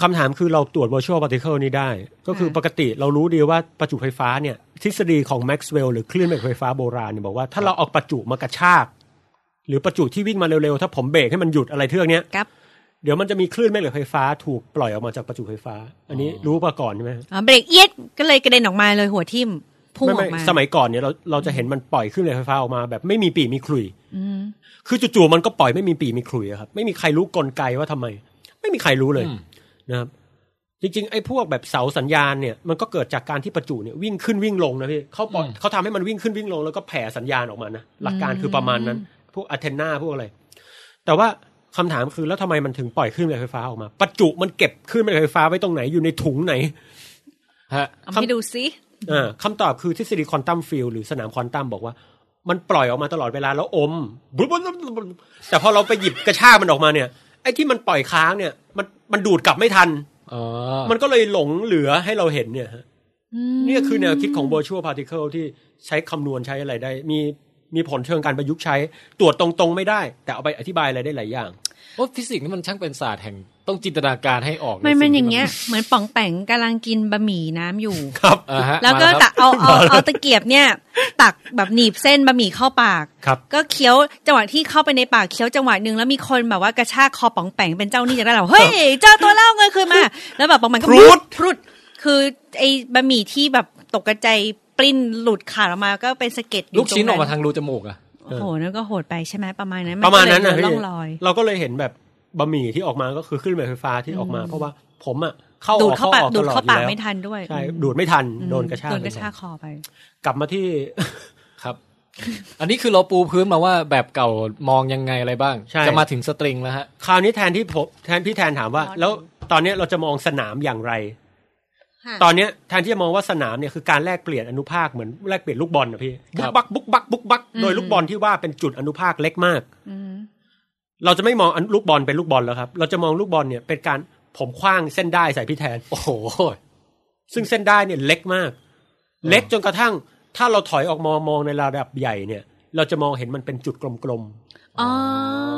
Speaker 2: คำถามคือเราตรวจ virtual particle นี้ได้ ก็คือปกติเรารู้ดีว่าประจุไฟฟ้าเนี่ย ทฤษฎีของแม็กซ์เวลล์หรือคลื่นแม่เหล็กไฟฟ้าโบราณเนี่ยบอกว่าถ้าเราเอาประจุมากระชาก หรือประจุที่วิ่งมาเร็วๆ ถ้าผมเบรกให้มันหยุดอะไรเทือกเนี้ย
Speaker 3: ครับ
Speaker 2: เดี๋ยวมันจะมีคลื่นแม่เหล็กไฟฟ้าถูกปล่อยออกมาจากประจุไฟฟ้า อันนี้รู้มาก่อนใช่ไหม
Speaker 3: อ๋อเบรกเอียดก็เลยกระเด็นออกมาเลยหัวทิ่มพุ่งอ
Speaker 2: ไม่
Speaker 3: อกมา
Speaker 2: ไม่สมัยก่อนเนี่ยเราเราจะเห็นมันปล่อยคลื่นแม่เหล็กไฟฟ้าออกมา แบบไม่มีปีมีขลุ่ย
Speaker 3: อืม
Speaker 2: คือจู่ๆมันก็ปล่อยไม่มีปีมีขลุยอะครับ ไม่มีใครรู้กลไกว่าทำไม ไม่มีใครรู้เลยนะครับ จริงๆ ไอ้พวกแบบเสาสัญญาณเนี่ยมันก็เกิดจากการที่ประจุเนี่ยวิ่งขึ้นวิ่งลงนะพี่เขาปล่อยเขาทำให้มันวิ่งขึ้นวิ่งลงแล้วก็แผ่สัญญาณออกมานะหลักการคือประมาณนั้น พวกอะเทนนาพวกอะไร แต่ว่าคำถามคือแล้วทำไมมันถึงปล่อยขึ้นแม่เหล็กไฟฟ้าออกมา ประจุมันเก็บขึ้นแม่เหล็กไฟฟ้าไว้ตรงไหนอยู่ในถุงไหน
Speaker 1: ฮะ
Speaker 3: เอาให้ดูซิ
Speaker 2: อ่าคำตอบคือทฤษฎีควอนตัมฟิลด์หรือสนามควอนตัมบอกว่า มันปล่อยออกมาตลอดเวลาแล้วอมบุ๊บบุ๊บบุ๊บบุ๊บแต่พอเราไปหยิบกระชากมันออกมาเนี่ย ไอ้ที่มันปล่อยค้างเนี่ยมันมันดูดกลับไม่ทัน
Speaker 1: อ๋อ
Speaker 2: มันก็เลยหลงเหลือให้เราเห็นเนี่ยฮะเนี่ยคือแนวคิดของ
Speaker 9: บ
Speaker 2: virtual particle ที่ใช้คำนวณใช้อะไรได้ มีมีผลเชิงการประยุกต์ใช้ ตรวจตรงๆไม่ได้ แต่เอาไปอธิบายอะไรได้หลายอย่าง
Speaker 1: โอ้ฟิสิกส์นี่มันช่างเป็นศาสตร์แห่งต้องจินตนาการให้ออก
Speaker 3: มัน
Speaker 1: ใสิ่
Speaker 3: มัน
Speaker 1: ที่
Speaker 3: อย่างเงี้ย เหมือนป๋องแป๋งกำลังกินบะหมี่น้ำอยู่
Speaker 1: ครับอ่าฮะ
Speaker 3: แล้วก็
Speaker 1: ม
Speaker 3: ตักเอาเอา
Speaker 1: มแล้ว
Speaker 3: เอาตะเกียบเนี่ย ตักแบบหนีบเส้นบะหมี่เข้าปาก
Speaker 2: ครับ
Speaker 3: ก็เคี้ยวจังหวะที่เข้าไปในปากเคี้ยวจังหวะหนึ่งแล้วมีคนแบบว่ากระชากคอป๋องแปงเป็นเจ้าหนี่จากด้านหลังเฮ้ยเจ้าตัวเล่าเงินคืนมา แล้วแบบป๋องแปงก็
Speaker 2: พรุด
Speaker 3: พรุดคือไอ้บะหมี่ที่แบบตกกระจายปลิ้นหลุดขาดออกมาก็เป็นสะเก็ดยู่
Speaker 1: ลูกชิ้นออกมา
Speaker 3: ตร
Speaker 1: ทางรูจมูกอะ
Speaker 3: โอ้โหนั่นก็โหดไปใช่ไหมประมาณนั้น
Speaker 2: ประมาณนั้น
Speaker 3: นะ
Speaker 2: นะพี่
Speaker 3: ร่องรอย
Speaker 2: เราก็เลยเห็นแบบบะหมี่ที่ออกมาก็คือขึ้นรถไฟฟ้าที่ออกมา
Speaker 3: อืม
Speaker 2: เพราะว่าผมอ่ะเข้าอ
Speaker 3: ดูด
Speaker 2: อก
Speaker 3: เข้า
Speaker 2: เข้า
Speaker 3: ปาก
Speaker 2: ออก
Speaker 3: ดู
Speaker 2: ต
Speaker 3: ด
Speaker 2: ลอ
Speaker 3: เข้า
Speaker 2: ดอ
Speaker 3: ปาก
Speaker 2: ยู่แล้ว
Speaker 3: ไม่ทันด้วย
Speaker 2: ใช่ดูดไม่ทัน
Speaker 3: อืม
Speaker 2: โดนกระชาก
Speaker 3: โดนกระชาก
Speaker 2: ไป
Speaker 3: คอไป
Speaker 2: กลับมาที่
Speaker 1: ครับ อันนี้คือเราปูพื้นมาว่าแบบเก่ามองยังไงอะไรบ้าง
Speaker 2: ใช่
Speaker 1: จะมาถึงสตริงแล้วฮะ
Speaker 2: คราวนี้แทนที่ผมแทนพี่แทนถามว่า
Speaker 3: อ๋อ
Speaker 2: แล้วตอนเนี้ยเราจะมองสนามอย่างไร
Speaker 3: ค่ะ
Speaker 2: ตอนเนี้ยแทนที่จะมองว่าสนามเนี่ยคือการแลกเปลี่ยนอนุภาคเหมือนแลกเปลี่ยนลูกบอลนะพี่
Speaker 1: ค
Speaker 2: บุ
Speaker 1: รั
Speaker 2: ก
Speaker 1: บ
Speaker 2: บักบุกบักบุกบักโดยลูกบอลที่ว่าเป็นจุดอนุภาคเล็กมาก
Speaker 3: อืม
Speaker 2: เราจะไม่มองอันลูกบอลเป็นลูกบอลแล้วครับ เราจะมองลูกบอลเนี่ยเป็นการผมคว้างเส้นได้ใส่พี่แทน
Speaker 1: โอ้โห
Speaker 2: ซึ่งเส้นได้เนี่ยเล็กมาก เล็กจนกระทั่ง ถ้าเราถอยออกมามองในระดับใหญ่เนี่ย เราจะมองเห็นมันเป็นจุดกลม
Speaker 3: อ๋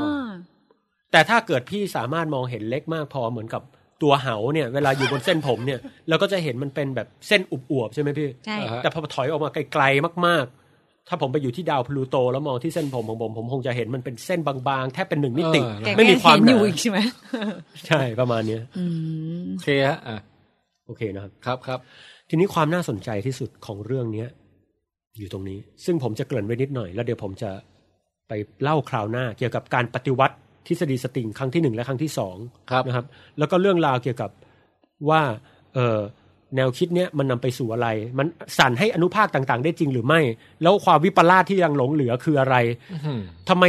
Speaker 3: อ
Speaker 2: ๆแต่ถ้าเกิดพี่สามารถมองเห็นเล็กมากพอเหมือนกับตัวเหาเนี่ย เวลาอยู่บนเส้นผมเนี่ย เราก็จะเห็นมันเป็นแบบเส้นอวบๆใช่ไหมพี่
Speaker 3: ใช่
Speaker 1: อ่าฮะ
Speaker 2: แต่พอถอยออกมาไกลๆมากๆ ถ้าผมไปอยู่ที่ดาวพลูโตแล้วมองที่เส้นผมของผม ผมคงจะเห็นมันเป็นเส้นบางๆ แทบเป็นหนึ่งมิติ
Speaker 1: เออ
Speaker 3: แก
Speaker 2: ไม่มีความ
Speaker 3: แก
Speaker 2: ห
Speaker 3: เห็นอ
Speaker 2: นา
Speaker 3: ยู่อีกใช่ไหม
Speaker 2: ใช่ประมาณเนี้ย
Speaker 3: อืม
Speaker 1: โอเคฮะอ่ะ
Speaker 2: โอเคนะครับ
Speaker 1: ครับครับ
Speaker 2: ทีนี้ความน่าสนใจที่สุดของเรื่องเนี้ย อยู่ตรงนี้ ซึ่งผมจะเกริ่นไว้นิดหน่อย แล้วเดี๋ยวผมจะไปเล่าคราวหน้า เกี่ยวกับการปฏิวัติทฤษฎีสตริงครั้งที่หนึ่งและครั้งที่สอง
Speaker 1: ครับ
Speaker 2: นะครับ แล้วก็เรื่องราวเกี่ยวกับว่าเออแนวคิดเนี้ยมันนำไปสู่อะไร มันสั่นให้อนุภาคต่างๆ ได้จริงหรือไม่ แล้วความวิปลาสที่ยังหลงเหลือคืออะไร
Speaker 1: อื้อหือ
Speaker 2: ทำไม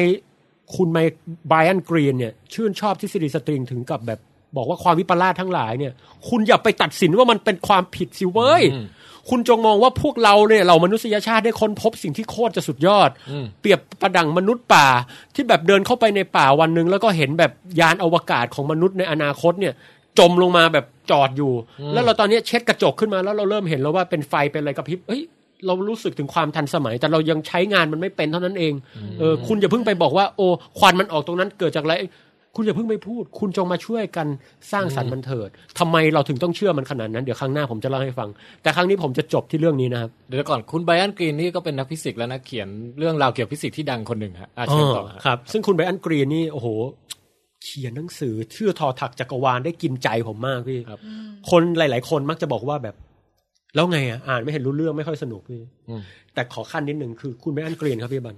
Speaker 2: คุณไมค์ไบรอันกรีนเนี่ย ชื่นชอบทฤษฎีสตริงถึงกับแบบบอกว่าความวิปลาสทั้งหลายเนี่ย คุณอย่าไปตัดสินว่ามันเป็นความผิดสิเว้ย
Speaker 1: อืม
Speaker 2: คุณจงมองว่าพวกเราเนี่ยเรามนุษยชาติได้ค้นพบสิ่งที่โคตรจะสุดยอด
Speaker 1: อืม
Speaker 2: เปรียบประดังมนุษย์ป่า ที่แบบเดินเข้าไปในป่าวันหนึ่งแล้วก็เห็นแบบยานอวกาศของมนุษย์ในอนาคตเนี่ย จมลงมาแบบจอดอยู่ แล้วเราตอนเนี้ยเช็ดกระจกขึ้นมาแล้วเราเริ่มเห็นแล้วว่าเป็นไฟเป็นอะไรกระพริบเอ้ยเรารู้สึกถึงความทันสมัย แต่เรายังใช้งานมันไม่เป็นเท่านั้นเองเออคุณอย่าเพิ่งไปบอกว่าโอ้ควันมันออกตรงนั้นเกิดจากอะไร คุณอย่าเพิ่งไปพูด คุณจงมาช่วยกันสร้างสรรค์มันเถิดทำไมเราถึงต้องเชื่อมันขนาดนั้นเดี๋ยวครั้งหน้าผมจะเล่าให้ฟัง แต่ครั้งนี้ผมจะจบที่เรื่องนี้นะครับ
Speaker 1: เดี๋ยวก่อนคุณไบรอันกรีนนี่ก็เป็นนักฟิสิกส์และนักเขียนเรื่องราวเกี่ยวกับฟิสิกส์ที่ดังคนหนึ่งฮะอาเชิญต่อ
Speaker 2: อ๋อ
Speaker 1: ฮะ
Speaker 2: ครับ ซึ่งคุณไบรอันกรีนนี่โอ้โห เขียนหนังสือชื่อทอถักจักรวาลได้กินใจผมมากพี่
Speaker 1: ครับ
Speaker 2: คนหลาย ๆ คนมักจะบอกว่าแบบ แล้วไงอ่ะอ่านไม่เห็นรู้เรื่องไม่ค่อยสนุกพี่
Speaker 1: อืม
Speaker 2: แต่ขอขั้นนิดหนึ่งคือคุณไบรอันกรีนครับพี่บัน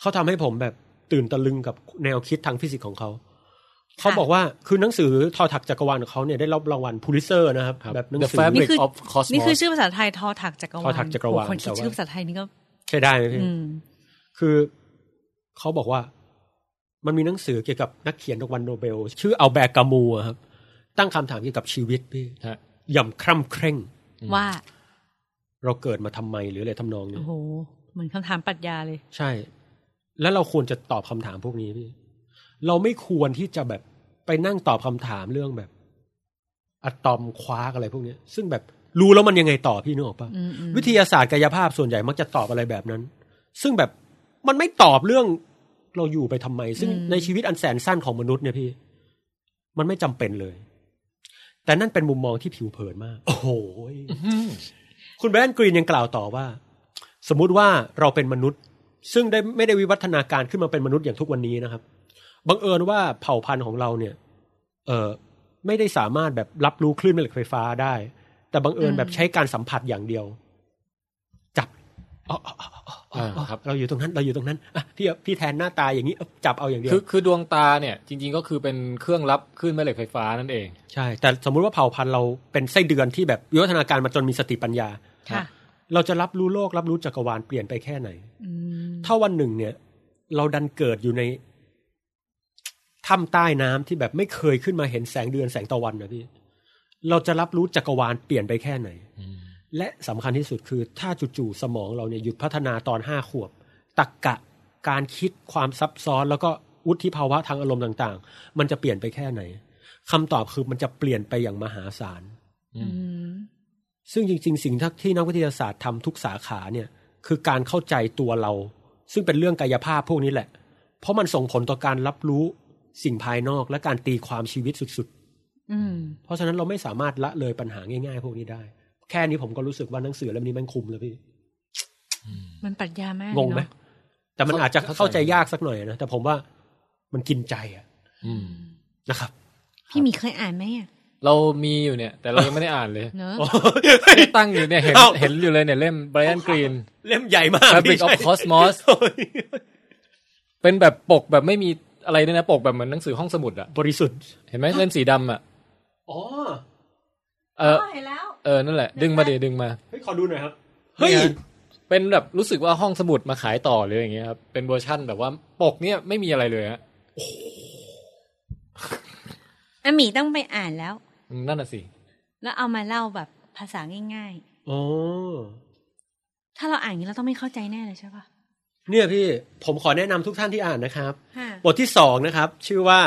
Speaker 2: เขาทำให้ผมแบบตื่นตะลึงกับแนวคิดทางฟิสิกส์ของเขา เขาบอกว่าคือหนังสือทอถักจักรวาลของเขาเนี่ยได้รับรางวัลพูลิเซอร์นะครับ
Speaker 1: ครับ
Speaker 2: แบบหนัง
Speaker 1: The
Speaker 2: สื
Speaker 1: Fabric
Speaker 3: นี่คือ
Speaker 1: of
Speaker 3: นี่คือ
Speaker 1: Cosmos
Speaker 3: ชื่อภาษาไทยทอถักจักรวาล
Speaker 2: ทอถักจักรวาล
Speaker 3: โอ้คนคิด
Speaker 2: แต่ว่า
Speaker 3: ชื่อภาษาไทยนี่ก็
Speaker 2: ใช่ได้ไหมพี่
Speaker 3: อืม
Speaker 2: คือเขาบอกว่ามันมีหนังสือเกี่ยวกับนักเขียนรางวัลโนเบล ชื่อเอาแบร์กามูอะครับ ตั้งคำถามเกี่ยวกับชีวิตพี่
Speaker 1: ฮะ
Speaker 2: ย่ำคร่ำเคร่ง
Speaker 3: ว่า
Speaker 2: เราเกิดมาทำไมหรืออะไรทำนองเนี้
Speaker 3: โอ้
Speaker 2: ย
Speaker 3: โห เหมือนคำถามปรัชญาเลย
Speaker 2: ใช่ แล้วเราควรจะตอบคำถามพวกนี้พี่ เราไม่ควรที่จะแบบไปนั่งตอบคำถามเรื่องแบบ อะตอมคว้าอะไรพวกเนี้ย ซึ่งแบบรู้แล้วมันยังไงต่อพี่นึกออกปะ
Speaker 3: อืมอืม
Speaker 2: วิทยาศาสตร์กายภาพส่วนใหญ่มักจะตอบอะไรแบบนั้น ซึ่งแบบมันไม่ตอบเรื่องเราอยู่ไปทำไม ซึ่งในชีวิตอันแสนสั้นของมนุษย์เนี่ยพี่ มันไม่จำเป็นเลย แต่นั่นเป็นมุมมองที่ผิวเผินมาก โอ้โหคุณแบรนด์กรีนยังกล่าวต่อว่า สมมุติว่าเราเป็นมนุษย์ ซึ่งได้ไม่ได้วิวัฒนาการขึ้นมาเป็นมนุษย์อย่างทุกวันนี้นะครับบังเอิญว่าเผ่าพันธุ์ของเราเนี่ย เออไม่ได้สามารถแบบรับรู้คลื่นแม่เหล็กไฟฟ้าได้ แต่บังเอิญแบบใช้การสัมผัสอย่างเดียว จับอ๋ออ๋ออ๋ออ๋ออ๋อ
Speaker 1: ครับ
Speaker 2: เราอยู่ตรงนั้น เราอยู่ตรงนั้นอ่ะพี่พี่แทนหน้าตาอย่างนี้เอ้าจับเอาอย่างเดียว
Speaker 1: คือคือดวงตาเนี่ย จริง ๆ ก็คือเป็นเครื่องรับคลื่นแม่เหล็กไฟฟ้านั่นเอง
Speaker 2: ใช่ แต่สมมุติว่าเผ่าพันธุ์เราเป็นไส้เดือนที่แบบวิวัฒนาการมาจนมีสติปัญญา
Speaker 3: ค่ะ
Speaker 2: เราจะรับรู้โลก รับรู้จักรวาลเปลี่ยนไปแค่ไหน
Speaker 3: อืม
Speaker 2: ถ้าวันหนึ่งเนี่ย เราดันเกิดอยู่ในถ้ำใต้น้ำที่แบบไม่เคยขึ้นมาเห็นแสงเดือนแสงตะวันนะพี่ เราจะรับรู้จักรวาลเปลี่ยนไปแค่ไหน และสำคัญที่สุดคือ ถ้าจู่ๆสมองเราเนี่ยหยุดพัฒนาตอนห้าขวบตักกะการคิดความซับซ้อน แล้วก็วุฒิภาวะทางอารมณ์ต่างๆ มันจะเปลี่ยนไปแค่ไหนคำตอบคือมันจะเปลี่ยนไปอย่างมหาศาล
Speaker 3: อืม
Speaker 2: ซึ่งจริง ๆ สิ่งที่นักวิทยาศาสตร์ทำทุกสาขาเนี่ยคือการเข้าใจตัวเรา ซึ่งเป็นเรื่องกายภาพพวกนี้แหละ เพราะมันส่งผลต่อการรับรู้ สิ่งภายนอกและการตีความชีวิตสุด
Speaker 3: อืม
Speaker 2: ๆ เพราะฉะนั้นเราไม่สามารถละเลยปัญหาง่ายๆ พวกนี้ได้ แค่นี้ผมก็รู้สึกว่าหนังสือเล่มนี้แมันคุ้มแล้วพี่
Speaker 3: มันปรัชญามาก
Speaker 2: งงไหม
Speaker 3: เนอะ
Speaker 2: แต่มันอาจจะเข้าใจยากสักหน่อยนะ แต่ผมว่ามันกินใจอะนะครับ
Speaker 3: พี่หมีเคยอ่านไหมอ่ะ
Speaker 1: เรามีอยู่เนี่ย แต่เรายังไม่ได้อ่านเลย
Speaker 3: เนอะ
Speaker 1: ตั้งอยู่เนี่ยเห็น
Speaker 2: เอ้า
Speaker 1: เห็นอยู่เลยเนี่ยเล่ม Brian Green
Speaker 2: เล่มใหญ่มาก
Speaker 1: Fabric of Cosmos เป็นแบบปกแบบไม่มีอะไรด้วยนะ ปกแบบเหมือนหนังสือห้องสมุดอะ
Speaker 2: บริสุทธิ์
Speaker 1: เห็นไหมเล่มสีดำอะ
Speaker 2: อ๋อ
Speaker 1: เออ
Speaker 3: เห็นแล้ว
Speaker 1: เออนั่นแหละ ดึงมาเดี๋ยวดึงมา
Speaker 2: เฮ้ยขอดูหน่อยครับ เฮ้ย
Speaker 1: นี่ฮะเป็นแบบรู้สึกว่าห้องสมุดมาขายต่อเลยอย่างเงี้ยครับเป็นเวอร์ชั่นแบบว่าปกเนี่ยไม่มีอะไรเลยฮะ
Speaker 3: อ่ะหมีต้องไปอ่านแล้ว
Speaker 1: อืมนั่นน่ะสิ
Speaker 3: แล้วเอามาเล่าแบบภาษาง่าย
Speaker 2: อ๋อ
Speaker 3: ๆ ถ้าเราอ่านอย่างนี้เราต้องไม่เข้าใจแน่เลยใช่ปะ
Speaker 2: เนี่ยพี่ ผมขอแนะนำทุกท่านที่อ่านนะครับ
Speaker 3: ค่ะ
Speaker 2: บทที่สองนะครับ ชื่อว่า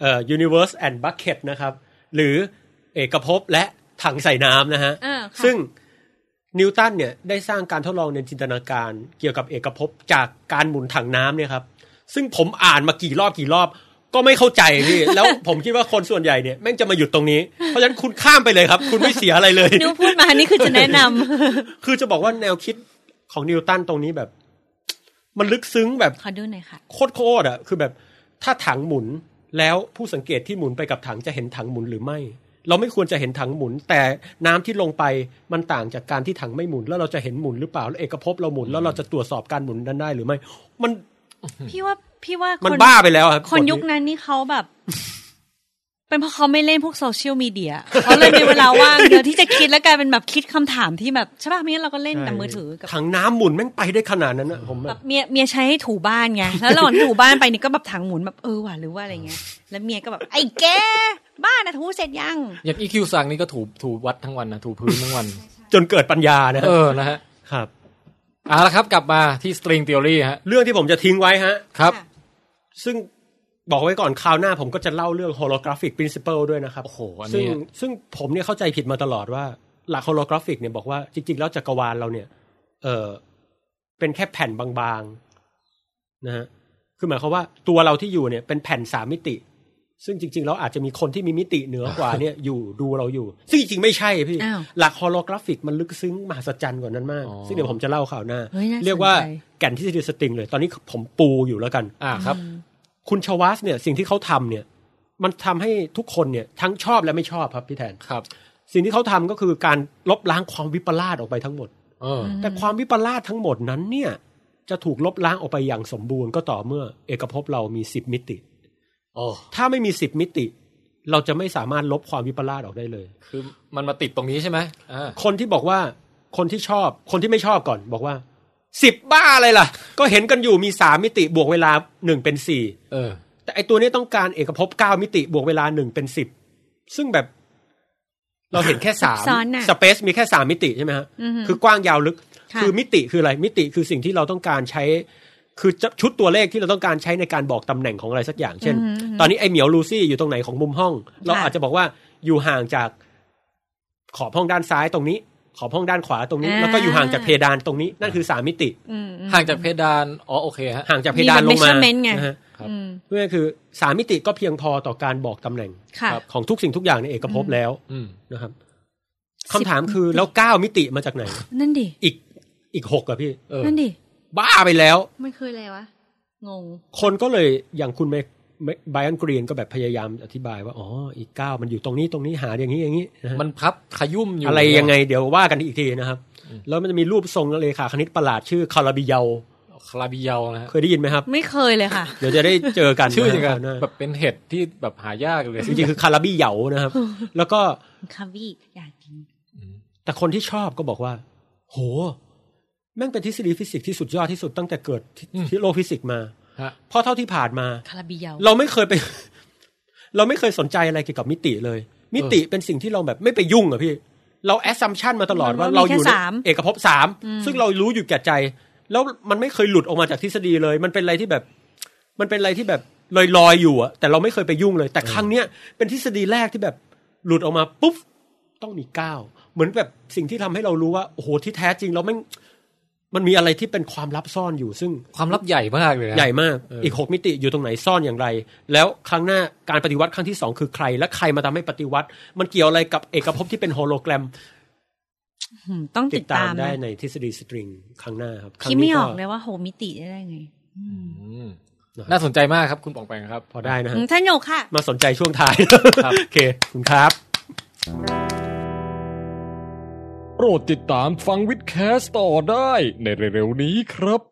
Speaker 2: เอ่อ universe and bucket นะครับ หรือเอกภพและถังใส่น้ำนะฮะ
Speaker 3: เออค่ะ
Speaker 2: ซึ่งนิวตันเนี่ยได้สร้างการทดลองในจินตนาการ เกี่ยวกับเอกภพจากการหมุนถังน้ำเนี่ยครับ ซึ่งผมอ่านมากี่รอบกี่รอบ ก็ไม่เข้าใจ พี่ แล้วผมคิดว่าคนส่วนใหญ่เนี่ยแม่งจะมาหยุดตรงนี้ เพราะฉะนั้นคุณข้ามไปเลยครับ คุณไม่เสียอะไร เลย
Speaker 3: นิวพูดมานี่คือจะแนะนำ
Speaker 2: คือจะบอกว่าแนวคิดของนิวตันตรงนี้แบบ มันลึกซึ้งแบบ
Speaker 3: ขอดูหน่อยค่ะ
Speaker 2: โคตรโคตรอ่ะ คือแบบถ้าถังหมุนแล้วผู้สังเกตที่หมุนไปกับถังจะเห็นถังหมุนหรือไม่ เราไม่ควรจะเห็นถังหมุน แต่น้ำที่ลงไปมันต่างจากการที่ถังไม่หมุน แล้วเราจะเห็นหมุนหรือเปล่าแล้วเอกภพเราหมุนแล้วเราจะตรวจสอบการหมุนนั้นได้หรือไม่ มัน
Speaker 3: พี่ว่าพี่ว่า
Speaker 2: มัน
Speaker 3: คน
Speaker 2: บ้าไปแล้วครับ
Speaker 3: คนยุคนั้นนี่เขาแบบ เป็นเพราะเขาไม่เล่นพวกโซเชียลมีเดีย เขาเลยมีเวลาว่างเยอะที่จะคิดแล้วกลายเป็นแบบคิดคำถามที่แบบใช่ป่ะไม่งั้นเราก็เล่นแต่มือถือกับ
Speaker 2: ถังน้ำหมุนแม่งไปได้ขนาดนั้นนะผม
Speaker 3: แบ
Speaker 2: แบบ
Speaker 3: บเมียเมียใช้ให้ถูบ้านไง แล้วระหว่างที่ถูบ้านไปนี่ก็แบบถังหมุนแบบเออว่ะหรือว่าอะไรเงี้ย แล้วเมียก็แบบไอ้แกบ้านนะถูเสร็จยัง
Speaker 1: อย่าง EQ สั่งนี่ก็ถูถูวัดทั้งวันนะถูพื้นทั้งวัน
Speaker 2: จนเกิดปัญญานะ
Speaker 1: เออนะฮะ
Speaker 2: ครับ
Speaker 1: เอาละครับกลับมาที่ string theory ฮะ
Speaker 2: เรื่องที่ผมจะทิ้งไว้ฮะ
Speaker 1: ครับ
Speaker 3: ค่ะ
Speaker 2: ซึ่งบอกไว้ก่อนคราวหน้าผมก็จะเล่าเรื่อง holographic principle ด้วยนะครับ
Speaker 1: โอ้โห อัน
Speaker 2: ซึ่ง
Speaker 1: นี้
Speaker 2: ซึ่งผมเนี่ยเข้าใจผิดมาตลอดว่าหลักโฮโลกราฟิกเนี่ยบอกว่าจริง ๆ แล้วจักรวาลเราเนี่ย เออเป็นแค่แผ่นบางๆนะฮะคือหมายความว่าตัวเราที่อยู่เนี่ยเป็นแผ่นสามมิติ ซึ่งจริง ๆ แล้วอาจจะมีคนที่มีมิติเหนือกว่าเนี่ย อยู่ดูเราอยู่ ซึ่งจริงๆไม่ใช่พี่
Speaker 3: อ้าว
Speaker 2: หลักโฮโลกราฟิกมันลึกซึ้งมหัศจรรย์กว่านั้นมาก ซึ่งเดี๋ยวผมจะเล่าข่าวหน้า
Speaker 3: เฮ้ยน่าสนใจ
Speaker 2: เรียกว่าแก่นทฤษฎีสตริงเลย ตอนนี้ผมปูอยู่แล้วกัน
Speaker 1: อ่าครับ
Speaker 2: คุณชวัสเนี่ยสิ่งที่เขาทำเนี่ย มันทำให้ทุกคนเนี่ยทั้งชอบและไม่ชอบครับพี่แทน
Speaker 1: ครับ
Speaker 2: สิ่งที่เขาทำก็คือการลบล้างความวิปลาสออกไปทั้งหมด
Speaker 1: เออ
Speaker 2: แต่ความวิปลาสทั้งหมดนั้นเนี่ย จะถูกลบล้างออกไปอย่างสมบูรณ์ก็ต่อเมื่อ เอกภพเรามีสิบมิติ
Speaker 1: โอ้
Speaker 2: ถ้าไม่มีสิบมิติ เราจะไม่สามารถลบความวิปลาสออกได้เลย
Speaker 1: คือมันมาติดตรงนี้ใช่ไหมอ่า
Speaker 2: คนที่บอกว่าคนที่ชอบ คนที่ไม่ชอบก่อน บอกว่าสิบบ้าอะไรล่ะ ก็เห็นกันอยู่มีสามมิติบวกเวลาหนึ่งเป็นสี่
Speaker 1: เออ
Speaker 2: แต่ไอตัวนี้ต้องการเอกภพเก้ามิติบวกเวลาหนึ่งเป็นสิบซึ่งแบบ เราเห็นแค่สาม
Speaker 3: ซับซ้อนน่ะ
Speaker 2: สเปซมีแค่สามมิติใช่ไหมฮะ
Speaker 3: อือฮึ
Speaker 2: คือกว้างยาวลึก
Speaker 3: ค่ะ
Speaker 2: อมิติคืออะไรมิติคือสิ่งที่เราต้องการใช้ คือจะชุดตัวเลขที่เราต้องการใช้ในการบอกตำแหน่งของอะไรสักอย่าง เช่น ตอนนี้ไอเหมียวลูซี่อยู่ตรงไหนของมุมห้อง เราอาจจะบอกว่าอยู่ห่างจากขอบห้องด้านซ้ายตรงนี้ ขอบห้องด้านขวาตรงนี้ แล้วก็อยู่ห่างจากเพดานตรงนี้นั่นคือสามมิติ
Speaker 3: อืมอืม
Speaker 1: ห่างจากเพดาน อ๋อ โอเคฮะ
Speaker 2: ห่างจากเพดานลง
Speaker 3: มี
Speaker 2: มา
Speaker 3: แบบ measurement ไง
Speaker 2: นะฮะ
Speaker 3: อืม
Speaker 2: เพื่อคือสามมิติก็เพียงพอต่อการบอกตำแหน่ง
Speaker 3: ค่ะ
Speaker 2: ของทุกสิ่งทุกอย่างในเอกภพ
Speaker 3: อืม
Speaker 2: แล้ว
Speaker 1: อืม
Speaker 2: นะครับ
Speaker 3: สิบ
Speaker 2: คำถามคือแล้วเก้ามิติมาจากไหน
Speaker 3: นั่นดิ
Speaker 2: อีกอีกหกอะพี่
Speaker 1: เออ
Speaker 3: นั่นดิ
Speaker 2: บ้าไปแล้ว
Speaker 3: มันคืออะไรวะงง
Speaker 2: คนก็เลยอย่างคุณไบอันกรีนก็แบบพยายามอธิบายว่า อ๋อ อีกเก้ามันอยู่ตรงนี้ตรงนี้หาอย่างนี้อย่างนี้นะฮะ
Speaker 1: มันพับขยุ่มอยู่
Speaker 2: อะไรยังไงเดี๋ยวว่ากันอีกทีนะครับ แล้วมันจะมีรูปทรงเลขาคณิตประหลาดชื่อคาราบิเยา
Speaker 1: คาราบิเยานะฮะ
Speaker 2: เคยได้ยินไหมครับ
Speaker 3: ไม่เคยเลยค่ะ
Speaker 2: เดี๋ยวจะได้เจอกัน
Speaker 1: ชื่ออย่างเงี้ย
Speaker 2: คราวหน้า
Speaker 1: แบบเป็นเห็ดที่แบบหายากเลย
Speaker 2: จริงๆคือคาราบิเยานะครับ แล้วก็
Speaker 3: คาวีอยากกิน
Speaker 2: แต่คนที่ชอบก็บอกว่า โห แม่งเป็นทฤษฎีฟิสิกส์ที่สุดยอดที่สุดตั้งแต่เกิดที่
Speaker 1: อืม
Speaker 2: ที่โลกฟิสิกส์มา
Speaker 1: ฮะ
Speaker 2: เพราะเท่าที่ผ่านมา
Speaker 3: คาราบิเยา
Speaker 2: เราไม่เคยไป เราไม่เคยสนใจอะไรเกี่ยวกับมิติเลย มิติเป็นสิ่งที่เราแบบไม่ไปยุ่งอะพี่ เราแอสซัมชันมาตลอดว่าเราอยู่ในเอกภพสามซึ่งเรารู้อยู่แก่ใจ แล้วมันไม่เคยหลุดออกมาจากทฤษฎีเลย มันเป็นอะไรที่แบบ มันเป็นอะไรที่แบบลอยลอยๆอยู่อะแต่เราไม่เคยไปยุ่งเลย แต่ครั้งเนี้ยเป็นทฤษฎีแรกที่แบบหลุดออกมาปุ๊บต้องมีก้าวเหมือนแบบสิ่งที่ทำให้เรารู้ว่าโอ้โหที่แท้จริงเราไม่ง มันมีอะไรที่เป็นความลับซ่อนอยู่ซึ่ง
Speaker 1: ความลับใหญ่มากเลยนะ
Speaker 2: ใหญ่มากอีกหกมิติอยู่ตรงไหนซ่อนอย่างไร แล้วครั้งหน้าการปฏิวัติครั้งที่สองคือใคร และใครมาทำให้ปฏิวัติ มันเกี่ยวอะไรกับเอกภพที่เป็นโฮโลแกรม
Speaker 3: อืมต้องติดตาม
Speaker 2: ได้
Speaker 3: นะ
Speaker 2: ในทฤษฎีสตริงครั้งหน้าครับ
Speaker 3: คิดไม่ออกเลยว่าโหมิติได้ไง
Speaker 1: น่าสนใจมากครับ คุณปองแปงครับ
Speaker 2: พอได้นะฮะ
Speaker 3: อืมสนุกค่ะ
Speaker 2: มาสนใจช่วงท้าย
Speaker 1: ครับ
Speaker 2: โอเคขอบคุณครับ
Speaker 11: โปรดติดตามฟังวิดแคสต่อได้ในเร็วๆนี้ครับ